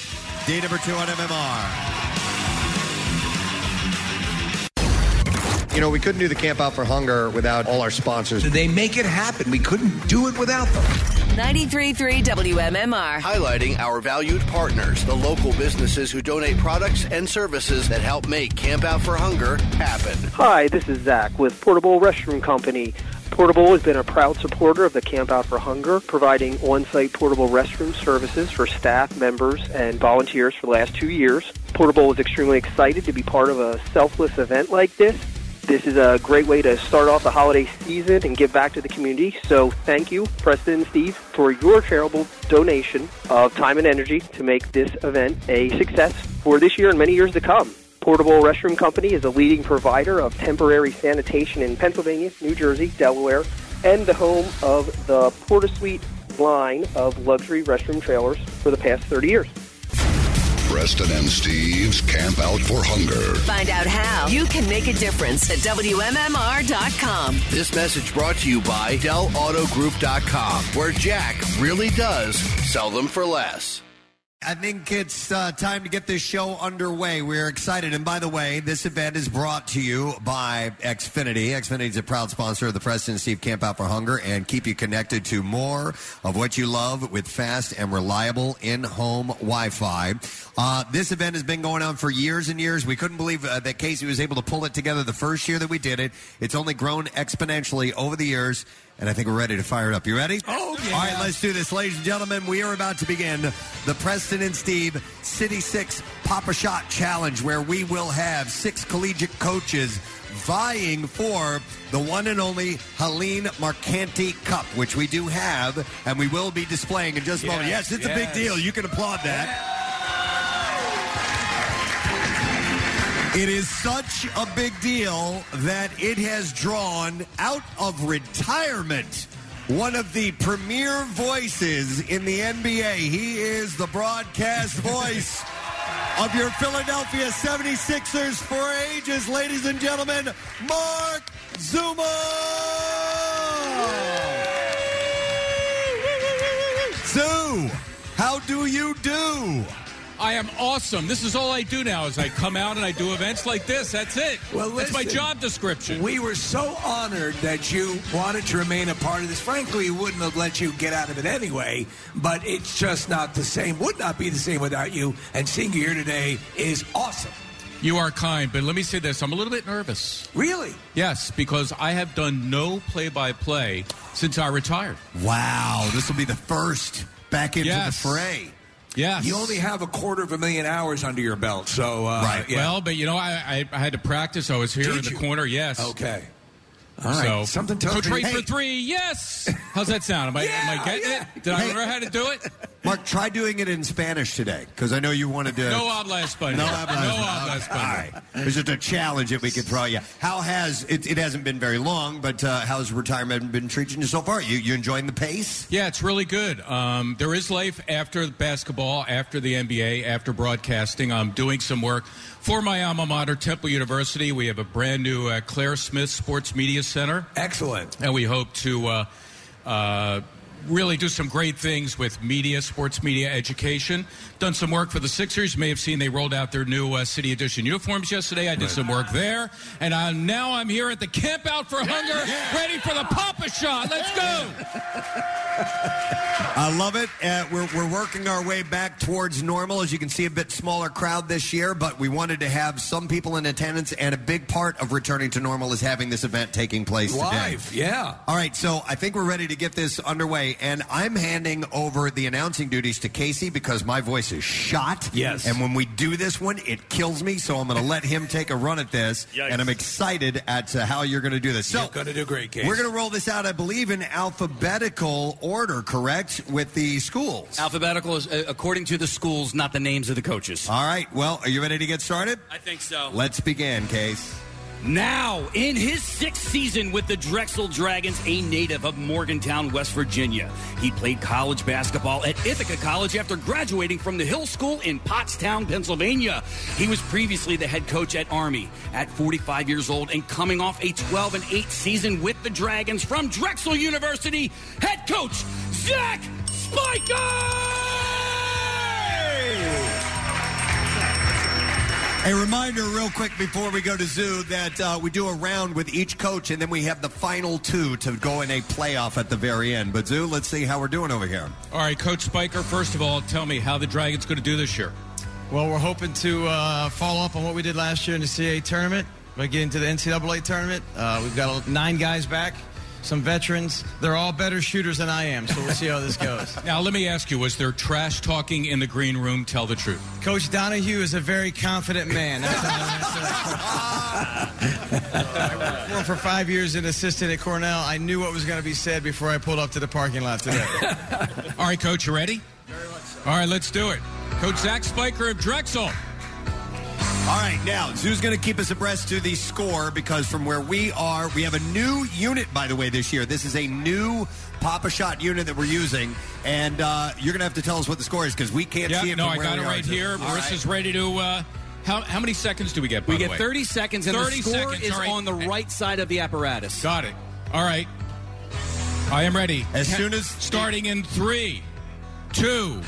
[SPEAKER 1] day number two on MMR. You know, we couldn't do the Camp Out for Hunger without all our sponsors.
[SPEAKER 3] They make it happen. We couldn't do it without them.
[SPEAKER 23] 93.3 WMMR.
[SPEAKER 7] Highlighting our valued partners, the local businesses who donate products and services that help make Camp Out for Hunger happen.
[SPEAKER 11] Hi, this is Zach with Portable Restroom Company. Portable has been a proud supporter of the Camp Out for Hunger, providing on site portable restroom services for staff, members, and volunteers for the last two years. Portable is extremely excited to be part of a selfless event like this. This is a great way to start off the holiday season and give back to the community. So, thank you, Preston and Steve, for your charitable donation of time and energy to make this event a success for this year and many years to come. Portable Restroom Company is a leading provider of temporary sanitation in Pennsylvania, New Jersey, Delaware, and the home of the Portasuite line of luxury restroom trailers for the past 30 years.
[SPEAKER 15] Preston and Steve's Camp Out for Hunger.
[SPEAKER 23] Find out how you can make a difference at WMMR.com.
[SPEAKER 7] This message brought to you by DellAutoGroup.com, where Jack really does sell them for less.
[SPEAKER 1] I think it's uh, time to get this show underway. We're excited. And by the way, this event is brought to you by Xfinity. Xfinity is a proud sponsor of the President Steve Camp Out for Hunger and keep you connected to more of what you love with fast and reliable in home Wi Fi. Uh, this event has been going on for years and years. We couldn't believe uh, that Casey was able to pull it together the first year that we did it. It's only grown exponentially over the years. And I think we're ready to fire it up. You ready? Oh, All right, let's do this. Ladies and gentlemen, we are about to begin the Preston and Steve City 6 Papa Shot Challenge, where we will have six collegiate coaches vying for the one and only Helene Marcanti Cup, which we do have, and we will be displaying in just a moment.
[SPEAKER 3] Yes,
[SPEAKER 1] Yes, it's a big
[SPEAKER 3] yes.
[SPEAKER 1] deal. You can applaud that. It is such a big deal that it has drawn out of retirement one of the premier voices in the NBA. He is the broadcast voice of your Philadelphia 76ers for ages, ladies and gentlemen, Mark Zuma! Zoo, how do you do?
[SPEAKER 9] I am awesome. This is all I do now is I come out and I do events like this. That's it.
[SPEAKER 3] Well,
[SPEAKER 9] That's my
[SPEAKER 3] listen,
[SPEAKER 9] job description.
[SPEAKER 3] We were so honored that you wanted to remain a part of this. Frankly, we wouldn't have let you get out of it anyway, but it's just not the same. Would not be the same without you. And seeing you here today is awesome.
[SPEAKER 9] You are kind, but let me say this. I'm a little bit nervous.
[SPEAKER 3] Really?
[SPEAKER 9] Yes, because I have done no play by play since I retired.
[SPEAKER 1] Wow, this will be the first
[SPEAKER 3] back
[SPEAKER 1] into the fray.
[SPEAKER 9] Yes.
[SPEAKER 3] You only have a quarter of a million hours under your belt, so uh, yeah.
[SPEAKER 9] Well, but you know, I, I, I had to practice. I was here
[SPEAKER 3] Did
[SPEAKER 9] in the
[SPEAKER 3] you?
[SPEAKER 9] corner. Yes.
[SPEAKER 3] Okay. All right.
[SPEAKER 9] So
[SPEAKER 3] Something tells me-
[SPEAKER 9] Portray
[SPEAKER 3] Hey.
[SPEAKER 9] for three. Yes. How's that sound? Am I, am I getting it? Did I remember how to do it?
[SPEAKER 1] Mark, try doing it in Spanish today because I know you wanted to.
[SPEAKER 9] No habla español.
[SPEAKER 1] No
[SPEAKER 9] No
[SPEAKER 1] habla
[SPEAKER 9] habla
[SPEAKER 1] español.
[SPEAKER 9] español.
[SPEAKER 1] All right. There's just a challenge that we could throw you. How has it? It hasn't been very long, but uh, how's retirement been treating you so far? You you enjoying the pace?
[SPEAKER 9] Yeah, it's really good. Um, there is life after basketball, after the NBA, after broadcasting. I'm doing some work for my alma mater, Temple University. We have a brand new uh, Claire Smith Sports Media Center.
[SPEAKER 3] Excellent.
[SPEAKER 9] And we hope to uh, uh, really do some great things with media, sports media education. Done some work for the Sixers. You may have seen they rolled out their new uh, City Edition uniforms yesterday. I did some work there. And I, now I'm here at the Camp Out for Hunger, ready for the Papa Shot. Let's go.
[SPEAKER 1] I love it. Uh, we're, we're working our way back towards normal. As you can see, a bit smaller crowd this year, but we wanted to have some people in attendance, and a big part of returning to normal is having this event taking place
[SPEAKER 3] Live,
[SPEAKER 1] today.
[SPEAKER 3] yeah.
[SPEAKER 1] All right, so I think we're ready to get this underway, and I'm handing over the announcing duties to Casey because my voice is shot.
[SPEAKER 3] Yes.
[SPEAKER 1] And when we do this one, it kills me, so I'm going to let him take a run at this,
[SPEAKER 3] Yikes.
[SPEAKER 1] and I'm excited at uh, how you're going to do this. So
[SPEAKER 3] You're gonna do great, Casey.
[SPEAKER 1] We're going to roll this out, I believe, in alphabetical order, correct, with the schools.
[SPEAKER 4] Alphabetical is uh, according to the schools, not the names of the coaches.
[SPEAKER 1] All right. Well, are you ready to get started?
[SPEAKER 4] I think so.
[SPEAKER 1] Let's begin, Case.
[SPEAKER 4] Now, in his sixth season with the Drexel Dragons, a native of Morgantown, West Virginia, he played college basketball at Ithaca College after graduating from the Hill School in Pottstown, Pennsylvania. He was previously the head coach at Army at 45 years old and coming off a 12 and 8 season with the Dragons from Drexel University, head coach Zach Spiker!
[SPEAKER 1] A reminder, real quick, before we go to Zoo, that uh, we do a round with each coach, and then we have the final two to go in a playoff at the very end. But, Zoo, let's see how we're doing over here.
[SPEAKER 9] All right, Coach Spiker, first of all, tell me how the Dragons going to do this year.
[SPEAKER 13] Well, we're hoping to uh, follow up on what we did last year in the CA tournament by getting to the NCAA tournament. Uh, we've got nine guys back, some veterans. They're all better shooters than I am, so we'll see how this goes.
[SPEAKER 9] Now, let me ask you, was there trash talking in the green room? Tell the truth.
[SPEAKER 13] Coach Donahue is a very confident man. That's all I'm gonna say. Well, for five years, an assistant at Cornell, I knew what was going to be said before I pulled up to the parking lot today.
[SPEAKER 9] All right, Coach, you ready? Very much so. All right, let's do it. Coach Zach Spiker of Drexel.
[SPEAKER 1] All right, now, Zoo's going to keep us abreast to the score because from where we are, we have a new unit, by the way, this year. This is a new Papa Shot unit that we're using, and uh, you're going to have to tell us what the score is because we can't see
[SPEAKER 9] Yeah,
[SPEAKER 1] it
[SPEAKER 9] no, I
[SPEAKER 1] from where
[SPEAKER 9] got
[SPEAKER 1] we
[SPEAKER 9] it
[SPEAKER 1] are,
[SPEAKER 9] right
[SPEAKER 1] Zoo.
[SPEAKER 9] here.
[SPEAKER 1] All
[SPEAKER 9] Marissa's ready to. Uh, how, how many seconds do we get? By
[SPEAKER 4] We
[SPEAKER 9] the
[SPEAKER 4] get
[SPEAKER 9] way?
[SPEAKER 4] 30 seconds, and
[SPEAKER 9] 30
[SPEAKER 4] the score
[SPEAKER 9] seconds,
[SPEAKER 4] is
[SPEAKER 9] all right.
[SPEAKER 4] on the right side of the apparatus.
[SPEAKER 9] Got it. All right. I am ready.
[SPEAKER 4] As
[SPEAKER 9] Ca-
[SPEAKER 4] soon as-
[SPEAKER 9] starting in three, two,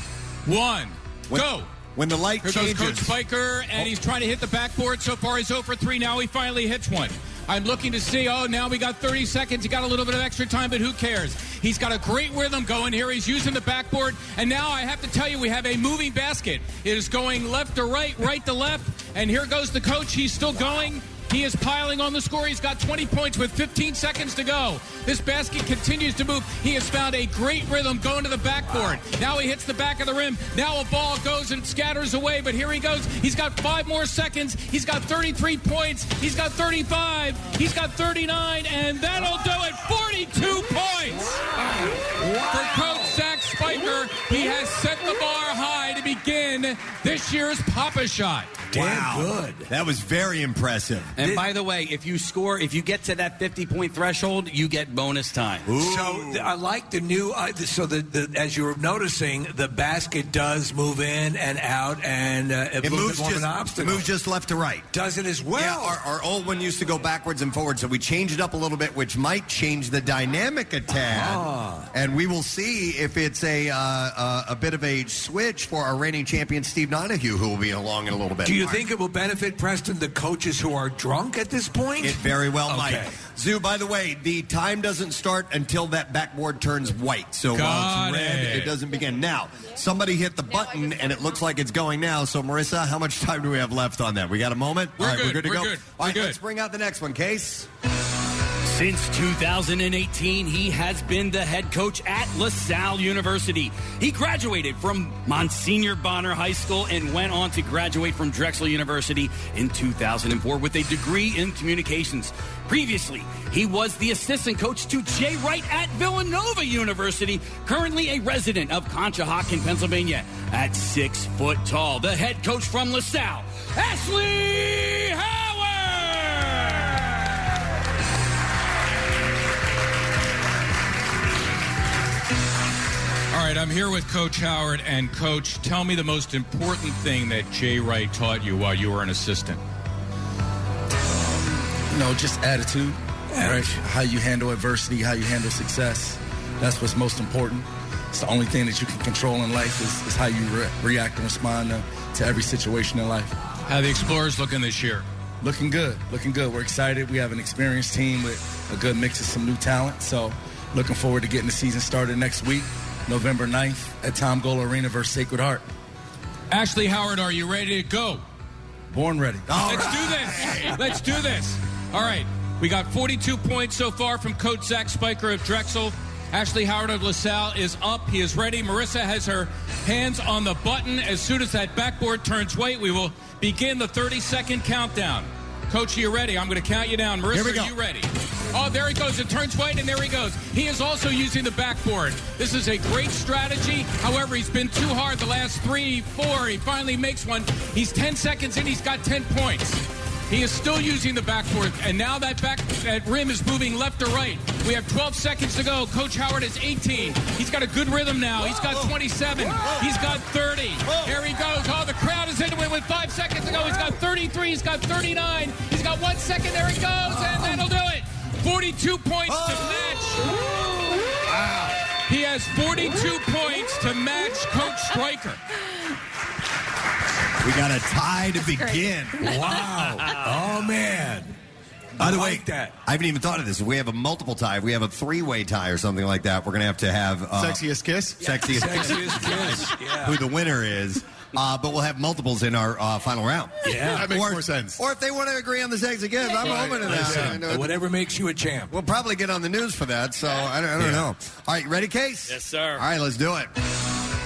[SPEAKER 9] one, go.
[SPEAKER 1] When the light
[SPEAKER 9] Here
[SPEAKER 1] changes-
[SPEAKER 9] goes Coach Spiker, and he's trying to hit the backboard. So far, he's 0 for 3. Now he finally hits one. I'm looking to see. Oh, now we got 30 seconds. He got a little bit of extra time, but who cares? He's got a great rhythm going here. He's using the backboard. And now I have to tell you, we have a moving basket. It is going left to right, right to left. And here goes the coach. He's still going. He is piling on the score. He's got 20 points with 15 seconds to go. This basket continues to move. He has found a great rhythm going to the backboard. Now he hits the back of the rim. Now a ball goes and scatters away, but here he goes. He's got five more seconds. He's got 33 points. He's got 35. He's got 39. And that'll do it. 42 points for Coach Zach Spiker. He has set the bar high to begin this year's Papa Shot.
[SPEAKER 1] Wow. That was very impressive.
[SPEAKER 4] And by the way, if you score, if you get to that 50 point threshold, you get bonus time.
[SPEAKER 3] So th- I like the new. I th- so the, the as you were noticing, the basket does move in and out, and uh,
[SPEAKER 1] It
[SPEAKER 3] a little
[SPEAKER 1] moves
[SPEAKER 3] bit more
[SPEAKER 1] just-
[SPEAKER 3] of an obstacle.
[SPEAKER 1] it moves just left to right.
[SPEAKER 3] Does it as well?
[SPEAKER 1] Yeah, our, our old one used to go backwards and forwards, so we changed it up a little bit, which might change the dynamic a tad.
[SPEAKER 3] Uh-huh.
[SPEAKER 1] And we will see if it's a uh, uh, a bit of a switch for our reigning champion Steve Donahue, who will be along in a little bit.
[SPEAKER 3] Do you
[SPEAKER 1] Mark.
[SPEAKER 3] think it will benefit Preston the coaches who are drunk at this point?
[SPEAKER 1] It very well
[SPEAKER 3] Okay.
[SPEAKER 1] might. Zoo, by the way, the time doesn't start until that backboard turns white. So while
[SPEAKER 3] Got
[SPEAKER 1] it's red,
[SPEAKER 3] it.
[SPEAKER 1] it. doesn't begin. Now, somebody hit the button and it looks like it's going now. So, Marissa, how much time do we have left on that? We got a moment?
[SPEAKER 14] We're
[SPEAKER 1] All right,
[SPEAKER 14] good,
[SPEAKER 1] we're good to
[SPEAKER 14] we're
[SPEAKER 1] go.
[SPEAKER 14] good,
[SPEAKER 1] All
[SPEAKER 14] we're
[SPEAKER 1] right,
[SPEAKER 14] good.
[SPEAKER 1] let's bring out the next one, Case.
[SPEAKER 4] Since 2018, he has been the head coach at LaSalle University. He graduated from Monsignor Bonner High School and went on to graduate from Drexel University in 2004 with a degree in communications. Previously, he was the assistant coach to Jay Wright at Villanova University, currently a resident of Conshohocken, Pennsylvania. At six foot tall, the head coach from LaSalle, Ashley
[SPEAKER 9] All right, I'm here with Coach Howard. And, Coach, tell me the most important thing that Jay Wright taught you while you were an assistant.
[SPEAKER 17] you know, just attitude, right? How you handle adversity, how you handle success. That's what's most important. It's the only thing that you can control in life is, is how you re- react and respond to, to every situation in life.
[SPEAKER 9] How Uh, the Explorers looking this year?
[SPEAKER 17] Looking good, looking good. We're excited. We have an experienced team with a good mix of some new talent. So, looking forward to getting the season started next week, November 9th at Tom Gola Arena versus Sacred Heart.
[SPEAKER 9] Ashley Howard, are you ready to go?
[SPEAKER 17] Born ready.
[SPEAKER 9] Let's do this. Let's do this. All right. We got 42 points so far from Coach Zach Spiker of Drexel. Ashley Howard of LaSalle is up. He is ready. Marissa has her hands on the button. As soon as that backboard turns white, we will begin the 30 second countdown. Coach, are you ready? I'm going to count you down. Marissa,
[SPEAKER 17] Here we go.
[SPEAKER 9] are you ready? Oh, there he goes. It turns white, and there he goes. He is also using the backboard. This is a great strategy. However, he's been too hard the last three, four. He finally makes one. He's 10 seconds in. He's got 10 points. He is still using the backboard, and now that back that rim is moving left to right. We have 12 seconds to go. Coach Howard is 18. He's got a good rhythm now. He's got 27. He's got 30. Here he goes. Oh, the crowd is into it with five seconds to go. He's got 33. He's got 39. He's got one second. There he goes, and that'll do it. 42 points to match. Wow. He has 42 points to match Coach Stryker.
[SPEAKER 1] We got a tie to begin.
[SPEAKER 9] great.
[SPEAKER 1] Wow. oh, man. By the way, I haven't even thought of this. If we have a multiple tie, if we have a three way tie or something like that, we're going to have to have. Uh,
[SPEAKER 5] Sexiest kiss?
[SPEAKER 1] Sexiest,
[SPEAKER 5] Sexiest
[SPEAKER 1] kiss. Who the winner is. Uh, but we'll have multiples in our uh, final round.
[SPEAKER 5] Yeah. That makes
[SPEAKER 1] or,
[SPEAKER 5] more sense.
[SPEAKER 1] Or if they want to agree on the sex again, I'm
[SPEAKER 5] Right.
[SPEAKER 1] open to that.
[SPEAKER 5] Listen,
[SPEAKER 1] I know-
[SPEAKER 3] Whatever makes you a champ.
[SPEAKER 1] We'll probably get on the news for that, so I don't, I don't
[SPEAKER 3] Yeah.
[SPEAKER 1] know. All right, you ready, Case?
[SPEAKER 4] Yes, sir.
[SPEAKER 1] All right, let's do it.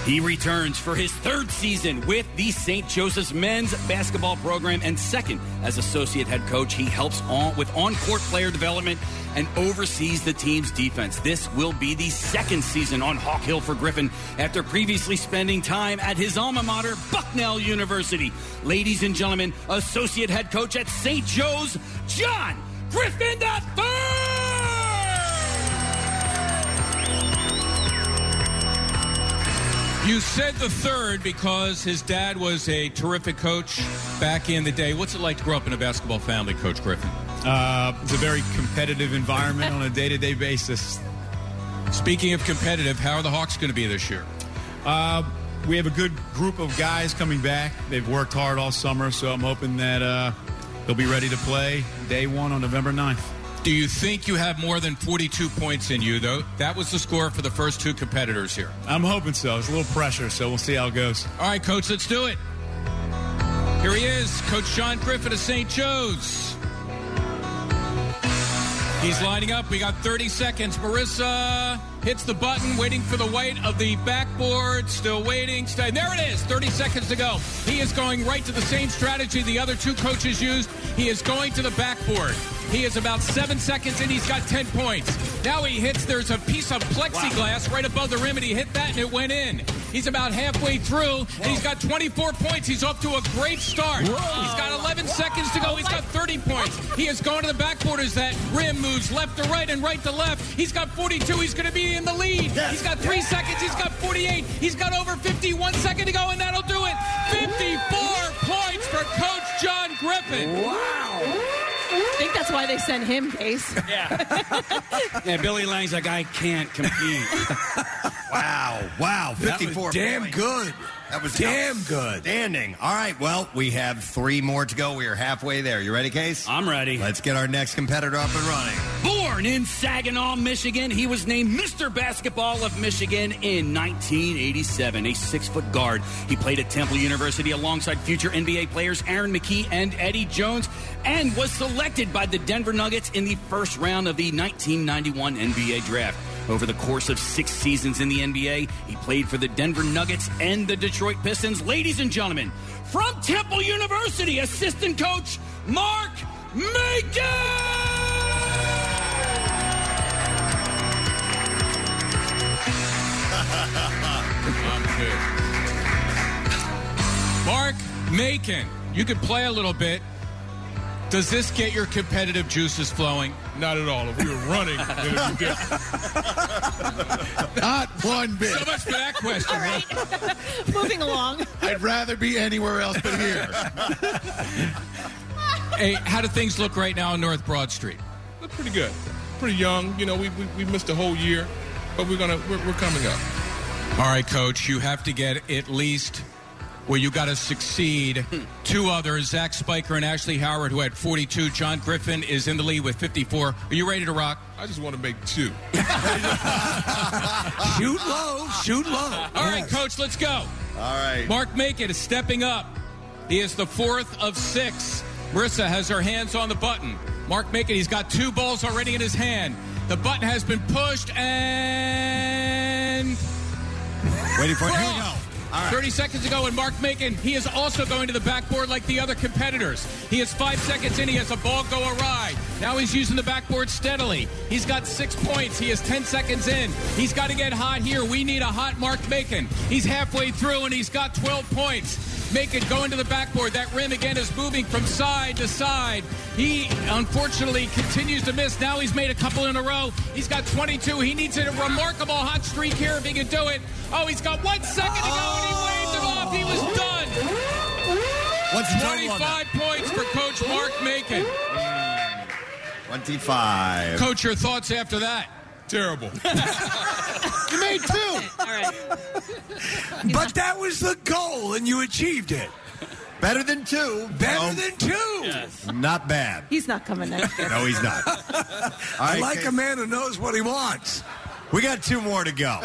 [SPEAKER 4] He returns for his third season with the St. Joseph's men's basketball program and second as associate head coach. He helps on with on-court player development and oversees the team's defense. This will be the second season on Hawk Hill for Griffin after previously spending time at his alma mater, Bucknell University. Ladies and gentlemen, associate head coach at St. Joe's, John Griffin the
[SPEAKER 9] You said the third because his dad was a terrific coach back in the day. What's it like to grow up in a basketball family, Coach Griffin?
[SPEAKER 14] Uh, it's a very competitive environment on a day to day basis.
[SPEAKER 9] Speaking of competitive, how are the Hawks going to be this year?
[SPEAKER 14] Uh, we have a good group of guys coming back. They've worked hard all summer, so I'm hoping that uh, they'll be ready to play day one on November 9th.
[SPEAKER 9] Do you think you have more than 42 points in you, though? That was the score for the first two competitors here.
[SPEAKER 14] I'm hoping so. It's a little pressure, so we'll see how it goes.
[SPEAKER 9] All right, Coach, let's do it. Here he is, Coach John Griffin of St. Joe's. He's lining up. We got 30 seconds. Marissa hits the button, waiting for the weight of the backboard. Still waiting. Stay. There it is. 30 seconds to go. He is going right to the same strategy the other two coaches used. He is going to the backboard. He is about seven seconds and he's got 10 points. Now he hits, there's a piece of plexiglass right above the rim and he hit that and it went in. He's about halfway through and he's got 24 points. He's off to a great start.
[SPEAKER 18] Whoa.
[SPEAKER 9] He's got 11 seconds to go. He's got 30 points. He has gone to the backboard as that rim moves left to right and right to left. He's got 42. He's going to be in the lead. He's got three seconds. He's got 48. He's got over 50. One second to go and that'll do it. 54 points for Coach John Griffin.
[SPEAKER 12] I think that's why they sent him, Case.
[SPEAKER 4] Yeah, Billy Lang's like, I can't compete.
[SPEAKER 1] Wow, wow,
[SPEAKER 4] That was
[SPEAKER 1] 54.
[SPEAKER 4] damn
[SPEAKER 1] good. That was damn good. Standing. All right, well, we have three more to go. We are halfway there. You ready, Case? I'm ready. Let's get our next competitor up and running.
[SPEAKER 4] Born in Saginaw, Michigan, he was named Mr. Basketball of Michigan in 1987. A six foot guard. He played at Temple University alongside future NBA players Aaron McKee and Eddie Jones and was selected by the Denver Nuggets in the first round of the 1991 NBA draft. Over the course of six seasons in the NBA, he played for the Denver Nuggets and the Detroit Pistons. Ladies and gentlemen, from Temple University, assistant coach Mark Macon!
[SPEAKER 9] Mark Macon, you could play a little bit. Does this get your competitive juices flowing? Not at all. If we were running, it would be different.
[SPEAKER 5] Not one bit.
[SPEAKER 9] So much for that question.
[SPEAKER 12] Moving along.
[SPEAKER 5] I'd rather be anywhere else but here.
[SPEAKER 9] Hey, how do things look right now on North Broad Street?
[SPEAKER 19] Look pretty good. Pretty young. You know, we, we, we missed a whole year, but we're gonna we're, we're coming up.
[SPEAKER 9] All right, coach, you have to get at least where you got to succeed. Two others, Zach Spiker and Ashley Howard, who had 42. John Griffin is in the lead with 54. Are you ready to rock?
[SPEAKER 19] I just want to make two.
[SPEAKER 9] shoot low, shoot low. All right, coach, let's go. All
[SPEAKER 5] right.
[SPEAKER 9] Mark Macon is stepping up. He is the fourth of six. Marissa has her hands on the button. Mark Macon, he's got two balls already in his hand. The button has been pushed and.
[SPEAKER 1] Waiting for it. Here we
[SPEAKER 9] Cross.
[SPEAKER 1] All right.
[SPEAKER 9] 30 seconds ago, and Mark Macon, he is also going to the backboard like the other competitors. He is five seconds in. He has a ball go awry. Now he's using the backboard steadily. He's got six points. He is 10 seconds in. He's got to get hot here. We need a hot Mark Macon. He's halfway through, and he's got 12 points. Macon going to the backboard. That rim again is moving from side to side. He unfortunately continues to miss. Now he's made a couple in a row. He's got 22. He needs a remarkable hot streak here if he can do it. Oh, he's got one second to go, and he waved it off. He was done.
[SPEAKER 1] What's the total on
[SPEAKER 9] 25 points for Coach Mark Macon.
[SPEAKER 1] 25.
[SPEAKER 9] Coach, your thoughts after that?
[SPEAKER 19] Terrible.
[SPEAKER 3] You made two. All right. But that was the goal, and you achieved it.
[SPEAKER 1] Better than two.
[SPEAKER 3] Better
[SPEAKER 1] No.
[SPEAKER 3] than two.
[SPEAKER 1] Not bad.
[SPEAKER 12] He's not coming next year.
[SPEAKER 1] No, he's not.
[SPEAKER 3] I like a man who knows what he wants.
[SPEAKER 1] We got two more to go.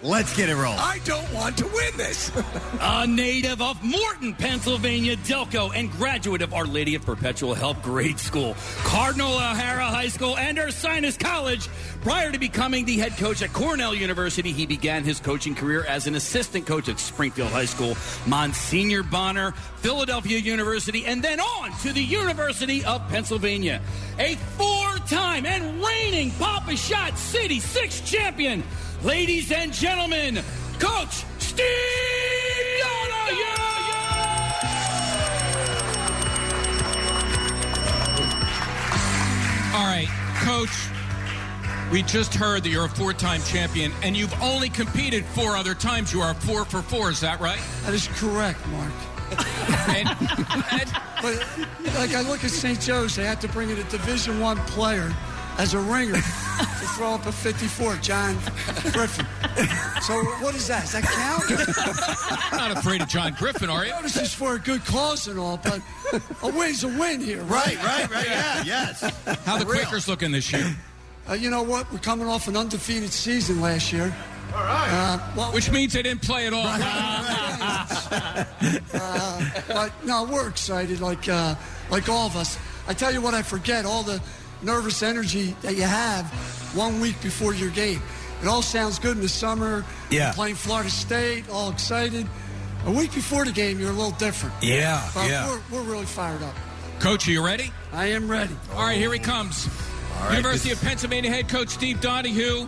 [SPEAKER 1] Let's get it rolling.
[SPEAKER 3] I don't want to win this.
[SPEAKER 4] A native of Morton, Pennsylvania, Delco, and graduate of Our Lady of Perpetual Help Grade School, Cardinal O'Hara High School, and Ursinus College. Prior to becoming the head coach at Cornell University, he began his coaching career as an assistant coach at Springfield High School, Monsignor Bonner, Philadelphia University, and then on to the University of Pennsylvania. A four time and reigning Papa Shot City Six champion, ladies and gentlemen, Coach Steve!
[SPEAKER 9] All right, Coach, we just heard that you're a four time champion, and you've only competed four other times. You are four for four, is that right?
[SPEAKER 27] That is correct, Mark. but like I look at St. Joe's, they had to bring in a Division One player as a ringer to throw up a 54, John Griffin. So what is that? Does that count?
[SPEAKER 9] I'm not afraid of John Griffin, are you?
[SPEAKER 27] This is for a good cause and all, but a win's a win here, right?
[SPEAKER 1] Right, right, yeah, yes.
[SPEAKER 9] How the Quakers looking this year?
[SPEAKER 27] Uh, you know what? We're coming off an undefeated season last year. All right. Uh, well,
[SPEAKER 9] Which means they didn't play at all.
[SPEAKER 27] uh, but no, we're excited, like uh, like all of us. I tell you what, I forget all the nervous energy that you have one week before your game. It all sounds good in the summer.
[SPEAKER 3] Yeah.
[SPEAKER 27] playing Florida State, all excited. A week before the game, you're a little different.
[SPEAKER 3] Yeah,
[SPEAKER 27] But
[SPEAKER 3] yeah.
[SPEAKER 27] We're, we're really fired up.
[SPEAKER 9] Coach, are you ready?
[SPEAKER 27] I am ready.
[SPEAKER 9] All right, here he comes.
[SPEAKER 27] right,
[SPEAKER 9] University of Pennsylvania head coach Steve Donahue.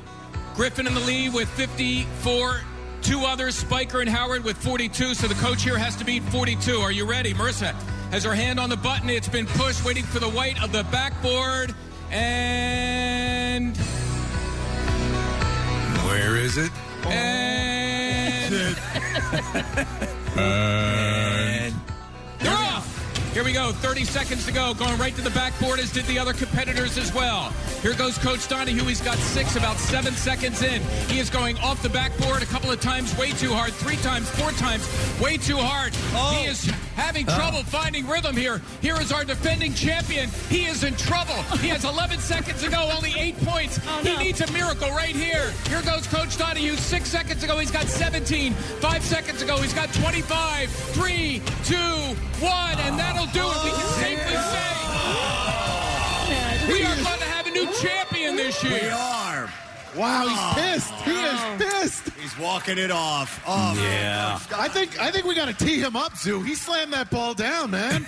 [SPEAKER 9] Griffin in the lead with 54. Two others, Spiker and Howard with 42. So the coach here has to beat 42. Are you ready? Marissa has her hand on the button. It's been pushed, waiting for the white of the backboard. And.
[SPEAKER 3] Where is it?
[SPEAKER 9] And.
[SPEAKER 3] And
[SPEAKER 9] They're off. Here we go. 30 seconds to go. Going right to the backboard, as did the other competitors as well. Here goes Coach Donahue. He's got six, about seven seconds in. He is going off the backboard a couple of times, way too hard. Three times, four times, way too hard. He is having
[SPEAKER 3] Oh.
[SPEAKER 9] trouble finding rhythm here. Here is our defending champion. He is in trouble. He has 11 seconds to go, only eight points.
[SPEAKER 1] Oh,
[SPEAKER 9] He needs a miracle right here. Here goes Coach Donahue. Six seconds ago, he's got 17. Five seconds ago, he's got 25. Three, two, one, and that'll do it. We can safely say we are going to have a new champion this year.
[SPEAKER 1] We are.
[SPEAKER 5] Wow, he's
[SPEAKER 1] Oh.
[SPEAKER 5] pissed. He is pissed.
[SPEAKER 1] He's walking it off. Oh,
[SPEAKER 5] yeah. I think I think we got to tee him up, Zoo. He slammed that ball down, man.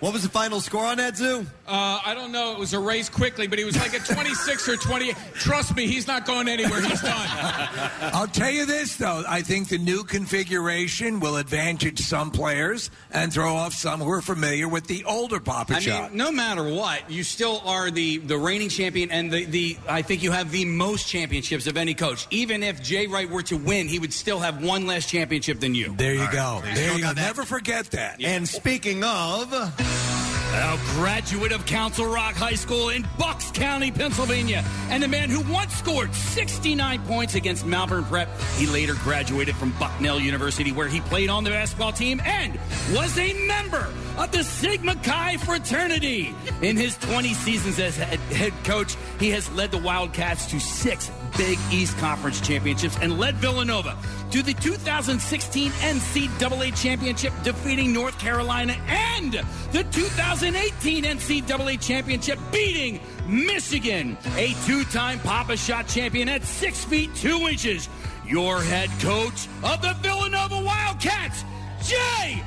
[SPEAKER 1] What was the final score on that, Zoo?
[SPEAKER 9] Uh, I don't know. It was erased quickly, but he was like a 26 or 28. Trust me, he's not going anywhere. He's done.
[SPEAKER 3] I'll tell you this though, I think the new configuration will advantage some players and throw off some who are familiar with the older Papa
[SPEAKER 4] I
[SPEAKER 3] John's.
[SPEAKER 4] mean, no matter what, you still are the, the reigning champion, and the, the I think you have the most championships of any coach. Even if Jay Wright were to win, he would still have one less championship than you.
[SPEAKER 3] There you go. There you go. Never forget that.
[SPEAKER 1] And speaking of,
[SPEAKER 4] a graduate of Council Rock High School in Bucks County, Pennsylvania, and the man who once scored 69 points against Malvern Prep. He later graduated from Bucknell University, where he played on the basketball team and was a member of the Sigma Chi fraternity. In his 20 seasons as head head coach, he has led the Wildcats to six Big East Conference championships and led Villanova to the 2016 NCAA championship, defeating North Carolina, and the 2018 NCAA championship, beating Michigan. A two time Papa Shot champion at six feet two inches, your head coach of the Villanova Wildcats, Jay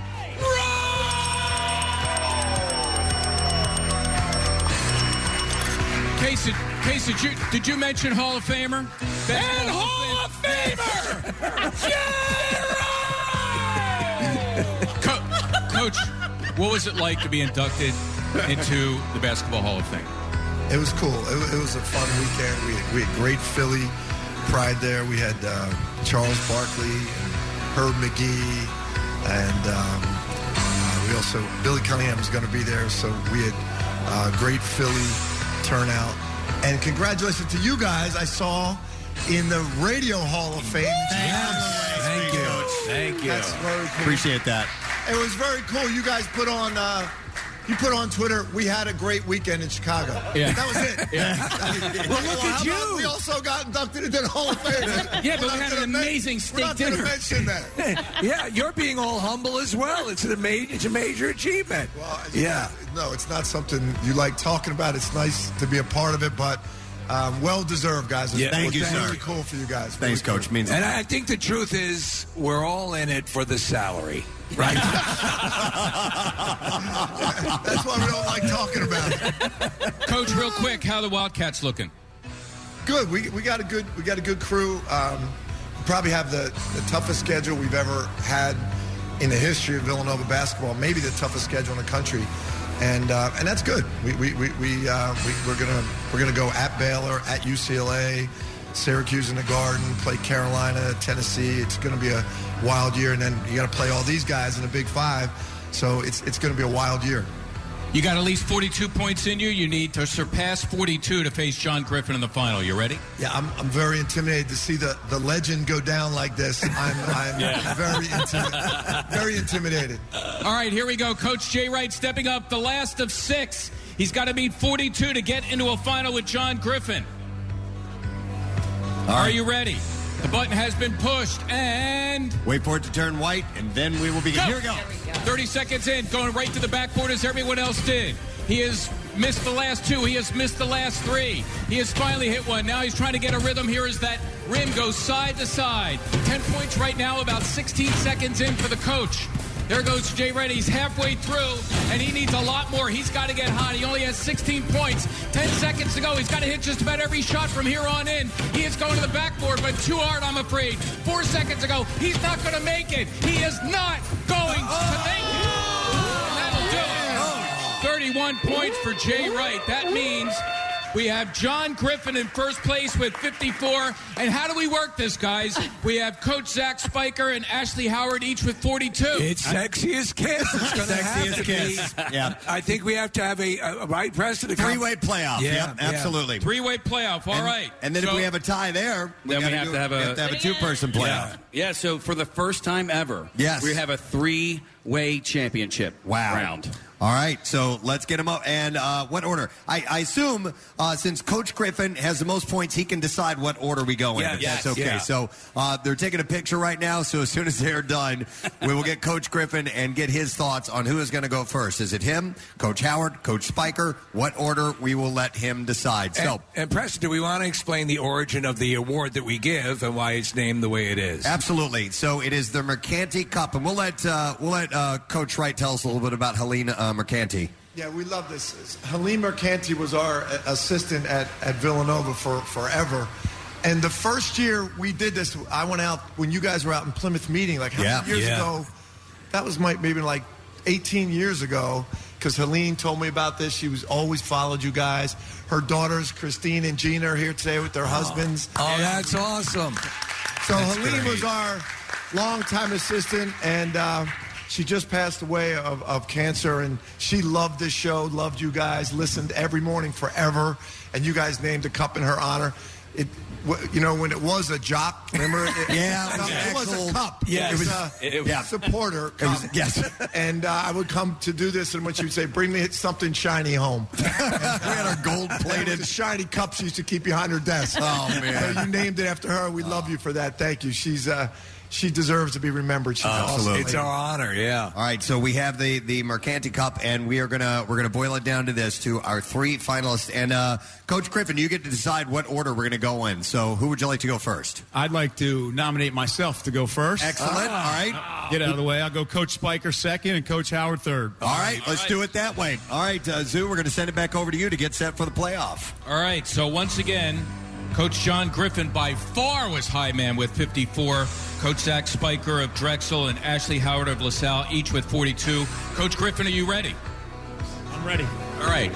[SPEAKER 9] Casey, Casey, did you, did you mention Hall of Famer? and Hall of Famer! Coach, what was it like to be inducted into the Basketball Hall of Fame?
[SPEAKER 18] It was cool. It, wa- it was a fun weekend. We had, we had great Philly pride there. We had uh, Charles Barkley, and Herb McGee, and um, uh, we also Billy Cunningham was going to be there. So we had uh, great Philly turnout. And congratulations to you guys. I saw in the Radio Hall of Fame.
[SPEAKER 3] Thank you. Thank you.
[SPEAKER 18] That's very cool.
[SPEAKER 1] appreciate that.
[SPEAKER 18] It was very cool. You guys put on. Uh, you put on Twitter, we had a great weekend in Chicago.
[SPEAKER 3] Yeah.
[SPEAKER 18] That was it.
[SPEAKER 3] Well, look at
[SPEAKER 18] how about
[SPEAKER 3] you.
[SPEAKER 18] We also got inducted into the Hall of Fame.
[SPEAKER 3] Yeah,
[SPEAKER 18] We're
[SPEAKER 3] but we
[SPEAKER 18] not
[SPEAKER 3] had
[SPEAKER 18] gonna
[SPEAKER 3] an
[SPEAKER 18] men-
[SPEAKER 3] amazing steak
[SPEAKER 18] We're not gonna
[SPEAKER 3] dinner.
[SPEAKER 18] mention that.
[SPEAKER 3] yeah, you're being all humble as well. It's a major, it's a major achievement. yeah.
[SPEAKER 18] No, it's not something you like talking about. It's nice to be a part of it, but um, well deserved, guys.
[SPEAKER 3] Yeah, thank you,
[SPEAKER 18] It's
[SPEAKER 3] sir.
[SPEAKER 18] Really cool for you guys.
[SPEAKER 3] Thanks,
[SPEAKER 18] Really
[SPEAKER 3] Coach. and I think the truth is, we're all in it for the salary, right?
[SPEAKER 18] That's why we don't like talking about it.
[SPEAKER 9] Coach, real quick, how the Wildcats looking?
[SPEAKER 18] Good. We, we got a good we got a good crew. Um, we probably have the, the toughest schedule we've ever had in the history of Villanova basketball. Maybe the toughest schedule in the country, and uh, and that's good. We we we, we, uh, we we're gonna we're gonna go at Baylor, at UCLA, Syracuse in the Garden, play Carolina, Tennessee. It's gonna be a wild year, and then you got to play all these guys in the Big Five. So it's it's gonna be a wild year.
[SPEAKER 9] You got at least 42 points in you. You need to surpass 42 to face John Griffin in the final. You ready?
[SPEAKER 18] Yeah, I'm, I'm very intimidated to see the, the legend go down like this. I'm, I'm
[SPEAKER 9] Yeah.
[SPEAKER 18] very, inti- very intimidated.
[SPEAKER 9] All right, here we go. Coach Jay Wright stepping up, the last of six. He's got to beat 42 to get into a final with John Griffin. Are you ready? The button has been pushed and.
[SPEAKER 1] Wait for it to turn white, and then we will begin. Here we go.
[SPEAKER 9] 30 seconds in, going right to the backboard as everyone else did. He has missed the last two. He has missed the last three. He has finally hit one. Now he's trying to get a rhythm. Here is that rim goes side to side. 10 points right now, about 16 seconds in for the coach. There goes Jay Reddy. He's halfway through, and he needs a lot more. He's got to get hot. He only has 16 points. 10 seconds to go. He's got to hit just about every shot from here on in. He is going to the backboard, but too hard, I'm afraid. Four seconds ago, he's not going to make it. He is not going to make it. That'll do it. 31 points for Jay Wright. That means we have John Griffin in first place with 54. And how do we work this, guys? We have Coach Zach Spiker and Ashley Howard each with 42.
[SPEAKER 3] It's sexiest kiss. It's gonna have to be.
[SPEAKER 9] Yeah.
[SPEAKER 3] I think we have to have a, a right president.
[SPEAKER 1] Three-way playoff. Yep, absolutely.
[SPEAKER 9] Three-way playoff. All right.
[SPEAKER 1] and, And then
[SPEAKER 4] So-
[SPEAKER 1] if we have a tie there, we
[SPEAKER 4] Then we
[SPEAKER 1] gotta
[SPEAKER 4] have
[SPEAKER 1] do-
[SPEAKER 4] to have a,
[SPEAKER 1] we two-person playoff.
[SPEAKER 4] Yeah. Yeah, so for the first time ever,
[SPEAKER 1] Yes.
[SPEAKER 4] we have a three way championship
[SPEAKER 1] Wow.
[SPEAKER 4] round.
[SPEAKER 1] All right, so let's get him up. And uh, what order? I, I assume uh, since Coach Griffin has the most points, he can decide what order we go in.
[SPEAKER 3] Yes.
[SPEAKER 1] If
[SPEAKER 3] Yes.
[SPEAKER 1] that's okay.
[SPEAKER 3] Yeah.
[SPEAKER 1] So uh, they're taking a picture right now. So as soon as they're done, we will get Coach Griffin and get his thoughts on who is going to go first. Is it him, Coach Howard, Coach Spiker? What order? We will let him decide. So.
[SPEAKER 3] And, and Preston, do we want to explain the origin of the award that we give and why it's named the way it is?
[SPEAKER 1] Absolutely. So it is the Mercanti Cup, and we'll let uh, we'll let uh, Coach Wright tell us a little bit about Helena uh, Mercanti.
[SPEAKER 18] Yeah, we love this. Helene Mercanti was our uh, assistant at, at Villanova for forever. And the first year we did this, I went out when you guys were out in Plymouth meeting, like how
[SPEAKER 20] Yeah.
[SPEAKER 18] many years
[SPEAKER 20] Yeah.
[SPEAKER 18] ago? That was my, maybe like 18 years ago, because Helene told me about this. She was always followed you guys. Her daughters, Christine and Gina, are here today with their husbands.
[SPEAKER 3] Oh, that's awesome.
[SPEAKER 18] So
[SPEAKER 3] That's
[SPEAKER 18] Helene
[SPEAKER 3] great.
[SPEAKER 18] was our longtime assistant, and uh, she just passed away of, of cancer. And she loved this show, loved you guys, listened every morning forever. And you guys named a cup in her honor. It, w- you know, when it was a jock, remember? It,
[SPEAKER 1] Yeah,
[SPEAKER 18] no, it was
[SPEAKER 1] actual-
[SPEAKER 18] a cup.
[SPEAKER 1] Yes.
[SPEAKER 18] it was a
[SPEAKER 1] It was-
[SPEAKER 18] supporter.
[SPEAKER 1] It was-
[SPEAKER 18] cup.
[SPEAKER 1] yes.
[SPEAKER 18] and uh, I would come to do this, and what she would say, "Bring me something shiny home." we had
[SPEAKER 1] our gold-plated
[SPEAKER 18] shiny cups you used to keep behind her desk.
[SPEAKER 1] Oh, man.
[SPEAKER 18] So you named it after her. We love you for that. Thank you. She's uh, she deserves to be remembered. She's an awesome
[SPEAKER 1] Oh, Absolutely.
[SPEAKER 18] lady.
[SPEAKER 3] honor, yeah.
[SPEAKER 1] All right, so we have the the Mercanti Cup, and we are gonna we're gonna boil it down to this to our three finalists. And uh, Coach Griffin, you get to decide what order we're gonna go in. So who would you like to go first?
[SPEAKER 14] I'd like to nominate myself to go first. Ah.
[SPEAKER 1] Excellent. All right.
[SPEAKER 14] Get out of the way. I'll go Coach Spiker second and Coach Howard third.
[SPEAKER 1] All right, let's do it that way. All right, uh, Zoo, we're gonna send it back over to you to get set for the playoff.
[SPEAKER 9] All right, so once again, Coach John Griffin by far was high man with 54. Coach Zach Spiker of Drexel and Ashley Howard of LaSalle, each with 42. Coach Griffin, are you ready?
[SPEAKER 2] I'm ready.
[SPEAKER 9] All right,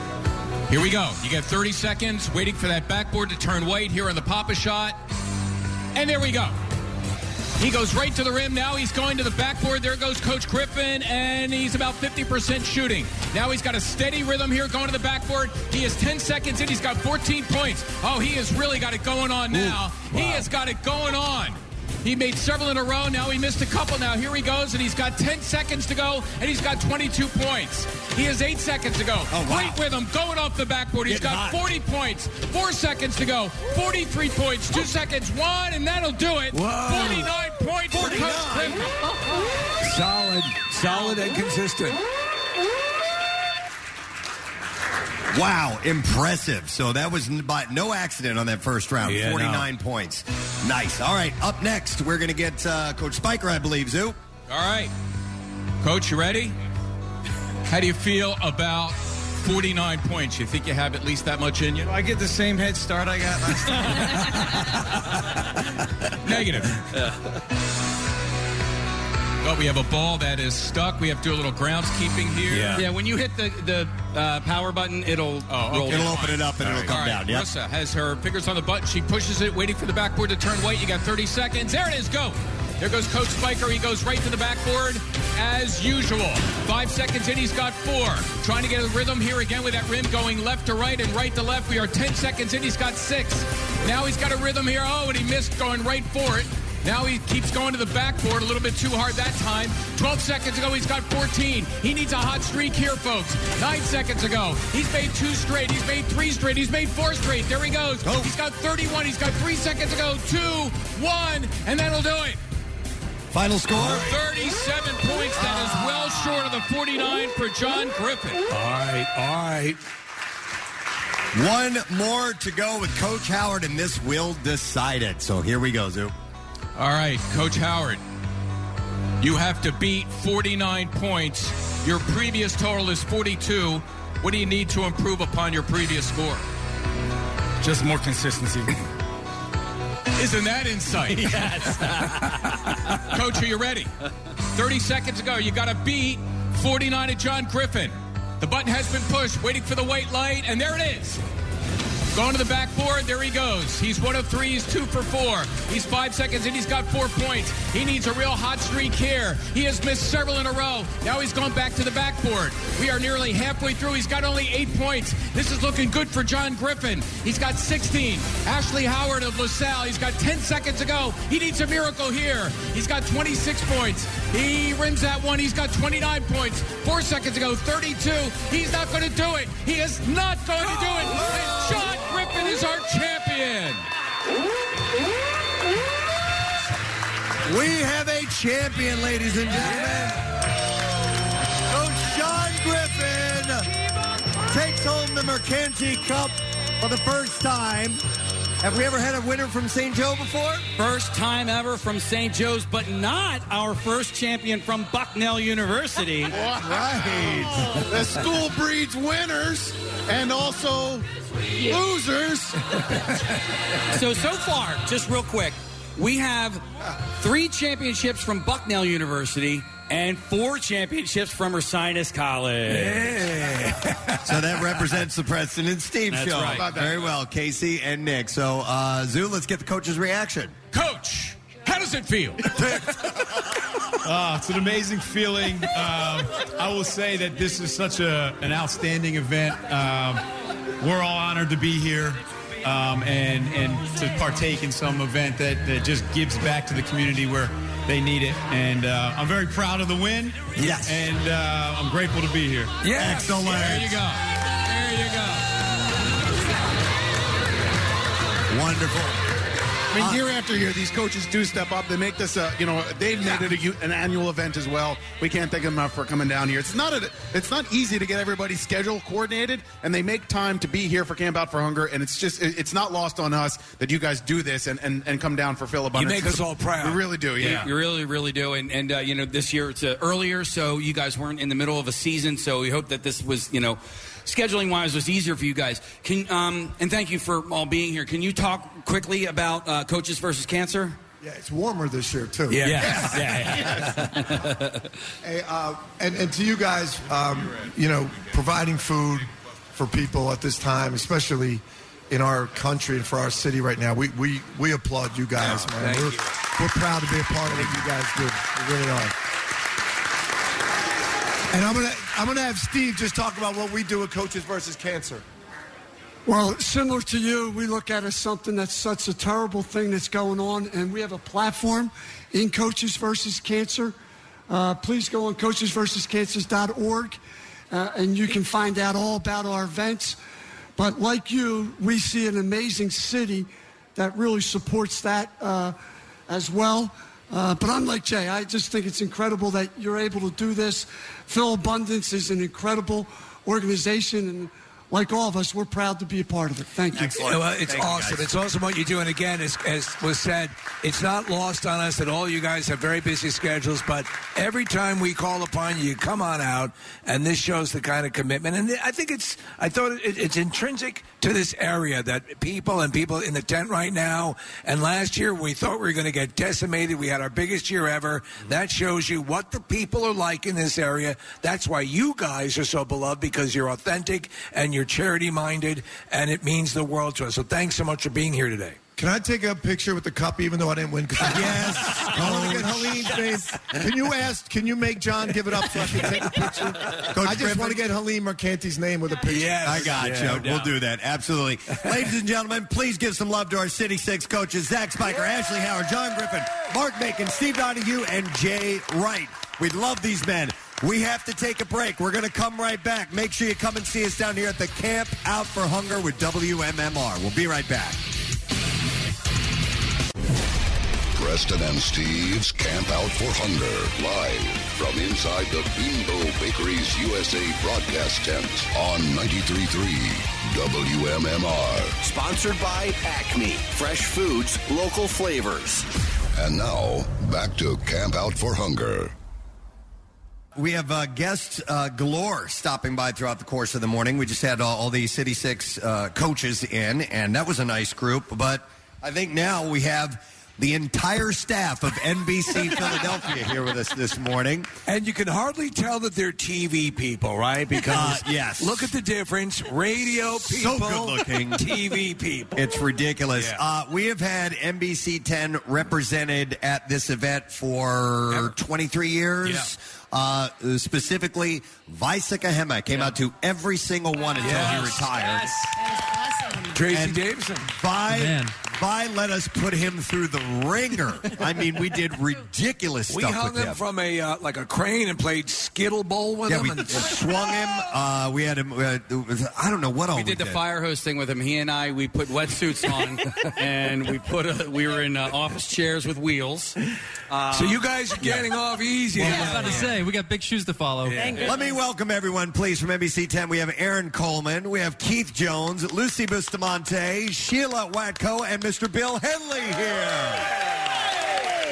[SPEAKER 9] here we go. You got 30 seconds waiting for that backboard to turn white here on the Papa shot. And there we go. He goes right to the rim. Now he's going to the backboard. There goes Coach Griffin, and he's about 50% shooting. Now he's got a steady rhythm here going to the backboard. He is 10 seconds in. He's got 14 points. Oh, he has really got it going on now. He has got it going on. He made several in a row. Now he missed a couple. Now here he goes, and he's got 10 seconds to go, and he's got 22 points. He has eight seconds to go. Great rhythm going off the backboard. He's
[SPEAKER 21] Oh, Getting
[SPEAKER 9] got
[SPEAKER 21] hot.
[SPEAKER 9] 40 points. Four seconds to go. 43 points.
[SPEAKER 21] Oh.
[SPEAKER 9] Two seconds. One, and that'll do it.
[SPEAKER 3] Whoa.
[SPEAKER 9] 49 points for Coach Griffin.
[SPEAKER 3] Solid, solid, and consistent.
[SPEAKER 1] Wow, impressive. So that was n- by no accident on that first round.
[SPEAKER 3] Yeah, no.
[SPEAKER 1] 49 points. Nice. All right, up next, we're going to get uh, Coach Spiker, I believe, Zoo.
[SPEAKER 9] All right. Coach, you ready? How do you feel about 49 points? You think you have at least that much in you?
[SPEAKER 13] I get the same head start I got last time.
[SPEAKER 9] Negative. But we have a ball that is stuck. We have to do a little groundskeeping here.
[SPEAKER 4] Yeah. when you hit the, the uh, power button, it'll roll
[SPEAKER 9] Oh, okay.
[SPEAKER 4] down.
[SPEAKER 9] All right. All right. Marissa has her fingers on the button. She pushes it, waiting for the backboard to turn white. You got 30 seconds. There it is. Go. There goes Coach Spiker. He goes right to the backboard as usual. Five seconds in. He's got four. Trying to get a rhythm here again with that rim going left to right and right to left. We are 10 seconds in. He's got six. Now he's got a rhythm here. Oh, and he missed going right for it. Now he keeps going to the backboard a little bit too hard that time. 12 seconds ago, he's got 14. He needs a hot streak here, folks. Nine seconds ago, he's made two straight. He's made three straight. He's made four straight. There he goes. He's got 31. He's got three seconds ago. Two, one, and that'll do it.
[SPEAKER 1] Final score
[SPEAKER 9] 37 points. That is well short of the 49 for John Griffin.
[SPEAKER 3] All right, all right.
[SPEAKER 1] One more to go with Coach Howard, and this will decide it. So here we go, Zoo.
[SPEAKER 9] All right, Coach Howard. You have to beat 49 points. Your previous total is 42. What do you need to improve upon your previous score?
[SPEAKER 17] Just more consistency.
[SPEAKER 9] Isn't that insight? yes. Coach, are you ready? 30 seconds ago, you got to beat 49 at John Griffin. The button has been pushed, waiting for the white light, and there it is. Going to the backboard, there he goes. He's one of three, he's two for four. He's five seconds and he's got four points. He needs a real hot streak here. He has missed several in a row. Now he's gone back to the backboard. We are nearly halfway through. He's got only eight points. This is looking good for John Griffin. He's got 16. Ashley Howard of LaSalle, he's got 10 seconds to go. He needs a miracle here. He's got 26 points. He rims that one. He's got 29 points. Four seconds ago, 32. He's not going to do it. He is not going to do it. And John Griffin is our champion.
[SPEAKER 27] We have a champion, ladies and gentlemen. Coach John Griffin takes home the Mercanti Cup for the first time. Have we ever had a winner from St. Joe before?
[SPEAKER 4] First time ever from St. Joe's, but not our first champion from Bucknell University.
[SPEAKER 5] Right. The school breeds winners and also losers.
[SPEAKER 4] so so far, just real quick, we have three championships from Bucknell University and four championships from Ursinus College.
[SPEAKER 1] so that represents the Preston and Steve
[SPEAKER 4] That's
[SPEAKER 1] show.
[SPEAKER 4] right.
[SPEAKER 1] Very well, Casey and Nick. So, uh, Zoo, let's get the coach's reaction.
[SPEAKER 9] Coach, how does it feel?
[SPEAKER 14] Ah, it's an amazing feeling. Um, I will say that this is such a, an outstanding event. Um, we're all honored to be here um, and and to partake in some event that, that just gives back to the community where they need it. And uh, I'm very proud of the win.
[SPEAKER 27] Yes.
[SPEAKER 14] And uh, I'm grateful to be here.
[SPEAKER 27] Yes.
[SPEAKER 14] Excellent.
[SPEAKER 27] There
[SPEAKER 9] you go. There you go.
[SPEAKER 1] Wonderful.
[SPEAKER 5] I mean, year after year, these coaches do step up. They make this, a, you know, they've made it a, u- an annual event as well. We can't thank them enough for coming down here. It's not a, it's not easy to get everybody's schedule coordinated, and they make time to be here for Camp Out for Hunger. And it's just, it- it's not lost on us that you guys do this and, and, and come down for
[SPEAKER 4] You
[SPEAKER 5] Philabundance.
[SPEAKER 4] make us all proud.
[SPEAKER 5] We really do, yeah.
[SPEAKER 4] You, you really, really do. And, and uh, you know, this year it's uh, earlier, so you guys weren't in the middle of a season. So we hope that this was, you know, scheduling wise was easier for you guys. Can um, and thank you for all being here. Can you talk quickly about uh, coaches versus cancer?
[SPEAKER 18] Yeah, it's warmer this year too.
[SPEAKER 4] Yes.
[SPEAKER 18] Hey, uh, and, and to you guys, um, you know, providing food for people at this time, especially in our country and for our city right now, we we, we applaud you guys,
[SPEAKER 27] Oh,
[SPEAKER 18] man.
[SPEAKER 27] thank
[SPEAKER 18] We're,
[SPEAKER 27] you.
[SPEAKER 18] we're proud to be a part of what you guys do. We really are.
[SPEAKER 27] And I'm gonna I'm gonna have Steve just talk about what we do with coaches versus cancer. Well, similar to you, we look at it as something that's such a terrible thing that's going on, and we have a platform in Coaches versus Cancer. Uh, please go on coachesversuscancers.org, uh, and you can find out all about our events. But like you, we see an amazing city that really supports that uh, as well. Uh, but I'm like Jay. I just think it's incredible that you're able to do this. Phil Abundance is an incredible organization, and like all of us, we're proud to be a part of it. Thank you. Excellent. Well, Well, it's it's Thank you, awesome. awesome. guys. It's It's awesome. awesome.
[SPEAKER 17] awesome what you do. And again, as, as was said, it's not lost on us that all you guys have very busy schedules, but every time we call upon you, you come on out, and this shows the kind of commitment. And I think it's, I thought it, it's intrinsic to this area that people and people in the tent right now, and last year we thought we were going to get decimated. We had our biggest year ever. That shows you what the people are like in this area. That's why you guys are so beloved because you're authentic and you're charity minded, and it means the world to us. So thanks so much for being here today.
[SPEAKER 18] Can I take a picture with the cup, even though I didn't win? yes. I want
[SPEAKER 27] Oh,
[SPEAKER 18] to get Helene's face. Can you ask? Can you make John give it up so I can take a picture?
[SPEAKER 27] Coach
[SPEAKER 18] I just
[SPEAKER 27] Griffin?
[SPEAKER 18] want to get Helene Mercanti's name with a picture.
[SPEAKER 27] Yes. I
[SPEAKER 18] I
[SPEAKER 27] got
[SPEAKER 18] got
[SPEAKER 27] Yeah, you. no
[SPEAKER 18] you.
[SPEAKER 27] doubt.
[SPEAKER 18] We'll do
[SPEAKER 27] that.
[SPEAKER 1] Absolutely. Ladies and gentlemen, please give some love to our City 6 coaches, Zach Spiker, Ashley Howard, John Griffin, Mark Bacon, Steve Donahue, and Jay Wright. We love these men. We have to take a break. We're going to come right back. Make sure you come and see us down here at the Camp Out for Hunger with WMMR. We'll be right back.
[SPEAKER 15] Preston and Steve's Camp Out for Hunger, live from inside the Bimbo Bakeries USA broadcast tent on 93.3 WMMR.
[SPEAKER 20] Sponsored by Acme. Fresh foods, local flavors.
[SPEAKER 15] And now, back to Camp Out for Hunger.
[SPEAKER 1] We have uh, guests uh, galore stopping by throughout the course of the morning. We just had all, all the City Six uh, coaches in, and that was a nice group. But I think now we have the entire staff of NBC Philadelphia here with us this morning.
[SPEAKER 3] And you can hardly tell that they're TV people, right? Because
[SPEAKER 1] Uh, yes.
[SPEAKER 3] look at the difference: radio
[SPEAKER 1] So
[SPEAKER 3] people,
[SPEAKER 1] good-looking.
[SPEAKER 3] TV people.
[SPEAKER 1] It's ridiculous. Uh, we have had NBC 10 represented at this event for 23 years. Uh, specifically, Visica Hema came out to every single one until he retired.
[SPEAKER 3] Tracy
[SPEAKER 1] Davidson. By,
[SPEAKER 3] Man.
[SPEAKER 1] by let us put him through the ringer. I mean, we did ridiculous
[SPEAKER 3] We
[SPEAKER 1] stuff
[SPEAKER 3] hung
[SPEAKER 1] with him.
[SPEAKER 3] them from a uh, like a crane and played skittle bowl with
[SPEAKER 1] yeah,
[SPEAKER 3] them.
[SPEAKER 1] we
[SPEAKER 3] and-
[SPEAKER 1] swung him. Uh, we had him. Uh, I don't know what all
[SPEAKER 4] we
[SPEAKER 1] we
[SPEAKER 4] did the fire hose thing with him. He and I, we put wetsuits on, and we put a, we were in uh, office chairs with wheels. Uh,
[SPEAKER 3] So you guys are getting off easy.
[SPEAKER 4] Well,
[SPEAKER 3] now.
[SPEAKER 4] I was about to
[SPEAKER 28] say, we got big shoes to follow.
[SPEAKER 1] Let me welcome everyone, please, from NBC 10. We have Aaron Coleman, we have Keith Jones, Lucy Bustamante, Sheila Watko, and Mr. Bill Henley here.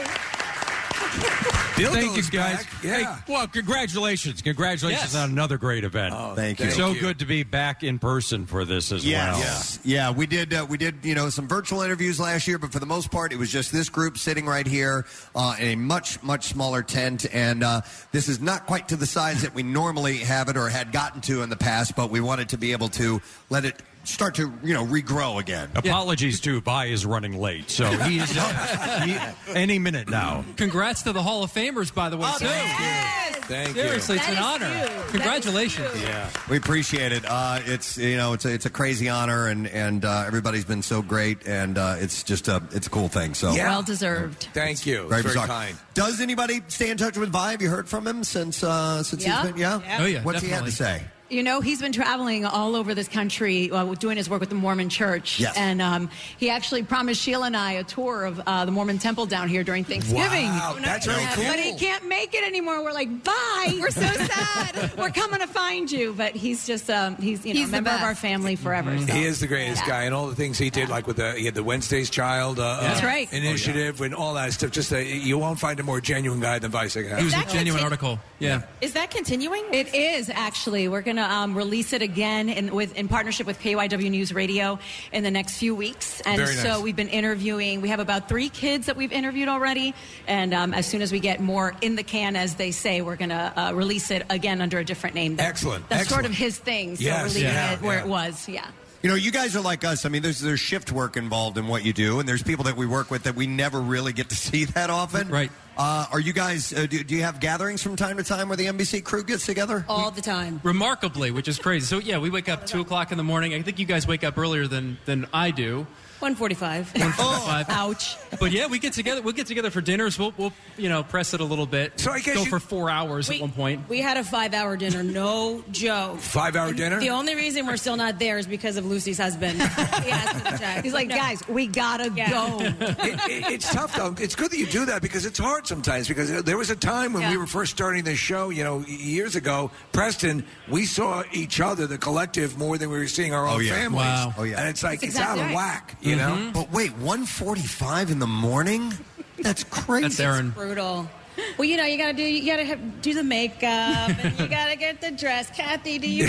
[SPEAKER 29] Thank you, guys. Hey, well, congratulations. Congratulations
[SPEAKER 1] Yes.
[SPEAKER 29] on another great event.
[SPEAKER 1] Oh, Thank thank you.
[SPEAKER 29] So
[SPEAKER 1] you.
[SPEAKER 29] good to be back in person for this as well.
[SPEAKER 1] Yes. Yeah, we did. Uh, we did. You know, some virtual interviews last year, but for the most part, it was just this group sitting right here uh, in a much, much smaller tent. And uh, this is not quite to the size that we normally have it or had gotten to in the past, but we wanted to be able to let it start to, you know, regrow again.
[SPEAKER 29] Apologies to Bai is running late, so he is uh, he- any minute now.
[SPEAKER 28] Congrats to the Hall of Famers, by the way. too.
[SPEAKER 3] Thank
[SPEAKER 28] Oh, you. Seriously, it's That an is honor. huge. That is Congratulations. huge.
[SPEAKER 1] Yeah, we appreciate it. Uh, it's you know it's a, it's a crazy honor, and and uh, everybody's been so great, and uh, it's just a it's a cool thing. So
[SPEAKER 30] Well deserved.
[SPEAKER 3] Thank you.
[SPEAKER 1] Very
[SPEAKER 3] It's very
[SPEAKER 1] bizarre.
[SPEAKER 3] kind.
[SPEAKER 1] Does anybody stay in touch with Vi? Have you heard from him since uh, since
[SPEAKER 30] Yeah.
[SPEAKER 1] he's been? Yeah.
[SPEAKER 30] Yeah. Oh, yeah,
[SPEAKER 1] What's he had to say?
[SPEAKER 30] You know, he's been traveling all over this country uh, doing his work with the Mormon Church.
[SPEAKER 1] Yes.
[SPEAKER 30] And um, he actually promised Sheila and I a tour of uh, the Mormon temple down here during Thanksgiving.
[SPEAKER 3] Wow, that's
[SPEAKER 30] Yeah,
[SPEAKER 3] very cool.
[SPEAKER 30] But he can't make it anymore. We're like, bye. We're so sad. We're coming to find you. But he's just, um, he's, you know, He's a the member of best. our family forever. so.
[SPEAKER 3] He is the greatest guy, and all the things he did, like with the he had the Wednesday's Child uh,
[SPEAKER 30] That's
[SPEAKER 3] uh,
[SPEAKER 30] right.
[SPEAKER 3] initiative, and all that stuff. Just uh, you won't find a more genuine guy than Vice. He
[SPEAKER 28] He was a genuine article. Yeah.
[SPEAKER 30] Is that continuing? It is actually. We're going to um, release it again in with in partnership with KYW News Radio in the next few weeks. And
[SPEAKER 23] Very nice.
[SPEAKER 30] so we've been interviewing. We have about three kids that we've interviewed already, and um, as soon as we get more in the can, as they say, we're going to uh, release it again under a different name. That-
[SPEAKER 1] Excellent.
[SPEAKER 30] That's sort
[SPEAKER 1] Excellent.
[SPEAKER 30] of his thing. So
[SPEAKER 1] Yes.
[SPEAKER 30] we're leaving
[SPEAKER 1] Yeah.
[SPEAKER 30] it where
[SPEAKER 1] Yeah.
[SPEAKER 30] it was. Yeah.
[SPEAKER 1] You know, you guys are like us. I mean, there's there's shift work involved in what you do, and there's people that we work with that we never really get to see that often. Right. Uh, are you guys? Uh, do, do you have gatherings from time to time where the NBC crew gets together?
[SPEAKER 30] All the time.
[SPEAKER 28] Remarkably, which is crazy. So yeah, we wake up two o'clock in the morning. I think you guys wake up earlier than than I do.
[SPEAKER 30] 145.
[SPEAKER 28] Oh,
[SPEAKER 30] Ouch.
[SPEAKER 28] But yeah, we get together. We'll get together for dinners. We'll we'll you know press it a little bit. So I guess go for four hours at one point.
[SPEAKER 31] We had a five hour dinner, no joke.
[SPEAKER 28] Five hour dinner.
[SPEAKER 31] The only reason we're still not there is because of Lucy's husband. he has to check.
[SPEAKER 30] He's like, guys, we gotta go.
[SPEAKER 3] it, it- it's tough though. It's good that you do that because it's hard sometimes. Because there was a time when we were first starting this show, you know, years ago, Preston, we saw each other, the collective, more than we were seeing our own
[SPEAKER 1] Oh, yeah.
[SPEAKER 3] families.
[SPEAKER 1] Wow. Oh, yeah.
[SPEAKER 3] and it's like
[SPEAKER 1] That's
[SPEAKER 3] it's
[SPEAKER 1] exactly
[SPEAKER 3] out
[SPEAKER 1] right.
[SPEAKER 3] of whack, you know.
[SPEAKER 1] Mhm. But wait, 1:45 in the morning? That's crazy. That's Aaron.
[SPEAKER 31] Brutal. Well, you know, you gotta do you gotta have, do the makeup, and you gotta get the dress. Kathy, do you?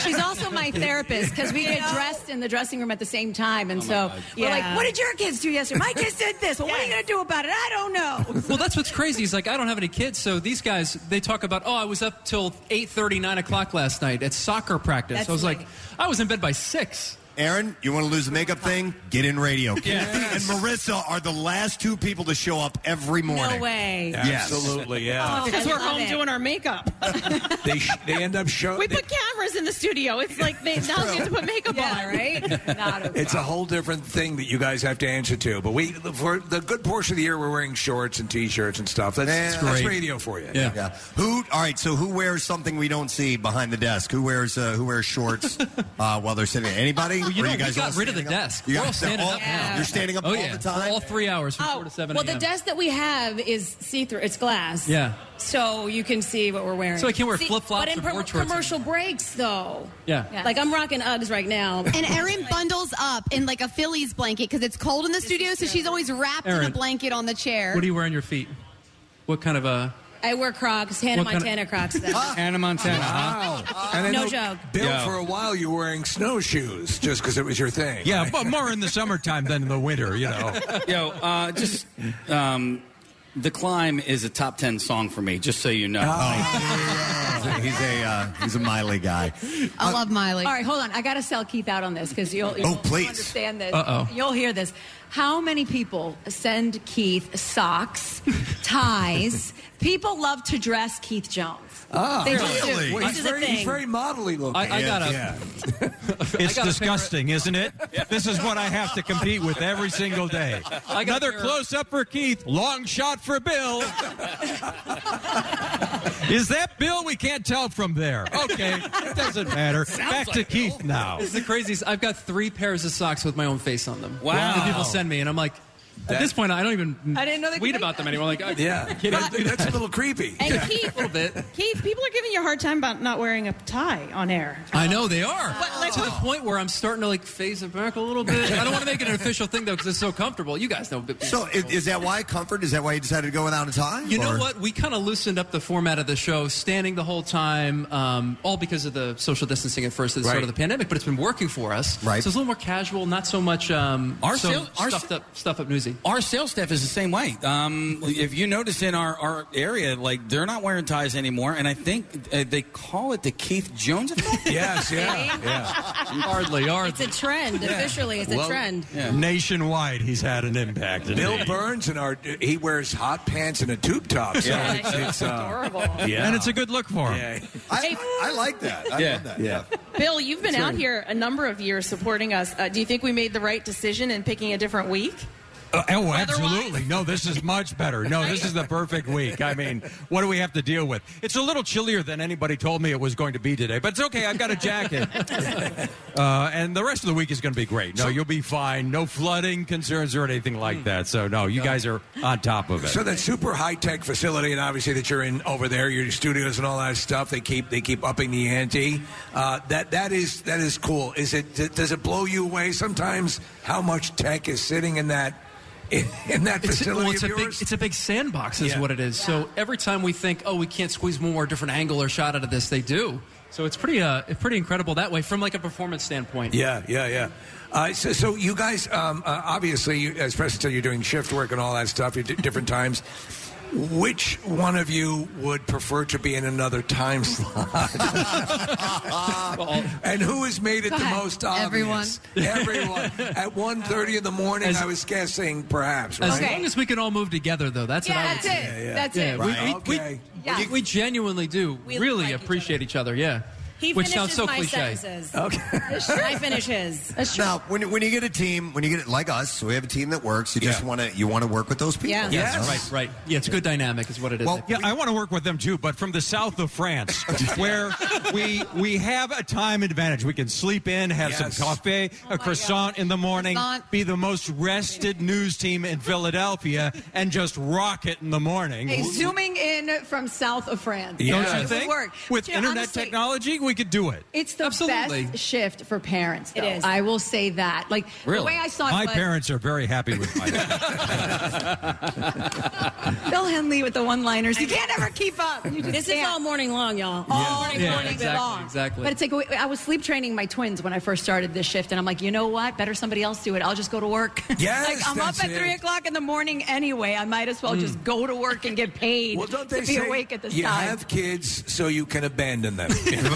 [SPEAKER 30] She's also my therapist because we
[SPEAKER 31] You
[SPEAKER 30] get
[SPEAKER 31] know?
[SPEAKER 30] dressed in the dressing room at the same time,
[SPEAKER 28] Oh
[SPEAKER 30] and so we're
[SPEAKER 31] Yeah.
[SPEAKER 30] like, "What did your kids do yesterday? My kids did this. Well, what are you going to do about it? I don't know."
[SPEAKER 28] Well, that's what's crazy. Is like I don't have any kids, so these guys they talk about. Oh, I was up till eight thirty, nine o'clock last night at soccer practice.
[SPEAKER 30] That's
[SPEAKER 28] I was
[SPEAKER 30] late.
[SPEAKER 28] like, I was in bed by six.
[SPEAKER 1] Aaron, you want to lose the makeup thing? Get in radio. Kathy and Marissa are the last two people to show up every morning.
[SPEAKER 31] way.
[SPEAKER 1] Yes.
[SPEAKER 3] Absolutely, yeah.
[SPEAKER 31] Oh.
[SPEAKER 2] Because
[SPEAKER 31] I
[SPEAKER 2] we're
[SPEAKER 31] love
[SPEAKER 2] home
[SPEAKER 31] it.
[SPEAKER 2] doing our makeup.
[SPEAKER 3] they sh- they end up showing.
[SPEAKER 2] We put cameras in the studio. It's like they now get to put makeup on, right?
[SPEAKER 3] It's a whole different thing that you guys have to answer to. But we, for the good portion of the year, we're wearing shorts and t-shirts and stuff. That's,
[SPEAKER 1] Eh,
[SPEAKER 3] that's radio for you.
[SPEAKER 1] Who? All right. So who wears something we don't see behind the desk? Who wears uh, Who wears shorts uh, while they're sitting? Anybody? standing?
[SPEAKER 28] Well, you
[SPEAKER 1] Were
[SPEAKER 28] know,
[SPEAKER 1] guys
[SPEAKER 28] we
[SPEAKER 1] all
[SPEAKER 28] got rid of the
[SPEAKER 1] standing up?
[SPEAKER 28] desk.
[SPEAKER 1] You
[SPEAKER 28] We're
[SPEAKER 1] guys-
[SPEAKER 28] all standing
[SPEAKER 1] all-
[SPEAKER 28] up now.
[SPEAKER 1] You're standing up
[SPEAKER 28] oh,
[SPEAKER 1] all
[SPEAKER 28] yeah.
[SPEAKER 1] the time.
[SPEAKER 28] All three hours from four to seven.
[SPEAKER 27] Well, the
[SPEAKER 28] a.m.
[SPEAKER 27] desk that we have is see-through. It's glass.
[SPEAKER 28] Yeah.
[SPEAKER 27] So you can see what we're wearing.
[SPEAKER 28] So I can't wear
[SPEAKER 27] See,
[SPEAKER 28] flip-flops
[SPEAKER 27] But in
[SPEAKER 28] or board shorts
[SPEAKER 27] commercial breaks, though.
[SPEAKER 28] Yeah.
[SPEAKER 27] Like I'm rocking Uggs right now.
[SPEAKER 6] And Erin bundles up in like a Phillies blanket because it's cold in the studio, so she's always wrapped in a
[SPEAKER 28] Erin,
[SPEAKER 6] blanket on the chair.
[SPEAKER 28] What do you wear on your feet? What kind of a?
[SPEAKER 27] I wear Crocs, Hannah
[SPEAKER 28] What kind of-
[SPEAKER 27] Montana Crocs. Though.
[SPEAKER 4] Anna Montana.
[SPEAKER 28] Uh-huh.
[SPEAKER 27] Wow.
[SPEAKER 3] And I
[SPEAKER 27] No
[SPEAKER 3] know,
[SPEAKER 27] joke.
[SPEAKER 3] Bill,
[SPEAKER 29] Yeah.
[SPEAKER 3] for a while you were wearing snowshoes just because it was your thing.
[SPEAKER 29] Yeah,
[SPEAKER 3] right?
[SPEAKER 29] but more in the summertime than in the winter, you know.
[SPEAKER 4] Yo, uh, just um, the climb is a top ten song for me. Just so you know.
[SPEAKER 1] he's a uh, he's a Miley guy.
[SPEAKER 30] I love Miley. All right, hold on. I got to sell Keith out on this because you'll, you'll
[SPEAKER 1] Oh, please.
[SPEAKER 30] understand this.
[SPEAKER 1] Uh-oh.
[SPEAKER 30] You'll hear this. How many people send Keith socks, ties? people love to dress Keith Jones.
[SPEAKER 3] Ah,
[SPEAKER 30] They
[SPEAKER 3] really?
[SPEAKER 30] just do.
[SPEAKER 3] Well,
[SPEAKER 30] This
[SPEAKER 3] he's
[SPEAKER 30] is
[SPEAKER 3] very,
[SPEAKER 30] a thing.
[SPEAKER 3] He's very modelly looking.
[SPEAKER 32] I- I Yeah, gotta- yeah. It's disgusting, isn't it? This is what I have to compete with every single day.
[SPEAKER 29] I got a
[SPEAKER 32] Another
[SPEAKER 29] pair of-
[SPEAKER 32] close up for Keith, long shot for Bill.
[SPEAKER 29] Is that Bill? We can't tell from there. Okay, it doesn't matter.
[SPEAKER 28] Oh. Sounds
[SPEAKER 29] Back to
[SPEAKER 28] like
[SPEAKER 29] Keith now.
[SPEAKER 28] This is the craziest. I've got three pairs of socks with my own face on them.
[SPEAKER 29] Wow.
[SPEAKER 28] That people send me, and I'm like, at this point, I don't even
[SPEAKER 2] I didn't know they could
[SPEAKER 28] tweet
[SPEAKER 2] make
[SPEAKER 28] about them
[SPEAKER 2] that.
[SPEAKER 28] anymore. Like,
[SPEAKER 1] uh,
[SPEAKER 28] I,
[SPEAKER 3] Yeah.
[SPEAKER 29] that's a little creepy.
[SPEAKER 2] And Keith,
[SPEAKER 28] a little bit.
[SPEAKER 2] Keith, people are giving you a hard time about not wearing a tie on air.
[SPEAKER 28] I know they are.
[SPEAKER 2] But, like,
[SPEAKER 28] to the point where I'm starting to like phase it back a little bit. I don't want to make it an official thing though because it's so comfortable. You guys know. but-
[SPEAKER 1] So is, is that why comfort? Is that why you decided to go without a tie?
[SPEAKER 28] You know
[SPEAKER 1] Or-
[SPEAKER 28] what? We kind of loosened up the format of the show, standing the whole time, um, all because of the social distancing at first at the
[SPEAKER 1] Right.
[SPEAKER 28] start of the pandemic. But it's been working for us.
[SPEAKER 1] Right.
[SPEAKER 28] So it's a little more casual, not so much um,
[SPEAKER 4] Our
[SPEAKER 28] so
[SPEAKER 4] sale- our
[SPEAKER 28] stuffed up stuff up newsy.
[SPEAKER 4] Our sales staff is the same way. Um, if you notice in our, our area, like they're not wearing ties anymore, and I think uh, they call it the Keith Jones effect.
[SPEAKER 29] yes,
[SPEAKER 27] yeah,
[SPEAKER 28] Hardly,
[SPEAKER 27] It's a trend. Officially, it's a trend.
[SPEAKER 29] Nationwide, he's had an impact.
[SPEAKER 3] Bill Burns and our he wears hot pants and a tube top. So
[SPEAKER 29] Yeah.
[SPEAKER 3] it's, it's uh, Yeah.
[SPEAKER 29] And it's a good look for him.
[SPEAKER 1] I, I like that. I
[SPEAKER 3] yeah.
[SPEAKER 1] love that.
[SPEAKER 3] Yeah.
[SPEAKER 2] Bill, you've been
[SPEAKER 3] That's
[SPEAKER 2] out
[SPEAKER 3] right.
[SPEAKER 2] here a number of years supporting us. Uh, do you think we made the right decision in picking a different week?
[SPEAKER 29] Uh, oh, absolutely. No, this is much better. No, this is the perfect week. I mean, what do we have to deal with? It's a little chillier than anybody told me it was going to be today, but it's okay. I've got a jacket. Uh, and the rest of the week is going to be great. No, you'll be fine. No flooding concerns or anything like that. So, no, you guys are on top of it.
[SPEAKER 3] So that super high tech facility, and obviously that you're in over there, your studios and all that stuff, they keep they keep upping the ante. Uh, that that is that is cool. Is it d- does it blow you away sometimes how much tech is sitting in that in, in that
[SPEAKER 28] It's-
[SPEAKER 3] facility
[SPEAKER 28] well, it's,
[SPEAKER 3] of
[SPEAKER 28] a big,
[SPEAKER 3] yours?
[SPEAKER 28] it's a big sandbox, is
[SPEAKER 3] Yeah.
[SPEAKER 28] what it is. So every time we think, oh, we can't squeeze one more different angle or shot out of this, they do. So it's pretty, uh, pretty incredible that way from like a performance standpoint.
[SPEAKER 3] Yeah, yeah, yeah. Uh, so, so you guys, um, uh, obviously, you, as Preston said, you're doing shift work and all that stuff. You d- different times. Which one of you would prefer to be in another time slot? and who has made it
[SPEAKER 29] Go
[SPEAKER 3] the
[SPEAKER 29] ahead.
[SPEAKER 3] most obvious? Everyone. At 1.30 in the morning,
[SPEAKER 28] As-
[SPEAKER 3] I was guessing, perhaps. Right?
[SPEAKER 28] As long as we can all move together, though, that's
[SPEAKER 27] Yeah,
[SPEAKER 28] what I would
[SPEAKER 27] that's
[SPEAKER 28] say.
[SPEAKER 27] it. Yeah, yeah. That's it.
[SPEAKER 28] We-
[SPEAKER 27] Right.
[SPEAKER 28] We,
[SPEAKER 27] Okay.
[SPEAKER 28] we,
[SPEAKER 27] Yeah.
[SPEAKER 28] we genuinely do
[SPEAKER 27] We
[SPEAKER 28] really
[SPEAKER 27] like each
[SPEAKER 28] appreciate each other. Yeah,
[SPEAKER 27] He
[SPEAKER 28] which
[SPEAKER 27] finishes
[SPEAKER 28] sounds so
[SPEAKER 27] my
[SPEAKER 28] cliche.
[SPEAKER 27] sentences.
[SPEAKER 3] Okay.
[SPEAKER 27] I finish his.
[SPEAKER 1] Now, when, when you get a team, when you get it like us, we have a team that works. You just want to you want to work with those people.
[SPEAKER 27] Yeah.
[SPEAKER 1] Yes.
[SPEAKER 28] Right, right. Yeah, it's a good dynamic, is what it is.
[SPEAKER 1] Well,
[SPEAKER 33] Yeah, I want to work with them too, but from the south of France, where we we have a time advantage. We can sleep in, have
[SPEAKER 3] Yes.
[SPEAKER 33] some
[SPEAKER 30] Oh
[SPEAKER 33] coffee, a croissant in the morning,
[SPEAKER 3] Croissant.
[SPEAKER 33] be the most rested news team in Philadelphia, and just rock it in the morning.
[SPEAKER 30] Hey, zooming in from south of France.
[SPEAKER 33] Don't you
[SPEAKER 30] It would
[SPEAKER 33] think?
[SPEAKER 30] work.
[SPEAKER 33] With
[SPEAKER 30] You know,
[SPEAKER 33] internet
[SPEAKER 30] honestly,
[SPEAKER 33] technology, we could do it.
[SPEAKER 30] It's the
[SPEAKER 33] Absolutely.
[SPEAKER 30] best shift for parents. Though.
[SPEAKER 33] It is.
[SPEAKER 30] I will say that. Like the way I saw it,
[SPEAKER 33] my
[SPEAKER 30] was-
[SPEAKER 33] parents are very happy with my.
[SPEAKER 30] Bill Henley with the one-liners. You can't ever keep up. You just
[SPEAKER 27] This is
[SPEAKER 30] can't.
[SPEAKER 27] all morning long, y'all.
[SPEAKER 30] All
[SPEAKER 27] morning,
[SPEAKER 30] Yeah,
[SPEAKER 27] morning
[SPEAKER 30] exactly,
[SPEAKER 27] long.
[SPEAKER 30] But it's like I was sleep training my twins when I first started this shift, and I'm like, you know what? Better somebody else do it. I'll just go to work.
[SPEAKER 3] Yes,
[SPEAKER 30] like I'm up
[SPEAKER 3] that's
[SPEAKER 30] at
[SPEAKER 3] it. Mm.
[SPEAKER 30] three o'clock in the morning anyway. I might as well just go to work and get paid
[SPEAKER 3] well, don't they
[SPEAKER 30] to be
[SPEAKER 3] say
[SPEAKER 30] awake at this
[SPEAKER 3] you
[SPEAKER 30] time.
[SPEAKER 3] have kids so you can abandon them?
[SPEAKER 30] Is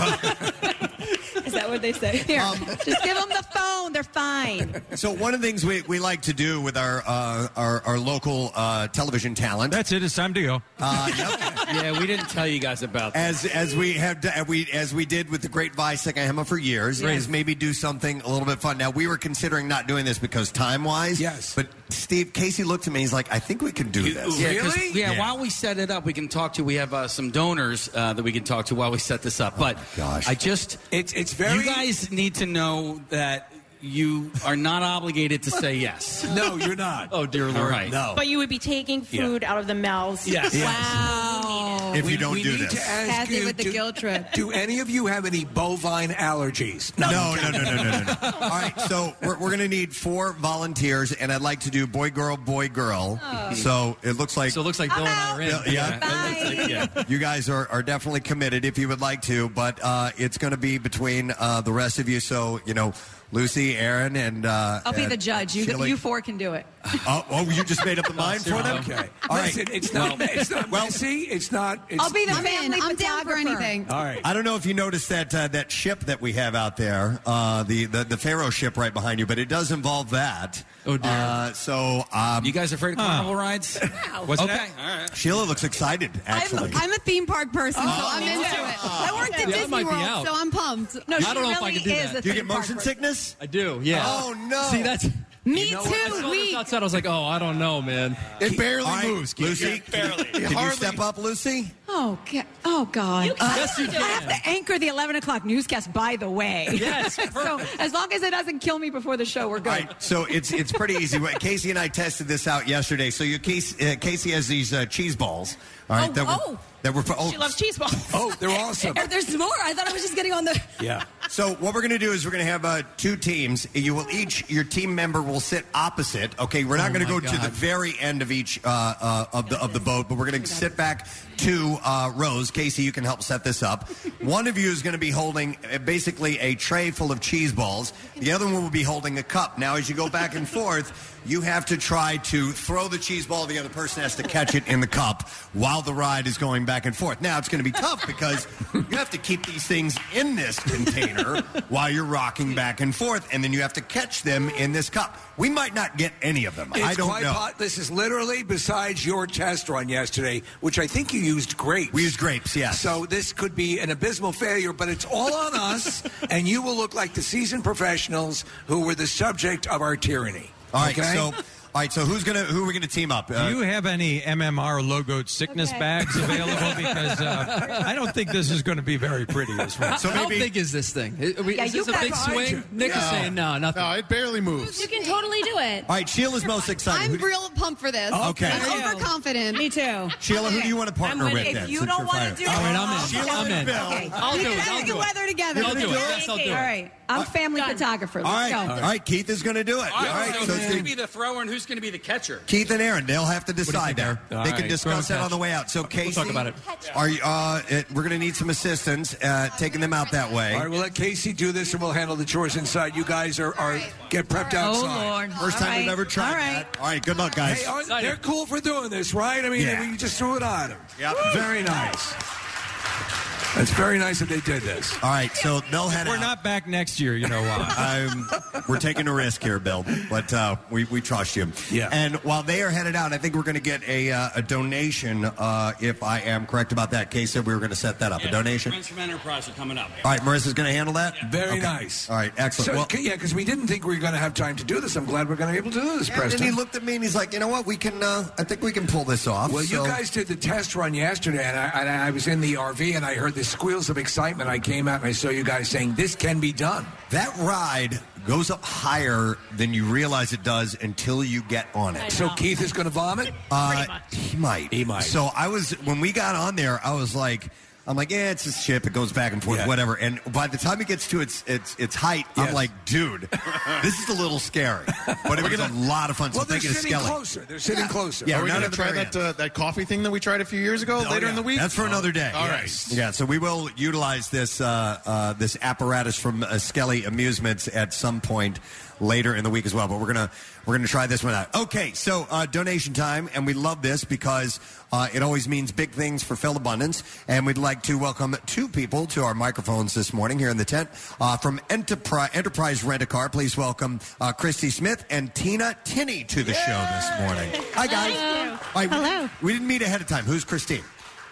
[SPEAKER 30] that what they say? Here,
[SPEAKER 3] Um,
[SPEAKER 30] just give them the phone. They're fine.
[SPEAKER 1] So one of the things we, we like to do with our uh, our, our local uh, television talent. That's
[SPEAKER 33] it. It's time to go.
[SPEAKER 1] Uh, yep.
[SPEAKER 4] yeah, we didn't tell you guys about that.
[SPEAKER 1] As as we have d- as we as we did with the great Vi Sekahema for years,
[SPEAKER 4] Right.
[SPEAKER 1] is maybe do something a little bit fun. Now we were considering not doing this because time wise, yes. But Steve Casey looked at me. He's like, I think we can do this.
[SPEAKER 4] Yeah, 'cause- Yeah, While we set it up, we can talk to. We have uh, some donors uh, that we can talk to while we set this up. But Oh, gosh. I just,
[SPEAKER 3] it's it's very.
[SPEAKER 4] You guys need to know that you are not obligated to say yes.
[SPEAKER 3] No, you're not.
[SPEAKER 4] oh dear lord,
[SPEAKER 3] All
[SPEAKER 4] right.
[SPEAKER 3] right. No.
[SPEAKER 12] But you would be taking food out of the mouths.
[SPEAKER 3] Yes. Yes.
[SPEAKER 12] Wow.
[SPEAKER 3] If you We- don't we do need this. to ask
[SPEAKER 12] Kathy
[SPEAKER 3] you
[SPEAKER 12] with the
[SPEAKER 3] to-
[SPEAKER 12] guilt trip.
[SPEAKER 3] Do any of you have any bovine allergies?
[SPEAKER 1] No, no, no, no, no, no. no. All right, so we're, we're going to need four volunteers, and I'd like to do boy, girl, boy, girl.
[SPEAKER 7] Oh.
[SPEAKER 1] So it looks like.
[SPEAKER 20] So it looks like Bill and I are in.
[SPEAKER 1] Yeah, yeah. You guys are, are definitely committed if you would like to, but uh, it's going to be between uh, the rest of you. So, you know, Lucy, Aaron, and. Uh,
[SPEAKER 22] I'll be
[SPEAKER 1] and
[SPEAKER 22] the judge. You,
[SPEAKER 1] Sheila.
[SPEAKER 22] you four can do it.
[SPEAKER 1] Oh, oh, you just made up the mind for them?
[SPEAKER 3] Okay.
[SPEAKER 1] All right.
[SPEAKER 3] Listen, it's not. It's not. Well, see, it's not. It's,
[SPEAKER 22] I'll be the
[SPEAKER 3] no.
[SPEAKER 22] family
[SPEAKER 6] I'm down for
[SPEAKER 22] photographer.
[SPEAKER 6] anything.
[SPEAKER 1] All right. I don't know if you noticed that uh, that ship that we have out there, uh, the, the the Pharaoh ship right behind you, but it does involve that. Oh dear. Uh, so um,
[SPEAKER 4] you guys afraid of carnival rides? What's
[SPEAKER 1] okay.
[SPEAKER 4] that? All right.
[SPEAKER 1] Sheila looks excited. Actually,
[SPEAKER 6] I'm a theme park person, so I'm into it. I worked at
[SPEAKER 1] Yeah, that
[SPEAKER 6] Disney
[SPEAKER 1] might be
[SPEAKER 6] World,
[SPEAKER 1] out.
[SPEAKER 6] so I'm pumped.
[SPEAKER 22] No,
[SPEAKER 6] she
[SPEAKER 22] I don't know if I really could do is that. a
[SPEAKER 1] Do you get
[SPEAKER 22] theme park
[SPEAKER 1] motion
[SPEAKER 22] person.
[SPEAKER 1] sickness?
[SPEAKER 20] I do, yeah.
[SPEAKER 1] Oh no.
[SPEAKER 20] See, that's.
[SPEAKER 6] Me
[SPEAKER 20] too. outside, I was like, oh, I don't know, man.
[SPEAKER 1] It barely All right, moves, Keith. Lucy, Yeah, barely. can you Hardly. step up, Lucy?
[SPEAKER 22] Oh, God. Oh, God.
[SPEAKER 20] Yes, you
[SPEAKER 22] I have to anchor the 11 o'clock newscast, by the way.
[SPEAKER 1] Yes,
[SPEAKER 22] so as long as it doesn't kill me before the show, we're good.
[SPEAKER 1] So it's it's pretty easy. What- Casey and I tested this out yesterday. So you Casey, uh, Casey has these uh, cheese balls. All right,
[SPEAKER 22] Oh,
[SPEAKER 1] that were
[SPEAKER 22] oh.
[SPEAKER 1] that were oh,
[SPEAKER 22] She loves cheese balls.
[SPEAKER 1] Oh, they're awesome.
[SPEAKER 22] If there's more. I thought I was just getting on the.
[SPEAKER 1] Yeah. So what we're going to do is we're going to have uh, two teams. You will each your team member will sit opposite. Okay, we're not
[SPEAKER 7] Oh,
[SPEAKER 1] going to
[SPEAKER 7] my
[SPEAKER 1] go to
[SPEAKER 7] God.
[SPEAKER 1] the very end of each uh, uh, of the of the boat, but we're going to sit back two uh, rows. Casey, you can help set this up. One of you is going to be holding uh, basically a tray full of cheese balls. The other one will be holding a cup. Now, as you go back and forth. You have to try to throw the cheese ball. The other person has to catch it in the cup while the ride is going back and forth. Now it's going to be tough because you have to keep these things in this container while you're rocking back and forth, and then you have to catch them in this cup. We might not get any of them.
[SPEAKER 3] It's
[SPEAKER 1] I don't
[SPEAKER 3] quite
[SPEAKER 1] know.
[SPEAKER 3] po- this is literally besides your test run yesterday, which I think you used grapes. We used
[SPEAKER 1] grapes, yes.
[SPEAKER 3] So this could be an abysmal failure, but it's all on us, and you will look like the seasoned professionals who were the subject of our tyranny.
[SPEAKER 1] All right,
[SPEAKER 3] okay?
[SPEAKER 1] so all right, so who's gonna who are we gonna team up? Uh,
[SPEAKER 21] Do you have any MMR logoed sickness bags available? Because uh, I don't think this is going to be very pretty this one.
[SPEAKER 20] So How maybe- big is this thing? Is,
[SPEAKER 22] Yeah,
[SPEAKER 20] is
[SPEAKER 22] you
[SPEAKER 20] this a
[SPEAKER 22] got
[SPEAKER 20] big
[SPEAKER 22] behind
[SPEAKER 20] swing?
[SPEAKER 22] you.
[SPEAKER 20] Nick is
[SPEAKER 1] No.
[SPEAKER 20] saying no, nothing.
[SPEAKER 1] no, it barely moves.
[SPEAKER 30] You can totally do it.
[SPEAKER 1] All right, Sheila's most excited. Who
[SPEAKER 6] I'm
[SPEAKER 1] do-
[SPEAKER 6] real pumped for this.
[SPEAKER 1] Okay.
[SPEAKER 6] I'm overconfident. Me
[SPEAKER 22] too.
[SPEAKER 1] Sheila, who do you want to partner
[SPEAKER 6] I'm with-
[SPEAKER 1] with?
[SPEAKER 6] if
[SPEAKER 1] then,
[SPEAKER 6] you
[SPEAKER 1] since
[SPEAKER 6] don't
[SPEAKER 1] you're
[SPEAKER 6] wanna
[SPEAKER 1] fired?
[SPEAKER 6] do it, All
[SPEAKER 22] right,
[SPEAKER 6] I'm
[SPEAKER 22] in.
[SPEAKER 1] Sheila
[SPEAKER 22] I'm
[SPEAKER 1] and
[SPEAKER 22] in.
[SPEAKER 1] Bill.
[SPEAKER 22] Okay. I'll We do can it, ask I'll the do it. weather together.
[SPEAKER 1] I'll do it.
[SPEAKER 22] Yes, I'll do it. All right. I'm family photographer. Let's
[SPEAKER 1] Uh, All right,
[SPEAKER 22] go.
[SPEAKER 1] all right. Keith is going to do it.
[SPEAKER 4] All right,
[SPEAKER 1] it's
[SPEAKER 4] so, who's
[SPEAKER 1] gonna
[SPEAKER 4] going to be the thrower and who's going to be the catcher?
[SPEAKER 1] Keith and Aaron, they'll have to decide there.
[SPEAKER 4] All
[SPEAKER 1] they can
[SPEAKER 4] right.
[SPEAKER 1] discuss
[SPEAKER 4] Throw
[SPEAKER 1] that
[SPEAKER 4] and
[SPEAKER 1] on the
[SPEAKER 4] catch.
[SPEAKER 1] way out. So, Casey,
[SPEAKER 4] We'll talk about it.
[SPEAKER 1] Are you, uh, it, we're going to need some assistance uh, taking them out that way.
[SPEAKER 3] All right, we'll let Casey do this, and we'll handle the chores inside. You guys are, are get prepped
[SPEAKER 1] Oh,
[SPEAKER 3] outside.
[SPEAKER 1] First time we've ever tried that. All right, good luck, guys.
[SPEAKER 3] Hey, aren't- they're cool for doing this, right? I mean,
[SPEAKER 1] Yeah.
[SPEAKER 3] we just threw it on them.
[SPEAKER 1] Yeah,
[SPEAKER 3] very nice. That's very nice that they did this.
[SPEAKER 1] All right, so they'll head
[SPEAKER 21] We're
[SPEAKER 1] out.
[SPEAKER 21] not back next year, you know why.
[SPEAKER 1] I'm, we're taking a risk here, Bill, but uh, we, we trust you. Yeah. And while they are headed out, I think we're going to get a, uh, a donation, uh, if I am correct about that. Kay said we were going to set that up. A donation?
[SPEAKER 4] Friends from Enterprise are coming up.
[SPEAKER 1] All right, Marissa's going to handle that?
[SPEAKER 3] Very
[SPEAKER 1] Okay.
[SPEAKER 3] nice.
[SPEAKER 1] All right, excellent.
[SPEAKER 3] So,
[SPEAKER 1] well,
[SPEAKER 3] yeah, because we didn't think we were going to have time to do this. I'm glad we're going to be able to do this,
[SPEAKER 1] and
[SPEAKER 3] Preston.
[SPEAKER 1] then he looked at me and he's like, you know what? We can. Uh, I think we can pull this off.
[SPEAKER 3] well,
[SPEAKER 1] so-
[SPEAKER 3] you guys did the test run yesterday, and I, and I was in the RV, and I heard the squeals of excitement. I came out and I saw you guys saying, "This can be done."
[SPEAKER 1] That ride goes up higher than you realize it does until you get on it.
[SPEAKER 3] So Keith is going to vomit.
[SPEAKER 1] Uh, he might. He might. So I was when we got on there, I was like, I'm like, yeah, it's a ship. It goes back and forth, whatever. And by the time it gets to its its its height, I'm like, dude, this is a little scary. But it was a lot of fun.
[SPEAKER 5] Well,
[SPEAKER 1] so
[SPEAKER 5] they're
[SPEAKER 1] thank you to
[SPEAKER 5] sitting
[SPEAKER 1] Skelly.
[SPEAKER 5] closer. They're sitting
[SPEAKER 1] Yeah.
[SPEAKER 5] closer.
[SPEAKER 1] Yeah,
[SPEAKER 5] Are we
[SPEAKER 1] none
[SPEAKER 5] going
[SPEAKER 1] of
[SPEAKER 5] to
[SPEAKER 1] the
[SPEAKER 5] try
[SPEAKER 1] very
[SPEAKER 5] that uh, that coffee thing that we tried a few years ago
[SPEAKER 1] Oh,
[SPEAKER 5] later
[SPEAKER 1] yeah.
[SPEAKER 5] in the week?
[SPEAKER 1] That's for another day.
[SPEAKER 5] All right.
[SPEAKER 1] Yeah, so we will utilize this uh, uh, this apparatus from uh, Skelly Amusements at some point later in the week as well. But we're gonna we're gonna try this one out. Okay, so uh, donation time, and we love this because uh, it always means big things for Phil Abundance. And we'd like to welcome two people to our microphones this morning here in the tent uh, from Enterprise Enterprise Rent a Car. Please welcome uh, Christy Smith and Tina Tinney to the show this morning. Hi guys.
[SPEAKER 8] Hello.
[SPEAKER 1] All right, we-
[SPEAKER 8] Hello.
[SPEAKER 1] We didn't meet ahead of time. Who's Christine?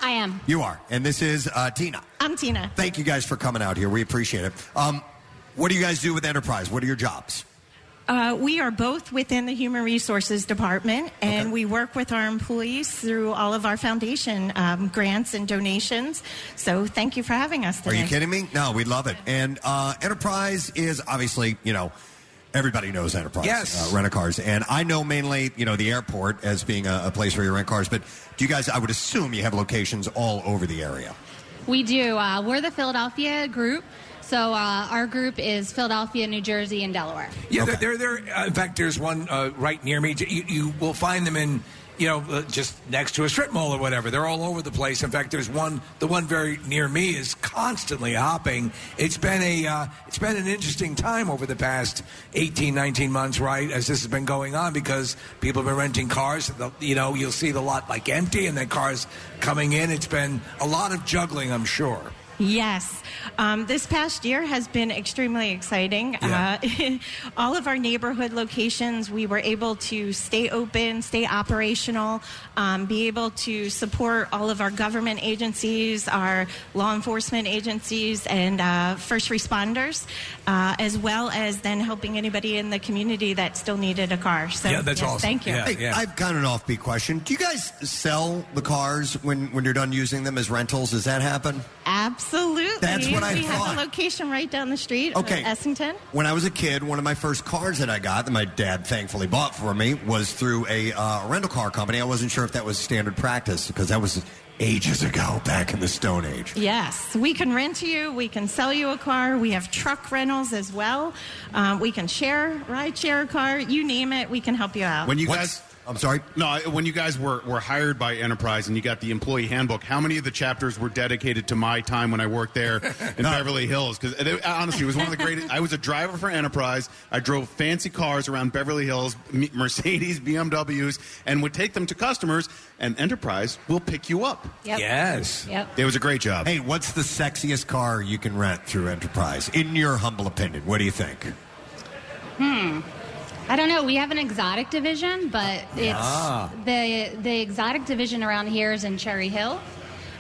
[SPEAKER 8] I am.
[SPEAKER 1] You are, and this is uh, Tina.
[SPEAKER 8] I'm Tina.
[SPEAKER 1] Thank you guys for coming out here. We appreciate it. Um, what do you guys do with Enterprise? What are your jobs?
[SPEAKER 8] Uh, we are both within the Human Resources Department, and we work with our employees through all of our foundation um, grants and donations. So thank you for having us
[SPEAKER 1] Are
[SPEAKER 8] today.
[SPEAKER 1] you kidding me? No, we love it. And uh, Enterprise is obviously, you know, Everybody knows Enterprise.
[SPEAKER 3] Yes.
[SPEAKER 1] Uh, rent a cars. And I know mainly, you know, the airport as being a, a place where you rent cars, but do you guys, I would assume you have locations all over the area.
[SPEAKER 10] We do. Uh, we're the Philadelphia group. So uh, our group is Philadelphia, New Jersey, and Delaware.
[SPEAKER 3] Yeah, they're, they're, they're, uh, in fact, there's one uh, right near me. You, you will find them in, you know, uh, just next to a strip mall or whatever. They're all over the place. In fact, there's one, the one very near me is constantly hopping. It's been a, uh, it's been an interesting time over the past 18, 19 months, right, as this has been going on because people have been renting cars. The, you know, you'll see the lot like empty and then cars coming in. It's been a lot of juggling, I'm sure.
[SPEAKER 12] Yes. Um, this past year has been extremely exciting. Uh, all of our neighborhood locations, we were able to stay open, stay operational, um, be able to support all of our government agencies, our law enforcement agencies, and uh, first responders, uh, as well as then helping anybody in the community that still needed a car. So, yes, Thank you.
[SPEAKER 1] Hey, I've got an offbeat question. Do you guys sell the cars when, when you're done using them as rentals? Does that happen?
[SPEAKER 12] Absolutely.
[SPEAKER 1] That's what I
[SPEAKER 12] We have
[SPEAKER 1] thought.
[SPEAKER 12] a location right down the street,
[SPEAKER 1] Okay.
[SPEAKER 12] okay. Essington.
[SPEAKER 1] When I was a kid, one of my first cars that I got that my dad thankfully bought for me was through a uh, rental car company. I wasn't sure if that was standard practice because that was ages ago, back in the Stone Age.
[SPEAKER 12] Yes, we can rent you. We can sell you a car. We have truck rentals as well. Um, we can share, ride share a car. You name it, we can help you out.
[SPEAKER 5] When you
[SPEAKER 1] guys, I'm sorry.
[SPEAKER 5] No, I- when you guys were, were hired by Enterprise and you got the employee handbook, how many of the chapters were dedicated to my time when I worked there in Beverly Hills? Because honestly, it was one of the greatest. I was a driver for Enterprise. I drove fancy cars around Beverly Hills, M- Mercedes, BMWs, and would take them to customers. And Enterprise will pick you up.
[SPEAKER 10] Yep. Yes. Yep.
[SPEAKER 5] It was a great job.
[SPEAKER 1] Hey, what's the sexiest car you can rent through Enterprise, in your humble opinion? What do you think?
[SPEAKER 10] Hmm. I don't know. We have an exotic division, but it's
[SPEAKER 1] Ah.
[SPEAKER 10] the the exotic division around here is in Cherry Hill.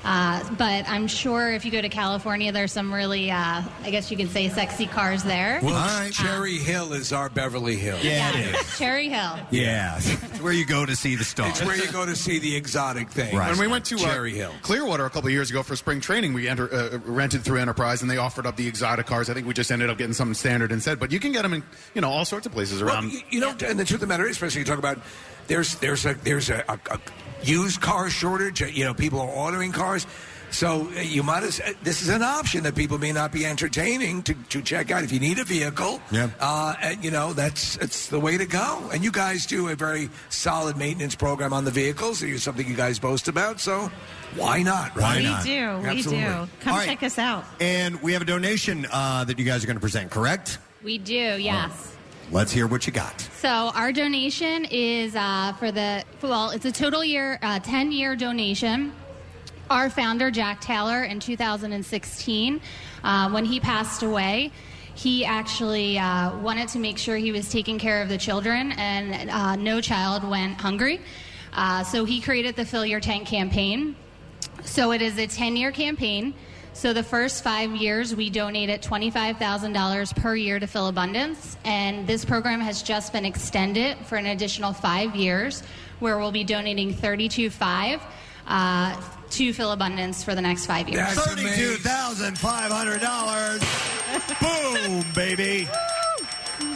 [SPEAKER 10] Uh, but I'm sure if you go to California, there's some really, uh, I guess you could say, sexy cars there.
[SPEAKER 3] Well, Cherry Hill is our Beverly Hill.
[SPEAKER 1] Yeah, it is.
[SPEAKER 10] Cherry Hill.
[SPEAKER 1] Yeah. it's where you go to see the stars.
[SPEAKER 3] It's where you go to see the exotic thing.
[SPEAKER 5] When we went to uh,
[SPEAKER 3] Cherry Hill.
[SPEAKER 5] Clearwater a couple of years ago for spring training, we enter, uh, rented through Enterprise, and they offered up the exotic cars. I think we just ended up getting something standard instead, but you can get them in you know all sorts of places around.
[SPEAKER 3] Well, you, you know, and the truth of the matter is, especially you talk about there's there's a there's a, a, a used car shortage. uh, You know, people are ordering cars. So uh, you might as uh, this is an option that people may not be entertaining to, to check out if you need a vehicle.
[SPEAKER 1] Yeah.
[SPEAKER 3] Uh, and you know that's it's the way to go. And you guys do a very solid maintenance program on the vehicles. It's something you guys boast about. So why not? Right?
[SPEAKER 12] we do. We do. Come
[SPEAKER 1] All right.
[SPEAKER 12] check us out.
[SPEAKER 1] And we have a donation uh, that you guys are going to present, correct?
[SPEAKER 10] We do, yes.
[SPEAKER 1] Let's hear what you got.
[SPEAKER 10] So our donation is uh, for the for- well, it's a total year uh, ten year donation. Our founder Jack Taylor in 2016, uh, when he passed away, he actually uh, wanted to make sure he was taking care of the children, and uh, no child went hungry. Uh, so he created the Fill Your Tank campaign. So it is a 10 year campaign. So the first five years, we donated $25,000 per year to Fill Abundance. And this program has just been extended for an additional five years, where we'll be donating 325 uh, to Fill Abundance for the next five years.
[SPEAKER 1] Thirty-two thousand five hundred dollars. Boom, baby.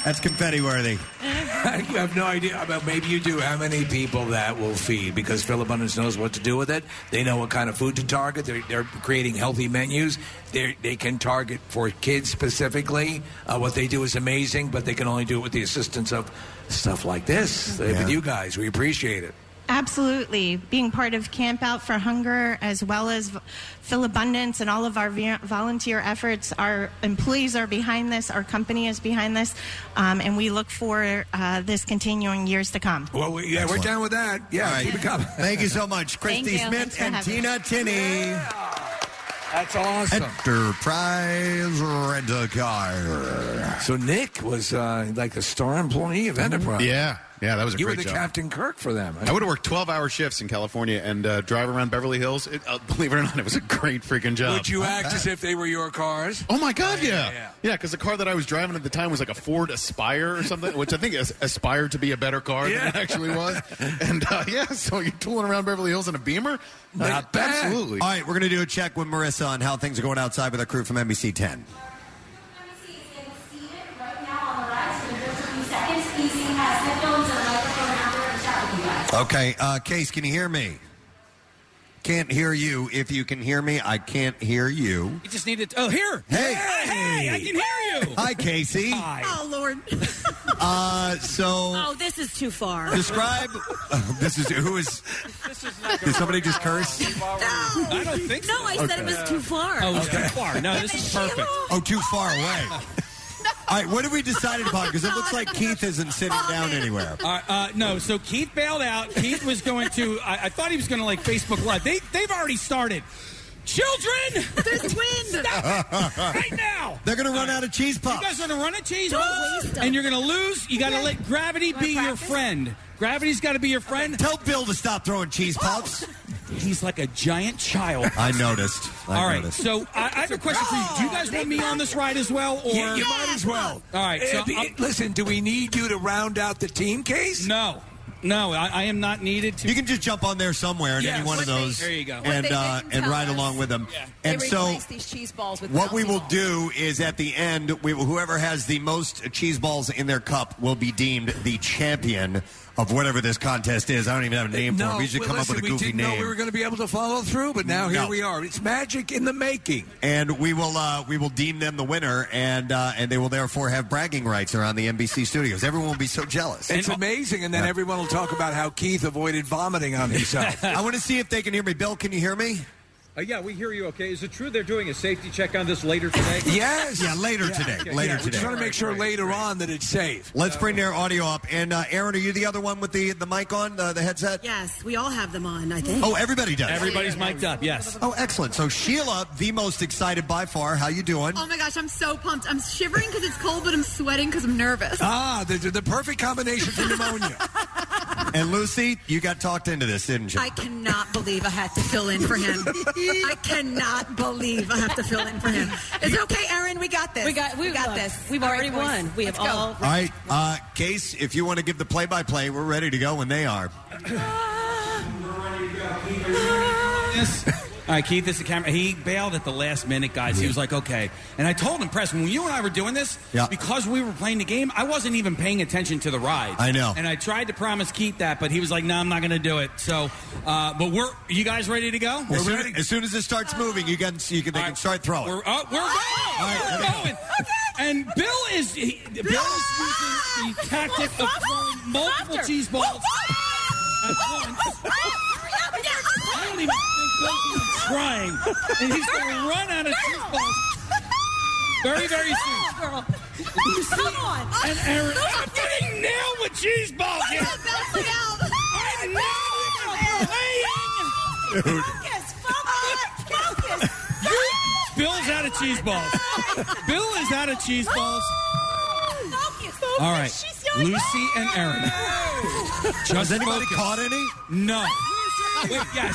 [SPEAKER 1] That's confetti worthy.
[SPEAKER 3] you have no idea. Well, maybe you do. How many people that will feed? Because Phil Abundance knows what to do with it. They know what kind of food to target. They're, they're creating healthy menus. They're, they can target for kids specifically. Uh, what they do is amazing, but they can only do it with the assistance of stuff like this. uh, With you guys, we appreciate it.
[SPEAKER 12] Absolutely. Being part of Camp Out for Hunger as well as v- Phil Abundance and all of our vi- volunteer efforts, our employees are behind this, our company is behind this, um, and we look for uh, this continuing years to come.
[SPEAKER 3] Well, we, yeah, we're
[SPEAKER 1] Excellent.
[SPEAKER 3] down with that. Yeah,
[SPEAKER 1] All right.
[SPEAKER 3] keep it coming.
[SPEAKER 1] Thank you so much, Christy
[SPEAKER 3] Thank you.
[SPEAKER 1] Smith
[SPEAKER 3] Thanks for
[SPEAKER 1] and
[SPEAKER 3] having
[SPEAKER 1] Tina Tinney.
[SPEAKER 3] That's awesome.
[SPEAKER 1] Enterprise rent a car.
[SPEAKER 3] So Nick was uh, like the star employee of Enterprise.
[SPEAKER 5] Mm-hmm. Yeah, yeah, that was a
[SPEAKER 3] you
[SPEAKER 5] great
[SPEAKER 3] were the
[SPEAKER 5] job.
[SPEAKER 3] Captain Kirk for them.
[SPEAKER 5] I would have worked 12 hour shifts in California and uh, drive around Beverly Hills. It, uh, believe it or not, it was a great freaking job.
[SPEAKER 3] Would you act as if they were your cars?
[SPEAKER 5] Oh my God!
[SPEAKER 3] yeah,
[SPEAKER 5] Yeah, yeah. Because the car that I was driving at the time was like a Ford Aspire or something, which I think as- aspired to be a better car than it actually was. And uh, yeah, so you're tooling around Beverly Hills in a Beamer. Like, Absolutely.
[SPEAKER 1] All right, we're going to do a check with Marissa on how things are going outside with our crew from NBC 10. Okay, uh, Case, can you hear me? Can't hear you. If you can hear me, I can't hear you.
[SPEAKER 4] You just needed. Oh, here.
[SPEAKER 1] Hey.
[SPEAKER 4] Hey, I can hear you.
[SPEAKER 1] Hi, Casey.
[SPEAKER 2] Oh Lord.
[SPEAKER 1] Uh, so
[SPEAKER 2] Oh, this is too far.
[SPEAKER 1] describe. this is who is. Did somebody just curse?
[SPEAKER 2] I don't think so. No, Oh, I said it
[SPEAKER 1] Okay.
[SPEAKER 2] was too far.
[SPEAKER 1] Oh, it was too
[SPEAKER 2] Okay.
[SPEAKER 1] far. No, this
[SPEAKER 2] Give
[SPEAKER 1] is
[SPEAKER 2] me
[SPEAKER 1] perfect.
[SPEAKER 2] alone.
[SPEAKER 1] Oh, too far away. All right, what have we decided upon? Because it looks like Keith isn't sitting
[SPEAKER 12] Oh,
[SPEAKER 1] down anywhere.
[SPEAKER 4] Uh, uh, no, so Keith bailed out. Keith was going to. I, I thought he was going to like Facebook Live. They they've already started. Children,
[SPEAKER 2] there's wind.
[SPEAKER 4] Stop it right now.
[SPEAKER 1] They're going to run out of cheese puffs.
[SPEAKER 4] You guys are going to run out of cheese
[SPEAKER 2] Don't
[SPEAKER 4] puffs,
[SPEAKER 2] waste 'em.
[SPEAKER 4] and you're going to lose. You got to let gravity be your friend. Gravity's got to be your friend.
[SPEAKER 1] Tell Bill to stop throwing cheese
[SPEAKER 2] Oh.
[SPEAKER 1] puffs.
[SPEAKER 4] He's like a giant child.
[SPEAKER 1] I noticed. I
[SPEAKER 4] All right,
[SPEAKER 1] noticed.
[SPEAKER 4] so I, I have a question for you. Do you guys want me on this ride as well, or
[SPEAKER 3] Yeah, you might as well.
[SPEAKER 4] All right, so
[SPEAKER 3] Uh, be-
[SPEAKER 4] I'm-
[SPEAKER 3] listen, do we need you to round out the team case?
[SPEAKER 4] No. No, I, I am not needed to.
[SPEAKER 1] You can just jump on there somewhere in
[SPEAKER 4] Yes.
[SPEAKER 1] any one of
[SPEAKER 4] What they-
[SPEAKER 1] those.
[SPEAKER 4] There you go.
[SPEAKER 1] And
[SPEAKER 12] What they
[SPEAKER 1] uh,
[SPEAKER 12] didn't
[SPEAKER 1] and
[SPEAKER 12] tell
[SPEAKER 1] ride
[SPEAKER 12] us.
[SPEAKER 1] along with them.
[SPEAKER 12] They
[SPEAKER 1] And so
[SPEAKER 12] replace these cheese balls with
[SPEAKER 1] what we
[SPEAKER 12] bouncy
[SPEAKER 1] will
[SPEAKER 12] balls.
[SPEAKER 1] do is at the end, we, whoever has the most cheese balls in their cup will be deemed the champion of whatever this contest is. I don't even have a name for it. We should
[SPEAKER 3] well,
[SPEAKER 1] come up
[SPEAKER 3] listen,
[SPEAKER 1] with a
[SPEAKER 3] we
[SPEAKER 1] goofy
[SPEAKER 3] didn't
[SPEAKER 1] name.
[SPEAKER 3] know we were going to be able to follow through, but now here
[SPEAKER 1] No.
[SPEAKER 3] we are. It's magic in the making.
[SPEAKER 1] and we will uh, we will deem them the winner, and uh, and they will therefore have bragging rights around the NBC studios. Everyone will be so jealous.
[SPEAKER 3] It's amazing, and then everyone will talk about how Keith avoided vomiting on himself.
[SPEAKER 1] I want to see if they can hear me. Bill, can you hear me?
[SPEAKER 11] Uh, yeah, we hear you. Okay, is it true they're doing a safety check on this later today?
[SPEAKER 3] yes.
[SPEAKER 1] Yeah, later
[SPEAKER 3] Yeah.
[SPEAKER 1] today.
[SPEAKER 3] Okay.
[SPEAKER 1] Later
[SPEAKER 3] Yeah, We
[SPEAKER 1] today.
[SPEAKER 3] just want to make sure later on that it's safe.
[SPEAKER 1] Let's bring their audio up. And uh, Aaron, are you the other one with the the mic on the, the headset?
[SPEAKER 2] Yes, we all have them on, I think.
[SPEAKER 1] Oh, everybody does.
[SPEAKER 4] Everybody's mic'd up. Yes.
[SPEAKER 1] Oh, excellent. So Sheila, the most excited by far. How you doing?
[SPEAKER 2] Oh my gosh, I'm so pumped. I'm shivering because it's cold, but I'm sweating because I'm nervous.
[SPEAKER 3] Ah, the, the perfect combination for pneumonia.
[SPEAKER 1] and Lucy, you got talked into this, didn't you?
[SPEAKER 2] I cannot believe I had to fill in for him. I cannot believe I have to fill in for him. It's okay, Aaron. We got this.
[SPEAKER 12] We got- we-
[SPEAKER 2] got
[SPEAKER 12] look,
[SPEAKER 2] this.
[SPEAKER 12] we've
[SPEAKER 2] All
[SPEAKER 12] already
[SPEAKER 2] boys,
[SPEAKER 12] won. We have
[SPEAKER 2] let's go.
[SPEAKER 12] all-
[SPEAKER 1] All right, uh, Case, if you want to give the play-by-play, we're ready to go when they are.
[SPEAKER 4] Yes. All right, Keith is the camera. He bailed at the last minute, guys. He was like, okay. And I told him, Preston, when you and I were doing this,
[SPEAKER 1] Yeah.
[SPEAKER 4] because we were playing the game, I wasn't even paying attention to the ride.
[SPEAKER 1] I know.
[SPEAKER 4] And I tried to promise Keith that, but he was like, no, I'm not going to do it. So, uh, but we're, you guys ready to go?
[SPEAKER 1] As soon, as soon as it starts moving, you can you can they can start throwing.
[SPEAKER 4] We're, oh, we're going. we're going. And Bill is he, Bill is using the tactic of throwing multiple cheese balls at once. I don't even think Bill is trying, and he's going to run out of cheese balls very, very soon.
[SPEAKER 2] Girl.
[SPEAKER 4] Come
[SPEAKER 2] on.
[SPEAKER 4] And Aaron, I'm getting nailed with cheese balls. Here. I'm nailed. Playing.
[SPEAKER 1] Dude.
[SPEAKER 4] You, Bill's out of cheese balls. Bill is out of cheese balls. All right, Lucy and Aaron.
[SPEAKER 1] Has anybody
[SPEAKER 4] focus.
[SPEAKER 1] caught any?
[SPEAKER 4] No. Wait, yes.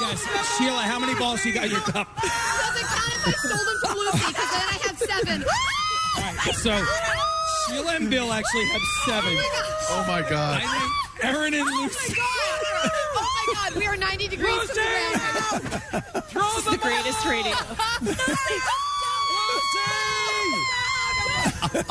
[SPEAKER 4] Yes. Sheila, how many balls you got in your cup?
[SPEAKER 2] I sold them to Lucy because then I had seven.
[SPEAKER 4] So Sheila and Bill actually have seven.
[SPEAKER 5] Oh my god.
[SPEAKER 4] I think Aaron and Lucy.
[SPEAKER 2] Oh my god, we are 90 degrees to the ground.
[SPEAKER 12] This is the greatest radio.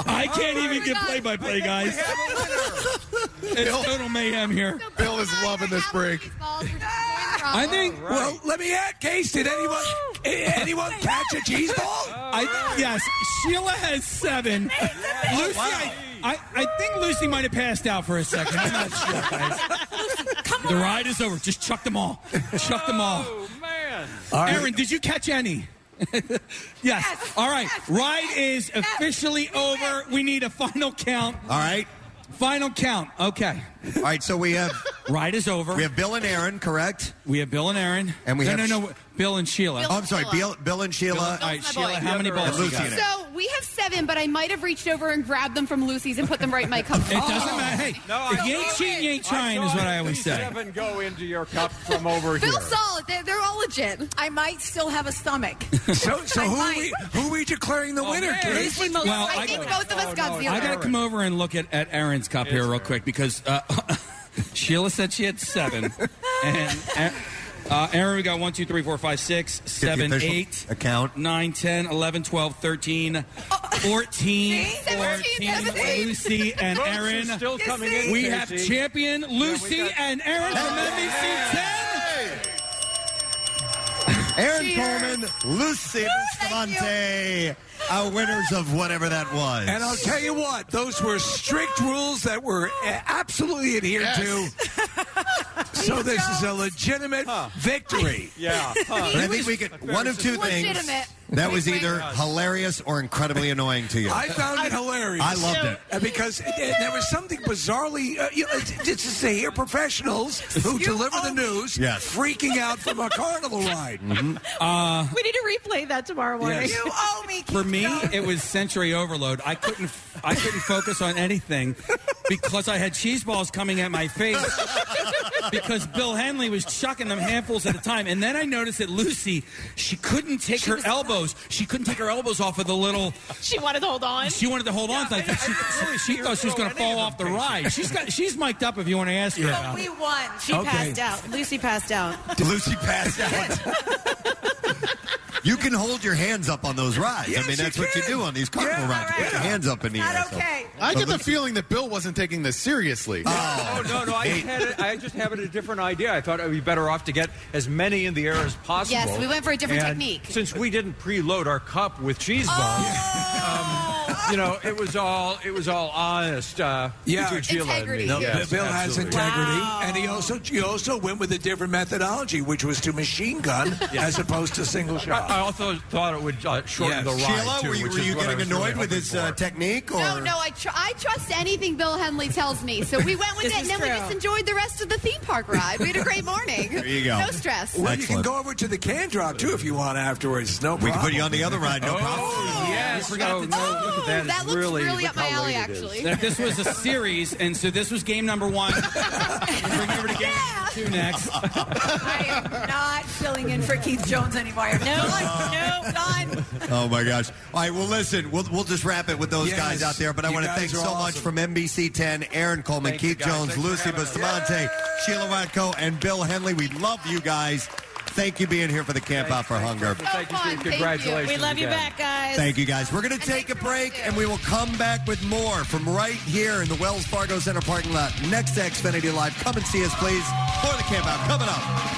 [SPEAKER 4] I can't even get play by play, guys.
[SPEAKER 1] Oh
[SPEAKER 4] It's total mayhem here.
[SPEAKER 5] Bill is loving this break.
[SPEAKER 4] I think.
[SPEAKER 3] Well, let me add, Case, did anyone eh, anyone catch a cheese ball?
[SPEAKER 5] Oh,
[SPEAKER 4] I, yes, Sheila has seven. Lucy, I, I, I think Lucy might have passed out for a second. I'm not sure, guys. the ride is over. Just chuck them all. Chuck them all.
[SPEAKER 3] All right.
[SPEAKER 4] Aaron, did you catch any? yes. All right. Ride is officially over. We need a final count.
[SPEAKER 1] All right.
[SPEAKER 4] Final count. Okay.
[SPEAKER 1] All right, so we have
[SPEAKER 4] ride is over.
[SPEAKER 1] We have Bill and Aaron, correct?
[SPEAKER 4] We have Bill and Aaron,
[SPEAKER 1] and we
[SPEAKER 4] no,
[SPEAKER 1] have
[SPEAKER 4] no, no. Bill and Sheila.
[SPEAKER 1] Oh, I'm sorry, Bill, Bill and Sheila.
[SPEAKER 4] Bill- all right, Bill's my Sheila, boy. how many balls
[SPEAKER 1] And
[SPEAKER 4] you
[SPEAKER 1] Lucy
[SPEAKER 4] got?
[SPEAKER 1] and Aaron.
[SPEAKER 6] So we have seven, but I might have reached over and grabbed them from Lucy's and put them right in my cup. Oh.
[SPEAKER 4] It doesn't matter. Hey, if you ain't cheating, you ain't trying, is what I always say.
[SPEAKER 11] Seven go into your cup from over here.
[SPEAKER 2] Bill's solid. They're, they're all legit. I might still have a stomach.
[SPEAKER 3] So, so who are we who are we declaring the winner, Case?
[SPEAKER 4] Oh, Well, I,
[SPEAKER 2] think both of
[SPEAKER 4] Oh,
[SPEAKER 2] us got zero.
[SPEAKER 4] I got to come over and look at, at Aaron's cup here real quick because uh, Sheila said she had seven, and A- Uh, Aaron, we got 1, 2, 3, 4, 5, 6, 7,
[SPEAKER 1] official
[SPEAKER 4] 8,
[SPEAKER 1] account.
[SPEAKER 4] 9, 10, 11, 12, 13,
[SPEAKER 9] Oh,
[SPEAKER 4] 14, 14, Lucy and
[SPEAKER 9] Votes are
[SPEAKER 4] Aaron.
[SPEAKER 9] still coming in,
[SPEAKER 4] We have
[SPEAKER 9] Casey.
[SPEAKER 4] champion Lucy
[SPEAKER 9] Yeah, we got-
[SPEAKER 4] and Aaron from NBC 10.
[SPEAKER 1] Aaron
[SPEAKER 4] Cheers.
[SPEAKER 1] Coleman, Lucy Bustamante, our winners of whatever that was.
[SPEAKER 3] And I'll tell you what, those were strict rules that were uh, absolutely adhered to. so this is a legitimate victory.
[SPEAKER 1] Yeah, huh. But I think we could- one of two things. That was either hilarious or incredibly annoying to you.
[SPEAKER 3] I found it hilarious.
[SPEAKER 1] I loved it.
[SPEAKER 3] Uh, because it- it- there was something bizarrely. Uh, you know, it's, it's just to hear professionals who deliver the news
[SPEAKER 1] Yes.
[SPEAKER 3] freaking out from a carnival ride.
[SPEAKER 9] Mm-hmm.
[SPEAKER 4] Uh,
[SPEAKER 12] we need to replay that tomorrow morning.
[SPEAKER 4] Yes. You
[SPEAKER 12] owe me.
[SPEAKER 4] For me, it was sensory overload. I couldn't, I couldn't focus on anything because I had cheese balls coming at my face because Bill Henley was chucking them handfuls at a time. And then I noticed that Lucy, she couldn't take her elbows. She couldn't take her elbows off of the little.
[SPEAKER 12] She wanted to hold on.
[SPEAKER 4] She wanted to hold on. to it. she, she thought she was going to fall off the ride. She's got, she's mic'd up. If you want to ask her, about it.
[SPEAKER 12] We won. She
[SPEAKER 4] Okay.
[SPEAKER 12] passed out. Lucy passed out.
[SPEAKER 1] Lucy passed out. you can hold your hands up on those rides.
[SPEAKER 5] Yes,
[SPEAKER 1] I mean,
[SPEAKER 5] you
[SPEAKER 1] that's what you
[SPEAKER 5] can.
[SPEAKER 1] do on these carnival rides. Put your hands up in the air. so-
[SPEAKER 5] I
[SPEAKER 1] But
[SPEAKER 5] get the
[SPEAKER 1] Lucy-
[SPEAKER 5] feeling that Bill wasn't taking this seriously.
[SPEAKER 3] Uh,
[SPEAKER 11] Oh no, no! I just had a, I just have a different idea. I thought it would be better off to get as many in the air as possible.
[SPEAKER 6] Yes, we went for a different
[SPEAKER 11] And
[SPEAKER 6] technique.
[SPEAKER 11] Since we didn't preload our cup with cheese balls, um, you know, it was all it was all honest. Uh, between Sheila and me.
[SPEAKER 3] No,
[SPEAKER 11] Yes,
[SPEAKER 3] Bill has
[SPEAKER 11] absolutely.
[SPEAKER 3] integrity, and he also he also went with a different methodology, which was to machine gun as opposed to single
[SPEAKER 29] Uh,
[SPEAKER 3] shot.
[SPEAKER 11] I, I also thought it would uh, shorten
[SPEAKER 3] Yes.
[SPEAKER 11] the ride
[SPEAKER 3] Sheila,
[SPEAKER 11] too.
[SPEAKER 3] were you-
[SPEAKER 11] which
[SPEAKER 3] were
[SPEAKER 11] is
[SPEAKER 3] you
[SPEAKER 11] what I
[SPEAKER 3] getting
[SPEAKER 11] was
[SPEAKER 3] annoyed
[SPEAKER 11] really
[SPEAKER 3] with
[SPEAKER 11] hoping
[SPEAKER 3] his,
[SPEAKER 11] for.
[SPEAKER 3] uh,
[SPEAKER 1] technique
[SPEAKER 6] No, no, I, tr- I trust anything Bill Henley tells me. So we went with
[SPEAKER 12] This
[SPEAKER 6] it, and
[SPEAKER 12] is
[SPEAKER 6] then we
[SPEAKER 12] true.
[SPEAKER 6] just enjoyed the rest of the theme park ride. We had a great morning.
[SPEAKER 1] There you go.
[SPEAKER 6] No stress.
[SPEAKER 3] Well, you can go over to the can drop too if you want afterwards. It's No problem. Oh, We can put you on the other ride. No problem.
[SPEAKER 4] Yes. Oh, no, look at that.
[SPEAKER 6] that
[SPEAKER 4] It's
[SPEAKER 6] looks really
[SPEAKER 4] look
[SPEAKER 6] up my
[SPEAKER 4] how
[SPEAKER 6] alley,
[SPEAKER 4] late it is.
[SPEAKER 6] actually.
[SPEAKER 4] That this was a series, and so this was game number one. Two next.
[SPEAKER 2] I am not filling in for Keith Jones anymore.
[SPEAKER 12] No, no, done.
[SPEAKER 1] Oh my gosh! All right, well, listen, we'll we'll just wrap it with those
[SPEAKER 3] Yes.
[SPEAKER 1] guys out there. But I
[SPEAKER 3] You
[SPEAKER 1] want to
[SPEAKER 3] guys
[SPEAKER 1] thank
[SPEAKER 3] are
[SPEAKER 1] so much
[SPEAKER 3] awesome.
[SPEAKER 1] from NBC 10, Aaron Coleman,
[SPEAKER 3] Thank you,
[SPEAKER 1] Keith
[SPEAKER 3] guys.
[SPEAKER 1] Jones,
[SPEAKER 3] Thanks for
[SPEAKER 1] Lucy
[SPEAKER 3] having us.
[SPEAKER 1] Bustamante, Sheila Watko, and Bill Henley. We love you guys. Thank you being here for the Camp Out for Hunger.
[SPEAKER 11] Thank you, Steve. Congratulations.
[SPEAKER 12] We love you
[SPEAKER 11] again.
[SPEAKER 12] back, guys.
[SPEAKER 1] Thank you guys. We're going to take a break and we will come back with more from right here in the Wells Fargo Center parking lot next to Xfinity Live. Come and see us, please, for the Camp Out coming up.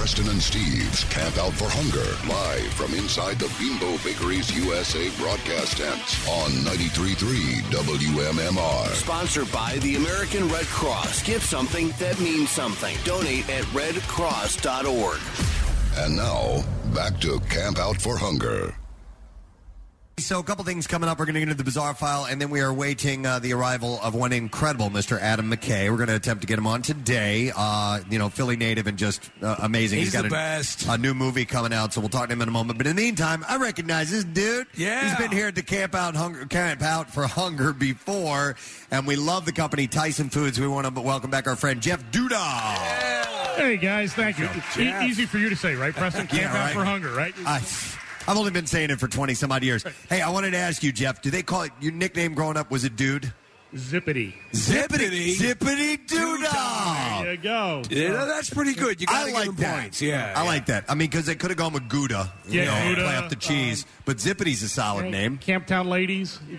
[SPEAKER 15] Preston and Steve's Camp Out for Hunger, live from inside the Bimbo Bakeries USA broadcast tent on 93.3 WMMR.
[SPEAKER 7] Sponsored by the American Red Cross. Give something that means something. Donate at redcross.org.
[SPEAKER 15] And now, back to Camp Out for Hunger.
[SPEAKER 1] So, a couple things coming up. We're going to get into the bizarre file, and then we are waiting uh, the arrival of one incredible Mr. Adam McKay. We're going to attempt to get him on today. Uh, you know, Philly native and just uh, amazing.
[SPEAKER 3] He's
[SPEAKER 1] got
[SPEAKER 3] the
[SPEAKER 1] a,
[SPEAKER 3] best.
[SPEAKER 1] a new movie coming out, so we'll talk to him in a moment. But in the meantime, I recognize this dude.
[SPEAKER 3] Yeah.
[SPEAKER 1] he's been here at the Camp Out Hunger Camp Out for Hunger before, and we love the company Tyson Foods. We want to welcome back our friend Jeff Duda.
[SPEAKER 13] Hey guys, thank you. E-
[SPEAKER 1] Jeff.
[SPEAKER 13] easy for you to say, right, Preston?
[SPEAKER 1] Yeah,
[SPEAKER 13] Camp out
[SPEAKER 1] right.
[SPEAKER 13] for hunger, right?
[SPEAKER 1] I, I've only been saying it for twenty some odd years. Hey, I wanted to ask you, Jeff. Do they call it your nickname growing up? Was it dude?
[SPEAKER 13] Zippity.
[SPEAKER 1] Zippity. Zippity doodah.
[SPEAKER 13] There you go.
[SPEAKER 1] I like that. I like that. I mean, because they could have gone with Gouda, you
[SPEAKER 13] Yeah,
[SPEAKER 1] know,
[SPEAKER 13] Gouda, Um,
[SPEAKER 1] play up the cheese. but Zippity's a solid name.
[SPEAKER 13] Camptown ladies. You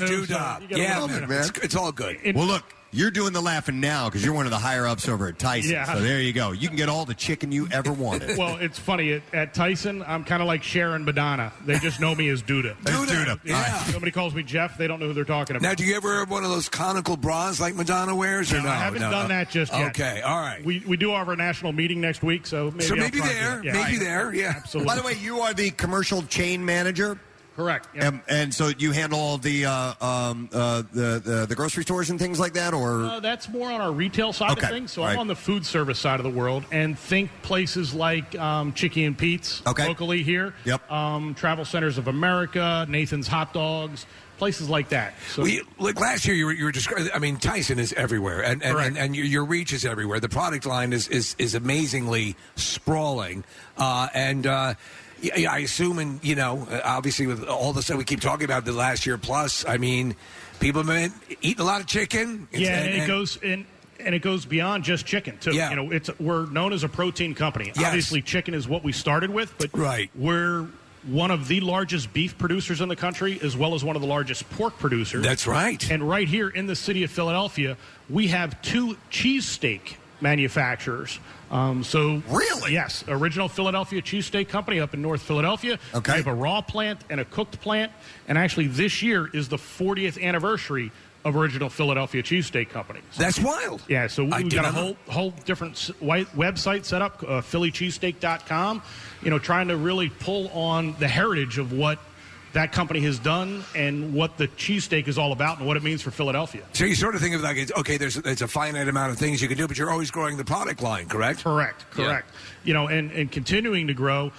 [SPEAKER 3] Doodah,
[SPEAKER 13] No,
[SPEAKER 3] doodah.
[SPEAKER 13] sorry. uh, You got a
[SPEAKER 3] Yeah,
[SPEAKER 13] little
[SPEAKER 3] man.
[SPEAKER 13] bit.
[SPEAKER 3] It's, it's all good.
[SPEAKER 1] well, look, you're doing the laughing now because you're one of the higher ups over at Tyson.
[SPEAKER 13] Yeah.
[SPEAKER 1] So there you go. You can get all the chicken you ever wanted.
[SPEAKER 13] Well, it's funny. At, at Tyson, I'm kind of like Sharon Madonna. They just know me as Duda.
[SPEAKER 1] Duda.
[SPEAKER 13] Yeah. Somebody calls me Jeff. They don't know who they're talking about.
[SPEAKER 3] Now, do you ever have one of those conical bras like Madonna wears? Or no,
[SPEAKER 13] I haven't
[SPEAKER 3] No,
[SPEAKER 13] done
[SPEAKER 3] no.
[SPEAKER 13] that just yet.
[SPEAKER 3] Okay, all right.
[SPEAKER 13] We, we do have our national meeting next week, so maybe
[SPEAKER 3] So
[SPEAKER 13] I'll
[SPEAKER 3] maybe
[SPEAKER 13] try to-
[SPEAKER 3] there,
[SPEAKER 13] yeah.
[SPEAKER 3] maybe there, yeah.
[SPEAKER 13] Absolutely.
[SPEAKER 1] By the way, you are the commercial chain manager.
[SPEAKER 13] Correct.
[SPEAKER 1] And, and so you handle all the, uh, um, uh, the, the the grocery stores and things like that, or
[SPEAKER 13] Uh, that's more on our retail side
[SPEAKER 1] Okay.
[SPEAKER 13] of things. So
[SPEAKER 1] All
[SPEAKER 13] I'm
[SPEAKER 1] right.
[SPEAKER 13] on the food service side of the world, and think places like um, Chicky and Pete's locally here. Yep. Um, Travel Centers of America, Nathan's Hot Dogs, places like that. So
[SPEAKER 3] We, like last year, you were, you were describing. I mean, Tyson is everywhere, and and, and, and your, your reach is everywhere. The product line is is, is amazingly sprawling, uh, and uh, y- yeah, I assume, and you know, uh, obviously, with all the stuff we keep talking about the last year plus, I mean, people have been eating a lot of chicken. It's-
[SPEAKER 13] yeah, and,
[SPEAKER 3] and-
[SPEAKER 13] it goes and and it goes beyond just chicken too.
[SPEAKER 3] Yeah.
[SPEAKER 13] You know, it's we're known as a protein company.
[SPEAKER 3] Yes.
[SPEAKER 13] Obviously, chicken is what we started with, but right. we're one of the largest beef producers in the country, as well as one of the largest pork producers.
[SPEAKER 3] That's right.
[SPEAKER 13] And right here in the city of Philadelphia, we have two cheesesteak manufacturers. Um, so really, yes, original Philadelphia cheesesteak company up in North Philadelphia. Okay, we have a raw plant and a cooked plant, and actually this year is the 40th anniversary of original Philadelphia cheesesteak company. So-
[SPEAKER 3] That's wild.
[SPEAKER 13] Yeah, so we-
[SPEAKER 3] I
[SPEAKER 13] we've
[SPEAKER 3] did
[SPEAKER 13] got a
[SPEAKER 3] not know.
[SPEAKER 13] whole whole different s- wi- website set up, uh, PhillyCheesesteak.com. You know, trying to really pull on the heritage of what that company has done and what the cheesesteak is all about and what it means for Philadelphia.
[SPEAKER 3] So you sort of think of it like it's okay. There's it's a finite amount of things you can do, but you're always growing the product line, correct?
[SPEAKER 13] Correct. Correct. You know, and and continuing to grow.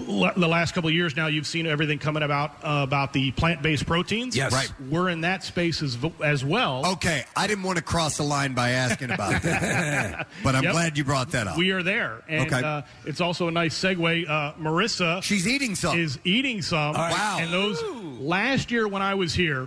[SPEAKER 13] l- The last couple of years now, you've seen everything coming about uh, about the plant-based proteins.
[SPEAKER 1] Yes. Right.
[SPEAKER 13] We're in that space as, v- as well.
[SPEAKER 1] Okay, I didn't want to cross the line by asking about that, but I'm
[SPEAKER 13] Yep.
[SPEAKER 1] glad you brought that up.
[SPEAKER 13] We are there, and
[SPEAKER 1] Okay.
[SPEAKER 13] uh, it's also a nice segue. Uh, Marissa,
[SPEAKER 1] she's eating some.
[SPEAKER 13] Is eating some.
[SPEAKER 1] All right. Wow.
[SPEAKER 13] And those last year when I was here,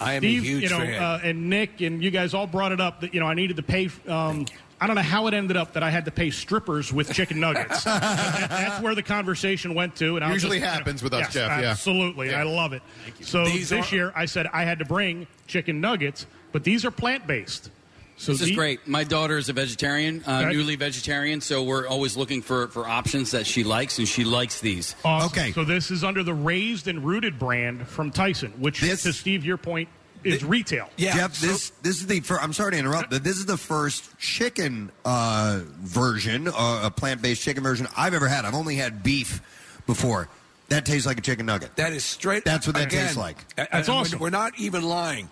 [SPEAKER 3] I am a
[SPEAKER 13] Steve,
[SPEAKER 3] huge
[SPEAKER 13] you know,
[SPEAKER 3] fan.
[SPEAKER 13] Uh, and Nick and you guys all brought it up that you know I needed to pay. Um, I don't know how it ended up that I had to pay strippers with chicken nuggets. That- that's where the conversation went to. And I was
[SPEAKER 5] Usually
[SPEAKER 13] just, you know,
[SPEAKER 5] happens with us,
[SPEAKER 13] yes,
[SPEAKER 5] Jeff, yeah.
[SPEAKER 13] absolutely.
[SPEAKER 5] Yeah.
[SPEAKER 13] I love it. So
[SPEAKER 5] These
[SPEAKER 13] this
[SPEAKER 5] are-
[SPEAKER 13] year I said I had to bring chicken nuggets, but these are plant based. So
[SPEAKER 4] this is
[SPEAKER 13] the-
[SPEAKER 4] great. My daughter is a vegetarian, uh,
[SPEAKER 13] Okay.
[SPEAKER 4] newly vegetarian, so we're always looking for, for options that she likes, and she likes these.
[SPEAKER 13] Okay. So this is under the raised and rooted brand from Tyson, which to Steve your point is retail.
[SPEAKER 1] Jeff, this this is the first. I'm sorry to interrupt, but this is the first chicken uh, version, uh, a plant based chicken version I've ever had. I've only had beef before. That tastes like a chicken nugget.
[SPEAKER 3] That is straight.
[SPEAKER 1] That's what that
[SPEAKER 3] again,
[SPEAKER 1] tastes like.
[SPEAKER 3] a- a-
[SPEAKER 1] That's
[SPEAKER 3] we're-
[SPEAKER 1] awesome.
[SPEAKER 3] We're not even lying.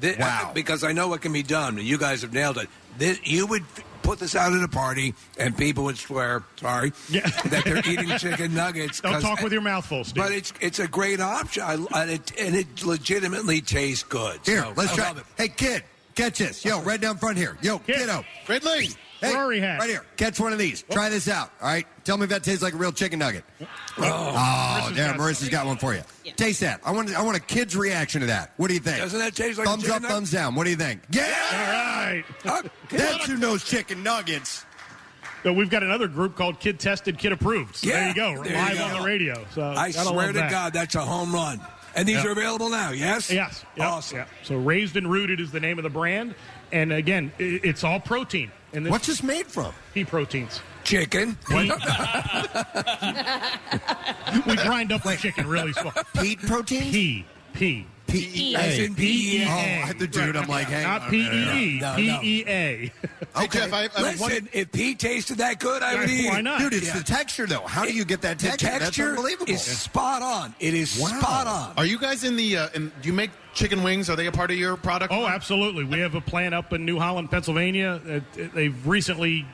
[SPEAKER 3] Thi-
[SPEAKER 1] Wow.
[SPEAKER 3] I- because I know what can be done, and you guys have nailed it. This, you would f- put this out at a party, and people would swear, sorry, that they're eating chicken nuggets.
[SPEAKER 13] Don't
[SPEAKER 3] 'cause-
[SPEAKER 13] talk with your mouth full, Steve.
[SPEAKER 3] But it's it's a great option, I, and, it, and it legitimately tastes good.
[SPEAKER 1] Here,
[SPEAKER 3] So,
[SPEAKER 1] let's
[SPEAKER 3] Oh, I
[SPEAKER 1] try.
[SPEAKER 3] love it.
[SPEAKER 1] Hey, kid, catch this. Yo, right down front here. Yo, kiddo.
[SPEAKER 5] Ridley.
[SPEAKER 1] Hey,
[SPEAKER 13] Ferrari hat.
[SPEAKER 1] Right here. Catch one of these. Try this out. All right. Tell me if that tastes like a real chicken nugget. Oh, there. Marissa's got one for you. Taste that. I want. I want a kid's reaction to that. What do you think?
[SPEAKER 3] Doesn't that taste like a
[SPEAKER 1] thumbs
[SPEAKER 3] chicken
[SPEAKER 1] up,
[SPEAKER 3] nugget?
[SPEAKER 1] thumbs down? What do you think?
[SPEAKER 13] Yeah.
[SPEAKER 1] All right. That's who knows chicken nuggets.
[SPEAKER 13] So we've got another group called Kid Tested, Kid Approved. So
[SPEAKER 3] Yeah,
[SPEAKER 13] there you go,
[SPEAKER 3] there you
[SPEAKER 13] live
[SPEAKER 3] go.
[SPEAKER 13] on the radio. So
[SPEAKER 3] I
[SPEAKER 13] gotta
[SPEAKER 3] swear
[SPEAKER 13] love
[SPEAKER 3] to
[SPEAKER 13] that.
[SPEAKER 3] God, that's a home run. And these
[SPEAKER 13] Yeah.
[SPEAKER 3] are available now. Yes.
[SPEAKER 13] Yes. Yep.
[SPEAKER 3] Awesome.
[SPEAKER 13] Yep. So raised and rooted is the name of the brand, and again, i- it's all protein. And what's
[SPEAKER 1] this made from?
[SPEAKER 13] Pea proteins.
[SPEAKER 3] Chicken.
[SPEAKER 13] we grind up the chicken really small.
[SPEAKER 1] Pea protein.
[SPEAKER 13] Pea. Pea.
[SPEAKER 1] P-E-A.
[SPEAKER 5] As in
[SPEAKER 13] E.
[SPEAKER 5] P-E-A.
[SPEAKER 1] Oh, I- the dude, I'm like, hang
[SPEAKER 13] Not
[SPEAKER 1] on.
[SPEAKER 13] P-E-E,
[SPEAKER 1] No, no.
[SPEAKER 13] P-E-A.
[SPEAKER 5] Hey, Jeff, I, I
[SPEAKER 3] Listen, if P tasted that good, I would
[SPEAKER 13] Why
[SPEAKER 3] eat. it.
[SPEAKER 13] not?
[SPEAKER 1] Dude, it's the texture though. How do you get that
[SPEAKER 3] The
[SPEAKER 1] texture?
[SPEAKER 3] texture
[SPEAKER 1] That's unbelievable.
[SPEAKER 3] is spot on. It is spot on.
[SPEAKER 5] Are you guys in the? Uh, in, do you make chicken wings? Are they a part of your product?
[SPEAKER 13] Oh, absolutely. We have a plant up in New Holland, Pennsylvania. Uh, uh, They've recently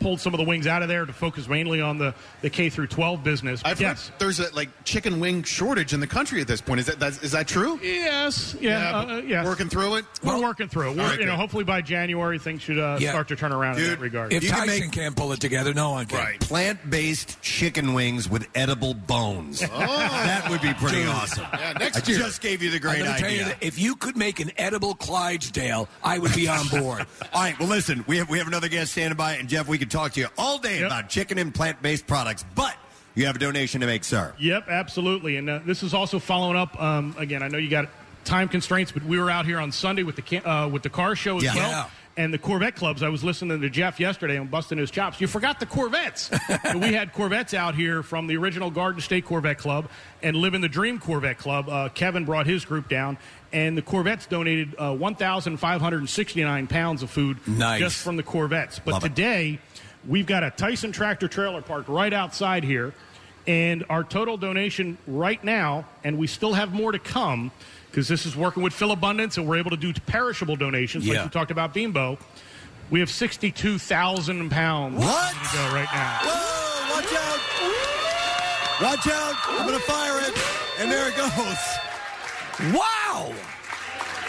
[SPEAKER 13] pulled some of the wings out of there to focus mainly on the, the K through 12 business.
[SPEAKER 5] I've
[SPEAKER 13] yes.
[SPEAKER 5] heard there's a like chicken wing shortage in the country at this point. Is that that's, is that true?
[SPEAKER 13] Yes. Yeah.
[SPEAKER 5] Yeah,
[SPEAKER 13] uh, uh, yes.
[SPEAKER 5] working through it.
[SPEAKER 13] We're working through it. We're,
[SPEAKER 5] All right,
[SPEAKER 13] you know,
[SPEAKER 5] good.
[SPEAKER 13] hopefully by January things should uh,
[SPEAKER 3] Yeah.
[SPEAKER 13] start to turn around in that regard.
[SPEAKER 3] If Tyson can't pull it together, no one can.
[SPEAKER 1] Plant based chicken wings with edible
[SPEAKER 3] Oh.
[SPEAKER 1] bones. Oh. That would be pretty
[SPEAKER 3] Dude.
[SPEAKER 1] awesome. I just gave you the
[SPEAKER 3] I'm
[SPEAKER 1] great
[SPEAKER 3] gonna tell you
[SPEAKER 1] idea.
[SPEAKER 3] that if you could make an edible Clydesdale, I would be on board.
[SPEAKER 1] All right, well, listen, we have, we have another guest standing by, and Jeff, we could talk to you all day about chicken and plant based products, but you have a donation to make, sir.
[SPEAKER 13] Yep, absolutely. And uh, this is also following up. Um, again, I know you got time constraints, but we were out here on Sunday with the ca- uh, with the car show as
[SPEAKER 1] Yeah.
[SPEAKER 13] well.
[SPEAKER 1] Yeah.
[SPEAKER 13] And the Corvette clubs. I was listening to Jeff yesterday on busting his chops. You forgot the Corvettes. And we had Corvettes out here from the original Garden State Corvette Club and Living the Dream Corvette Club. Uh, Kevin brought his group down, and the Corvettes donated uh, 1,569 pounds of food
[SPEAKER 3] Nice.
[SPEAKER 13] just from the Corvettes. But
[SPEAKER 3] Love it.
[SPEAKER 13] today, we've got a Tyson tractor trailer parked right outside here, and our total donation right now, and we still have more to come because this is working with Phil Abundance, and we're able to do perishable donations
[SPEAKER 3] Yeah.
[SPEAKER 13] like you talked about Beambo. We have sixty-two thousand pounds
[SPEAKER 1] What?
[SPEAKER 13] to go right now.
[SPEAKER 1] Whoa, Oh, watch out! Watch out! I'm going to fire it, and there it goes.
[SPEAKER 3] Wow!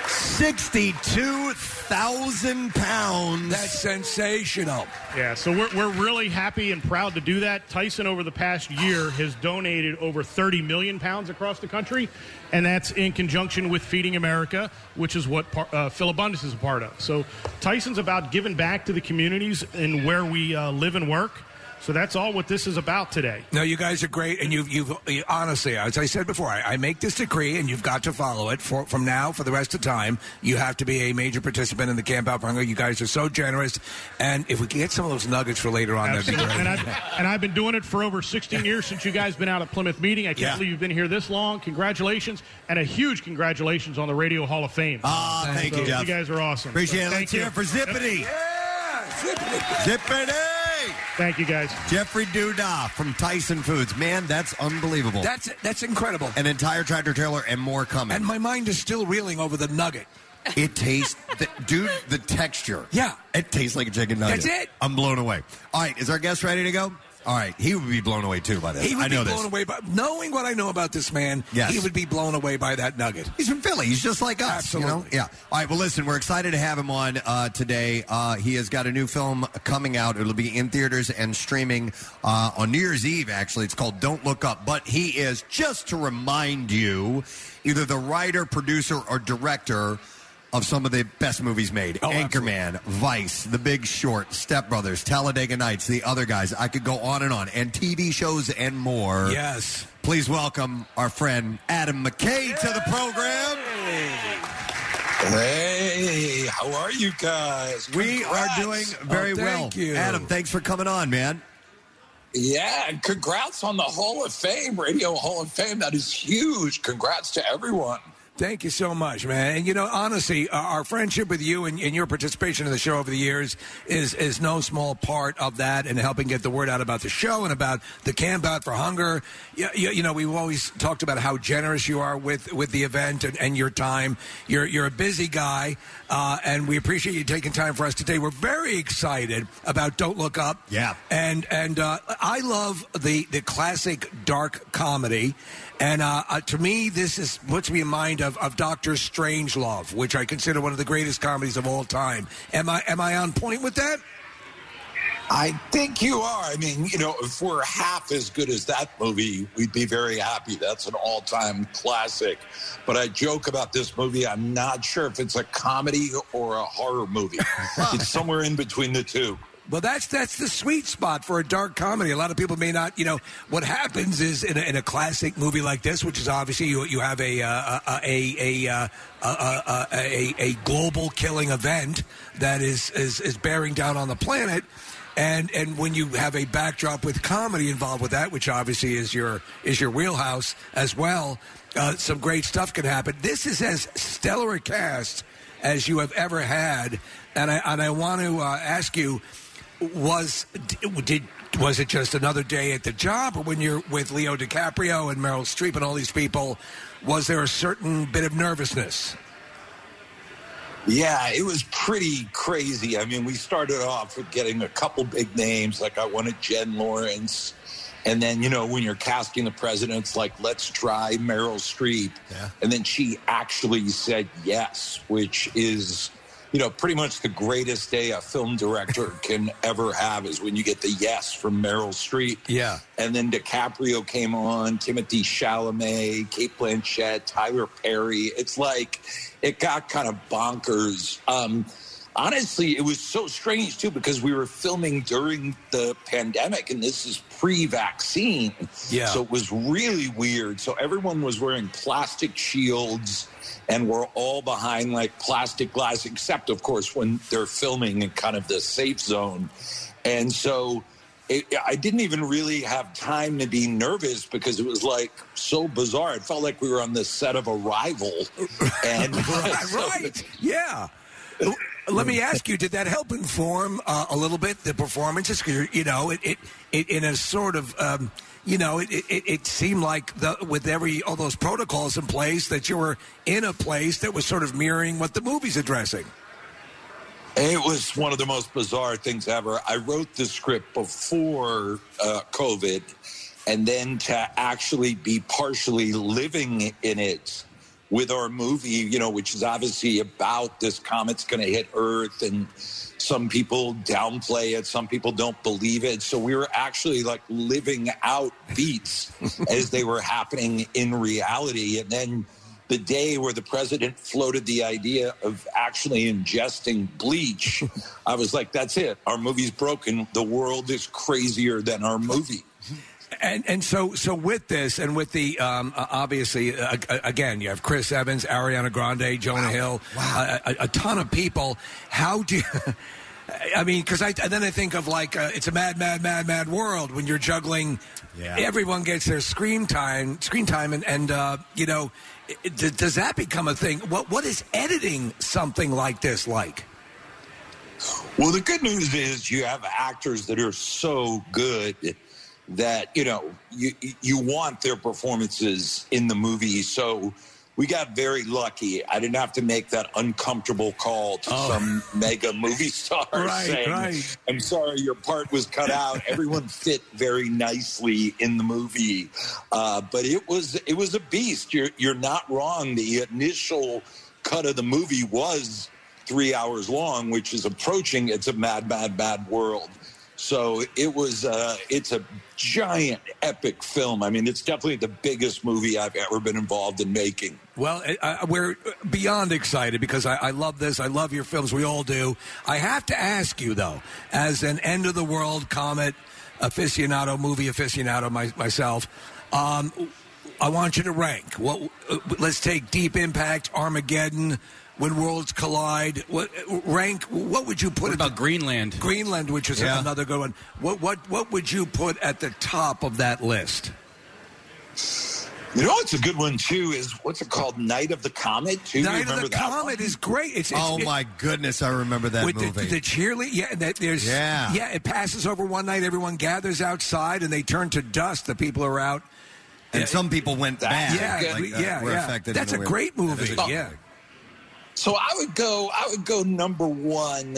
[SPEAKER 1] 62,000 pounds.
[SPEAKER 3] That's sensational.
[SPEAKER 13] Yeah, so we're, we're really happy and proud to do that. Tyson, over the past year, has donated over 30 million pounds across the country, and that's in conjunction with Feeding America, which is what par- uh, Phil Abundance is a part of. So Tyson's about giving back to the communities and where we uh, live and work. So that's all what this is about today.
[SPEAKER 3] No, you guys are great, and you've, you've you, honestly, as I said before, I, I make this decree, and you've got to follow it for, from now for the rest of time. You have to be a major participant in the Camp Out for Hunger. You guys are so generous, and if we can get some of those nuggets for later on, that'd be
[SPEAKER 13] Absolutely.
[SPEAKER 3] great.
[SPEAKER 13] And I've, and I've been doing it for over 16 years since you guys been out at Plymouth meeting. I can't
[SPEAKER 3] Yeah.
[SPEAKER 13] believe you've been here this long. Congratulations, and a huge congratulations on the Radio Hall of Fame.
[SPEAKER 1] Ah, thank you, Jeff.
[SPEAKER 13] You guys are awesome.
[SPEAKER 1] Appreciate it.
[SPEAKER 13] Thank
[SPEAKER 1] Let's hear
[SPEAKER 13] you.
[SPEAKER 1] it for Zippity. Zippity!
[SPEAKER 13] Thank you, guys.
[SPEAKER 1] Jeffrey Duda from Tyson Foods. Man, that's unbelievable.
[SPEAKER 3] That's that's incredible.
[SPEAKER 1] An entire tractor trailer and more coming. And
[SPEAKER 3] my mind is still reeling over the nugget.
[SPEAKER 1] It tastes, the, dude, the texture.
[SPEAKER 3] Yeah.
[SPEAKER 1] It tastes like a chicken nugget.
[SPEAKER 3] That's it.
[SPEAKER 1] I'm blown away. All right, is our guest ready to go? All right, he would be blown away too by this.
[SPEAKER 3] He would
[SPEAKER 1] I know
[SPEAKER 3] be
[SPEAKER 1] this.
[SPEAKER 3] blown away by knowing what I know about this man.
[SPEAKER 1] Yes.
[SPEAKER 3] he would be blown away by that nugget.
[SPEAKER 1] He's from Philly. He's just like us.
[SPEAKER 3] Absolutely.
[SPEAKER 1] You know? Yeah. All right. Well, listen, we're excited to have him on uh, today. Uh, he has got a new film coming out. It'll be in theaters and streaming uh, on New Year's Eve, actually. It's called Don't Look Up. But he is, just to remind you, either the writer, producer, or director of some of the best movies made
[SPEAKER 3] Oh,
[SPEAKER 1] Anchorman, Vice, The Big Short, Step Brothers, Talladega Nights, The Other Guys. I could go on and on. And TV shows and more.
[SPEAKER 3] Yes.
[SPEAKER 1] Please welcome our friend Adam McKay to the program.
[SPEAKER 17] Oh, Hey, how are you guys? Oh,
[SPEAKER 1] We are doing very well. Adam, thanks for coming on, man.
[SPEAKER 17] Yeah, and congrats on the Hall of Fame, Radio Hall of Fame. That is huge. Congrats to everyone.
[SPEAKER 3] Thank you so much, man. And you know, honestly, uh, our friendship with you and, and your participation in the show over the years is is no small part of that, and helping get the word out about the show and about the Camp Out for Hunger. You, you, you know, we've always talked about how generous you are with with the event and, and your time. You're you're a busy guy, uh, and we appreciate you taking time for us today. We're very excited about Don't Look Up.
[SPEAKER 1] Yeah.
[SPEAKER 3] and and uh, I love the the classic dark comedy, and uh, uh, to me this is puts me in mind of, of Doctor Strangelove, which I consider one of the greatest comedies of all time. Am I am I on point with that?
[SPEAKER 17] I think you are. I mean, you know, if we're half as good as that movie, we'd be very happy. That's an all time classic. But I joke about this movie. I'm not sure if it's a comedy or a horror movie, it's somewhere in between the two.
[SPEAKER 3] Well, that's that's the sweet spot for a dark comedy. A lot of people may not, you know, what happens is in a, in a classic movie like this, which is obviously you you have a uh, a a a, uh, a, a, a a global killing event that is, is is bearing down on the planet. And and when you have a backdrop with comedy involved with that, which obviously is your is your wheelhouse as well, uh, some great stuff can happen. This is as stellar a cast as you have ever had, and I and I want to uh, ask you was did was it just another day at the job or when you're with Leo DiCaprio and Meryl Streep and all these people was there a certain bit of nervousness
[SPEAKER 17] Yeah, it was pretty crazy. I mean, we started off with getting a couple big names, like I wanted Jen Lawrence. And then, you know, when you're casting the presidents, like, let's try Meryl Streep. And then she actually said yes, which is, you know, pretty much the greatest day a film director can ever have is when you get the yes from Meryl Streep.
[SPEAKER 3] Yeah.
[SPEAKER 17] And then DiCaprio came on, Timothy Chalamet, Kate Blanchett, Tyler Perry. It's like it got kind of bonkers. Um, honestly, it was so strange too because we were filming during the pandemic, and this is pre-vaccine.
[SPEAKER 3] Yeah.
[SPEAKER 17] So it was really weird. So everyone was wearing plastic shields, and we're all behind like plastic glass, except of course when they're filming in kind of the safe zone. And so it, I didn't even really have time to be nervous because it was like so bizarre. It felt like we were on the set of Arrival. And
[SPEAKER 3] right yeah let me ask you did that help inform uh, a little bit the performances 'Cause you're- you know it, it, it in a sort of um, you know it, it, it- it seemed like the, with every all those protocols in place that you were in a place that was sort of mirroring what the movie's addressing
[SPEAKER 17] It was one of the most bizarre things ever. I wrote the script before uh, COVID, and then to actually be partially living in it with our movie, you know, which is obviously about this comet's going to hit Earth, and some people downplay it, some people don't believe it. So we were actually like living out beats as they were happening in reality, and then the day where the president floated the idea of actually ingesting bleach, I was like, that's it. Our movie's broken. The world is crazier than our movie.
[SPEAKER 3] And and so so with this and with the um, uh, obviously uh, ag- again you have Chris Evans, Ariana Grande, Jonah Hill, uh, a, a ton of people. How do I mean? Because I and then I think of like uh, it's a mad, mad, mad, mad world when you're juggling.
[SPEAKER 18] Yeah.
[SPEAKER 3] Everyone gets their screen time, screen time, and and uh, you know, it- it, d- does that become a thing? What what is editing something like this like?
[SPEAKER 17] Well, the good news is you have actors that are so good that you know you you want their performances in the movie. So we got very lucky. I didn't have to make that uncomfortable call to some mega movie star
[SPEAKER 19] Oh. Right,
[SPEAKER 17] saying,
[SPEAKER 19] right.
[SPEAKER 17] "I'm sorry, your part was cut out." Everyone fit very nicely in the movie, uh, but it was it was a beast. You're you're not wrong. The initial cut of the movie was three hours long, which is approaching it's a mad, mad, mad world. So it was. Uh, it's a giant, epic film. I mean, it's definitely the biggest movie I've ever been involved in making.
[SPEAKER 3] Well, I, I, we're beyond excited because I, I love this. I love your films. We all do. I have to ask you, though, as an end of the world comet aficionado, movie aficionado my, myself, um, I want you to rank. What? uh, Let's take Deep Impact, Armageddon, When Worlds Collide. What uh, rank? What would you put at about
[SPEAKER 4] Greenland?
[SPEAKER 3] Greenland, which is
[SPEAKER 4] Yeah.
[SPEAKER 3] another good one. What? What? What would you put at the top of that list?
[SPEAKER 17] You know, it's a good one too. Is what's it called? Night of the Comet. Too. You
[SPEAKER 3] Night of
[SPEAKER 17] remember
[SPEAKER 3] the
[SPEAKER 17] that one?
[SPEAKER 3] Comet is great. It's, it's
[SPEAKER 1] oh
[SPEAKER 3] it-
[SPEAKER 1] my goodness, I remember that
[SPEAKER 3] with
[SPEAKER 1] movie.
[SPEAKER 3] The, the cheerleader, yeah, and that there's,
[SPEAKER 1] Yeah.
[SPEAKER 3] it passes over one night. Everyone gathers outside, and they turn to dust. The people are out,
[SPEAKER 1] and some people went bad.
[SPEAKER 3] Yeah,
[SPEAKER 1] like,
[SPEAKER 3] we-
[SPEAKER 1] uh,
[SPEAKER 3] yeah,
[SPEAKER 1] were
[SPEAKER 3] yeah.
[SPEAKER 1] affected in
[SPEAKER 3] That's a
[SPEAKER 1] weird-
[SPEAKER 3] great
[SPEAKER 1] That is
[SPEAKER 3] movie.
[SPEAKER 1] a-
[SPEAKER 3] yeah,
[SPEAKER 17] Oh. So I would go. I would go number one.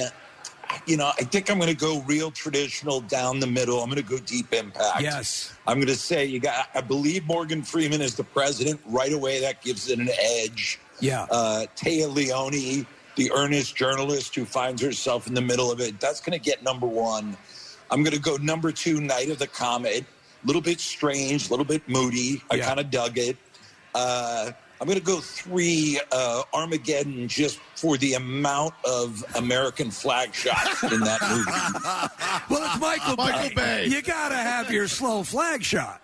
[SPEAKER 17] You know, I think I'm going to go real traditional down the middle. I'm going to go deep impact.
[SPEAKER 3] Yes.
[SPEAKER 17] I'm going to say you got. I believe Morgan Freeman is the president right away. That gives it an edge.
[SPEAKER 3] Yeah.
[SPEAKER 17] Uh, Taya Leone, the earnest journalist who finds herself in the middle of it. That's going to get number one. I'm going to go number two. Night of the Comet. A little bit strange. A little bit moody. I kind of dug it. Uh, I'm going to go three uh, Armageddon just for the amount of American flag shots in that movie.
[SPEAKER 3] well, it's Michael,
[SPEAKER 17] Michael Bay.
[SPEAKER 3] You gotta have your slow flag shot.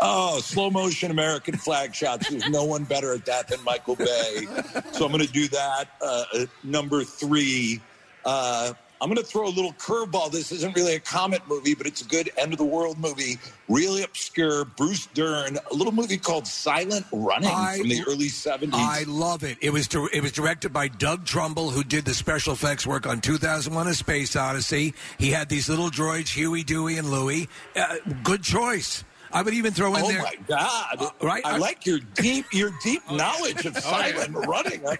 [SPEAKER 17] Oh, slow motion American flag shots. There's no one better at that than Michael Bay. So I'm going to do that. Uh, uh, number three, uh, I'm going to throw a little curveball. This isn't really a comet movie, but it's a good end of the world movie. Really obscure. Bruce Dern, a little movie called Silent Running
[SPEAKER 3] I-
[SPEAKER 17] from the early 70s.
[SPEAKER 3] I love it. It was dir- it was directed by Doug Trumbull, who did the special effects work on 2001: A Space Odyssey. He had these little droids, Huey, Dewey, and Louie. Uh, good choice. I would even throw in
[SPEAKER 17] oh
[SPEAKER 3] there. Uh,
[SPEAKER 17] my God!
[SPEAKER 3] right?
[SPEAKER 17] I,
[SPEAKER 3] I-
[SPEAKER 17] like your deep, your deep knowledge of
[SPEAKER 3] Oh,
[SPEAKER 17] silent
[SPEAKER 3] yeah.
[SPEAKER 17] running. I,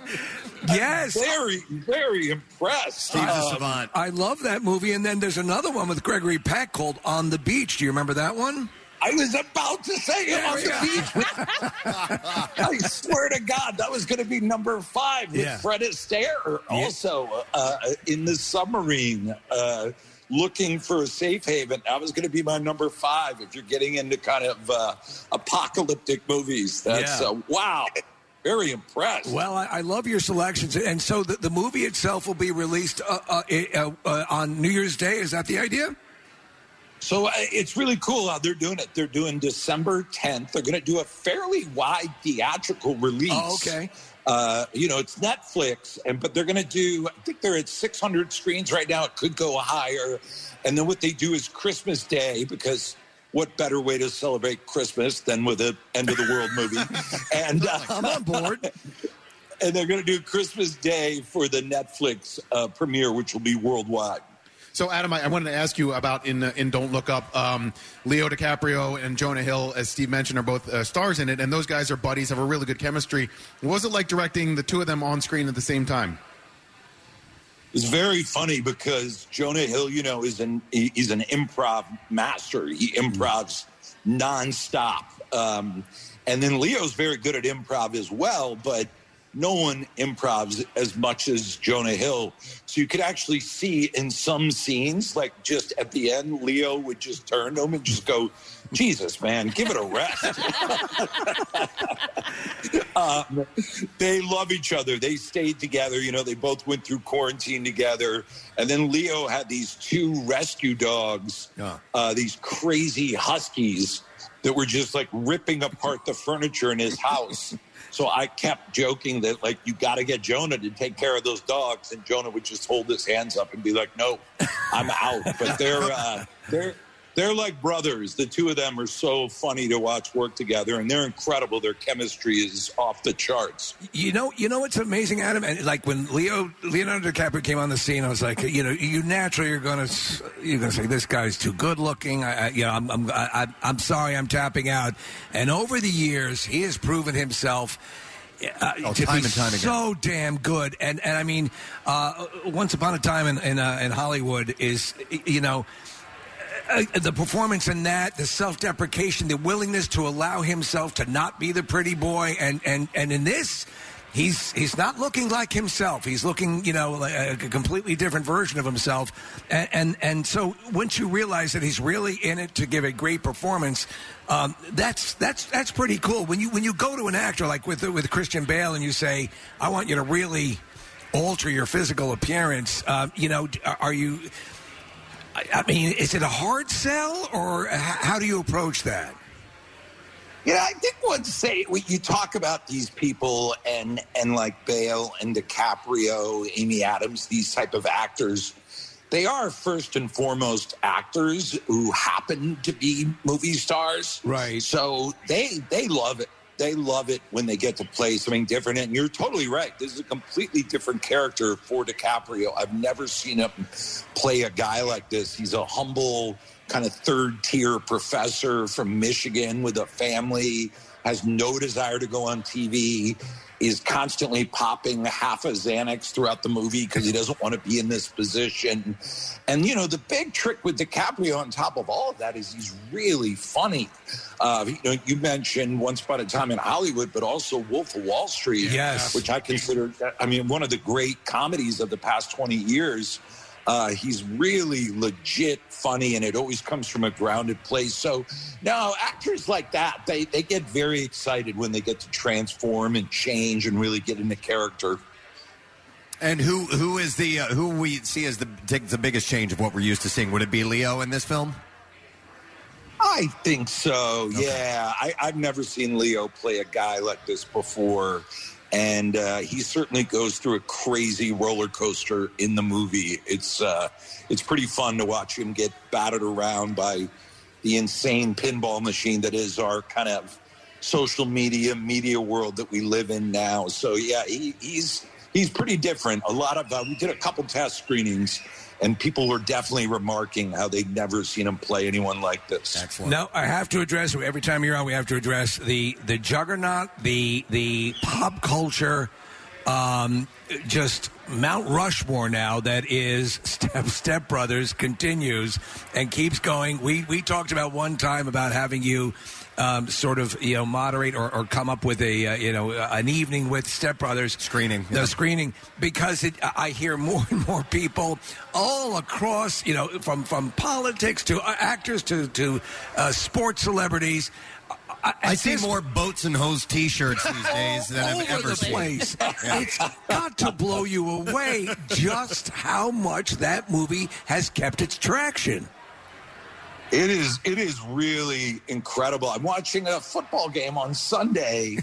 [SPEAKER 3] Yes. Uh,
[SPEAKER 17] very, very impressed. Um,
[SPEAKER 3] I love that movie. And then there's another one with Gregory Peck called On the Beach. Do you remember that one?
[SPEAKER 17] I was about to say it on the beach. I swear to God, that was going to be number five with
[SPEAKER 19] Yeah.
[SPEAKER 17] Fred Astaire, also uh, in the submarine, uh, looking for a safe haven. That was going to be my number five. If you're getting into kind of uh, apocalyptic movies, that's
[SPEAKER 3] Yeah.
[SPEAKER 17] uh, wow, very impressed.
[SPEAKER 3] Well, I, I love your selections. And so the, the movie itself will be released uh, uh, uh, uh, on New Year's Day. Is that the idea?
[SPEAKER 17] So uh, it's really cool how they're doing it. They're doing December 10th. They're going to do a fairly wide theatrical release.
[SPEAKER 3] Oh, okay.
[SPEAKER 17] Uh, you know, it's Netflix, and but they're going to do. I think they're at 600 screens right now. It could go higher. And then what they do is Christmas Day because what better way to celebrate Christmas than with an end of the world movie? and uh,
[SPEAKER 3] Oh, I'm on board.
[SPEAKER 17] And they're going to do Christmas Day for the Netflix uh, premiere, which will be worldwide.
[SPEAKER 5] So, Adam, I, I wanted to ask you about in uh, in Don't Look Up. Um, Leo DiCaprio and Jonah Hill, as Steve mentioned, are both uh, stars in it, and those guys are buddies, have a really good chemistry. What was it like directing the two of them on screen at the same time?
[SPEAKER 17] It's very funny because Jonah Hill, you know, is an he- he's an improv master. He improvs nonstop, Um, and then Leo's very good at improv as well, but no one improvs as much as Jonah Hill. So you could actually see in some scenes, like just at the end, Leo would just turn to him and just go, Jesus, man, give it a rest. um, they love each other. They stayed together. You know, they both went through quarantine together. And then Leo had these two rescue dogs, uh, these crazy huskies that were just like ripping apart the furniture in his house. So I kept joking that, like, you got to get Jonah to take care of those dogs. And Jonah would just hold his hands up and be like, no, I'm out. But they're, uh, they're, they're like brothers. The two of them are so funny to watch work together, and they're incredible. Their chemistry is off the charts.
[SPEAKER 3] You know, you know what's amazing, Adam, and like when Leo Leonardo DiCaprio came on the scene, I was like, you know, you naturally are gonna s- you're gonna say this guy's too good looking. I, I you know, I'm I'm I, I'm- I'm sorry, I'm tapping out. And over the years, he has proven himself. Uh,
[SPEAKER 1] Oh,
[SPEAKER 3] to
[SPEAKER 1] time
[SPEAKER 3] be
[SPEAKER 1] and time again.
[SPEAKER 3] so damn good, and and I mean, uh, once upon a time in in, uh, in Hollywood is you know uh, the performance in that, the self-deprecation, the willingness to allow himself to not be the pretty boy, and and and in this. He's he's not looking like himself. He's looking, you know, like a, a completely different version of himself. And, and and so once you realize that he's really in it to give a great performance, um, that's that's that's pretty cool. When you when you go to an actor like with with Christian Bale and you say, I want you to really alter your physical appearance, uh, you know, d- are are you? I I mean, is it a hard sell, or h- how do you approach that?
[SPEAKER 17] You know, I think one say when you talk about these people and and like Bale and DiCaprio, Amy Adams, these type of actors, they are first and foremost actors who happen to be movie stars. Right. So they they love it. They love it when they get to play something different. And you're totally right. This is a completely different character for DiCaprio. I've never seen him play a guy like this. He's a humble, kind of third tier professor from Michigan with a family, has no desire to go on TV, is constantly popping half a Xanax throughout the movie because he doesn't want to be in this position. And, you know, the big trick with DiCaprio on top of all of that is he's really funny. Uh, you know, you mentioned Once Upon a Time in Hollywood, but also Wolf of Wall Street,
[SPEAKER 18] Yes.
[SPEAKER 17] which I consider, I mean, one of the great comedies of the past 20 years. Uh, he's really legit funny, and it always comes from a grounded place. So, no, actors like that, they, they get very excited when they get to transform and change and really get into character.
[SPEAKER 1] And who who is the uh, who we see as the take the biggest change of what we're used to seeing? Would it be Leo in this film?
[SPEAKER 17] I think so. Yeah, I, I've never seen Leo play a guy like this before, and uh, he certainly goes through a crazy roller coaster in the movie. It's uh, it's pretty fun to watch him get battered around by the insane pinball machine that is our kind of social media media world that we live in now. So yeah, he, he's he's pretty different. A lot of uh, we did a couple test screenings, and people were definitely remarking how they'd never seen him play anyone like this. Excellent.
[SPEAKER 3] No, I have to address every time you're on. We have to address the the juggernaut, the the pop culture, um, just Mount Rushmore now. That is Step Step Brothers continues and keeps going. We we talked about one time about having you. Um, sort of, you know, moderate or, or come up with a, uh, you know, uh, an evening with Step Brothers screening, the screening, because it, I I hear more and more people all across, you know, from from politics to uh, actors to to uh, sports celebrities. Uh, I, I see more
[SPEAKER 1] boats and hose T-shirts these days than I've
[SPEAKER 3] over
[SPEAKER 1] ever
[SPEAKER 3] the
[SPEAKER 1] seen.
[SPEAKER 3] place.
[SPEAKER 1] Yeah.
[SPEAKER 3] It's got to blow you away just how much that movie has kept its traction.
[SPEAKER 17] It is it is really incredible. I'm watching a football game on Sunday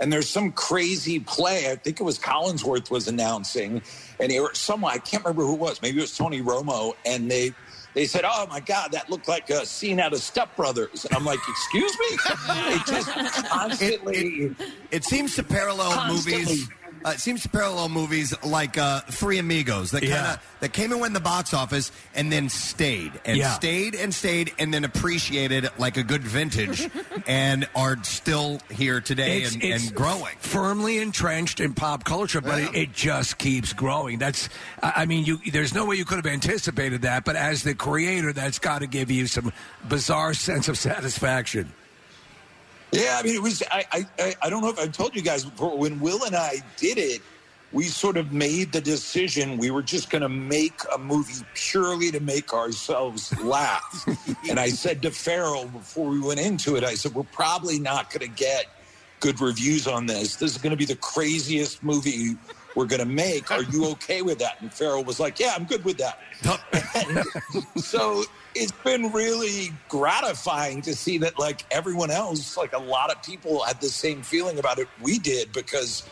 [SPEAKER 17] and there's some crazy play. I think it was Collinsworth was announcing and it, or someone I can't remember who it was. Maybe it was Tony Romo and they they said, "Oh my God, that looked like a scene out of Step Brothers." And I'm like, "Excuse me?" It just constantly.
[SPEAKER 1] It, it seems to parallel
[SPEAKER 17] Constantly.
[SPEAKER 1] movies. Uh, it seems to parallel movies like uh, Three Amigos that kind of
[SPEAKER 18] Yeah.
[SPEAKER 1] that came and went in the box office and then stayed and
[SPEAKER 18] Yeah.
[SPEAKER 1] stayed and stayed and then appreciated like a good vintage and are still here today and, and growing.
[SPEAKER 3] firmly entrenched in pop culture, but it, it just keeps growing. That's, I I mean, you there's no way you could have anticipated that, but as the creator, that's got to give you some bizarre sense of satisfaction.
[SPEAKER 17] Yeah, I mean, it was. I, I- I, I don't know if I've told you guys before. When Will and I did it, we sort of made the decision we were just going to make a movie purely to make ourselves laugh. and I said to Farrell before we went into it, I said, we're probably not going to get good reviews on this. This is going to be the craziest movie we're going to make. Are you okay with that? And Farrell was like, yeah, I'm good with that. so it's been really gratifying to see that like everyone else like a lot of people had the same feeling about it we did because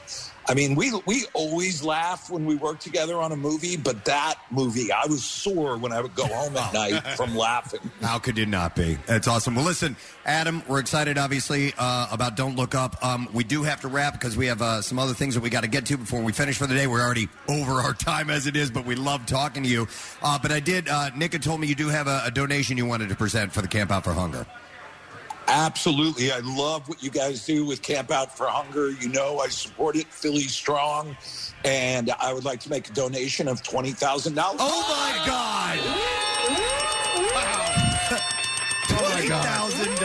[SPEAKER 17] i mean we we always laugh when we work together on a movie but that movie i was sore when i would go home at night from laughing
[SPEAKER 1] How could you not be? That's awesome. Well, listen, Adam, we're excited, obviously, uh, about Don't Look Up. Um, we do have to wrap because we have uh, some other things that we got to get to before we finish for the day. We're already over our time as it is, but we love talking to you. Uh, but I did, uh, Nick had told me you do have a, a donation you wanted to present for the Camp Out for Hunger.
[SPEAKER 17] Absolutely. I love what you guys do with Camp Out for Hunger. You know, I support it, Philly Strong. And I would like to make a donation of $20,000. Oh,
[SPEAKER 1] my God. $20,000.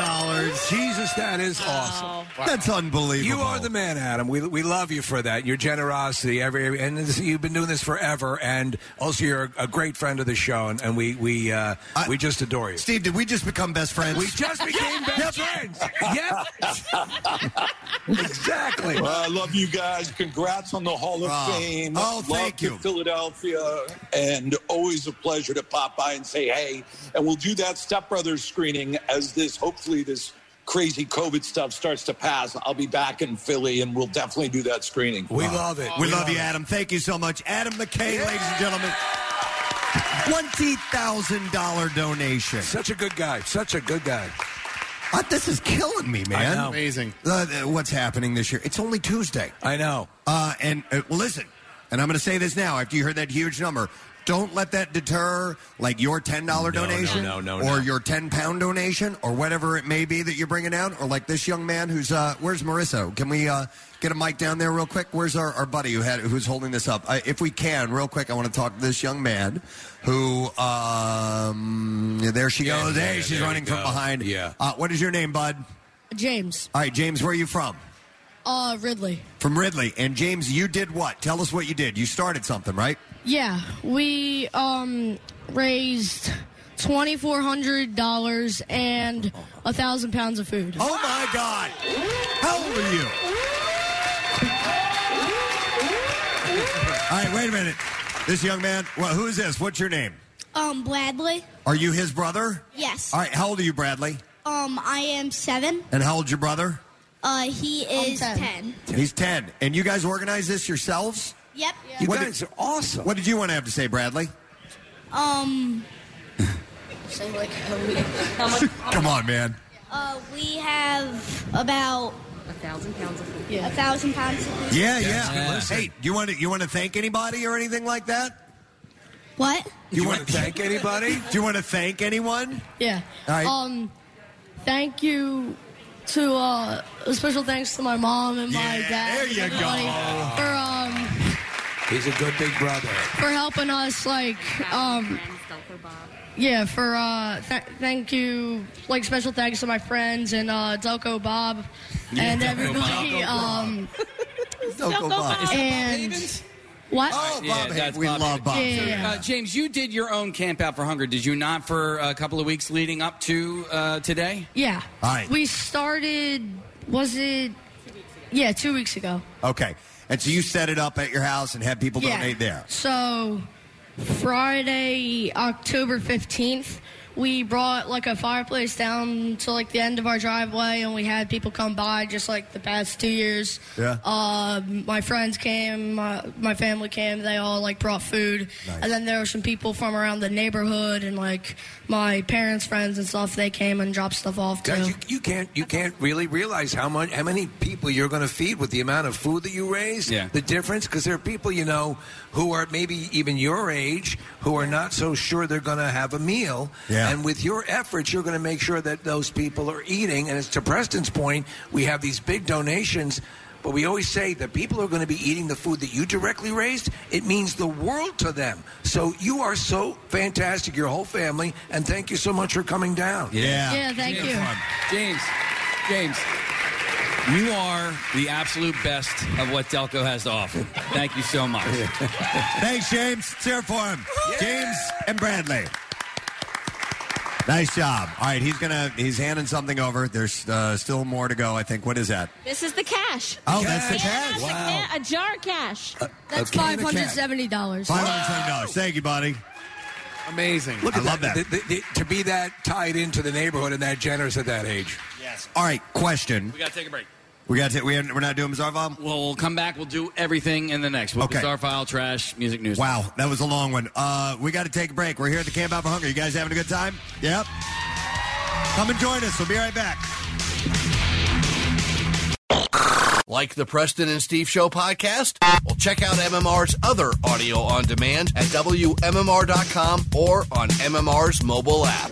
[SPEAKER 3] Jesus, that is awesome.
[SPEAKER 1] That's unbelievable.
[SPEAKER 3] You are the man, Adam. We, we love you for that. Your generosity, every and this, you've been doing this forever. And also, you're a, a great friend of the show, and, and we we uh, we just adore you.
[SPEAKER 1] Steve, did we just become best friends?
[SPEAKER 3] We just became best friends. Yep. exactly.
[SPEAKER 17] Well, I love you guys. Congrats on the Hall of
[SPEAKER 3] Oh.
[SPEAKER 17] Fame.
[SPEAKER 3] Oh,
[SPEAKER 17] Love
[SPEAKER 3] thank
[SPEAKER 17] to
[SPEAKER 3] you.
[SPEAKER 17] Philadelphia. And always a pleasure to pop by and say hey. And we'll do that Step Brothers screening as this, hopefully, this crazy COVID stuff starts to pass. I'll be back in Philly and we'll definitely do that screening.
[SPEAKER 1] We love it. We, love, you, Adam. Thank you so much. Adam McKay, ladies and gentlemen. $20,000 donation.
[SPEAKER 3] Such a good guy. Such a good guy.
[SPEAKER 1] Uh, this is killing me, man.
[SPEAKER 3] I know.
[SPEAKER 1] Amazing. what's happening this year? It's only Tuesday.
[SPEAKER 3] I know.
[SPEAKER 1] Uh, and uh, listen, and I'm going to say this now after you heard that huge number. Don't let that deter like your ten dollar
[SPEAKER 3] No, no,
[SPEAKER 1] donation,
[SPEAKER 3] no, no,
[SPEAKER 1] or
[SPEAKER 3] Oh, no.
[SPEAKER 1] your ten pound donation, or whatever it may be that you're bringing out, or like this young man who's uh, where's Marissa? Can we uh, get a mic down there real quick? Where's our, our buddy who had who's holding this up? I, if we can, real quick, I want to talk to this young man who um, there she
[SPEAKER 3] Yeah,
[SPEAKER 1] goes.
[SPEAKER 3] yeah,
[SPEAKER 1] hey,
[SPEAKER 3] yeah,
[SPEAKER 1] she's
[SPEAKER 3] there
[SPEAKER 1] running
[SPEAKER 3] you
[SPEAKER 1] from
[SPEAKER 3] go.
[SPEAKER 1] behind.
[SPEAKER 3] Yeah.
[SPEAKER 1] Uh, what is your name, bud?
[SPEAKER 34] James.
[SPEAKER 1] All right, James, where are you from?
[SPEAKER 34] Uh, Ridley.
[SPEAKER 1] From Ridley. And James, you did what? Tell us what you did. You started something, right?
[SPEAKER 34] Yeah, we um raised twenty four hundred dollars and a thousand pounds of food.
[SPEAKER 1] Oh my God! How old are you? All right, wait a minute. This young man, well, who is this? What's your name?
[SPEAKER 35] Um, Bradley.
[SPEAKER 1] Are you his brother?
[SPEAKER 35] Yes.
[SPEAKER 1] All right, how old are you, Bradley?
[SPEAKER 35] Um, I am seven.
[SPEAKER 1] And how old's your brother?
[SPEAKER 35] Uh, he is ten.
[SPEAKER 1] He's 10. And you guys organize this yourselves?
[SPEAKER 35] Yep.
[SPEAKER 1] You guys are awesome. What did you want to have to say, Bradley?
[SPEAKER 35] Um,
[SPEAKER 34] Say like
[SPEAKER 1] Come on, man.
[SPEAKER 35] uh, we have about a thousand pounds of food. Yeah, a thousand pounds of food.
[SPEAKER 1] Yeah, yeah. Hey, you want to you want to thank anybody or anything like that?
[SPEAKER 35] What?
[SPEAKER 1] You, want to thank anybody? Do you want to thank anyone?
[SPEAKER 34] Yeah.
[SPEAKER 1] All right.
[SPEAKER 34] Um, thank you to uh, a special thanks to my mom and my
[SPEAKER 3] Yeah,
[SPEAKER 34] dad.
[SPEAKER 3] there you
[SPEAKER 34] and everybody
[SPEAKER 3] go.
[SPEAKER 34] For um
[SPEAKER 3] He's a good big brother.
[SPEAKER 34] for helping us like um yeah for uh th- thank you like special thanks to my friends and uh Delco Bob
[SPEAKER 35] Yeah,
[SPEAKER 34] and
[SPEAKER 35] Delco
[SPEAKER 34] everybody
[SPEAKER 35] Bob.
[SPEAKER 34] um
[SPEAKER 35] Delco Bob. Is that Bob
[SPEAKER 34] and what
[SPEAKER 4] Oh,
[SPEAKER 13] Oh,
[SPEAKER 4] that's
[SPEAKER 34] Yeah, yeah, yeah.
[SPEAKER 4] Uh, James, you did your own Camp Out for Hunger, did you not, for a couple of weeks leading up to uh, today?
[SPEAKER 34] Yeah.
[SPEAKER 4] All right.
[SPEAKER 34] We started, was it? Yeah, two weeks ago.
[SPEAKER 1] Okay. And so you set it up at your house and have people
[SPEAKER 34] yeah.
[SPEAKER 1] donate there.
[SPEAKER 34] So, Friday, October 15th, we brought like a fireplace down to like the end of our driveway and we had people come by just like the past two years.
[SPEAKER 36] Yeah.
[SPEAKER 34] Uh, my friends came, my, my family came, they all like brought food. And then there were some people from around the neighborhood and like my parents' friends and stuff, they came and dropped stuff off too.
[SPEAKER 3] Guys, you, you can't you can't really realize how much how many people you're going to feed with the amount of food that you raise.
[SPEAKER 4] Yeah.
[SPEAKER 3] The difference because there are people you know who are maybe even your age who are not so sure they're going to have a meal.
[SPEAKER 1] Yeah.
[SPEAKER 3] And with your efforts, you're going to make sure that those people are eating. And it's to Preston's point, we have these big donations. But we always say that people are going to be eating the food that you directly raised. It means the world to them. So you are so fantastic, your whole family, and thank you so much for coming down.
[SPEAKER 4] James, James, James. You are the absolute best of what Delco has to offer. Thank you so much.
[SPEAKER 1] Thanks, James. It's here for him. James and Bradley. Nice job. All right, he's gonna he's handing something over. There's uh, still more to go. I think. What is that?
[SPEAKER 14] This is the cash.
[SPEAKER 1] Oh, that's the cash.
[SPEAKER 14] A,
[SPEAKER 1] Wow. Uh,
[SPEAKER 14] ca- a jar of cash.
[SPEAKER 1] That's a can of
[SPEAKER 14] dollars.
[SPEAKER 1] cash. Five hundred seventy dollars. Thank you, buddy.
[SPEAKER 3] Amazing. Look
[SPEAKER 1] I
[SPEAKER 3] at
[SPEAKER 1] love
[SPEAKER 3] that.
[SPEAKER 1] that.
[SPEAKER 3] The- the- the- to be that tied into the neighborhood and that generous at that age.
[SPEAKER 1] Yes. All right. Question.
[SPEAKER 4] We got to take a break.
[SPEAKER 1] We got to. We are, we're not doing bizarre bomb.
[SPEAKER 4] Well, we'll come back. We'll do everything in the next. We'll
[SPEAKER 1] Okay.
[SPEAKER 4] Bizarre file, trash, music news.
[SPEAKER 1] Wow, that was a long one. Uh, we got to take a break. We're here at the Camp Out for Hunger. You guys having a good time? Yep. Come and join us. We'll be right back.
[SPEAKER 7] Like the Preston and Steve Show podcast? Well, check out MMR's other audio on demand at WMMR.com or on MMR's mobile app.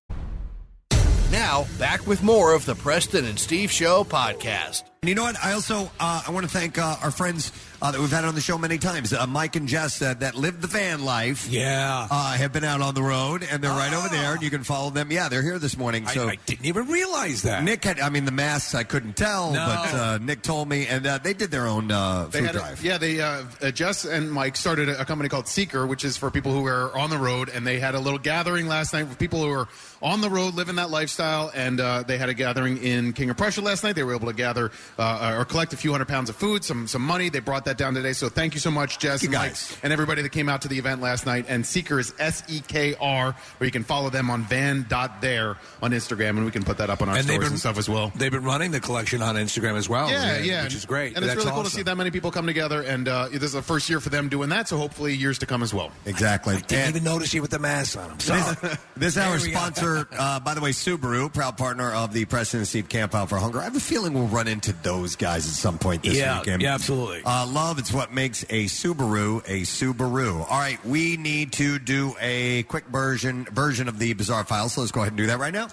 [SPEAKER 7] Now, back with more of the Preston and Steve Show podcast.
[SPEAKER 1] And you know what? I also uh, I want to thank uh, our friends uh, that we've had on the show many times, uh, Mike and Jess, uh, that live the van life.
[SPEAKER 3] Yeah, Ah.
[SPEAKER 1] uh, have been out on the road, and they're right over there, and you can follow them. Yeah, they're here this morning. So I,
[SPEAKER 3] didn't even realize that
[SPEAKER 1] Nick had. I mean, the masks I couldn't tell,
[SPEAKER 5] No.
[SPEAKER 1] but uh, Nick told me, and uh, they did their own uh,
[SPEAKER 5] They
[SPEAKER 1] food
[SPEAKER 5] had a-
[SPEAKER 1] drive.
[SPEAKER 5] yeah, they uh, uh, Jess and Mike started a, a company called Seeker, which is for people who are on the road. And they had a little gathering last night for people who are on the road living that lifestyle. And uh, they had a gathering in King of Prussia last night. They were able to gather uh, or collect a few hundred pounds of food, some some money. They brought that down today. So thank you so much, Jess and Mike, and everybody that came out to the event last night. And Seeker is S E K R, where you can follow them on Van Dot There on Instagram, and we can put that up on our
[SPEAKER 3] And they've
[SPEAKER 5] stories
[SPEAKER 3] been-
[SPEAKER 5] and stuff as well.
[SPEAKER 3] They've been running the collection on Instagram as well.
[SPEAKER 5] Yeah, yeah,
[SPEAKER 3] Oh, which is great.
[SPEAKER 5] and it's
[SPEAKER 3] That's
[SPEAKER 5] really cool to
[SPEAKER 3] awesome.
[SPEAKER 5] see that many people come together. And uh, this is the first year for them doing that, so hopefully years to come as well.
[SPEAKER 1] Exactly.
[SPEAKER 3] Didn't even notice you with the mask on. I'm sorry.
[SPEAKER 1] This, this
[SPEAKER 3] There
[SPEAKER 1] hour's
[SPEAKER 3] we go.
[SPEAKER 1] sponsor, uh, by the way, Subaru, proud partner of the President Steve Camp Out for Hunger. I have a feeling we'll run into those guys at some point this
[SPEAKER 3] Yeah,
[SPEAKER 1] weekend.
[SPEAKER 3] yeah, absolutely.
[SPEAKER 1] Uh, love, it's what makes a Subaru a Subaru. All right, we need to do a quick version version of the Bizarre File, so let's go ahead and do that right now.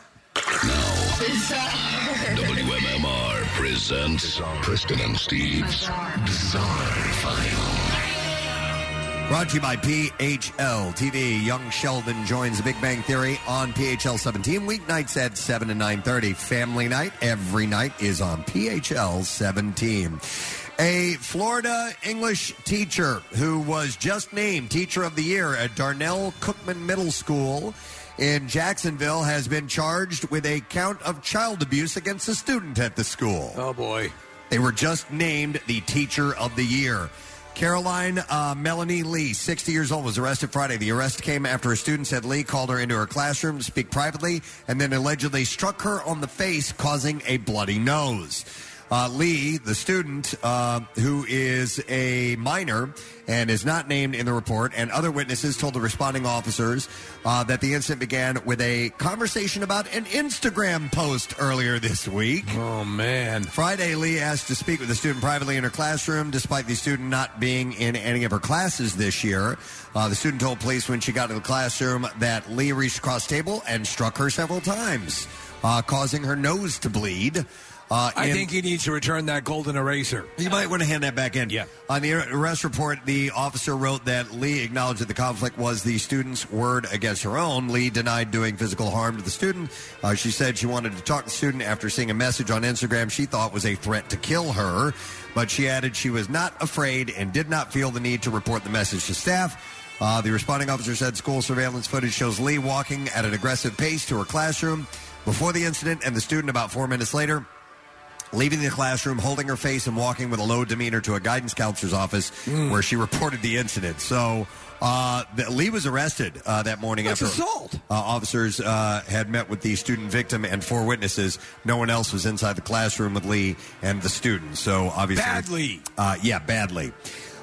[SPEAKER 15] WMMR presents Preston and Steve's Bizarre File.
[SPEAKER 1] Brought to you by PHL TV. Young Sheldon joins Big Bang Theory on PHL 17 weeknights at 7 and 9:30. Family night every night is on PHL 17. A Florida English teacher who was just named Teacher of the Year at Darnell Cookman Middle School in Jacksonville has been charged with a count of child abuse against a student at the school.
[SPEAKER 3] Oh boy.
[SPEAKER 1] They were just named the Teacher of the Year. Caroline uh, Melanie Lee, 60 years old, was arrested Friday. The arrest came after a student said Lee called her into her classroom to speak privately and then allegedly struck her on the face, causing a bloody nose. Uh, Lee, the student uh, who is a minor and is not named in the report, and other witnesses told the responding officers uh, that the incident began with a conversation about an Instagram post earlier this week.
[SPEAKER 3] Oh, man.
[SPEAKER 1] Friday, Lee asked to speak with the student privately in her classroom, despite the student not being in any of her classes this year. Uh, the student told police when she got to the classroom that Lee reached across table and struck her several times, uh, causing her nose to bleed. Uh,
[SPEAKER 3] I
[SPEAKER 1] in-
[SPEAKER 3] think he needs to return that golden eraser.
[SPEAKER 1] you might want to hand that back in. Yeah. On the arrest report, the officer wrote that Lee acknowledged that the conflict was the student's word against her own. Lee denied doing physical harm to the student. Uh, she said she wanted to talk to the student after seeing a message on Instagram she thought was a threat to kill her. But she added she was not afraid and did not feel the need to report the message to staff. Uh, the responding officer said school surveillance footage shows Lee walking at an aggressive pace to her classroom before the incident, and the student about four minutes later leaving the classroom, holding her face, and walking with a low demeanor to a guidance counselor's office where she reported the incident. So. Uh, the, Lee was arrested uh, that morning
[SPEAKER 3] That's
[SPEAKER 1] after
[SPEAKER 3] assault.
[SPEAKER 1] Uh, officers uh, had met with the student victim and four witnesses. No one else was inside the classroom with Lee and the student. So obviously,
[SPEAKER 3] Badly.
[SPEAKER 1] uh, yeah, badly.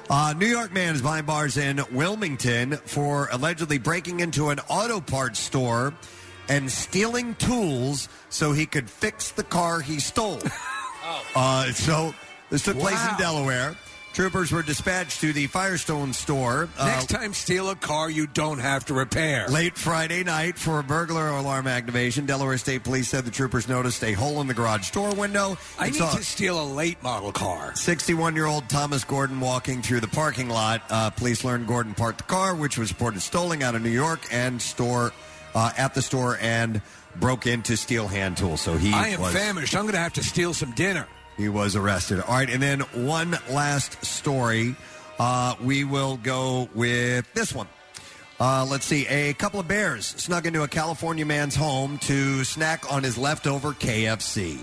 [SPEAKER 1] Uh, New York man is behind bars in Wilmington for allegedly breaking into an auto parts store and stealing tools so he could fix the car he stole. Uh, so this took place in Delaware. Troopers were dispatched to the Firestone store. uh,
[SPEAKER 3] Next time, steal a car you don't have to repair.
[SPEAKER 1] Late Friday night for a burglar alarm activation, Delaware State Police said the troopers noticed a hole in the garage door window.
[SPEAKER 3] I
[SPEAKER 1] and
[SPEAKER 3] need
[SPEAKER 1] saw
[SPEAKER 3] to steal a late model car.
[SPEAKER 1] 61-year-old Thomas Gordon walking through the parking lot. Uh, police learned Gordon parked the car, which was reported stolen out of New York, and store uh, at the store and broke into steel hand tools. So he
[SPEAKER 3] I am
[SPEAKER 1] was
[SPEAKER 3] famished. I'm going to have to steal some dinner.
[SPEAKER 1] he was arrested. All right, and then one last story. Uh, we will go with this one. Uh, let's see. A couple of bears snuck into a California man's home to snack on his leftover KFC.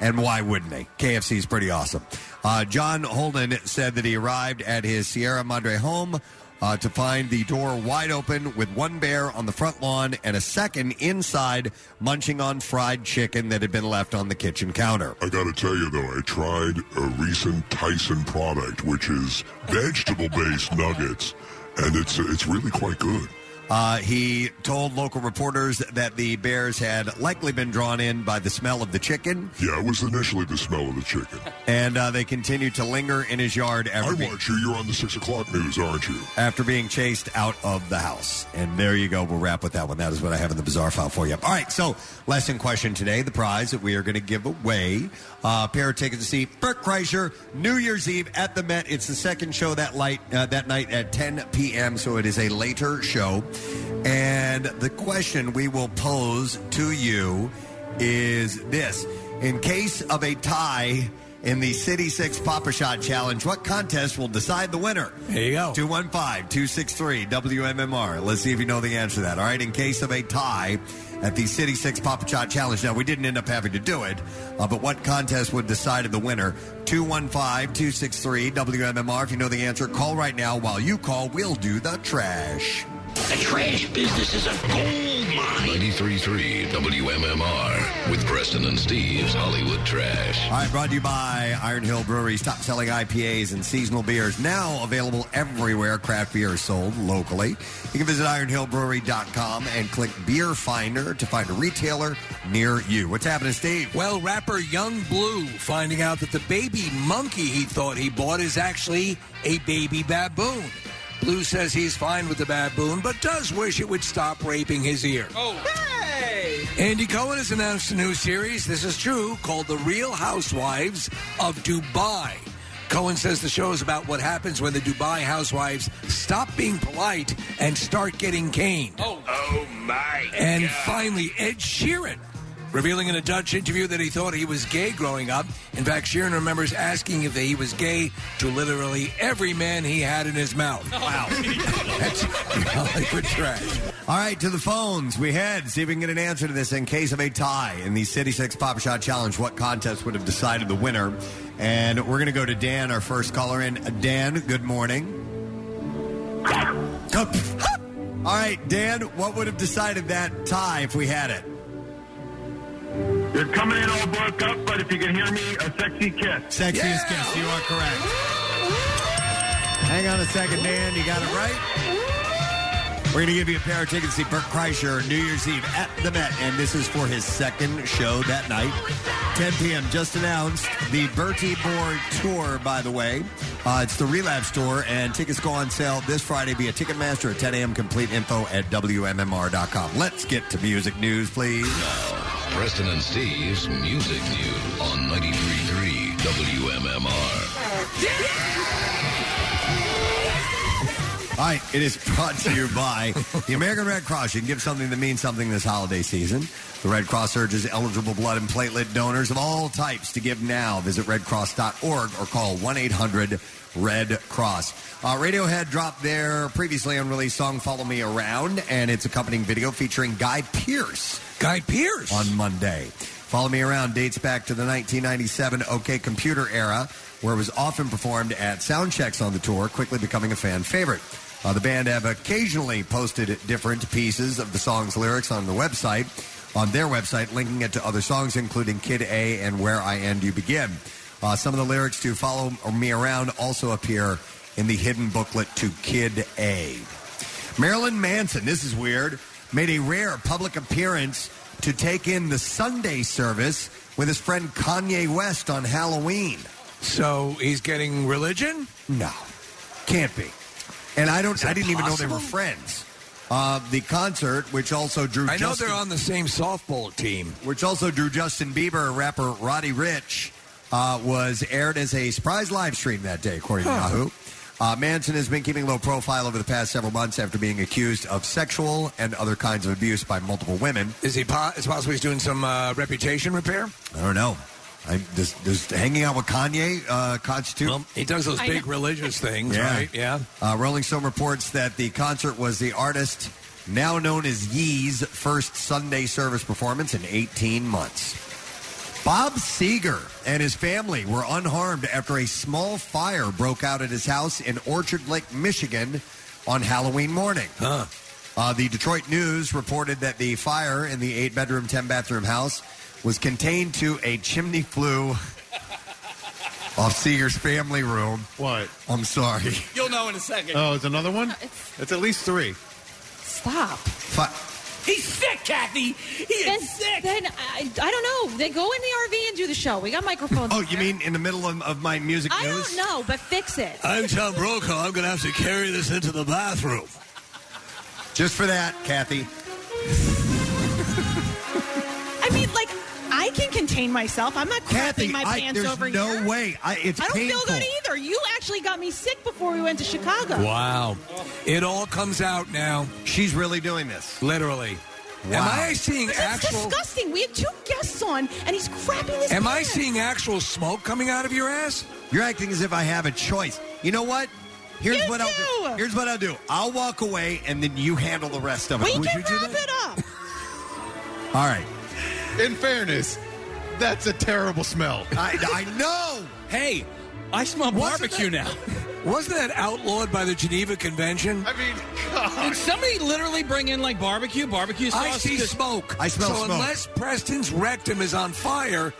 [SPEAKER 1] And why wouldn't they? KFC is pretty awesome. Uh, John Holden said that he arrived at his Sierra Madre home uh, to find the door wide open with one bear on the front lawn and a second inside munching on fried chicken that had been left on the kitchen counter.
[SPEAKER 22] I gotta tell you though, I tried a recent Tyson product, which is vegetable-based nuggets, and it's it's really quite good.
[SPEAKER 1] Uh, he told local reporters that the bears had likely been drawn in by the smell of the chicken,
[SPEAKER 22] Yeah, it was initially the smell of the chicken.
[SPEAKER 1] and uh, they continued to linger in his yard
[SPEAKER 22] I
[SPEAKER 1] after, be-
[SPEAKER 22] watch you. You're on the six o'clock news, aren't you?
[SPEAKER 1] after being chased out of the house. And there you go. We'll wrap with that one. That is what I have in the bizarre file for you. All right. So, lesson question today: the prize that we are going to give away uh, a pair of tickets to see Bert Kreischer New Year's Eve at the Met. It's the second show that light uh, that night at 10 p.m. So it is a later show. And the question we will pose to you is this In case of a tie in the City Six Papa Shot Challenge, what contest will decide the winner? There you go. 215 263 WMMR. Let's see if you know the answer to that. All right. In case of a tie at the City Six Papa Shot Challenge, now we didn't end up having to do it, uh, but what contest would decide the winner? 215 263 WMMR. If you know the answer, call right now. While you call, we'll do the trash.
[SPEAKER 15] The trash business is a gold mine. 93.3 WMMR with Preston and Steve's Hollywood Trash.
[SPEAKER 1] All right, brought to you by Iron Hill Brewery's top selling IPAs and seasonal beers. Now available everywhere craft beer is sold locally. You can visit ironhillbrewery.com and click Beer Finder to find a retailer near you. What's happening, Steve?
[SPEAKER 3] Well, rapper Young Blue finding out that the baby monkey he thought he bought is actually a baby baboon. Blue says he's fine with the baboon, but does wish it would stop raping his ear.
[SPEAKER 4] Oh. Hey!
[SPEAKER 3] Andy Cohen has announced a new series, this is true, called The Real Housewives of Dubai. Cohen says the show is about what happens when the Dubai housewives stop being polite and start getting caned.
[SPEAKER 4] Oh, oh my.
[SPEAKER 3] And finally, Ed Sheeran, revealing in a Dutch interview that he thought he was gay growing up. In fact, Sheeran remembers asking if he was gay to literally every man he had in his mouth. Wow. That's Hollywood trash.
[SPEAKER 1] All right, to the phones we head. See if we can get an answer to this in case of a tie in the City Six Pop Shot Challenge. What contest would have decided the winner? And we're going to go to Dan, our first caller in. Dan, good morning. All right, Dan, what would have decided that tie if we had it?
[SPEAKER 23] You're coming in all broke up, but if you can hear me, a sexy kiss.
[SPEAKER 1] Sexiest kiss, you are correct. Hang on a second, Dan. You got it right. We're going to give you a pair of tickets to see Burt Kreischer New Year's Eve at the Met, and this is for his second show that night. 10 p.m. just announced the Bertie Board Tour, by the way. Uh, it's the Relapse Tour, and tickets go on sale this Friday via Ticketmaster at 10 a.m. Complete info at WMMR.com. Let's get to music news, please.
[SPEAKER 15] Preston and Steve's Music News on 93.3 WMMR.
[SPEAKER 1] All right, it is brought to you by the American Red Cross. You can give something that means something this holiday season. The Red Cross urges eligible blood and platelet donors of all types to give now. Visit redcross.org or call 1 800 Red Cross. Uh, Radiohead dropped their previously unreleased song, Follow Me Around, and its accompanying video featuring Guy Pierce.
[SPEAKER 3] Guy Pierce?
[SPEAKER 1] On Monday. Follow Me Around dates back to the 1997 OK Computer era, where it was often performed at sound checks on the tour, quickly becoming a fan favorite. Uh, the band have occasionally posted different pieces of the song's lyrics on the website, on their website, linking it to other songs, including Kid A and Where I End You Begin. Uh, some of the lyrics to Follow Me Around also appear in the hidden booklet to Kid A. Marilyn Manson, this is weird, made a rare public appearance to take in the Sunday service with his friend Kanye West on Halloween.
[SPEAKER 3] So he's getting religion?
[SPEAKER 1] No, can't be. And I don't.
[SPEAKER 3] Is that
[SPEAKER 1] I didn't even know they were
[SPEAKER 3] possible?
[SPEAKER 1] friends. Uh, the concert, which also drew.
[SPEAKER 3] I know
[SPEAKER 1] Justin-
[SPEAKER 3] they're on the same softball team.
[SPEAKER 1] which also drew Justin Bieber and rapper Roddy Rich, uh, was aired as a surprise live stream that day, according to
[SPEAKER 10] Huh.
[SPEAKER 1] Yahoo. Uh, Manson has been keeping a low profile over the past several months after being accused of sexual and other kinds of abuse by multiple women.
[SPEAKER 3] Is he po- is possible he's doing some uh, reputation repair?
[SPEAKER 1] I don't know. I, does, does hanging out with Kanye uh, constitute?
[SPEAKER 3] He does those big religious things,
[SPEAKER 1] Yeah.
[SPEAKER 3] right? Yeah.
[SPEAKER 1] Uh, Rolling Stone reports that the concert was the artist, now known as Yee's, first Sunday service performance in 18 months. Bob Seger and his family were unharmed after a small fire broke out at his house in Orchard Lake, Michigan on Halloween morning. Uh, the Detroit News reported that the fire in the eight bedroom, 10 bathroom house was contained to a chimney flue off Seeger's family room.
[SPEAKER 5] What?
[SPEAKER 1] I'm sorry.
[SPEAKER 4] You'll know in a second.
[SPEAKER 5] Oh, it's another one? It's, at least three.
[SPEAKER 12] Stop.
[SPEAKER 4] He's sick, Kathy. He is
[SPEAKER 12] then, sick. Then I, I don't know. They go in the RV and do the show. We got microphones.
[SPEAKER 1] Oh, you mean in the middle of, of my music
[SPEAKER 12] I
[SPEAKER 1] news?
[SPEAKER 12] don't know, but fix it.
[SPEAKER 3] I'm Tom Brokaw. I'm going to have to carry this into the bathroom.
[SPEAKER 1] Just for that, Kathy.
[SPEAKER 12] I mean, like, I can contain myself. I'm not
[SPEAKER 1] Kathy,
[SPEAKER 12] crapping my
[SPEAKER 1] I-
[SPEAKER 12] pants
[SPEAKER 1] there's
[SPEAKER 12] over
[SPEAKER 1] no
[SPEAKER 12] here.
[SPEAKER 1] way. I, it's
[SPEAKER 12] I don't
[SPEAKER 1] painful.
[SPEAKER 12] feel good either. You actually got me sick before we went to Chicago.
[SPEAKER 3] Wow. It all comes out now.
[SPEAKER 1] She's really doing this.
[SPEAKER 3] Literally.
[SPEAKER 1] Wow.
[SPEAKER 3] Am I seeing
[SPEAKER 12] This is
[SPEAKER 3] actual
[SPEAKER 12] disgusting. We have two guests on, and he's crapping his
[SPEAKER 3] Am I
[SPEAKER 12] pants.
[SPEAKER 3] seeing actual smoke coming out of your ass?
[SPEAKER 1] You're acting as if I have a choice. You know what? Here's what I'll do. Here's what I'll do. I'll walk away and then you handle the rest of it.
[SPEAKER 12] We
[SPEAKER 1] Would
[SPEAKER 12] can
[SPEAKER 1] you do
[SPEAKER 12] wrap
[SPEAKER 1] that?
[SPEAKER 12] it up.
[SPEAKER 1] All right.
[SPEAKER 5] In fairness, that's a terrible smell.
[SPEAKER 1] I, I know.
[SPEAKER 4] Hey, I smell barbecue now.
[SPEAKER 3] Wasn't that outlawed by the Geneva Convention?
[SPEAKER 5] I mean,
[SPEAKER 4] Did somebody literally bring in like barbecue? Barbecue sauce?
[SPEAKER 3] I see
[SPEAKER 4] 'Cause-
[SPEAKER 3] smoke. so unless Preston's rectum is on fire,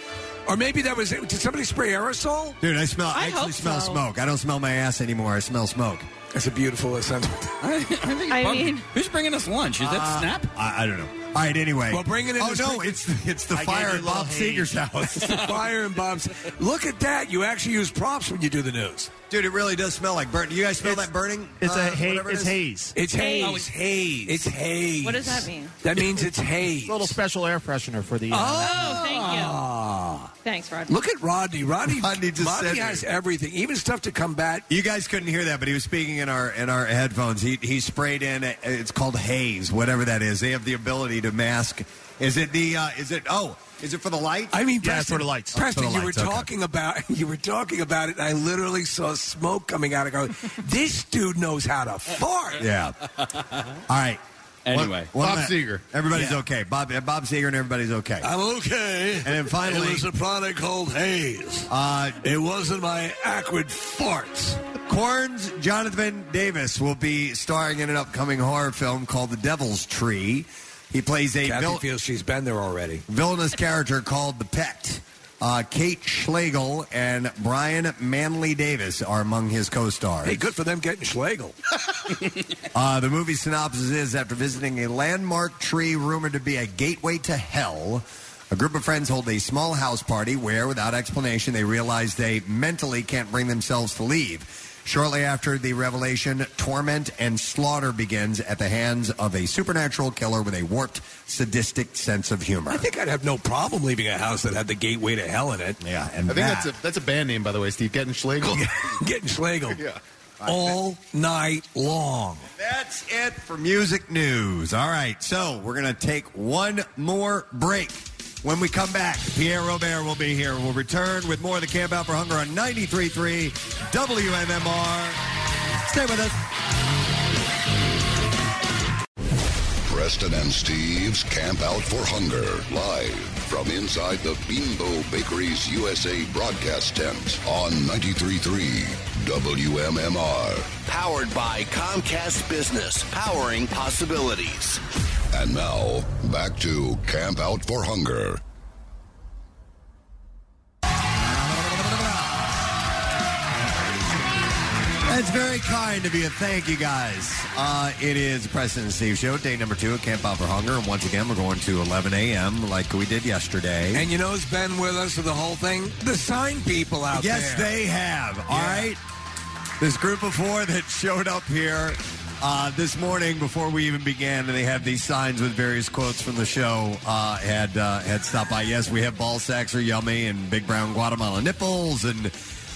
[SPEAKER 3] or maybe that was it. Did somebody spray aerosol?
[SPEAKER 1] Dude, I smell. I,
[SPEAKER 3] I
[SPEAKER 1] actually
[SPEAKER 3] hope
[SPEAKER 1] smell
[SPEAKER 3] so.
[SPEAKER 1] smoke. I don't smell my ass anymore. I smell smoke.
[SPEAKER 3] That's a beautiful scent.
[SPEAKER 4] I, think
[SPEAKER 3] I
[SPEAKER 4] barbecue-
[SPEAKER 3] mean-
[SPEAKER 4] who's bringing us lunch? Is that
[SPEAKER 1] Uh,
[SPEAKER 4] Snap?
[SPEAKER 1] I, I don't know. All right. Anyway.
[SPEAKER 3] Well, bring it in
[SPEAKER 1] Oh
[SPEAKER 3] this
[SPEAKER 1] no!
[SPEAKER 3] week.
[SPEAKER 1] It's it's the fire at Bob Seger's house.
[SPEAKER 3] it's the fire in Bob's. Look at that. You actually use props when you do the news.
[SPEAKER 1] Dude, it really does smell like burning. You guys smell that burning? Uh,
[SPEAKER 3] it's a
[SPEAKER 1] hay-
[SPEAKER 3] whatever it
[SPEAKER 1] it's
[SPEAKER 3] is?
[SPEAKER 1] haze.
[SPEAKER 3] It's haze.
[SPEAKER 1] Oh, it's
[SPEAKER 3] haze. It's haze.
[SPEAKER 12] What does that mean?
[SPEAKER 3] That means it's haze.
[SPEAKER 21] little special air freshener for the. Uh,
[SPEAKER 12] Oh, thank you. Thanks, Rod.
[SPEAKER 3] Look at uh, Rodney. Rodney,
[SPEAKER 1] Rodney just said
[SPEAKER 3] has
[SPEAKER 1] it.
[SPEAKER 3] everything, even stuff to combat.
[SPEAKER 1] You guys couldn't hear that, but he was speaking in our in our headphones. He he sprayed in. a- It's called haze, whatever that is. They have the ability to mask. Is it the? Uh, is it? Oh, is it for the light?
[SPEAKER 3] I mean,
[SPEAKER 1] Yeah,
[SPEAKER 3] Preston,
[SPEAKER 1] for the lights.
[SPEAKER 3] Preston,
[SPEAKER 1] For the
[SPEAKER 3] you
[SPEAKER 1] lights,
[SPEAKER 3] were
[SPEAKER 1] okay.
[SPEAKER 3] talking about you were talking about it. And I literally saw smoke coming out. of go, this dude knows how to fart.
[SPEAKER 1] Yeah. All right.
[SPEAKER 4] Anyway,
[SPEAKER 1] One- one
[SPEAKER 3] Bob
[SPEAKER 1] minute.
[SPEAKER 3] Seger.
[SPEAKER 1] Everybody's
[SPEAKER 3] Yeah.
[SPEAKER 1] okay. Bob uh, Bob Seger and everybody's okay.
[SPEAKER 3] I'm okay. And
[SPEAKER 1] then finally-
[SPEAKER 3] it was a product called Haze.
[SPEAKER 1] Uh,
[SPEAKER 3] it wasn't my acrid farts.
[SPEAKER 1] Corns Jonathan Davis will be starring in an upcoming horror film called The Devil's Tree. He plays a
[SPEAKER 3] Kathy
[SPEAKER 1] vil-
[SPEAKER 3] feels she's been there already.
[SPEAKER 1] villainous character called the Pet. Uh, Kate Schlegel and Brian Manley Davis are among his co-stars.
[SPEAKER 3] Hey, good for them getting Schlegel.
[SPEAKER 1] Uh, the movie synopsis is after visiting a landmark tree rumored to be a gateway to hell, a group of friends hold a small house party where, without explanation, they realize they mentally can't bring themselves to leave. Shortly after the revelation, torment and slaughter begins at the hands of a supernatural killer with a warped, sadistic sense of humor.
[SPEAKER 3] I think I'd have no problem leaving a house that had the gateway to hell in it.
[SPEAKER 1] Yeah,
[SPEAKER 5] I think that's a that's a band name, by the way, Steve. Getting Schlegel.
[SPEAKER 3] getting Schlegel.
[SPEAKER 5] yeah.
[SPEAKER 3] All night long.
[SPEAKER 1] That's it for music news. All right, so we're going to take one more break. When we come back, Pierre Robert will be here. We'll return with more of the Camp Out for Hunger on 93.3 WMMR. Stay with us.
[SPEAKER 15] Preston and Steve's Camp Out for Hunger, live from inside the Beanbo Bakeries USA broadcast tent on 93.3 WMMR.
[SPEAKER 7] Powered by Comcast Business, powering possibilities.
[SPEAKER 15] And now, back to Camp Out for Hunger.
[SPEAKER 1] That's very kind of you. Thank you, guys. Uh, it is the President and Steve Show, day number two at Camp Out for Hunger. And once again, we're going to 11 a.m. like we did yesterday.
[SPEAKER 3] And you know who's been with us for the whole thing? The sign people out
[SPEAKER 1] yes,
[SPEAKER 3] there.
[SPEAKER 1] they have. All right. This group of four that showed up here uh, this morning before we even began, and they have these signs with various quotes from the show. Uh, had uh, had stopped by. Yes, we have ball sacks are yummy and big brown Guatemala nipples and.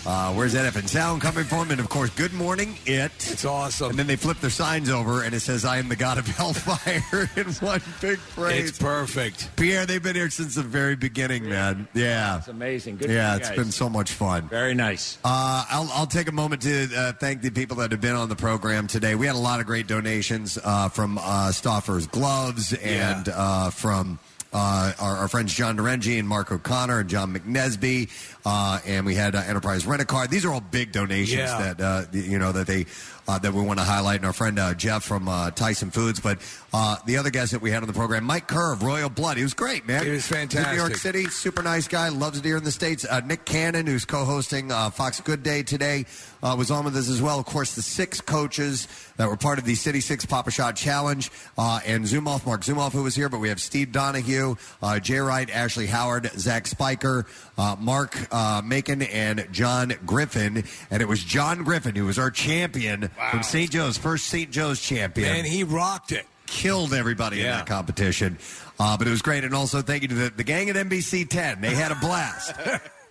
[SPEAKER 1] Uh, where's that effing sound coming from? And of course, good morning, it. It's
[SPEAKER 3] awesome.
[SPEAKER 1] And then they flip their signs over and it says, I am the God of Hellfire in one big phrase.
[SPEAKER 3] It's perfect.
[SPEAKER 1] Pierre, they've been here since the very beginning, man. Yeah.
[SPEAKER 11] It's amazing. Good for
[SPEAKER 1] yeah,
[SPEAKER 11] you
[SPEAKER 1] it's
[SPEAKER 11] guys.
[SPEAKER 1] been so much fun.
[SPEAKER 11] Very nice.
[SPEAKER 1] Uh, I'll, I'll take a moment to uh, thank the people that have been on the program today. We had a lot of great donations uh, from uh, Stoffer's Gloves and uh, from. Uh, our, our friends John Durenji and Mark O'Connor and John McNesby, uh, and we had uh, Enterprise Rent a Car. These are all big donations
[SPEAKER 3] Yeah.
[SPEAKER 1] that uh, th- you know that they uh, that we want to highlight. And our friend uh, Jeff from uh, Tyson Foods, but uh, the other guys that we had on the program, Mike Kerr of Royal Blood, he was great, man.
[SPEAKER 3] He was
[SPEAKER 1] He's in New York
[SPEAKER 3] fantastic.
[SPEAKER 1] City. City, super nice guy, loves it here in the States. Uh, Nick Cannon, who's co hosting uh, Fox Good Day today, uh, was on with us as well. Of course, the six coaches that were part of the City Six Papa Shot Challenge, uh, and Zumoff, Mark Zumoff, who was here, but we have Steve Donahue, uh, Jay Wright, Ashley Howard, Zach Spiker, uh, Mark uh, Macon, and John Griffin. And it was John Griffin who was our champion from St. Joe's, first St. Joe's champion.
[SPEAKER 3] Man, he rocked it.
[SPEAKER 1] Killed everybody in that competition. Uh, but it was great. And also, thank you to the, the gang at NBC 10. They had a blast.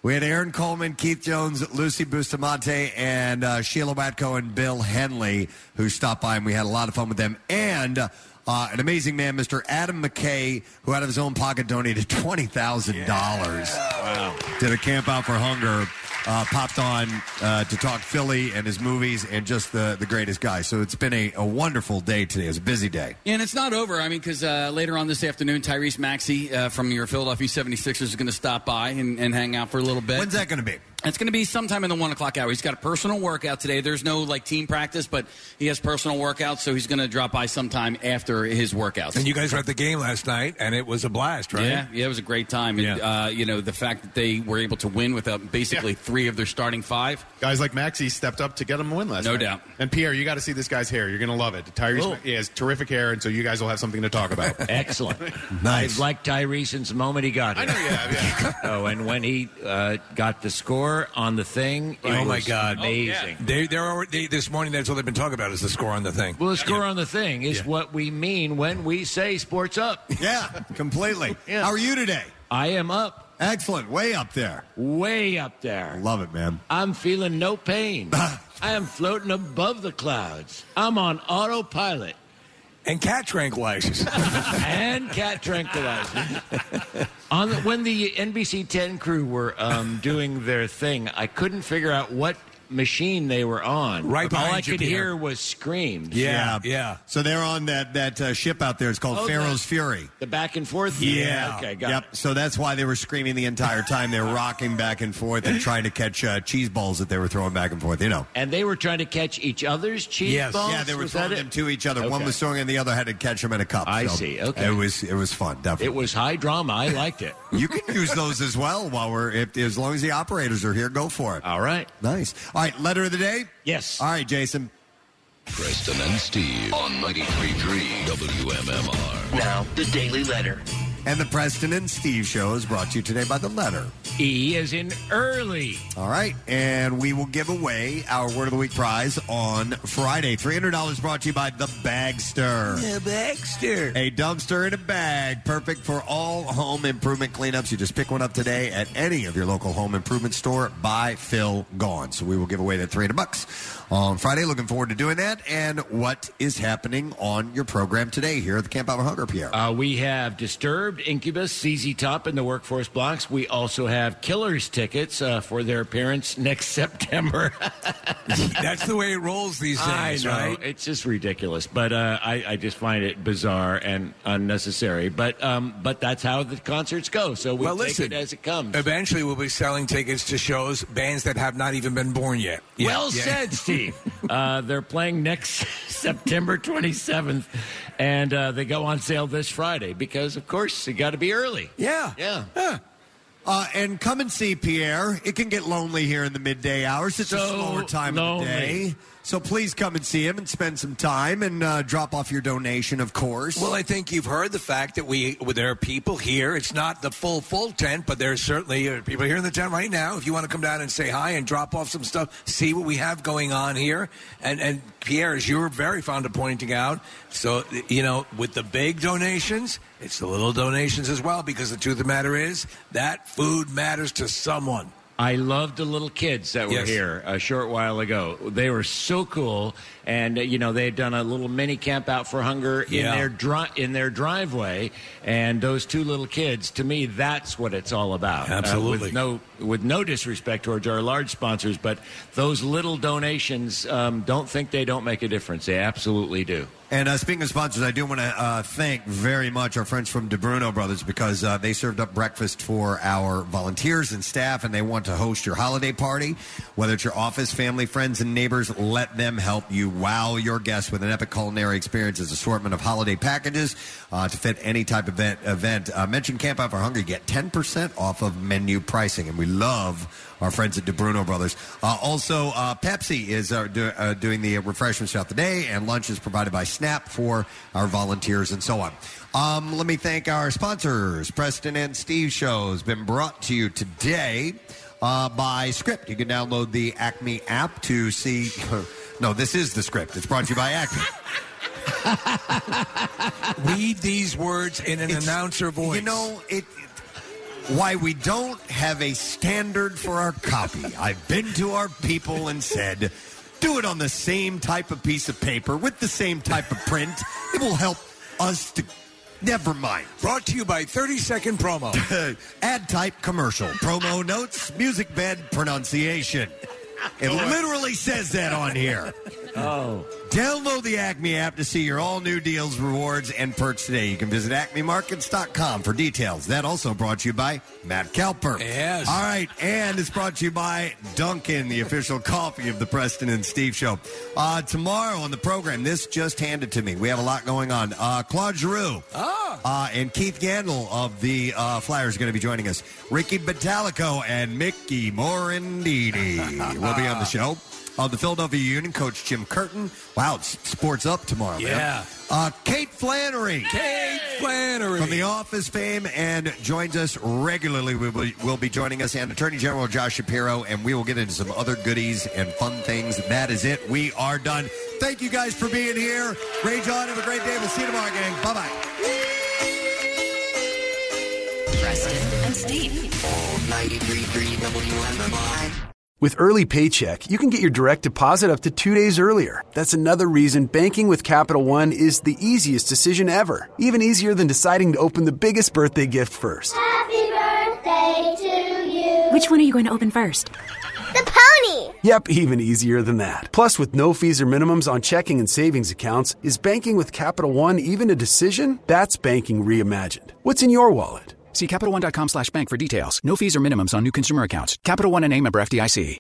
[SPEAKER 1] we had Aaron Coleman, Keith Jones, Lucy Bustamante, and uh, Sheila Watko and Bill Henley, who stopped by, and we had a lot of fun with them. And. Uh, an amazing man, Mr. Adam McKay, who out of his own pocket donated twenty thousand dollars to the Camp Out for Hunger. Uh, popped on uh, to talk Philly and his movies, and just the the greatest guy. So it's been a, a wonderful day today. It was a busy day.
[SPEAKER 4] And it's not over. I mean, because uh, later on this afternoon, Tyrese Maxey uh, from your Philadelphia 76ers is going to stop by and, and hang out for a little bit. When's
[SPEAKER 1] that going to be?
[SPEAKER 4] It's going to be sometime in the one o'clock hour. He's got a personal workout today. There's no like team practice, but he has personal workouts, so he's going to drop by sometime after his workouts.
[SPEAKER 3] And you guys were at the game last night, and it was a blast, right?
[SPEAKER 4] Yeah, yeah, it was a great time. And, uh, you know, the fact that they were able to win without basically three of their starting five.
[SPEAKER 5] Guys like Maxi stepped up to get him a win last
[SPEAKER 4] No
[SPEAKER 5] night.
[SPEAKER 4] doubt.
[SPEAKER 5] And Pierre, you got to see this guy's hair. You're going to love it. Tyrese
[SPEAKER 4] Cool.
[SPEAKER 5] he has terrific hair, and so you guys will have something to talk about.
[SPEAKER 8] Excellent.
[SPEAKER 1] Nice.
[SPEAKER 8] I've liked Tyrese since the moment he got here. I know you have, yeah. oh, and when he uh, got the score on the thing, it
[SPEAKER 3] Oh my
[SPEAKER 8] was
[SPEAKER 3] God!
[SPEAKER 8] amazing.
[SPEAKER 3] They, they're already, they, this morning. That's what they've been talking about is the score on the thing.
[SPEAKER 8] Well, the score on the thing is what we mean when we say sports up.
[SPEAKER 1] Yeah, completely. How are you today?
[SPEAKER 8] I am up.
[SPEAKER 1] Excellent. Way up there.
[SPEAKER 8] Way up there.
[SPEAKER 1] Love it, man.
[SPEAKER 8] I'm feeling no pain. I am floating above the clouds. I'm on autopilot.
[SPEAKER 3] And cat tranquilizers.
[SPEAKER 8] and cat tranquilizers. on the, when the NBC 10 crew were um, doing their thing, I couldn't figure out what machine they were on.
[SPEAKER 3] Right
[SPEAKER 8] All
[SPEAKER 3] behind
[SPEAKER 8] I
[SPEAKER 3] you,
[SPEAKER 8] could
[SPEAKER 3] Peter.
[SPEAKER 8] hear was screams.
[SPEAKER 1] So they're on that that uh, ship out there. It's called
[SPEAKER 8] Oh,
[SPEAKER 1] Pharaoh's
[SPEAKER 8] the-
[SPEAKER 1] Fury.
[SPEAKER 8] The back and forth.
[SPEAKER 1] Yeah.
[SPEAKER 8] Okay. Got
[SPEAKER 1] yep. So that's why they were screaming the entire time. They were rocking back and forth and trying to catch uh, cheese balls that they were throwing back and forth. You know.
[SPEAKER 8] it. And they were trying to catch each other's cheese balls.
[SPEAKER 1] Yeah, they were
[SPEAKER 8] Was
[SPEAKER 1] throwing
[SPEAKER 8] that
[SPEAKER 1] them
[SPEAKER 8] it?
[SPEAKER 1] to each other. One
[SPEAKER 8] Okay.
[SPEAKER 1] was throwing, it, and the other had to catch them in a cup.
[SPEAKER 8] I
[SPEAKER 1] So
[SPEAKER 8] see. Okay.
[SPEAKER 1] It was it was fun. Definitely.
[SPEAKER 8] It was high drama. I liked it.
[SPEAKER 1] You can use those as well while we're if, as long as the operators are here. Go for it.
[SPEAKER 8] All right.
[SPEAKER 1] Nice. All right. Letter of the day.
[SPEAKER 8] Yes.
[SPEAKER 1] All right, Jason.
[SPEAKER 15] Preston and Steve on 93.3 WMMR.
[SPEAKER 8] Now, the Daily Letter.
[SPEAKER 1] And the Preston and Steve show is brought to you today by the letter.
[SPEAKER 8] E is in early.
[SPEAKER 1] All right, and we will give away our Word of the Week prize on Friday. $300 brought to you by The Bagster.
[SPEAKER 3] The Bagster.
[SPEAKER 1] A dumpster in a bag, perfect for all home improvement cleanups. You just pick one up today at any of your local home improvement store. Buy, fill, gone. So we will give away that 300 bucks on Friday. Looking forward to doing that. And what is happening on your program today here at the Camp Out with Hunger, Pierre?
[SPEAKER 8] Uh, we have Disturbed, Incubus, ZZ Top in the workforce blocks. We also have Killers tickets uh, for their appearance next September.
[SPEAKER 3] That's the way it rolls these
[SPEAKER 8] I
[SPEAKER 3] days,
[SPEAKER 8] know.
[SPEAKER 3] right?
[SPEAKER 8] It's just ridiculous, but uh, I, I just find it bizarre and unnecessary. But um, but that's how the concerts go. So we
[SPEAKER 3] well,
[SPEAKER 8] take
[SPEAKER 3] listen.
[SPEAKER 8] it as it comes.
[SPEAKER 3] Eventually, we'll be selling tickets to shows bands that have not even been born yet. Yeah,
[SPEAKER 8] well
[SPEAKER 3] yeah.
[SPEAKER 8] said, Steve. uh, they're playing next September 27th, and uh, they go on sale this Friday because, of course, you got to be early.
[SPEAKER 3] Yeah.
[SPEAKER 8] Yeah.
[SPEAKER 1] Uh, and come and see Pierre. It can get lonely here in the midday hours. It's a
[SPEAKER 8] So
[SPEAKER 1] slower time
[SPEAKER 8] lonely.
[SPEAKER 1] of the day. So please come and see him and spend some time and uh, drop off your donation, of course.
[SPEAKER 3] Well, I think you've heard the fact that we well, there are people here. It's not the full full tent, but there's certainly uh, people here in the tent right now. If you want to come down and say hi and drop off some stuff, see what we have going on here. And and Pierre, as you were very fond of pointing out, so you know with the big donations, it's the little donations as well. Because the truth of the matter is that food matters to someone.
[SPEAKER 8] I loved the little kids that were
[SPEAKER 3] Yes.
[SPEAKER 8] here a short while ago. They were so cool, and uh, you know they had done a little mini camp out for hunger
[SPEAKER 3] Yeah.
[SPEAKER 8] in their dri- in their driveway. And those two little kids, to me, that's what it's all about. Uh,
[SPEAKER 3] Absolutely.
[SPEAKER 8] with no with no disrespect towards our large sponsors, but those little donations, um, don't think they don't make a difference. They absolutely do.
[SPEAKER 1] And uh, speaking of sponsors, I do want to uh, thank very much our friends from DeBruno Brothers because uh, they served up breakfast for our volunteers and staff, and they want to host your holiday party. Whether it's your office, family, friends, and neighbors, let them help you wow your guests with an epic culinary experience as assortment of holiday packages uh, to fit any type of event. event. Uh, mention Camp Out for Hunger, get 10% off of menu pricing, and we love our friends at DeBruno Brothers. Uh, also, uh, Pepsi is uh, do, uh, doing the refreshments throughout the day, and lunch is provided by Snap for our volunteers and so on. Um, let me thank our sponsors. Preston and Steve show has been brought to you today uh, by Script. You can download the Acme app to see. No, this is the script. It's brought to you by Acme.
[SPEAKER 3] Read these words in an announcer voice.
[SPEAKER 1] You know, it, why we don't have a standard for our copy. I've been to our people and said, do it on the same type of piece of paper with the same type of print. It will help us to. Never mind.
[SPEAKER 3] Brought to you by 30 Second Promo.
[SPEAKER 1] Ad type commercial. Promo notes, music bed, pronunciation. It literally says that on here. Oh. Download the Acme app to see your all new deals, rewards, and perks today. You can visit acmemarkets.com for details. That also brought to you by Matt Calper. Yes. All right. And it's brought to you by Duncan, the official coffee of the Preston and Steve Show. Uh, tomorrow on the program, this just handed to me. We have a lot going on. Uh, Claude Giroux uh, and Keith Gandel of the uh, Flyers are going to be joining us. Ricky Batalico and Mickey Morandini will be on the show. Uh, the Philadelphia Union coach Jim Curtin. Wow, it's sports up tomorrow. man.
[SPEAKER 3] Yeah.
[SPEAKER 1] Uh, Kate Flannery. Kate Flannery. From The Office fame and joins us regularly. We will, will be joining us and Attorney General Josh Shapiro, and we will get into some other goodies and fun things. That is it. We are done. Thank you guys for being here. Ray John, have a great day. We'll see you tomorrow, gang. Bye bye.
[SPEAKER 9] Preston and Steve. All 93.3 WMMR.
[SPEAKER 10] With Early Paycheck, you can get your direct deposit up to two days earlier. That's another reason banking with Capital One is the easiest decision ever. Even easier than deciding to open the biggest birthday gift first.
[SPEAKER 27] Happy birthday to you.
[SPEAKER 10] Which one are you going to open first?
[SPEAKER 27] The pony.
[SPEAKER 10] Yep, even easier than that. Plus, with no fees or minimums on checking and savings accounts, is banking with Capital One even a decision? That's banking reimagined. What's in your wallet?
[SPEAKER 37] See CapitalOne.com slash bank for details. No fees or minimums on new consumer accounts. Capital One and a member FDIC.